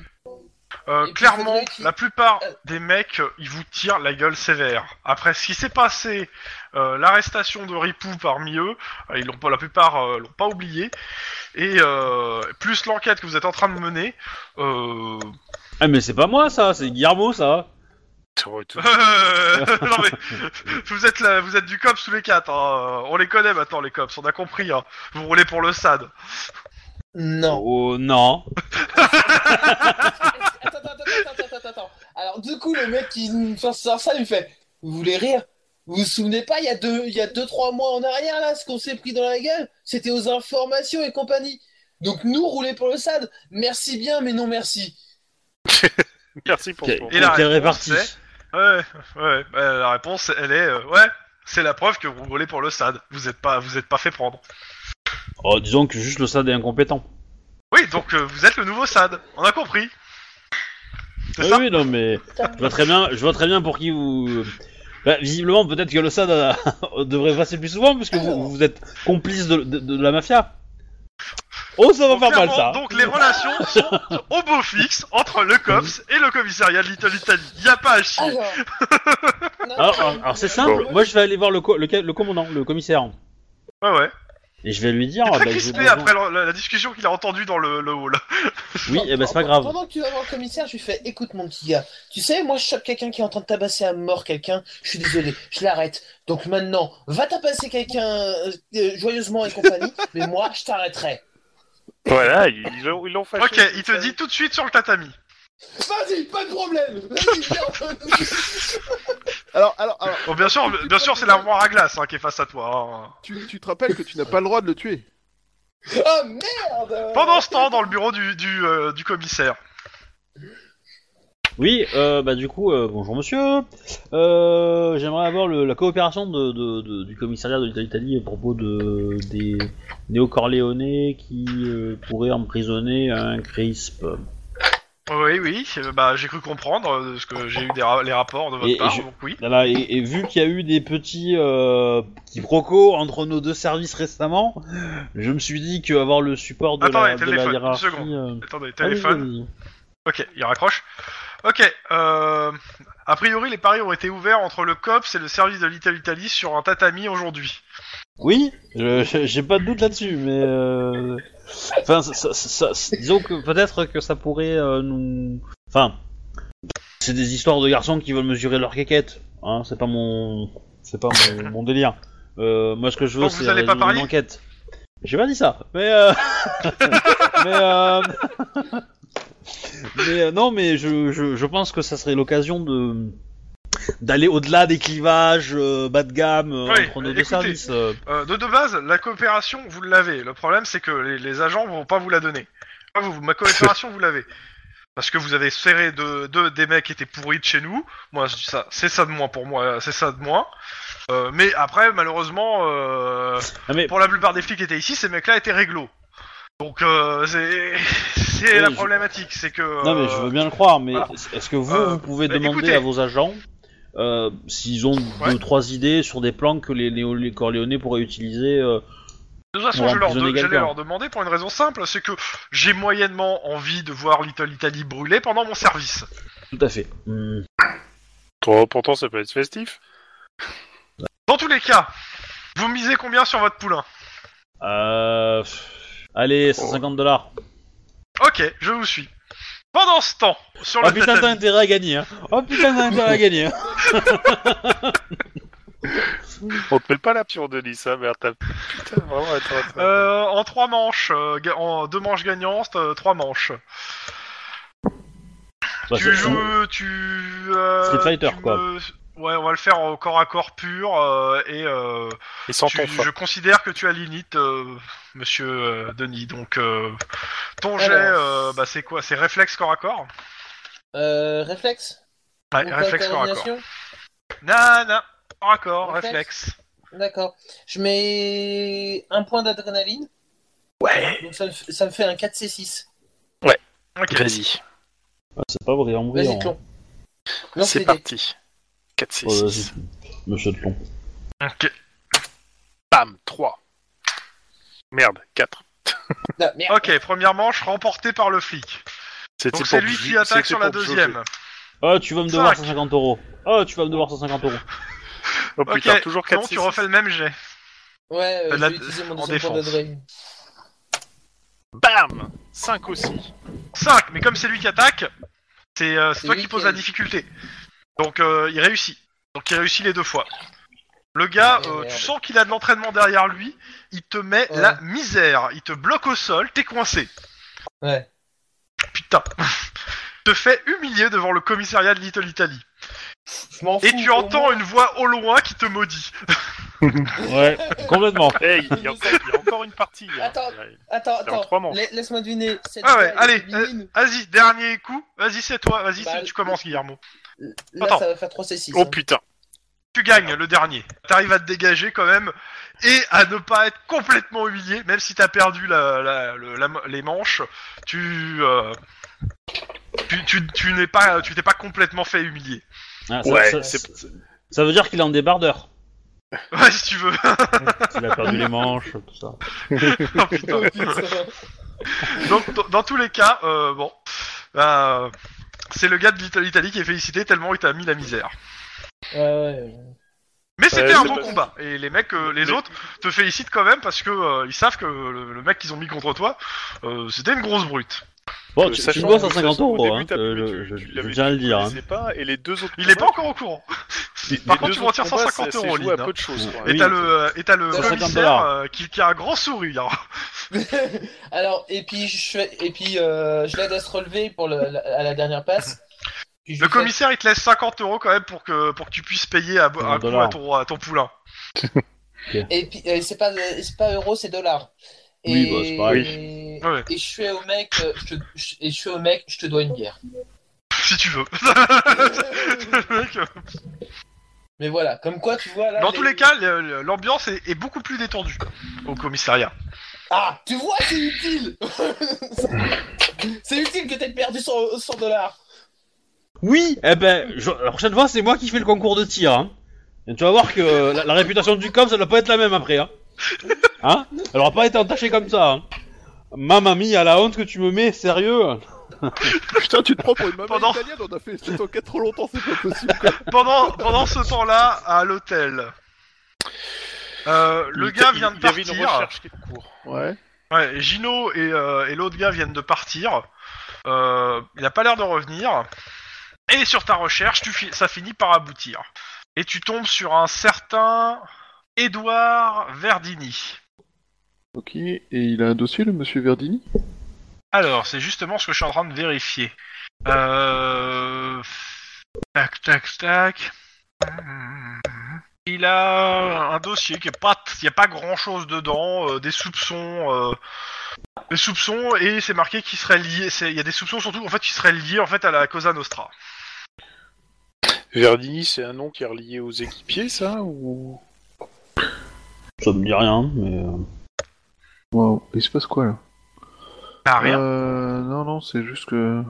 [SPEAKER 1] Euh,
[SPEAKER 4] Et puis,
[SPEAKER 1] clairement,
[SPEAKER 4] faudrait qu'il-
[SPEAKER 1] la plupart
[SPEAKER 4] Euh.
[SPEAKER 1] des mecs, euh, ils vous tirent la gueule sévère. Après ce qui s'est passé, euh, l'arrestation de Ripou parmi eux, euh, ils l'ont pas, la plupart euh, l'ont pas oublié. Et euh, plus l'enquête que vous êtes en train de mener, euh,
[SPEAKER 5] Ah, mais c'est pas moi ça, c'est Guillermo ça.
[SPEAKER 6] T'aurais tout-
[SPEAKER 1] Euh, non mais vous êtes là, vous êtes du cops tous les quatre. hein. On les connaît maintenant les cops, on a compris. hein. Vous roulez pour le SAD.
[SPEAKER 4] non.
[SPEAKER 5] Oh non.
[SPEAKER 4] Attends, attends, attends, attends, attends, attends. Alors du coup, le mec qui nous fait sortir ça, il me fait Vous voulez rire Vous vous souvenez pas, il y a deux, il y a deux, trois mois en arrière, là, ce qu'on s'est pris dans la gueule C'était aux informations et compagnie. Donc nous, rouler pour le SAD, merci bien, mais non merci.
[SPEAKER 6] Merci pour
[SPEAKER 5] Que-
[SPEAKER 6] ton-
[SPEAKER 1] Et la
[SPEAKER 5] Quelle
[SPEAKER 1] réponse,
[SPEAKER 5] répartie
[SPEAKER 1] c'est- Ouais, ouais. bah, la réponse, elle est euh, ouais. C'est la preuve que vous roulez pour le SAD. Vous êtes pas, vous êtes pas fait prendre.
[SPEAKER 5] oh, Disons que juste le SAD est incompétent.
[SPEAKER 1] Oui, donc euh, vous êtes le nouveau SAD. On a compris. C'est
[SPEAKER 5] Ah Oui,
[SPEAKER 1] ça.
[SPEAKER 5] oui, non, mais je vois très bien, je vois très bien pour qui vous. Bah, visiblement, peut-être que le SAD euh, devrait passer plus souvent puisque vous, vous êtes complice de, de- de la mafia. Oh, ça va
[SPEAKER 1] Donc,
[SPEAKER 5] faire mal
[SPEAKER 1] clairement,
[SPEAKER 5] ça.
[SPEAKER 1] donc les relations sont au beau fixe entre le cops et le commissariat de Little Italy. Y a pas à chier.
[SPEAKER 4] Alors, Non,
[SPEAKER 5] Alors,
[SPEAKER 4] non,
[SPEAKER 5] alors- Ah, alors, c'est simple,
[SPEAKER 4] non,
[SPEAKER 5] moi je vais aller voir le, co- le, ca- le commandant, le commissaire,
[SPEAKER 1] Ouais, ouais.
[SPEAKER 5] et je vais lui dire.
[SPEAKER 1] Il est très
[SPEAKER 5] bah, j'ai
[SPEAKER 1] crispé
[SPEAKER 5] besoin-
[SPEAKER 1] après la, la- la discussion qu'il a entendue dans le, le hall.
[SPEAKER 5] Oui, eh ben, c'est pas grave.
[SPEAKER 4] Pendant que tu vas voir le commissaire, je lui fais écoute mon petit gars, tu sais, moi je chope quelqu'un qui est en train de tabasser à mort quelqu'un, je suis désolé, je l'arrête. Donc maintenant, va tabasser quelqu'un euh, euh, joyeusement et compagnie, mais moi je t'arrêterai.
[SPEAKER 6] Voilà, ils ils l'ont ils l'ont fâché.
[SPEAKER 1] Ah, Ok, il te dit tout de suite sur le tatami.
[SPEAKER 4] Vas-y, pas de problème Vas-y, merde.
[SPEAKER 3] Alors, alors, alors,
[SPEAKER 1] Bon, bien sûr, bien sûr, c'est l'armoire à glace hein, qui est face à toi. hein.
[SPEAKER 3] tu, tu te rappelles que tu n'as pas le droit de le tuer.
[SPEAKER 4] Ah merde
[SPEAKER 1] Pendant ce temps, dans le bureau du, du, euh, du commissaire.
[SPEAKER 5] Oui, euh, bah du coup, euh, bonjour monsieur. Euh, J'aimerais avoir le- la coopération de, de- de- du commissariat de l'Italie à propos de, des néo-corléonais qui euh, pourraient emprisonner un crisp.
[SPEAKER 1] Oui, oui, euh, bah, j'ai cru comprendre, euh, parce que j'ai eu des ra- les rapports de votre
[SPEAKER 5] Et- et
[SPEAKER 1] part,
[SPEAKER 5] je-
[SPEAKER 1] donc oui.
[SPEAKER 5] Voilà, et, et vu qu'il y a eu des petits euh, quiproquos entre nos deux services récemment, je me suis dit qu'avoir le support de la,
[SPEAKER 1] Attendez,
[SPEAKER 5] de la
[SPEAKER 1] téléphone, une
[SPEAKER 5] hiérarchie...
[SPEAKER 1] seconde.
[SPEAKER 5] euh,
[SPEAKER 1] Attendez, téléphone.
[SPEAKER 5] allez, allez.
[SPEAKER 1] Ok, il raccroche. Ok, euh, a priori, les paris ont été ouverts entre le COPS et le service de l'Ital Italie sur un tatami aujourd'hui.
[SPEAKER 5] Oui, je- je- j'ai pas de doute là-dessus, mais euh, enfin, ça- ça- ça- ça- disons que peut-être que ça pourrait euh, nous, enfin, c'est des histoires de garçons qui veulent mesurer leur quéquette, hein, c'est pas mon, c'est pas mon, mon délire. Euh, moi, ce que je veux,
[SPEAKER 1] Donc vous
[SPEAKER 5] c'est
[SPEAKER 1] allez pas
[SPEAKER 5] résoudre une
[SPEAKER 1] parier
[SPEAKER 5] enquête. J'ai pas dit ça, mais euh... mais, euh, mais euh, non, mais je, je, je pense que ça serait l'occasion de d'aller au-delà des clivages euh, bas de gamme euh,
[SPEAKER 1] Oui,
[SPEAKER 5] entre nos deux
[SPEAKER 1] bah, écoutez,
[SPEAKER 5] services. euh.
[SPEAKER 1] Euh, de, de base, la coopération, vous l'avez. Le problème, c'est que les, les agents vont pas vous la donner. Ah, vous- ma coopération, vous l'avez. Parce que vous avez serré de, de- des mecs qui étaient pourris de chez nous. Moi, je dis ça, c'est ça de moins pour moi, c'est ça de moins. Euh, mais après, malheureusement, euh,
[SPEAKER 5] Ah, mais
[SPEAKER 1] pour la plupart des flics qui étaient ici, ces mecs-là étaient réglo. Donc, euh, c'est c'est
[SPEAKER 5] Oui,
[SPEAKER 1] la
[SPEAKER 5] je-
[SPEAKER 1] problématique, c'est que.
[SPEAKER 5] Non, mais
[SPEAKER 1] euh,
[SPEAKER 5] je veux bien le croire, mais
[SPEAKER 1] voilà.
[SPEAKER 5] est-ce que vous,
[SPEAKER 1] Euh,
[SPEAKER 5] vous pouvez
[SPEAKER 1] bah,
[SPEAKER 5] demander
[SPEAKER 1] écoutez.
[SPEAKER 5] à vos agents euh, s'ils ont
[SPEAKER 1] Ouais.
[SPEAKER 5] deux, trois idées sur des plans que les, néo- les Corléonais pourraient utiliser euh,
[SPEAKER 1] De toute façon,
[SPEAKER 5] Pour
[SPEAKER 1] je leur de-
[SPEAKER 5] emprisonner
[SPEAKER 1] j'allais
[SPEAKER 5] quelqu'un.
[SPEAKER 1] leur demander pour une raison simple, c'est que j'ai moyennement envie de voir Little Italy brûler pendant mon service.
[SPEAKER 5] Tout à fait. Hmm.
[SPEAKER 6] Pour- pourtant, ça peut être festif.
[SPEAKER 1] Dans tous les cas, vous misez combien sur votre poulain
[SPEAKER 5] Euh, pff,
[SPEAKER 1] Oh.
[SPEAKER 5] Allez, 150 dollars.
[SPEAKER 1] Ok, je vous suis. Pendant ce temps, sur
[SPEAKER 5] Oh
[SPEAKER 1] le
[SPEAKER 5] putain, t'as
[SPEAKER 1] tatami-
[SPEAKER 5] intérêt à gagner. hein. Oh putain, t'as intérêt à gagner. hein.
[SPEAKER 6] On te met pas la pion de Lisa, merde. t'as- Putain, vraiment, attends, attends.
[SPEAKER 1] euh, en trois manches, euh, ga- en deux manches gagnantes, euh, trois manches.
[SPEAKER 5] Bah,
[SPEAKER 1] tu
[SPEAKER 5] Ah, c'est-
[SPEAKER 1] joues, tu. euh,
[SPEAKER 5] Street Fighter,
[SPEAKER 1] tu
[SPEAKER 5] quoi.
[SPEAKER 1] me- Ouais, on va le faire au corps à corps pur euh, et euh,
[SPEAKER 6] Et sans
[SPEAKER 1] tu-
[SPEAKER 6] ton
[SPEAKER 1] je considère que tu as l'init, euh, Monsieur euh, Denis. Donc euh, ton jet,
[SPEAKER 4] Alors.
[SPEAKER 1] euh, bah, c'est quoi C'est réflexe corps à corps.
[SPEAKER 4] Euh, réflexe
[SPEAKER 1] Ouais,
[SPEAKER 4] Ou pas
[SPEAKER 1] réflexe corps à corps.
[SPEAKER 4] coordination
[SPEAKER 1] Non, non, corps à corps,
[SPEAKER 4] Réflexe.
[SPEAKER 1] réflexe.
[SPEAKER 4] D'accord. Je mets un point d'adrénaline.
[SPEAKER 6] Ouais.
[SPEAKER 4] Donc ça me, f- ça me fait un 4C6.
[SPEAKER 1] Ok.
[SPEAKER 6] Vas-y,
[SPEAKER 5] Ah, C'est pas brillant, brillant.
[SPEAKER 4] Vas-y,
[SPEAKER 5] hein.
[SPEAKER 4] Tlon. Non,
[SPEAKER 6] c'est
[SPEAKER 4] des-
[SPEAKER 6] parti. 4, 6,
[SPEAKER 5] Oh,
[SPEAKER 6] 6.
[SPEAKER 5] vas-y, Monsieur Tlon.
[SPEAKER 1] Ok.
[SPEAKER 6] Bam, 3. Merde, 4.
[SPEAKER 4] Non, Ah, merde.
[SPEAKER 1] Ok, première manche remportée par le flic. Donc c'est lui qui attaque sur la deuxième.
[SPEAKER 5] Oh, tu vas me devoir
[SPEAKER 1] Cinq.
[SPEAKER 5] 150 euros. Oh, tu vas me devoir 150 euros.
[SPEAKER 6] Oh
[SPEAKER 1] Ok,
[SPEAKER 6] putain, toujours 4,
[SPEAKER 1] Non, tu refais le même jet.
[SPEAKER 4] Ouais, euh,
[SPEAKER 1] La-
[SPEAKER 4] je vais utiliser mon
[SPEAKER 1] en
[SPEAKER 4] deuxième point
[SPEAKER 1] défense.
[SPEAKER 4] d'adrénaline.
[SPEAKER 6] Bam 5 aussi.
[SPEAKER 1] 5, mais comme c'est lui qui attaque, c'est euh, c'est
[SPEAKER 4] C'est
[SPEAKER 1] toi
[SPEAKER 4] lui
[SPEAKER 1] qui
[SPEAKER 4] qui
[SPEAKER 1] poses
[SPEAKER 4] a-
[SPEAKER 1] la difficulté. Donc euh, il réussit. Donc il réussit les deux fois. Le gars,
[SPEAKER 4] Ouais,
[SPEAKER 1] euh,
[SPEAKER 4] Ah, merde.
[SPEAKER 1] tu sens qu'il a de l'entraînement derrière lui, il te met
[SPEAKER 4] Ouais.
[SPEAKER 1] la misère, il te bloque au sol, t'es coincé.
[SPEAKER 4] Ouais.
[SPEAKER 1] Putain. te fais humilier devant le commissariat de Little Italy.
[SPEAKER 4] Je m'en fous.
[SPEAKER 1] Et tu
[SPEAKER 4] au
[SPEAKER 1] entends
[SPEAKER 4] moins.
[SPEAKER 1] une voix au loin qui te maudit.
[SPEAKER 5] Ouais, complètement.
[SPEAKER 6] Hey, il y, a- il y a encore une partie. hein.
[SPEAKER 4] Attends. Attends,
[SPEAKER 6] C'est en
[SPEAKER 4] attends.
[SPEAKER 6] trois manches.
[SPEAKER 4] la- Laisse-moi deviner. Cette
[SPEAKER 1] Ah ouais,
[SPEAKER 4] voix, elle
[SPEAKER 1] allez,
[SPEAKER 4] est féminine.
[SPEAKER 1] Vas-y, dernier coup, vas-y c'est toi, vas-y
[SPEAKER 4] Bah,
[SPEAKER 1] c'est- tu commences Guillermo.
[SPEAKER 4] Là,
[SPEAKER 1] attends.
[SPEAKER 4] ça va faire 3C6.
[SPEAKER 6] Oh
[SPEAKER 4] hein.
[SPEAKER 6] putain.
[SPEAKER 1] Tu gagnes le dernier. T'arrives à te dégager quand même et à ne pas être complètement humilié, même si t'as perdu la, la- le- la- les manches. Tu, euh, tu, tu, tu n'es pas, tu t'es pas complètement fait humilier.
[SPEAKER 5] Ah, ça,
[SPEAKER 6] Ouais,
[SPEAKER 5] ça-
[SPEAKER 6] c'est-
[SPEAKER 5] ça veut dire qu'il est en débardeur.
[SPEAKER 1] Ouais, si tu veux.
[SPEAKER 5] Il a perdu les manches, tout ça.
[SPEAKER 1] Oh, putain.
[SPEAKER 4] Oh, putain.
[SPEAKER 1] Donc, dans- dans tous les cas, euh, bon, euh, c'est le gars de l'Ita- l'Italie qui est félicité tellement il t'a mis la misère.
[SPEAKER 4] Ouais, ouais.
[SPEAKER 1] Mais c'était
[SPEAKER 6] Ouais,
[SPEAKER 1] un
[SPEAKER 6] c'est
[SPEAKER 1] bon
[SPEAKER 6] pas-
[SPEAKER 1] combat et les mecs, euh, les
[SPEAKER 6] Mais-
[SPEAKER 1] autres te félicitent quand même parce que euh, ils savent que le, le mec qu'ils ont mis contre toi, euh, c'était une grosse brute.
[SPEAKER 5] Bon,
[SPEAKER 6] Euh,
[SPEAKER 5] tu, tu
[SPEAKER 6] sachant
[SPEAKER 5] me dois
[SPEAKER 6] que-
[SPEAKER 5] 150
[SPEAKER 6] sachant qu'au
[SPEAKER 5] euros,
[SPEAKER 6] début,
[SPEAKER 5] hein,
[SPEAKER 6] t'as
[SPEAKER 5] euh,
[SPEAKER 6] pu-
[SPEAKER 5] je,
[SPEAKER 6] tu- tu
[SPEAKER 5] je-
[SPEAKER 6] l'avais
[SPEAKER 5] je tiens à le
[SPEAKER 6] dit,
[SPEAKER 5] dire.
[SPEAKER 6] tu
[SPEAKER 5] hein.
[SPEAKER 6] connaissais pas, et les deux autres.
[SPEAKER 1] Il est pas
[SPEAKER 6] combats,
[SPEAKER 1] encore au courant.
[SPEAKER 6] les- les
[SPEAKER 1] Par
[SPEAKER 6] deux
[SPEAKER 1] contre, tu
[SPEAKER 6] autres
[SPEAKER 1] m'en tires
[SPEAKER 6] combats,
[SPEAKER 1] 150
[SPEAKER 6] c'est- c'est
[SPEAKER 1] euros,
[SPEAKER 6] joué à
[SPEAKER 1] Lynn.
[SPEAKER 6] peu de choses. quoi.
[SPEAKER 1] Et t'as le, et t'as le
[SPEAKER 5] Ça, c'est
[SPEAKER 1] commissaire
[SPEAKER 5] 50
[SPEAKER 1] euh, qui, qui a un grand sourire.
[SPEAKER 4] Alors, et puis, je, et puis, euh, je l'aide à se relever pour le- la- à la dernière passe. Puis je
[SPEAKER 1] Le
[SPEAKER 4] lui fais-
[SPEAKER 1] commissaire, il te laisse 50 euros quand même pour que, pour que tu puisses payer à, à,
[SPEAKER 5] Un
[SPEAKER 1] coup
[SPEAKER 5] dollar.
[SPEAKER 1] à ton, à ton poulain.
[SPEAKER 4] Et puis, euh, c'est pas, c'est pas euros, c'est dollars. Et,
[SPEAKER 5] Oui, bah, c'est pareil.
[SPEAKER 4] Et,
[SPEAKER 1] Ouais.
[SPEAKER 4] et je fais au mec, euh, je te, je- et je fais au mec, je te dois une bière.
[SPEAKER 1] Si tu veux. Le mec, euh,
[SPEAKER 4] Mais voilà, comme quoi, tu vois là.
[SPEAKER 1] Dans tous les cas, le- le- l'ambiance est, est beaucoup plus détendue au commissariat.
[SPEAKER 4] Ah, tu vois, c'est utile. c'est utile que t'aies perdu 100 100 dollars.
[SPEAKER 5] Oui, eh ben, je- la prochaine fois, c'est moi qui fais le concours de tir. Hein. Et tu vas voir que euh, la, la réputation du com, ça doit pas être la même après. Hein. Hein Elle aura pas été entachée comme ça. Hein. Ma mamie, à la honte que tu me mets, sérieux.
[SPEAKER 3] Putain, tu te prends pour une maman
[SPEAKER 1] Pendant-
[SPEAKER 3] italienne, on a fait cette enquête trop longtemps, c'est pas possible. quoi.
[SPEAKER 1] Pendant, pendant ce temps-là, à l'hôtel, euh, le
[SPEAKER 6] Il-
[SPEAKER 1] gars
[SPEAKER 6] il-
[SPEAKER 1] vient de
[SPEAKER 6] il y avait
[SPEAKER 1] partir.
[SPEAKER 6] une recherche qui court.
[SPEAKER 3] Ouais.
[SPEAKER 1] Ouais, Gino et, euh, et l'autre gars viennent de partir. Euh, il n'a pas l'air de revenir. Et sur ta recherche, tu fi- ça finit par aboutir. Et tu tombes sur un certain Édouard Verdini.
[SPEAKER 3] Ok, et il a un dossier, le monsieur Verdini
[SPEAKER 1] Alors, c'est justement ce que je suis en train de vérifier. Euh... Tac, tac, tac. Il a un dossier qui est pas, il y a pas grand chose dedans, euh, des soupçons, euh, des soupçons, et c'est marqué qu'il serait lié. c'est- Il y a des soupçons surtout, en fait, qui seraient liés en fait à la Cosa Nostra.
[SPEAKER 2] Verdini, c'est un nom qui est relié aux équipiers, ça ou...
[SPEAKER 5] Ça me dit rien, mais. euh,
[SPEAKER 3] Waouh, il se passe quoi là
[SPEAKER 1] Bah, rien.
[SPEAKER 3] Euh, non, non, c'est juste que.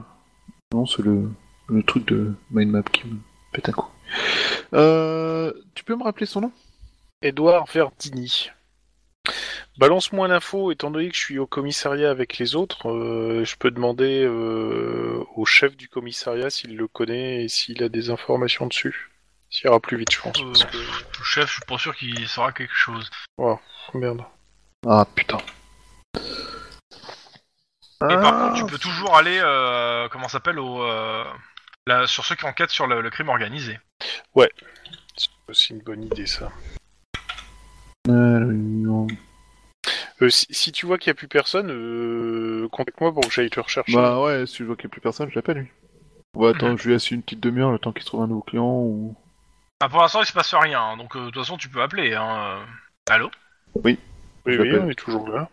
[SPEAKER 3] Non, c'est le... le truc de Mindmap qui me pète un coup. Euh, tu peux me rappeler son nom
[SPEAKER 2] Édouard Verdini. Balance-moi l'info, étant donné que je suis au commissariat avec les autres, euh, je peux demander euh, au chef du commissariat s'il le connaît et s'il a des informations dessus. Ça ira plus vite, je pense. parce que-
[SPEAKER 1] Euh, Le chef, je suis pas sûr qu'il saura quelque chose.
[SPEAKER 2] Merde.
[SPEAKER 3] Ah putain.
[SPEAKER 1] Et par
[SPEAKER 3] Ah,
[SPEAKER 1] contre, tu peux toujours aller, euh, comment ça s'appelle, au, euh, là, sur ceux qui enquêtent sur le- le crime organisé.
[SPEAKER 2] C'est aussi une bonne idée, ça.
[SPEAKER 3] euh, non.
[SPEAKER 2] Euh, si, si tu vois qu'il n'y a plus personne, euh, contacte-moi pour que j'aille te rechercher.
[SPEAKER 3] Bah ouais, si je vois qu'il n'y a plus personne, je l'appelle lui. On va attendre, je lui laisse une petite demi-heure le temps qu'il se trouve un nouveau client ou.
[SPEAKER 1] Ah, pour l'instant, il se passe rien, hein, donc euh, de toute façon, tu peux appeler. Hein. euh. Allô
[SPEAKER 2] oui, oui,
[SPEAKER 3] j'appelle.
[SPEAKER 2] on est toujours là.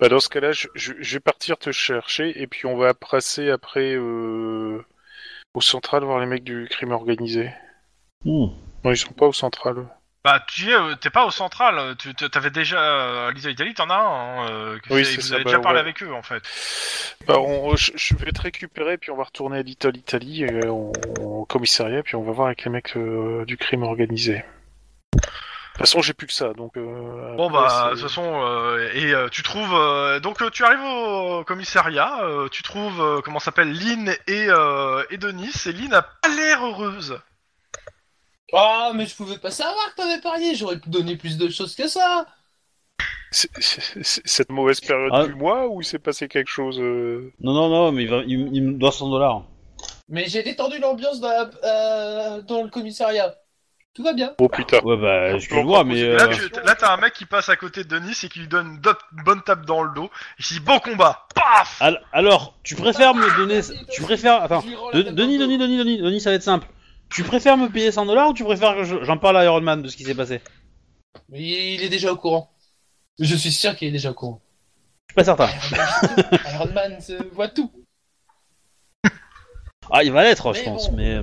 [SPEAKER 2] Bah, dans ce cas-là, je, je- je vais partir te chercher et puis on va passer après euh, au central voir les mecs du crime organisé.
[SPEAKER 5] hmm.
[SPEAKER 2] Non, ils sont pas au central.
[SPEAKER 1] Bah, tu es, euh, t'es pas au central, euh, tu tu- t'avais déjà. euh, Lisa Italie, t'en as un. hein, euh, que
[SPEAKER 2] Oui,
[SPEAKER 1] c'est-
[SPEAKER 2] c'est
[SPEAKER 1] vous
[SPEAKER 2] ça,
[SPEAKER 1] avez
[SPEAKER 2] bah,
[SPEAKER 1] déjà parlé
[SPEAKER 2] ouais.
[SPEAKER 1] avec eux, en fait.
[SPEAKER 2] Bah, on, je, je vais te récupérer puis on va retourner à l'Italie, Italie, et euh, on- au commissariat puis on va voir avec les mecs euh, du crime organisé. De toute façon, j'ai plus que ça, donc. euh,
[SPEAKER 1] Bon,
[SPEAKER 2] après,
[SPEAKER 1] bah, de
[SPEAKER 2] c'est-
[SPEAKER 1] toute façon, euh, et euh, tu trouves. euh, donc, euh, tu arrives au commissariat, euh, tu trouves, euh, comment ça s'appelle, Lynn et, euh, et Denis, et Lynn a pas l'air heureuse.
[SPEAKER 4] Ah, mais je pouvais pas savoir que t'avais parié. J'aurais pu donner plus de choses que ça.
[SPEAKER 2] C'est- c'est- c'est- cette mauvaise période
[SPEAKER 5] Ah.
[SPEAKER 2] du mois où il s'est passé quelque chose euh,
[SPEAKER 5] Non, non, non, mais il, va- il- il me doit 100 dollars.
[SPEAKER 4] Mais j'ai détendu l'ambiance dans, la- euh, dans le commissariat. Tout va bien.
[SPEAKER 2] trop plus tard.
[SPEAKER 5] Ouais, bah,
[SPEAKER 6] Ah,
[SPEAKER 5] excuse-moi, mais.
[SPEAKER 1] Et Là,
[SPEAKER 5] euh,
[SPEAKER 1] tu- là, t'as un mec qui passe à côté de Denis et qui lui donne une do- une bonne tape dans le dos. Il dit Bon combat Paf
[SPEAKER 5] al- Alors, tu préfères me donner. Tu préfères. Attends.
[SPEAKER 4] Je lui rends la
[SPEAKER 5] De-
[SPEAKER 4] tête
[SPEAKER 5] Denis,
[SPEAKER 4] dans le
[SPEAKER 5] Denis,
[SPEAKER 4] dos.
[SPEAKER 5] Denis, Denis, Denis, ça va être simple. Tu préfères me payer 100 dollars ou tu préfères que je- j'en parle à Iron Man de ce qui s'est passé
[SPEAKER 4] Mais il est déjà au courant. Je suis sûr qu'il est déjà au courant.
[SPEAKER 5] Je suis pas certain.
[SPEAKER 4] Iron Man se voit tout.
[SPEAKER 5] Ah, il va l'être, je
[SPEAKER 4] Mais
[SPEAKER 5] pense,
[SPEAKER 4] bon.
[SPEAKER 5] mais. euh,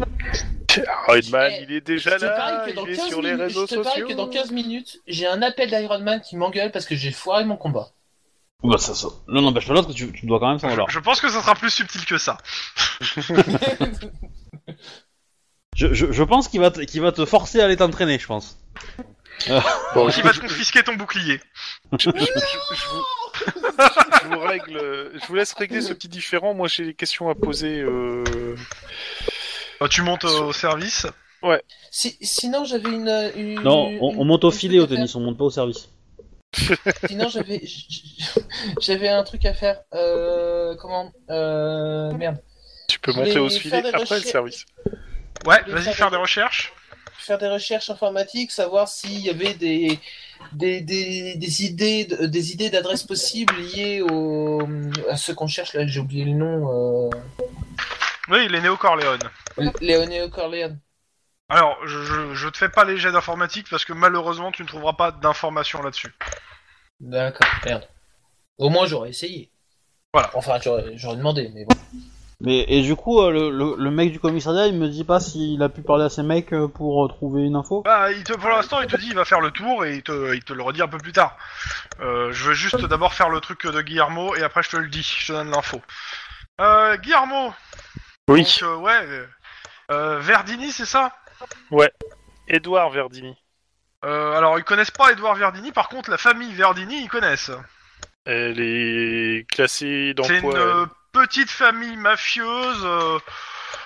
[SPEAKER 4] Eh,
[SPEAKER 3] Redman, il est déjà
[SPEAKER 4] Je te
[SPEAKER 3] là,
[SPEAKER 4] parie que dans
[SPEAKER 3] il est
[SPEAKER 4] 15
[SPEAKER 3] sur les
[SPEAKER 4] minutes-
[SPEAKER 3] réseaux
[SPEAKER 4] je te parie
[SPEAKER 3] sociaux.
[SPEAKER 4] que dans 15 minutes, j'ai un appel d'Iron Man qui m'engueule parce que j'ai foiré mon combat.
[SPEAKER 5] Bah, ça, ça. Non, non, bah, je l'autre, tu, tu dois quand même 100 dollars.
[SPEAKER 1] Je pense que ça sera plus subtil que ça.
[SPEAKER 5] Je, je, je pense qu'il va, te- qu'il va te forcer à aller t'entraîner, je pense.
[SPEAKER 3] Bon,
[SPEAKER 1] Qui va te confisquer ton bouclier.
[SPEAKER 2] Je, je- je- je vous, je vous règle, euh, je vous laisse régler ce petit différent. Moi, j'ai des questions à poser. euh,
[SPEAKER 1] Bah, tu montes euh, au service.
[SPEAKER 4] Si- sinon, j'avais une, euh, une-
[SPEAKER 5] Non, on,
[SPEAKER 4] une-
[SPEAKER 5] on monte au filet au
[SPEAKER 4] une-
[SPEAKER 5] tennis, on monte pas au service.
[SPEAKER 4] Sinon, j'avais j'avais un truc à faire. Euh, comment euh, Merde.
[SPEAKER 2] Tu peux
[SPEAKER 4] Je
[SPEAKER 2] monter
[SPEAKER 4] vais
[SPEAKER 2] au
[SPEAKER 4] faire
[SPEAKER 2] filet
[SPEAKER 4] des
[SPEAKER 2] après le
[SPEAKER 4] recherches.
[SPEAKER 2] service.
[SPEAKER 1] Ouais,
[SPEAKER 4] Les
[SPEAKER 1] vas-y,
[SPEAKER 4] services.
[SPEAKER 1] faire des recherches.
[SPEAKER 4] Faire des recherches informatiques, savoir s'il y avait des, des, des, des idées de- euh, des idées d'adresses possibles liées au, à ce qu'on cherche là j'ai oublié le nom
[SPEAKER 1] Oui, il est né au Corleone.
[SPEAKER 4] euh, Léonéo Corleone
[SPEAKER 1] Alors, je, je, je te fais pas les jets d'informatique parce que malheureusement, tu ne trouveras pas d'informations là-dessus.
[SPEAKER 4] d'accord merde au moins j'aurais essayé
[SPEAKER 1] Voilà.
[SPEAKER 4] enfin j'aurais j'aurais demandé mais bon
[SPEAKER 5] Mais, et du coup, euh, le, le- le mec du commissariat, il me dit pas s'il a pu parler à ces mecs euh, pour euh, trouver une info
[SPEAKER 1] Bah, il te, pour l'instant, il te dit il va faire le tour et il te, il te le redit un peu plus tard. Euh, je veux juste d'abord faire le truc de Guillermo et après je te le dis, je te donne l'info. Euh, Guillermo
[SPEAKER 2] Oui,
[SPEAKER 1] donc, euh, ouais. euh, euh, Verdini, c'est ça
[SPEAKER 2] Edouard Verdini.
[SPEAKER 1] Euh, Alors, ils connaissent pas Edouard Verdini, par contre, la famille Verdini, ils connaissent.
[SPEAKER 2] Elle est classée dans
[SPEAKER 1] C'est une
[SPEAKER 2] quoi
[SPEAKER 1] euh, petite famille mafieuse. euh,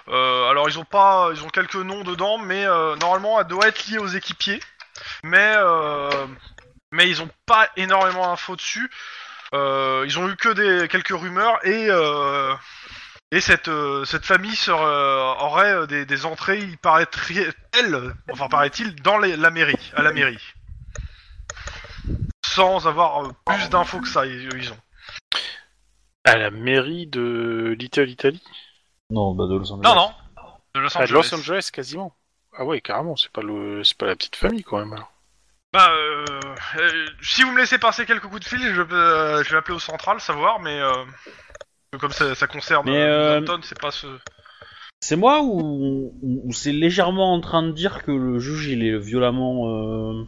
[SPEAKER 1] euh, alors ils ont pas, ils ont quelques noms dedans, mais euh, normalement elle doit être liée aux équipiers. Mais euh, mais ils ont pas énormément d'infos dessus. Euh, ils ont eu que des quelques rumeurs et euh, et cette euh, cette famille sera- aurait euh, des, des entrées, il paraîtrait elle, enfin paraît-il, dans les- la mairie, à la mairie. Sans avoir euh, plus d'infos que ça, ils- ils ont.
[SPEAKER 2] À la mairie de Little Italy
[SPEAKER 5] Non, bah de Los Angeles.
[SPEAKER 1] Non, non. De Los
[SPEAKER 2] À
[SPEAKER 1] Angeles.
[SPEAKER 2] Los Angeles, quasiment. Ah ouais, carrément, c'est pas, le... c'est pas la petite famille quand même. alors.
[SPEAKER 1] Bah, euh, euh, si vous me laissez passer quelques coups de fil, je, euh, je vais appeler au central, savoir, mais euh, comme ça, ça concerne
[SPEAKER 5] Mais,
[SPEAKER 1] euh,
[SPEAKER 5] euh,
[SPEAKER 1] Northampton, c'est pas ce.
[SPEAKER 5] C'est moi ou, ou- ou c'est légèrement en train de dire que le juge il est violemment euh,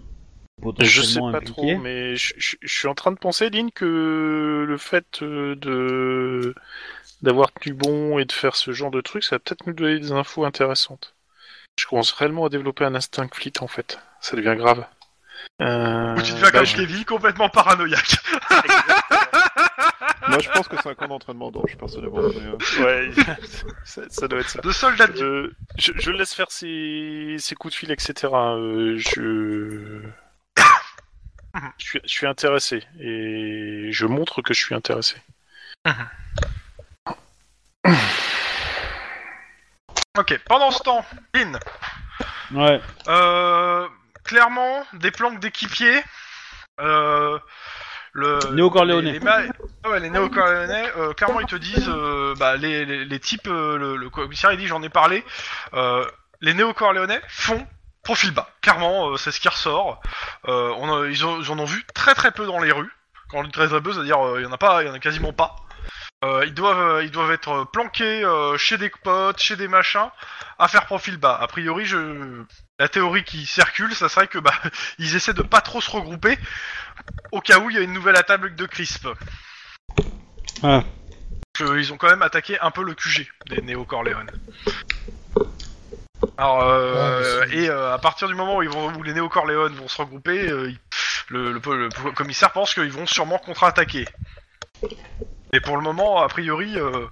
[SPEAKER 2] Je sais
[SPEAKER 5] potentiellement
[SPEAKER 2] pas
[SPEAKER 5] impliqué
[SPEAKER 2] trop, mais je je- je suis en train de penser, Lynn, que le fait euh, de d'avoir tenu bon et de faire ce genre de truc, ça va peut-être nous donner des infos intéressantes. Je commence réellement à développer un instinct flit en fait. Ça devient grave. Euh,
[SPEAKER 1] Ou tu deviens
[SPEAKER 2] bah,
[SPEAKER 1] comme Kevin, complètement paranoïaque.
[SPEAKER 3] Moi, je pense que c'est un camp d'entraînement d'ange, personnellement. mais, euh,
[SPEAKER 2] ouais, ça, ça doit être ça.
[SPEAKER 1] De soldats de Dieu.
[SPEAKER 2] Je, Euh, je- je laisse faire ses, ses coups de fil, etc. Euh, je... je, suis, je suis intéressé et je montre que je suis intéressé.
[SPEAKER 1] Ok, pendant ce temps, In,
[SPEAKER 5] Ouais.
[SPEAKER 1] euh, clairement, des planques d'équipiers. Euh, le,
[SPEAKER 5] Néo-Corléonais.
[SPEAKER 1] Les, les ma- ah ouais, les néo-corléonais, euh, clairement, ils te disent, euh, bah, les, les, les types, euh, le, le commissaire, il dit, j'en ai parlé, euh, les néo-corléonais font profil bas. Clairement, euh, c'est ce qui ressort. Euh, on a- ils, ont- ils en ont vu très très peu dans les rues. Quand on dit très très peu, c'est-à-dire, euh, il y en a pas, il y en a quasiment pas. Euh, ils, doivent, euh, ils doivent être planqués euh, chez des potes, chez des machins, à faire profil bas. A priori, je... la théorie qui circule, ça serait que bah, ils essaient de pas trop se regrouper au cas où il y a une nouvelle attaque de Crisp.
[SPEAKER 5] Ah.
[SPEAKER 1] Que ils ont quand même attaqué un peu le QG des Néo-Corléones. Alors, euh,
[SPEAKER 4] Ouais, Ah, mais c'est-
[SPEAKER 1] et euh, à partir du moment où, ils vont, où les Néo-Corléones vont se regrouper, euh, ils- le, le- le commissaire pense qu'ils vont sûrement contre-attaquer. Mais pour le moment, a priori, euh,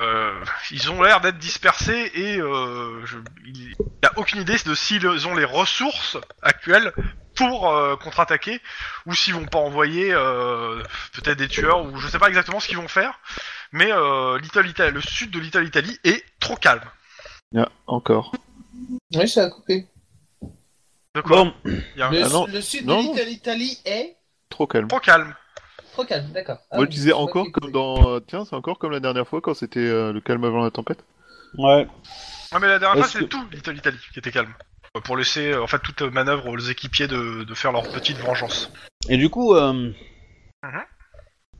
[SPEAKER 1] euh, ils ont l'air d'être dispersés et euh, je- il n'y a aucune idée de s'ils ont les ressources actuelles pour euh, contre-attaquer ou s'ils vont pas envoyer euh, peut-être des tueurs ou je sais pas exactement ce qu'ils vont faire. Mais euh, Little Ita- le sud de l'Italie Italie est trop calme.
[SPEAKER 3] ah, encore.
[SPEAKER 4] oui ça a coupé
[SPEAKER 1] De quoi
[SPEAKER 5] Bon,
[SPEAKER 1] Il y a un-
[SPEAKER 4] le,
[SPEAKER 3] Ah non,
[SPEAKER 4] le sud
[SPEAKER 3] non,
[SPEAKER 4] de
[SPEAKER 3] non.
[SPEAKER 4] l'Italie l'Italie est
[SPEAKER 3] Trop calme.
[SPEAKER 1] Trop calme.
[SPEAKER 4] trop calme d'accord Ah
[SPEAKER 3] Moi, je
[SPEAKER 4] oui,
[SPEAKER 3] disais
[SPEAKER 4] c'est moi
[SPEAKER 3] encore
[SPEAKER 4] qui ai
[SPEAKER 3] comme
[SPEAKER 4] coupé.
[SPEAKER 3] dans. euh, Tiens, c'est encore comme la dernière fois quand c'était euh, le calme avant la tempête.
[SPEAKER 5] ouais.
[SPEAKER 1] Ah mais la dernière fois
[SPEAKER 5] Est-ce
[SPEAKER 1] c'était tout Little Italy qui était calme. Euh, Pour laisser euh, en fait toute euh, manœuvre aux équipiers de, de faire leur petite vengeance.
[SPEAKER 5] Et du coup, euh,
[SPEAKER 1] Mhm.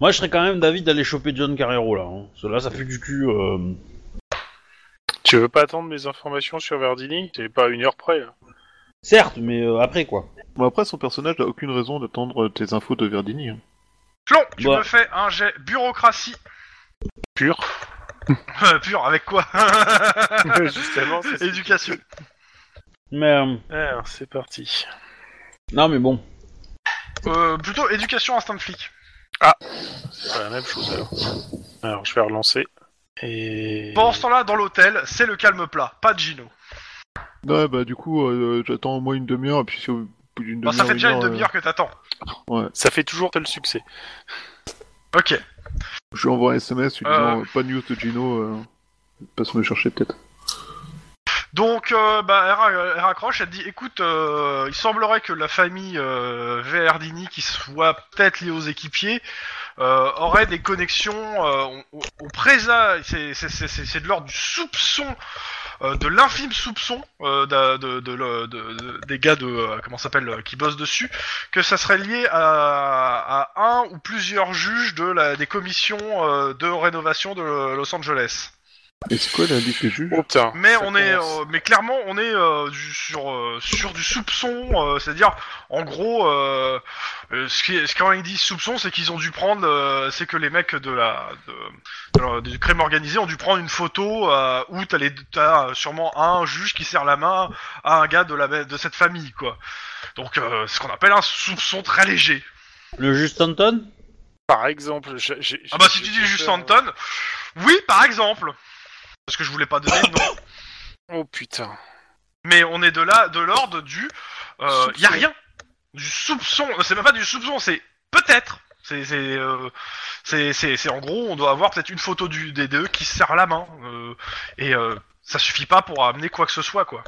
[SPEAKER 5] moi je serais quand même d'avis d'aller choper John Carrero là. hein. Parce que là, ça fait du cul. euh.
[SPEAKER 2] Tu veux pas attendre mes informations sur Verdini C'est pas à une heure près. là.
[SPEAKER 5] Certes, mais euh, après quoi.
[SPEAKER 3] Bon, après, son personnage n'a aucune raison d'attendre euh, tes infos de Verdini. hein.
[SPEAKER 1] Clon, tu
[SPEAKER 5] Bon.
[SPEAKER 1] me fais un jet bureaucratie
[SPEAKER 2] Pur.
[SPEAKER 1] Euh, pur avec quoi
[SPEAKER 2] Justement, c'est ça.
[SPEAKER 1] Éducation.
[SPEAKER 5] Mais euh,
[SPEAKER 2] Alors, c'est parti.
[SPEAKER 5] non, mais bon.
[SPEAKER 1] Euh, plutôt éducation instinct de flic.
[SPEAKER 2] C'est la même chose alors. Alors, je vais relancer. Et.
[SPEAKER 1] Pendant ce temps-là, dans l'hôtel, c'est le calme plat, pas de Gino.
[SPEAKER 3] Ouais, bah, du coup, euh, j'attends au moins une demi-heure, et puis si au bout d'une
[SPEAKER 1] Bon,
[SPEAKER 3] demi-heure.
[SPEAKER 1] ça fait déjà une
[SPEAKER 3] heure,
[SPEAKER 1] demi-heure que t'attends.
[SPEAKER 2] Ça fait toujours tel succès.
[SPEAKER 1] Ok.
[SPEAKER 3] euh, Je lui envoie un SMS, lui disant
[SPEAKER 1] Euh.
[SPEAKER 3] euh, pas de news de Gino, euh, passe me chercher peut-être.
[SPEAKER 1] Donc, euh, bah, elle, ra- elle raccroche, elle dit écoute, euh, il semblerait que la famille euh, Verdini, qui soit peut-être liée aux équipiers, euh, aurait des connexions. euh, on, on présage, c'est c'est- c'est- c'est- c'est de l'ordre du soupçon, euh, de l'infime soupçon euh, d'a- de, de- le- de- de- des gars de euh, comment ça s'appelle euh, qui bossent dessus, que ça serait lié à, à un ou plusieurs juges de la, des commissions euh, de rénovation de Los Angeles.
[SPEAKER 3] Et c'est quoi l'indice des juges
[SPEAKER 6] Oh putain.
[SPEAKER 1] Mais
[SPEAKER 6] Ça
[SPEAKER 1] on est,
[SPEAKER 6] commence.
[SPEAKER 1] euh, mais clairement, on est euh, du- sur euh, sur du soupçon, euh, c'est-à-dire, en gros, euh, euh, ce qui, ce quand ils disent soupçon, c'est qu'ils ont dû prendre, euh, c'est que les mecs de la de, de la- du crime organisé ont dû prendre une photo euh, où t'as les t'as sûrement un juge qui serre la main à un gars de la de cette famille, quoi. Donc, euh, ce qu'on appelle un soupçon très léger.
[SPEAKER 5] Le juge Stanton
[SPEAKER 6] Par exemple, j'ai- j'ai-
[SPEAKER 1] Ah bah si
[SPEAKER 6] j'ai-
[SPEAKER 1] tu
[SPEAKER 6] j'ai
[SPEAKER 1] dis juste
[SPEAKER 6] peur.
[SPEAKER 1] Anton, oui, par exemple, parce que je voulais pas donner de nom.
[SPEAKER 6] Oh putain.
[SPEAKER 1] Mais on est de là, de l'ordre du. Euh, y a rien. Du soupçon. C'est même pas du soupçon, c'est peut-être. C'est, c'est, euh, c'est, c'est, c'est- en gros, on doit avoir peut-être une photo du, des deux qui se serre la main. euh, et euh, ça suffit pas pour amener quoi que ce soit, quoi.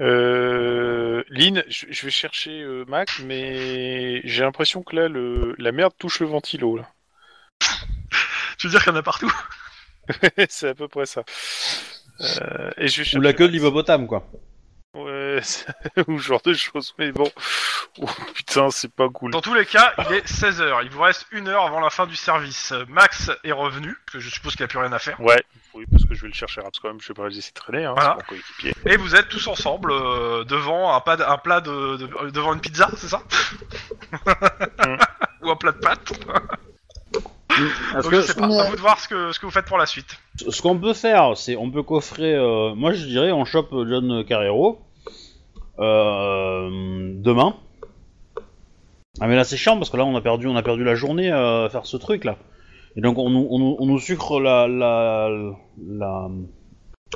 [SPEAKER 2] Euh, Lynn, je je vais chercher euh, Mac, mais j'ai l'impression que là, le... la merde touche le ventilo. Là.
[SPEAKER 1] Tu veux dire qu'il y en a partout
[SPEAKER 2] c'est à peu près ça. Euh, et je vais chercher
[SPEAKER 5] Ou la queue de
[SPEAKER 2] Max.
[SPEAKER 5] l'hippopotame, quoi.
[SPEAKER 2] Ouais, c'est-
[SPEAKER 6] Ou ce genre de choses, mais bon. Oh putain, c'est pas cool.
[SPEAKER 1] Dans tous les cas, il est 16h. Il vous reste une heure avant la fin du service. Max est revenu, parce que je suppose qu'il n'y a plus rien à faire.
[SPEAKER 6] Ouais, oui, parce que je vais le chercher parce que quand même, je vais pas le laisser traîner, hein,
[SPEAKER 1] Voilà.
[SPEAKER 6] c'est mon coéquipier.
[SPEAKER 1] Et vous êtes tous ensemble euh, devant un, pas de- un plat de, de- euh, devant une pizza, c'est ça
[SPEAKER 6] Mm.
[SPEAKER 1] Ou un plat de pâtes
[SPEAKER 5] Parce
[SPEAKER 1] Donc, je
[SPEAKER 5] que
[SPEAKER 1] sais pas.
[SPEAKER 4] Ouais.
[SPEAKER 1] À vous de voir ce que, ce que vous faites pour la suite.
[SPEAKER 5] ce ce qu'on peut faire, c'est on peut coffrer. euh, moi, je dirais, on chope John Carrero euh, demain. Ah mais là c'est chiant parce que là on a perdu, on a perdu la journée euh, à faire ce truc là. Et donc on, nous- on, nous- on nous sucre la la la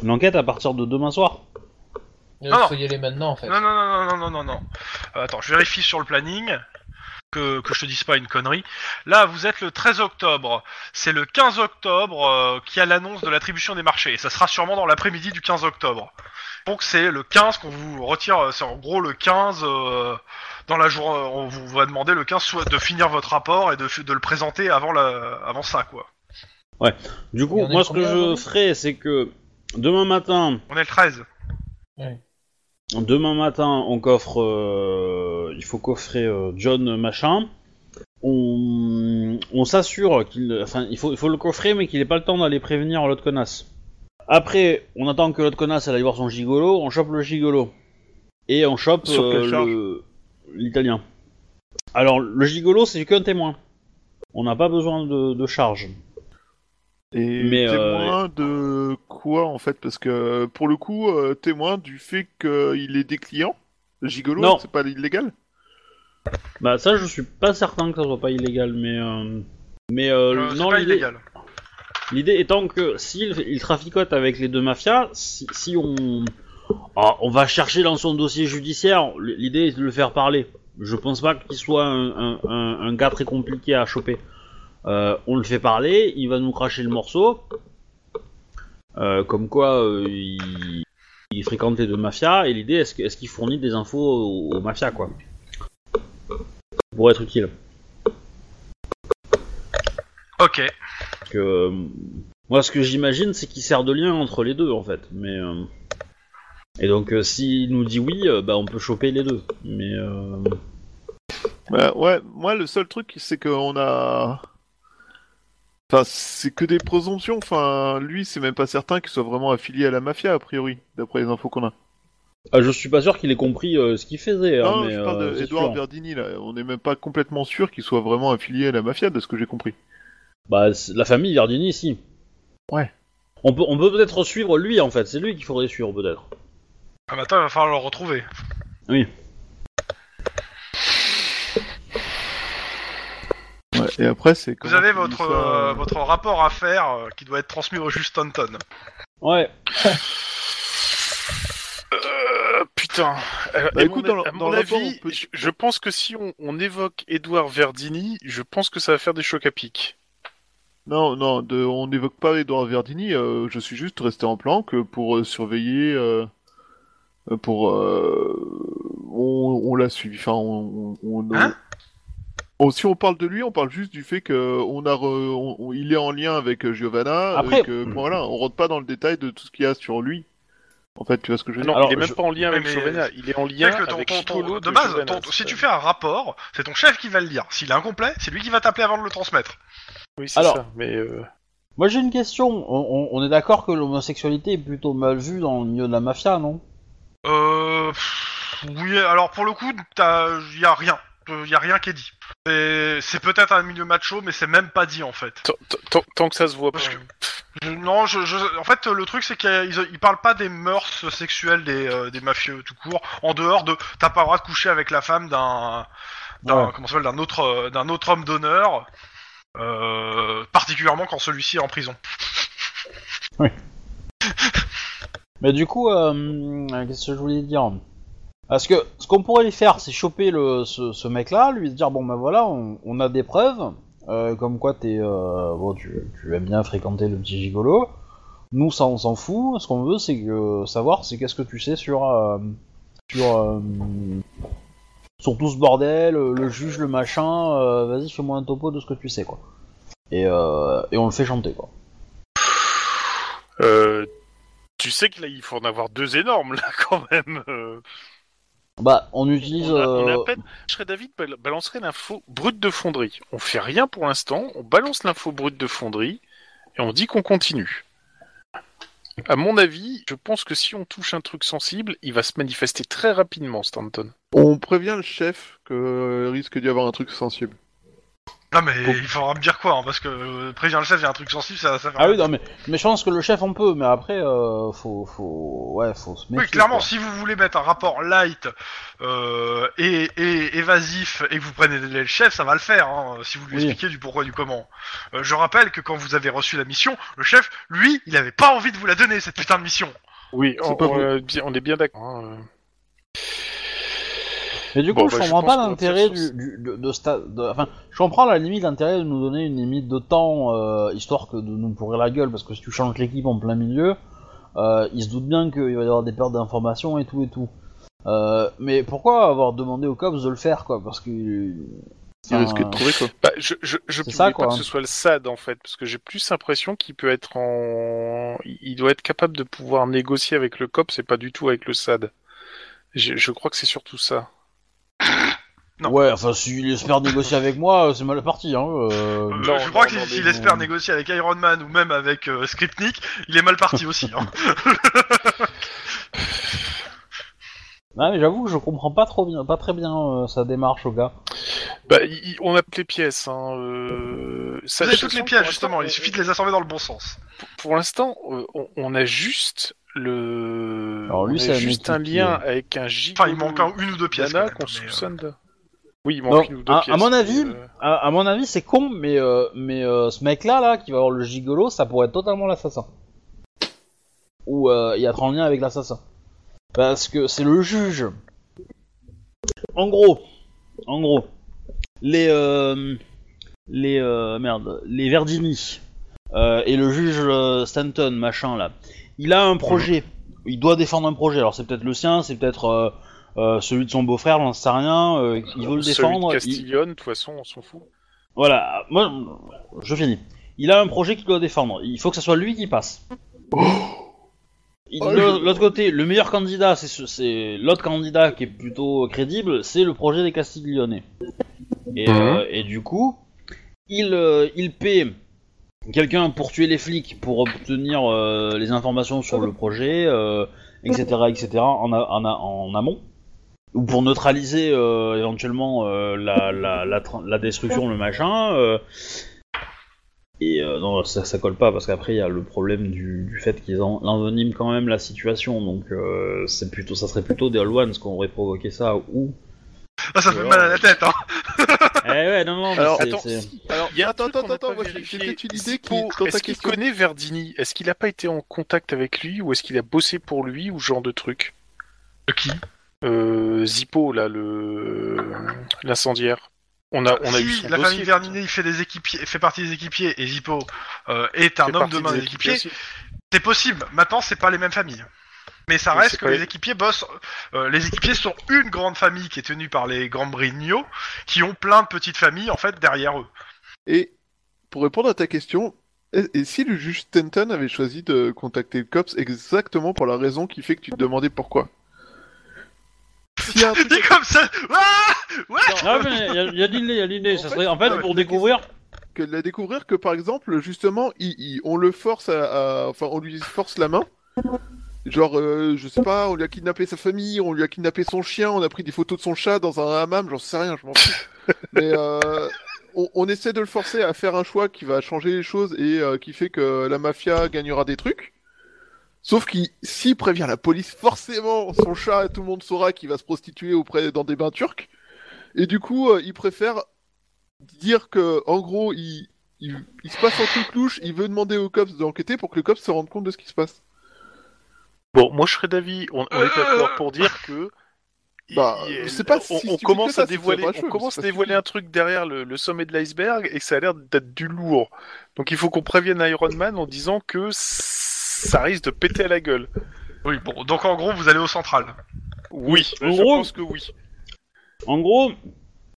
[SPEAKER 5] l'enquête à partir de demain soir.
[SPEAKER 4] Il
[SPEAKER 3] Ah
[SPEAKER 1] Non,
[SPEAKER 4] Euh, faut y aller maintenant, en fait.
[SPEAKER 1] Non, non, non, non, non, non, non, non. Euh, attends, je vérifie sur le planning. Que, que je te dise pas une connerie. Là, vous êtes le 13 octobre. C'est le 15 octobre euh, qu'il y a l'annonce de l'attribution des marchés. Et ça sera sûrement dans l'après-midi du 15 octobre. Donc c'est le 15 qu'on vous retire. euh, C'est en gros le 15 euh, dans la journée. On vous va demander le 15 soit de finir votre rapport et de, f- de le présenter avant la, avant ça quoi.
[SPEAKER 5] Du
[SPEAKER 4] Et
[SPEAKER 5] coup
[SPEAKER 4] on est
[SPEAKER 5] moi ce que
[SPEAKER 4] combien
[SPEAKER 5] je
[SPEAKER 4] aujourd'hui
[SPEAKER 5] ferai c'est que demain matin,
[SPEAKER 1] On est le 13.
[SPEAKER 5] demain matin, on coffre. euh, il faut coffrer euh, John machin. On, on s'assure qu'il. Enfin, il faut, il faut le coffrer, mais qu'il n'ait pas le temps d'aller prévenir l'autre connasse. Après, on attend que l'autre connasse elle aille voir son gigolo. On chope le gigolo. Et on chope
[SPEAKER 3] Sur quelle
[SPEAKER 5] euh,
[SPEAKER 3] charge
[SPEAKER 5] le- l'italien. Alors, le gigolo, c'est qu'un témoin. On n'a pas besoin de, de charge.
[SPEAKER 3] Et
[SPEAKER 5] Mais, euh,
[SPEAKER 3] témoin de quoi en fait Parce que pour le coup, euh, témoin du fait qu'il est des clients Gigolo,
[SPEAKER 5] Non.
[SPEAKER 3] c'est pas illégal
[SPEAKER 5] Bah, ça, je suis pas certain que ça soit pas illégal, mais. euh, Mais euh,
[SPEAKER 1] Euh, c'est
[SPEAKER 5] non,
[SPEAKER 1] pas
[SPEAKER 5] l'idée-
[SPEAKER 1] illégal.
[SPEAKER 5] L'idée étant que s'il il traficote avec les deux mafias, si, si on, ah, on va chercher dans son dossier judiciaire, l'idée est de le faire parler. Je pense pas qu'il soit un, un- un- un gars très compliqué à choper. Euh, on le fait parler, il va nous cracher le morceau, euh, comme quoi euh, il, il fréquente les deux mafias, et l'idée est-ce que- est-ce qu'il fournit des infos aux, aux mafias, quoi. Pour être utile.
[SPEAKER 1] Ok.
[SPEAKER 5] Parce que euh, moi, ce que j'imagine, c'est qu'il sert de lien entre les deux, en fait. Mais euh, et donc, euh, s'il nous dit oui, euh, bah, on peut choper les deux. Mais euh,
[SPEAKER 3] Bah, Ouais, moi le seul truc c'est qu'on a. Enfin, c'est que des présomptions. Enfin, lui, c'est même pas certain qu'il soit vraiment affilié à la mafia, a priori, d'après les infos qu'on a.
[SPEAKER 5] ah, je suis pas sûr qu'il ait compris euh, ce qu'il faisait. hein,
[SPEAKER 3] non,
[SPEAKER 5] mais,
[SPEAKER 3] je parle
[SPEAKER 5] euh, c'est
[SPEAKER 3] d'Edouard
[SPEAKER 5] sûr.
[SPEAKER 3] Verdini, là. On n'est même pas complètement sûr qu'il soit vraiment affilié à la mafia, de ce que j'ai compris.
[SPEAKER 5] Bah, c'est- la famille Verdini, si.
[SPEAKER 3] Ouais.
[SPEAKER 5] On peut, on peut peut-être suivre lui, en fait. C'est lui qu'il faudrait suivre, peut-être.
[SPEAKER 1] Ah, bah, attends, il va falloir le retrouver.
[SPEAKER 3] Ouais, et après, c'est.
[SPEAKER 1] Vous
[SPEAKER 3] comment
[SPEAKER 1] avez
[SPEAKER 3] tu dis
[SPEAKER 1] votre,
[SPEAKER 3] ça,
[SPEAKER 1] euh,
[SPEAKER 3] euh,
[SPEAKER 1] votre rapport à faire euh, qui doit être transmis au juge Stanton.
[SPEAKER 5] Ouais.
[SPEAKER 6] Euh, putain. Euh,
[SPEAKER 3] Bah,
[SPEAKER 6] à
[SPEAKER 3] écoute,
[SPEAKER 6] mon-
[SPEAKER 3] dans le-
[SPEAKER 6] à mon
[SPEAKER 3] dans le
[SPEAKER 6] avis,
[SPEAKER 3] rapport, on peut-
[SPEAKER 6] je, je pense que si on, on évoque Edouard Verdini, je pense que ça va faire des chocs à pic.
[SPEAKER 3] Non, non, de- on n'évoque pas Edouard Verdini, euh, je suis juste resté en planque pour euh, surveiller, euh, euh, pour... euh, on on l'a suivi, enfin on... on, on-
[SPEAKER 1] Hein
[SPEAKER 3] on- si on parle de lui, on parle juste du fait que on a re- on- on- il est en lien avec euh, Giovanna,
[SPEAKER 5] Après-
[SPEAKER 3] et que, bon, voilà, on rentre pas dans le détail de tout ce qu'il y a sur lui. En fait, tu vois ce
[SPEAKER 2] Euh,
[SPEAKER 3] que je veux
[SPEAKER 2] Ah
[SPEAKER 3] dire
[SPEAKER 7] Non,
[SPEAKER 5] Alors,
[SPEAKER 7] il est même
[SPEAKER 5] je-
[SPEAKER 7] pas en lien
[SPEAKER 1] Ouais,
[SPEAKER 7] avec
[SPEAKER 1] mais,
[SPEAKER 7] Giovanna, il est en lien
[SPEAKER 1] C'est-à-dire que ton-
[SPEAKER 7] avec
[SPEAKER 1] ton- ton-
[SPEAKER 7] Chitolo
[SPEAKER 1] de base,
[SPEAKER 7] Giovanna,
[SPEAKER 1] ton- si
[SPEAKER 7] c'est-
[SPEAKER 1] tu fais un rapport, c'est ton chef qui va le lire. S'il est incomplet, c'est lui qui va t'appeler avant de le transmettre.
[SPEAKER 7] Oui, c'est
[SPEAKER 5] Alors-
[SPEAKER 7] ça, mais... euh,
[SPEAKER 5] Moi j'ai une question. On, on- on est d'accord que l'homosexualité est plutôt mal vue dans le milieu de la mafia, non
[SPEAKER 1] Euh, pff, oui, alors pour le coup, t'as- y a rien. Euh, Y a rien qui est dit. C'est c'est peut-être un milieu macho, mais c'est même pas dit en fait.
[SPEAKER 7] tant- tant- tant- Tant que ça se voit pas...
[SPEAKER 1] Parce que- Je- non, je, je- en fait, le truc, c'est qu'ils ils parlent pas des mœurs sexuelles des, euh, des mafieux tout court, en dehors de t'as pas le droit de coucher avec la femme d'un d'un
[SPEAKER 5] Ouais.
[SPEAKER 1] comment ça s'appelle, d'un autre euh, d'un autre homme d'honneur, euh, particulièrement quand celui-ci est en prison.
[SPEAKER 5] Mais du coup, euh, euh, qu'est-ce que je voulais dire Parce que ce qu'on pourrait lui faire, c'est choper le, ce, ce mec-là, lui dire bon ben voilà, on, on a des preuves, euh, comme quoi t'es euh, bon, tu, tu aimes bien fréquenter le petit gigolo. Nous ça on s'en fout. Ce qu'on veut c'est que savoir c'est qu'est-ce que tu sais sur euh, sur euh, sur tout ce bordel, le, le juge, le machin. euh, Vas-y fais-moi un topo de ce que tu sais quoi. Et, euh, et on le fait chanter quoi.
[SPEAKER 2] Euh, tu sais que là, il faut en avoir deux énormes, là, quand même. euh.
[SPEAKER 5] Bah on utilise.
[SPEAKER 2] On a- on a à
[SPEAKER 5] euh,
[SPEAKER 2] peine- Je serais David bal- balancerait l'info brute de fonderie. On fait rien pour l'instant, on balance l'info brute de fonderie et on dit qu'on continue. À mon avis, je pense que si on touche un truc sensible, il va se manifester très rapidement, Stanton.
[SPEAKER 3] On prévient le chef que euh, risque d'y avoir un truc sensible.
[SPEAKER 1] Non, mais il faudra me dire quoi, hein, parce que euh, prévient le chef, il y a un truc sensible, ça, ça fait
[SPEAKER 5] Ah oui, non, mais, mais je pense que le chef, on peut, mais après, euh, faut, faut, ouais, faut se méfier.
[SPEAKER 1] Oui, clairement,
[SPEAKER 5] quoi.
[SPEAKER 1] si vous voulez mettre un rapport light euh, et, et évasif et que vous prenez le chef, ça va le faire, hein, si vous lui
[SPEAKER 5] Oui.
[SPEAKER 1] expliquez du pourquoi et du comment. Euh, je rappelle que quand vous avez reçu la mission, le chef, lui, il avait pas envie de vous la donner, cette putain de mission.
[SPEAKER 2] Oui,
[SPEAKER 3] C'est
[SPEAKER 2] on,
[SPEAKER 3] pas
[SPEAKER 2] on,
[SPEAKER 3] vous.
[SPEAKER 2] euh, bien- on est bien d'accord. hein,
[SPEAKER 5] Mais du coup,
[SPEAKER 2] Bon,
[SPEAKER 5] je
[SPEAKER 2] bah, je
[SPEAKER 5] comprends
[SPEAKER 2] pense
[SPEAKER 5] pas
[SPEAKER 2] qu'on va
[SPEAKER 5] l'intérêt
[SPEAKER 2] faire
[SPEAKER 5] du,
[SPEAKER 2] sur-
[SPEAKER 5] du- de, de sta- de- enfin, je comprends la limite l'intérêt de nous donner une limite de temps, euh, histoire que de nous pourrir la gueule, parce que si tu changes l'équipe en plein milieu, euh, il se doute bien qu'il va y avoir des pertes d'informations et tout et tout. Euh, mais pourquoi avoir demandé aux cops de le faire, quoi Parce que
[SPEAKER 3] Il
[SPEAKER 5] enfin,
[SPEAKER 3] risque de trouver quoi.
[SPEAKER 2] Bah, je je, je
[SPEAKER 5] C'est
[SPEAKER 2] publie
[SPEAKER 5] ça, quoi.
[SPEAKER 2] pas que ce soit le SAD en fait, parce que j'ai plus l'impression qu'il peut être en, il il doit être capable de pouvoir négocier avec le COP, c'est pas du tout avec le SAD. Je, je crois que c'est surtout ça.
[SPEAKER 1] non.
[SPEAKER 5] Ouais, enfin, s'il espère négocier avec moi, c'est mal parti, hein. euh,
[SPEAKER 1] Euh,
[SPEAKER 2] Non,
[SPEAKER 1] je crois
[SPEAKER 2] non,
[SPEAKER 1] qu'il
[SPEAKER 2] non, mais
[SPEAKER 1] s'il espère
[SPEAKER 5] non.
[SPEAKER 1] négocier avec Iron Man ou même avec euh, Skripnik, il est mal parti aussi. hein.
[SPEAKER 5] Ouais, mais j'avoue que je comprends pas trop bien, pas très bien euh, sa démarche au gars.
[SPEAKER 2] Bah, il- il- on a toutes les pièces. Hein, euh...
[SPEAKER 1] Vous
[SPEAKER 2] ça-
[SPEAKER 1] avez
[SPEAKER 2] de
[SPEAKER 1] toutes
[SPEAKER 2] toute
[SPEAKER 1] les
[SPEAKER 2] façon,
[SPEAKER 1] pièces,
[SPEAKER 2] pour
[SPEAKER 1] justement, il
[SPEAKER 2] l'instant,
[SPEAKER 1] suffit de les assembler dans le bon sens.
[SPEAKER 2] Pour l'instant, euh, on, on a juste le.
[SPEAKER 5] Alors, lui,
[SPEAKER 2] on a
[SPEAKER 5] c'est un
[SPEAKER 2] juste
[SPEAKER 5] outil
[SPEAKER 2] un
[SPEAKER 5] qui
[SPEAKER 2] lien avec un gigolo.
[SPEAKER 1] Enfin, il manque un- une ou deux pièces. quand
[SPEAKER 2] Yana
[SPEAKER 1] même,
[SPEAKER 2] qu'on
[SPEAKER 1] mais, euh,
[SPEAKER 2] soupçonne de- Oui, il manque
[SPEAKER 5] Non,
[SPEAKER 2] une ou deux
[SPEAKER 5] à,
[SPEAKER 2] pièces.
[SPEAKER 5] à mon
[SPEAKER 2] mais,
[SPEAKER 5] avis,
[SPEAKER 2] euh,
[SPEAKER 5] à, à mon avis, c'est con, mais euh, mais euh, ce mec-là, là, qui va avoir le gigolo, ça pourrait être totalement l'assassin. Ou euh, il y a trop en lien avec l'assassin, parce que c'est le juge. En gros, en gros, les euh, les euh, merde, les Verdini euh, et le juge euh, Stanton, machin là. Il a un projet. Il doit défendre un projet. Alors c'est peut-être le sien, c'est peut-être euh, euh, celui de son beau-frère, j'en sais rien. euh, il veut le
[SPEAKER 2] celui
[SPEAKER 5] défendre.
[SPEAKER 2] de
[SPEAKER 5] il-
[SPEAKER 2] Castiglione, de toute façon, on s'en fout.
[SPEAKER 5] voilà, moi, je finis. Il a un projet qu'il doit défendre. Il faut que ce soit lui qui passe. Il-
[SPEAKER 3] Oh,
[SPEAKER 5] de
[SPEAKER 3] je-
[SPEAKER 5] L'autre côté, le meilleur candidat, c'est ce- c'est l'autre candidat qui est plutôt crédible, c'est le projet des Castiglione. Et, euh, et du coup, il, euh, il paie quelqu'un pour tuer les flics, pour obtenir euh, les informations sur le projet, euh, etc., etc., en, a- en a- en amont ou pour neutraliser euh, éventuellement euh, la, la, la, tra- la destruction, le machin. euh, et euh, non, ça, ça colle pas parce qu'après il y a le problème du, du fait qu'ils en- enveniment quand même la situation. Donc euh, c'est plutôt, ça serait plutôt des All Ones qu'on aurait provoqué ça ou.
[SPEAKER 1] Ah, ça fait mal à la tête, hein.
[SPEAKER 5] eh ouais, non, non, mais
[SPEAKER 3] Alors,
[SPEAKER 5] c'est-
[SPEAKER 2] attends,
[SPEAKER 5] c'est-
[SPEAKER 3] Alors,
[SPEAKER 2] Il y a un
[SPEAKER 3] attends,
[SPEAKER 2] truc qu'on
[SPEAKER 3] attends,
[SPEAKER 2] n'a pas
[SPEAKER 3] attends, moi, j'ai
[SPEAKER 2] vérifié.
[SPEAKER 3] j'ai peut-être une idée qui
[SPEAKER 2] Spo,
[SPEAKER 3] dans ta
[SPEAKER 2] Est-ce qu'il
[SPEAKER 3] question.
[SPEAKER 2] connaît Verdini Est-ce qu'il n'a pas été en contact avec lui ou est-ce qu'il a bossé pour lui ou ce genre de truc
[SPEAKER 1] De qui
[SPEAKER 2] euh, Zippo, là, le l'incendiaire. On a, on a
[SPEAKER 3] Ah,
[SPEAKER 1] si
[SPEAKER 2] eu son
[SPEAKER 1] la famille
[SPEAKER 2] dossier.
[SPEAKER 1] Verninet il fait, des équipiers, fait partie des équipiers et Zippo euh, est un
[SPEAKER 2] Fait
[SPEAKER 1] homme
[SPEAKER 2] partie
[SPEAKER 1] de main
[SPEAKER 2] des
[SPEAKER 1] des équipiers,
[SPEAKER 2] équipiers aussi.
[SPEAKER 1] c'est possible. Maintenant, c'est pas les mêmes familles. Mais ça
[SPEAKER 2] Mais
[SPEAKER 1] reste
[SPEAKER 2] c'est
[SPEAKER 1] que
[SPEAKER 2] pas
[SPEAKER 1] les
[SPEAKER 2] les-
[SPEAKER 1] équipiers bossent. euh, les équipiers sont une grande famille qui est tenue par les grands Brigno, qui ont plein de petites familles en fait derrière eux.
[SPEAKER 3] Et pour répondre à ta question, et, et si le juge Stanton avait choisi de contacter le COPS exactement pour la raison qui fait que tu te demandais pourquoi S'il y a un truc-
[SPEAKER 1] Dit comme ça. Ah
[SPEAKER 5] Ah, mais il y a- il y a de l'idée, il y a de l'idée.
[SPEAKER 3] En
[SPEAKER 5] Ça
[SPEAKER 3] fait,
[SPEAKER 5] serait, en fait,
[SPEAKER 3] non, mais
[SPEAKER 5] pour découvrir.
[SPEAKER 3] que de la découvrir que par exemple justement il- il- on le force à, à- enfin on lui force la main genre euh, je sais pas on lui a kidnappé sa famille on lui a kidnappé son chien on a pris des photos de son chat dans un hammam j'en sais rien je m'en fous mais euh, on, on essaie de le forcer à faire un choix qui va changer les choses et euh, qui fait que la mafia gagnera des trucs Sauf qu'il, s'il prévient la police, forcément, son chat, tout le monde saura qu'il va se prostituer auprès dans des bains turcs. Et du coup, euh, il préfère dire que en gros il, il, il se passe un truc louche, il veut demander au cops d'enquêter pour que le cops se rende compte de ce qui se passe.
[SPEAKER 2] Bon, moi je serais d'avis, on, on est d'accord pour dire que.
[SPEAKER 3] Bah,
[SPEAKER 2] Euh. il- il-
[SPEAKER 3] c'est pas
[SPEAKER 2] on-
[SPEAKER 3] si
[SPEAKER 2] on,
[SPEAKER 3] stupide que
[SPEAKER 2] commence
[SPEAKER 3] ça,
[SPEAKER 2] à
[SPEAKER 3] c'est
[SPEAKER 2] dévoiler,
[SPEAKER 3] très fâcheux,
[SPEAKER 2] on commence à
[SPEAKER 3] mais c'est
[SPEAKER 2] dévoiler un truc derrière le, le sommet de l'iceberg et que ça a l'air d'être du lourd. Donc il faut qu'on prévienne Iron Man en disant que ça risque de péter à la gueule.
[SPEAKER 1] Oui, bon, donc en gros, vous allez au central.
[SPEAKER 2] Oui,
[SPEAKER 5] En
[SPEAKER 2] je
[SPEAKER 5] gros-
[SPEAKER 2] pense que oui.
[SPEAKER 5] En gros,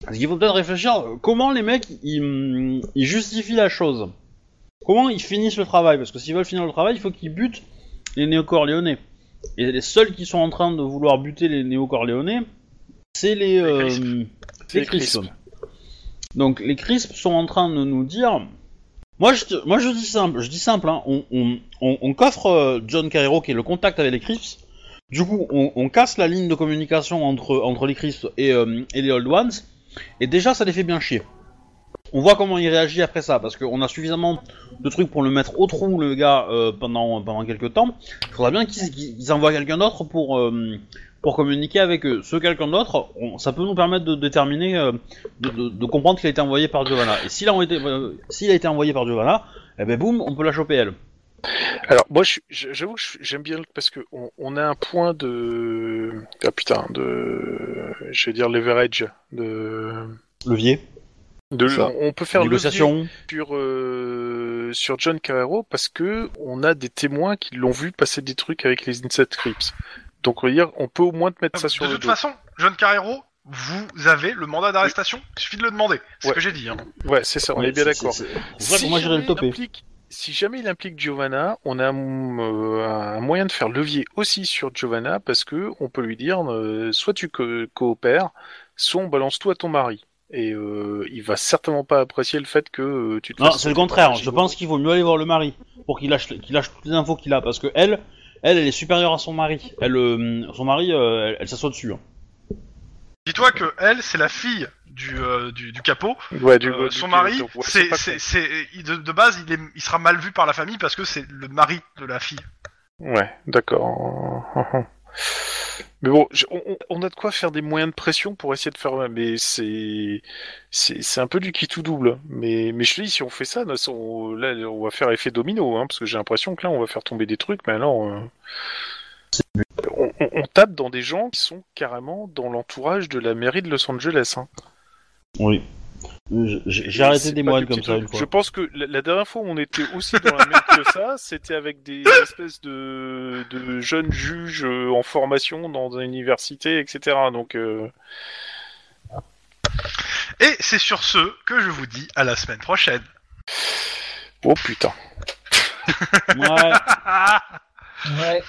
[SPEAKER 5] parce qu'il faut peut-être réfléchir euh, comment les mecs ils, mm, ils justifient la chose. Comment ils finissent le travail Parce que s'ils veulent finir le travail, il faut qu'ils butent les néo-corléonais. Et les seuls qui sont en train de vouloir buter les néo-corléonais, c'est les, euh,
[SPEAKER 2] crisps.
[SPEAKER 5] c'est les
[SPEAKER 2] Les crisps.
[SPEAKER 5] crisps. Donc les crisps sont en train de nous dire. Moi je, te- moi je dis simple, je dis simple, hein, on, on- on- on coffre euh, John Cairo qui est le contact avec les crisps. Du coup, on, on casse la ligne de communication entre, entre les Crisps et, euh, et les Old Ones, et déjà ça les fait bien chier. On voit comment il réagit après ça, parce qu'on a suffisamment de trucs pour le mettre au trou, le gars, euh, pendant, pendant quelques temps. Il faudra bien qu'ils qu'ils envoient quelqu'un d'autre pour, euh, pour communiquer avec eux. Ce quelqu'un d'autre, on- ça peut nous permettre de déterminer, euh, de, de- de comprendre qu'il a été envoyé par Giovanna. Et s'il a, envoyé- euh, s'il a été envoyé par Giovanna, eh ben boum, on peut la choper elle.
[SPEAKER 2] Alors moi, je suis- je- j'avoue que je suis- j'aime bien le- parce que on, on a un point de ah putain de je vais dire leverage de
[SPEAKER 5] Levier,
[SPEAKER 2] de
[SPEAKER 3] Ça.
[SPEAKER 2] on peut faire
[SPEAKER 5] négociation.
[SPEAKER 2] négociation sur euh, sur John Carrero parce que on a des témoins qui l'ont vu passer des trucs avec les Inset Crips. Donc on va dire on peut au moins te mettre ça sur
[SPEAKER 1] Ah, de
[SPEAKER 2] le
[SPEAKER 1] toute
[SPEAKER 2] dos.
[SPEAKER 1] façon, John Carrero, vous avez le mandat d'arrestation. Il suffit de le demander. C'est ce
[SPEAKER 2] Ouais.
[SPEAKER 1] que j'ai dit. hein.
[SPEAKER 2] Ouais, c'est ça, on
[SPEAKER 5] Ouais,
[SPEAKER 2] est bien
[SPEAKER 5] c'est-
[SPEAKER 2] d'accord.
[SPEAKER 5] c'est- c'est- C'est pour ça que moi j'irai
[SPEAKER 2] jamais
[SPEAKER 5] le toper.
[SPEAKER 2] il implique- si jamais il implique Giovanna, on a un, euh, un moyen de faire levier aussi sur Giovanna parce que on peut lui dire euh, soit tu co- coopères, soit on balance tout à ton mari. Et euh, il va certainement pas apprécier le fait que euh, tu te
[SPEAKER 5] Non,
[SPEAKER 2] fasses
[SPEAKER 5] c'est
[SPEAKER 2] sauter
[SPEAKER 5] le
[SPEAKER 2] par
[SPEAKER 5] contraire.
[SPEAKER 2] un
[SPEAKER 5] Je
[SPEAKER 2] gigot.
[SPEAKER 5] pense qu'il vaut mieux aller voir le mari pour qu'il lâche, qu'il lâche toutes les infos qu'il a, parce que elle, elle, elle est supérieure à son mari. Elle, euh, son mari, euh, elle, elle s'assoit dessus. hein.
[SPEAKER 1] Dis-toi que elle, c'est la fille du, euh, du, du capot.
[SPEAKER 2] Ouais, du-
[SPEAKER 1] Euh,
[SPEAKER 2] du-
[SPEAKER 1] son
[SPEAKER 2] du-
[SPEAKER 1] mari,
[SPEAKER 2] donc, ouais,
[SPEAKER 1] c'est,
[SPEAKER 2] pas
[SPEAKER 1] c'est, c'est- il- de, de base, il, est, il sera mal vu par la famille parce que c'est le mari de la fille.
[SPEAKER 2] Ouais, d'accord. Mais bon, je- on, on- on a de quoi faire des moyens de pression pour essayer de faire. Mais c'est c'est c'est un peu du qui tout double. Mais mais je te dis, si on fait ça, là, on, là, on va faire effet domino, hein, parce que j'ai l'impression que là, on va faire tomber des trucs. Mais alors, euh, on, on- on tape dans des gens qui sont carrément dans l'entourage de la mairie de Los Angeles. hein.
[SPEAKER 5] Oui. J'ai- J'ai
[SPEAKER 2] Et
[SPEAKER 5] arrêté
[SPEAKER 2] c'est
[SPEAKER 5] des
[SPEAKER 2] pas
[SPEAKER 5] moines
[SPEAKER 2] du petit
[SPEAKER 5] comme ça
[SPEAKER 2] truc.
[SPEAKER 5] une fois.
[SPEAKER 2] Je pense que la, la dernière fois où on était aussi dans la merde que ça, c'était avec des espèces de, de jeunes juges euh, en formation dans une université, etc. Donc, euh,
[SPEAKER 1] Et c'est sur ce que je vous dis à la semaine prochaine.
[SPEAKER 2] oh putain.
[SPEAKER 5] Ouais.
[SPEAKER 4] Ouais.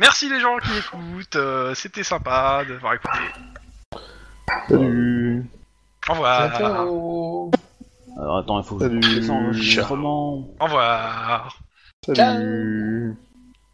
[SPEAKER 1] Merci les gens qui écoutent. euh, c'était sympa de m'avoir écouté.
[SPEAKER 3] Salut.
[SPEAKER 1] Au revoir.
[SPEAKER 4] Ciao.
[SPEAKER 5] Alors attends, il faut que je
[SPEAKER 3] Salut.
[SPEAKER 5] fasse ça en enregistrement.
[SPEAKER 1] Au revoir.
[SPEAKER 3] Salut.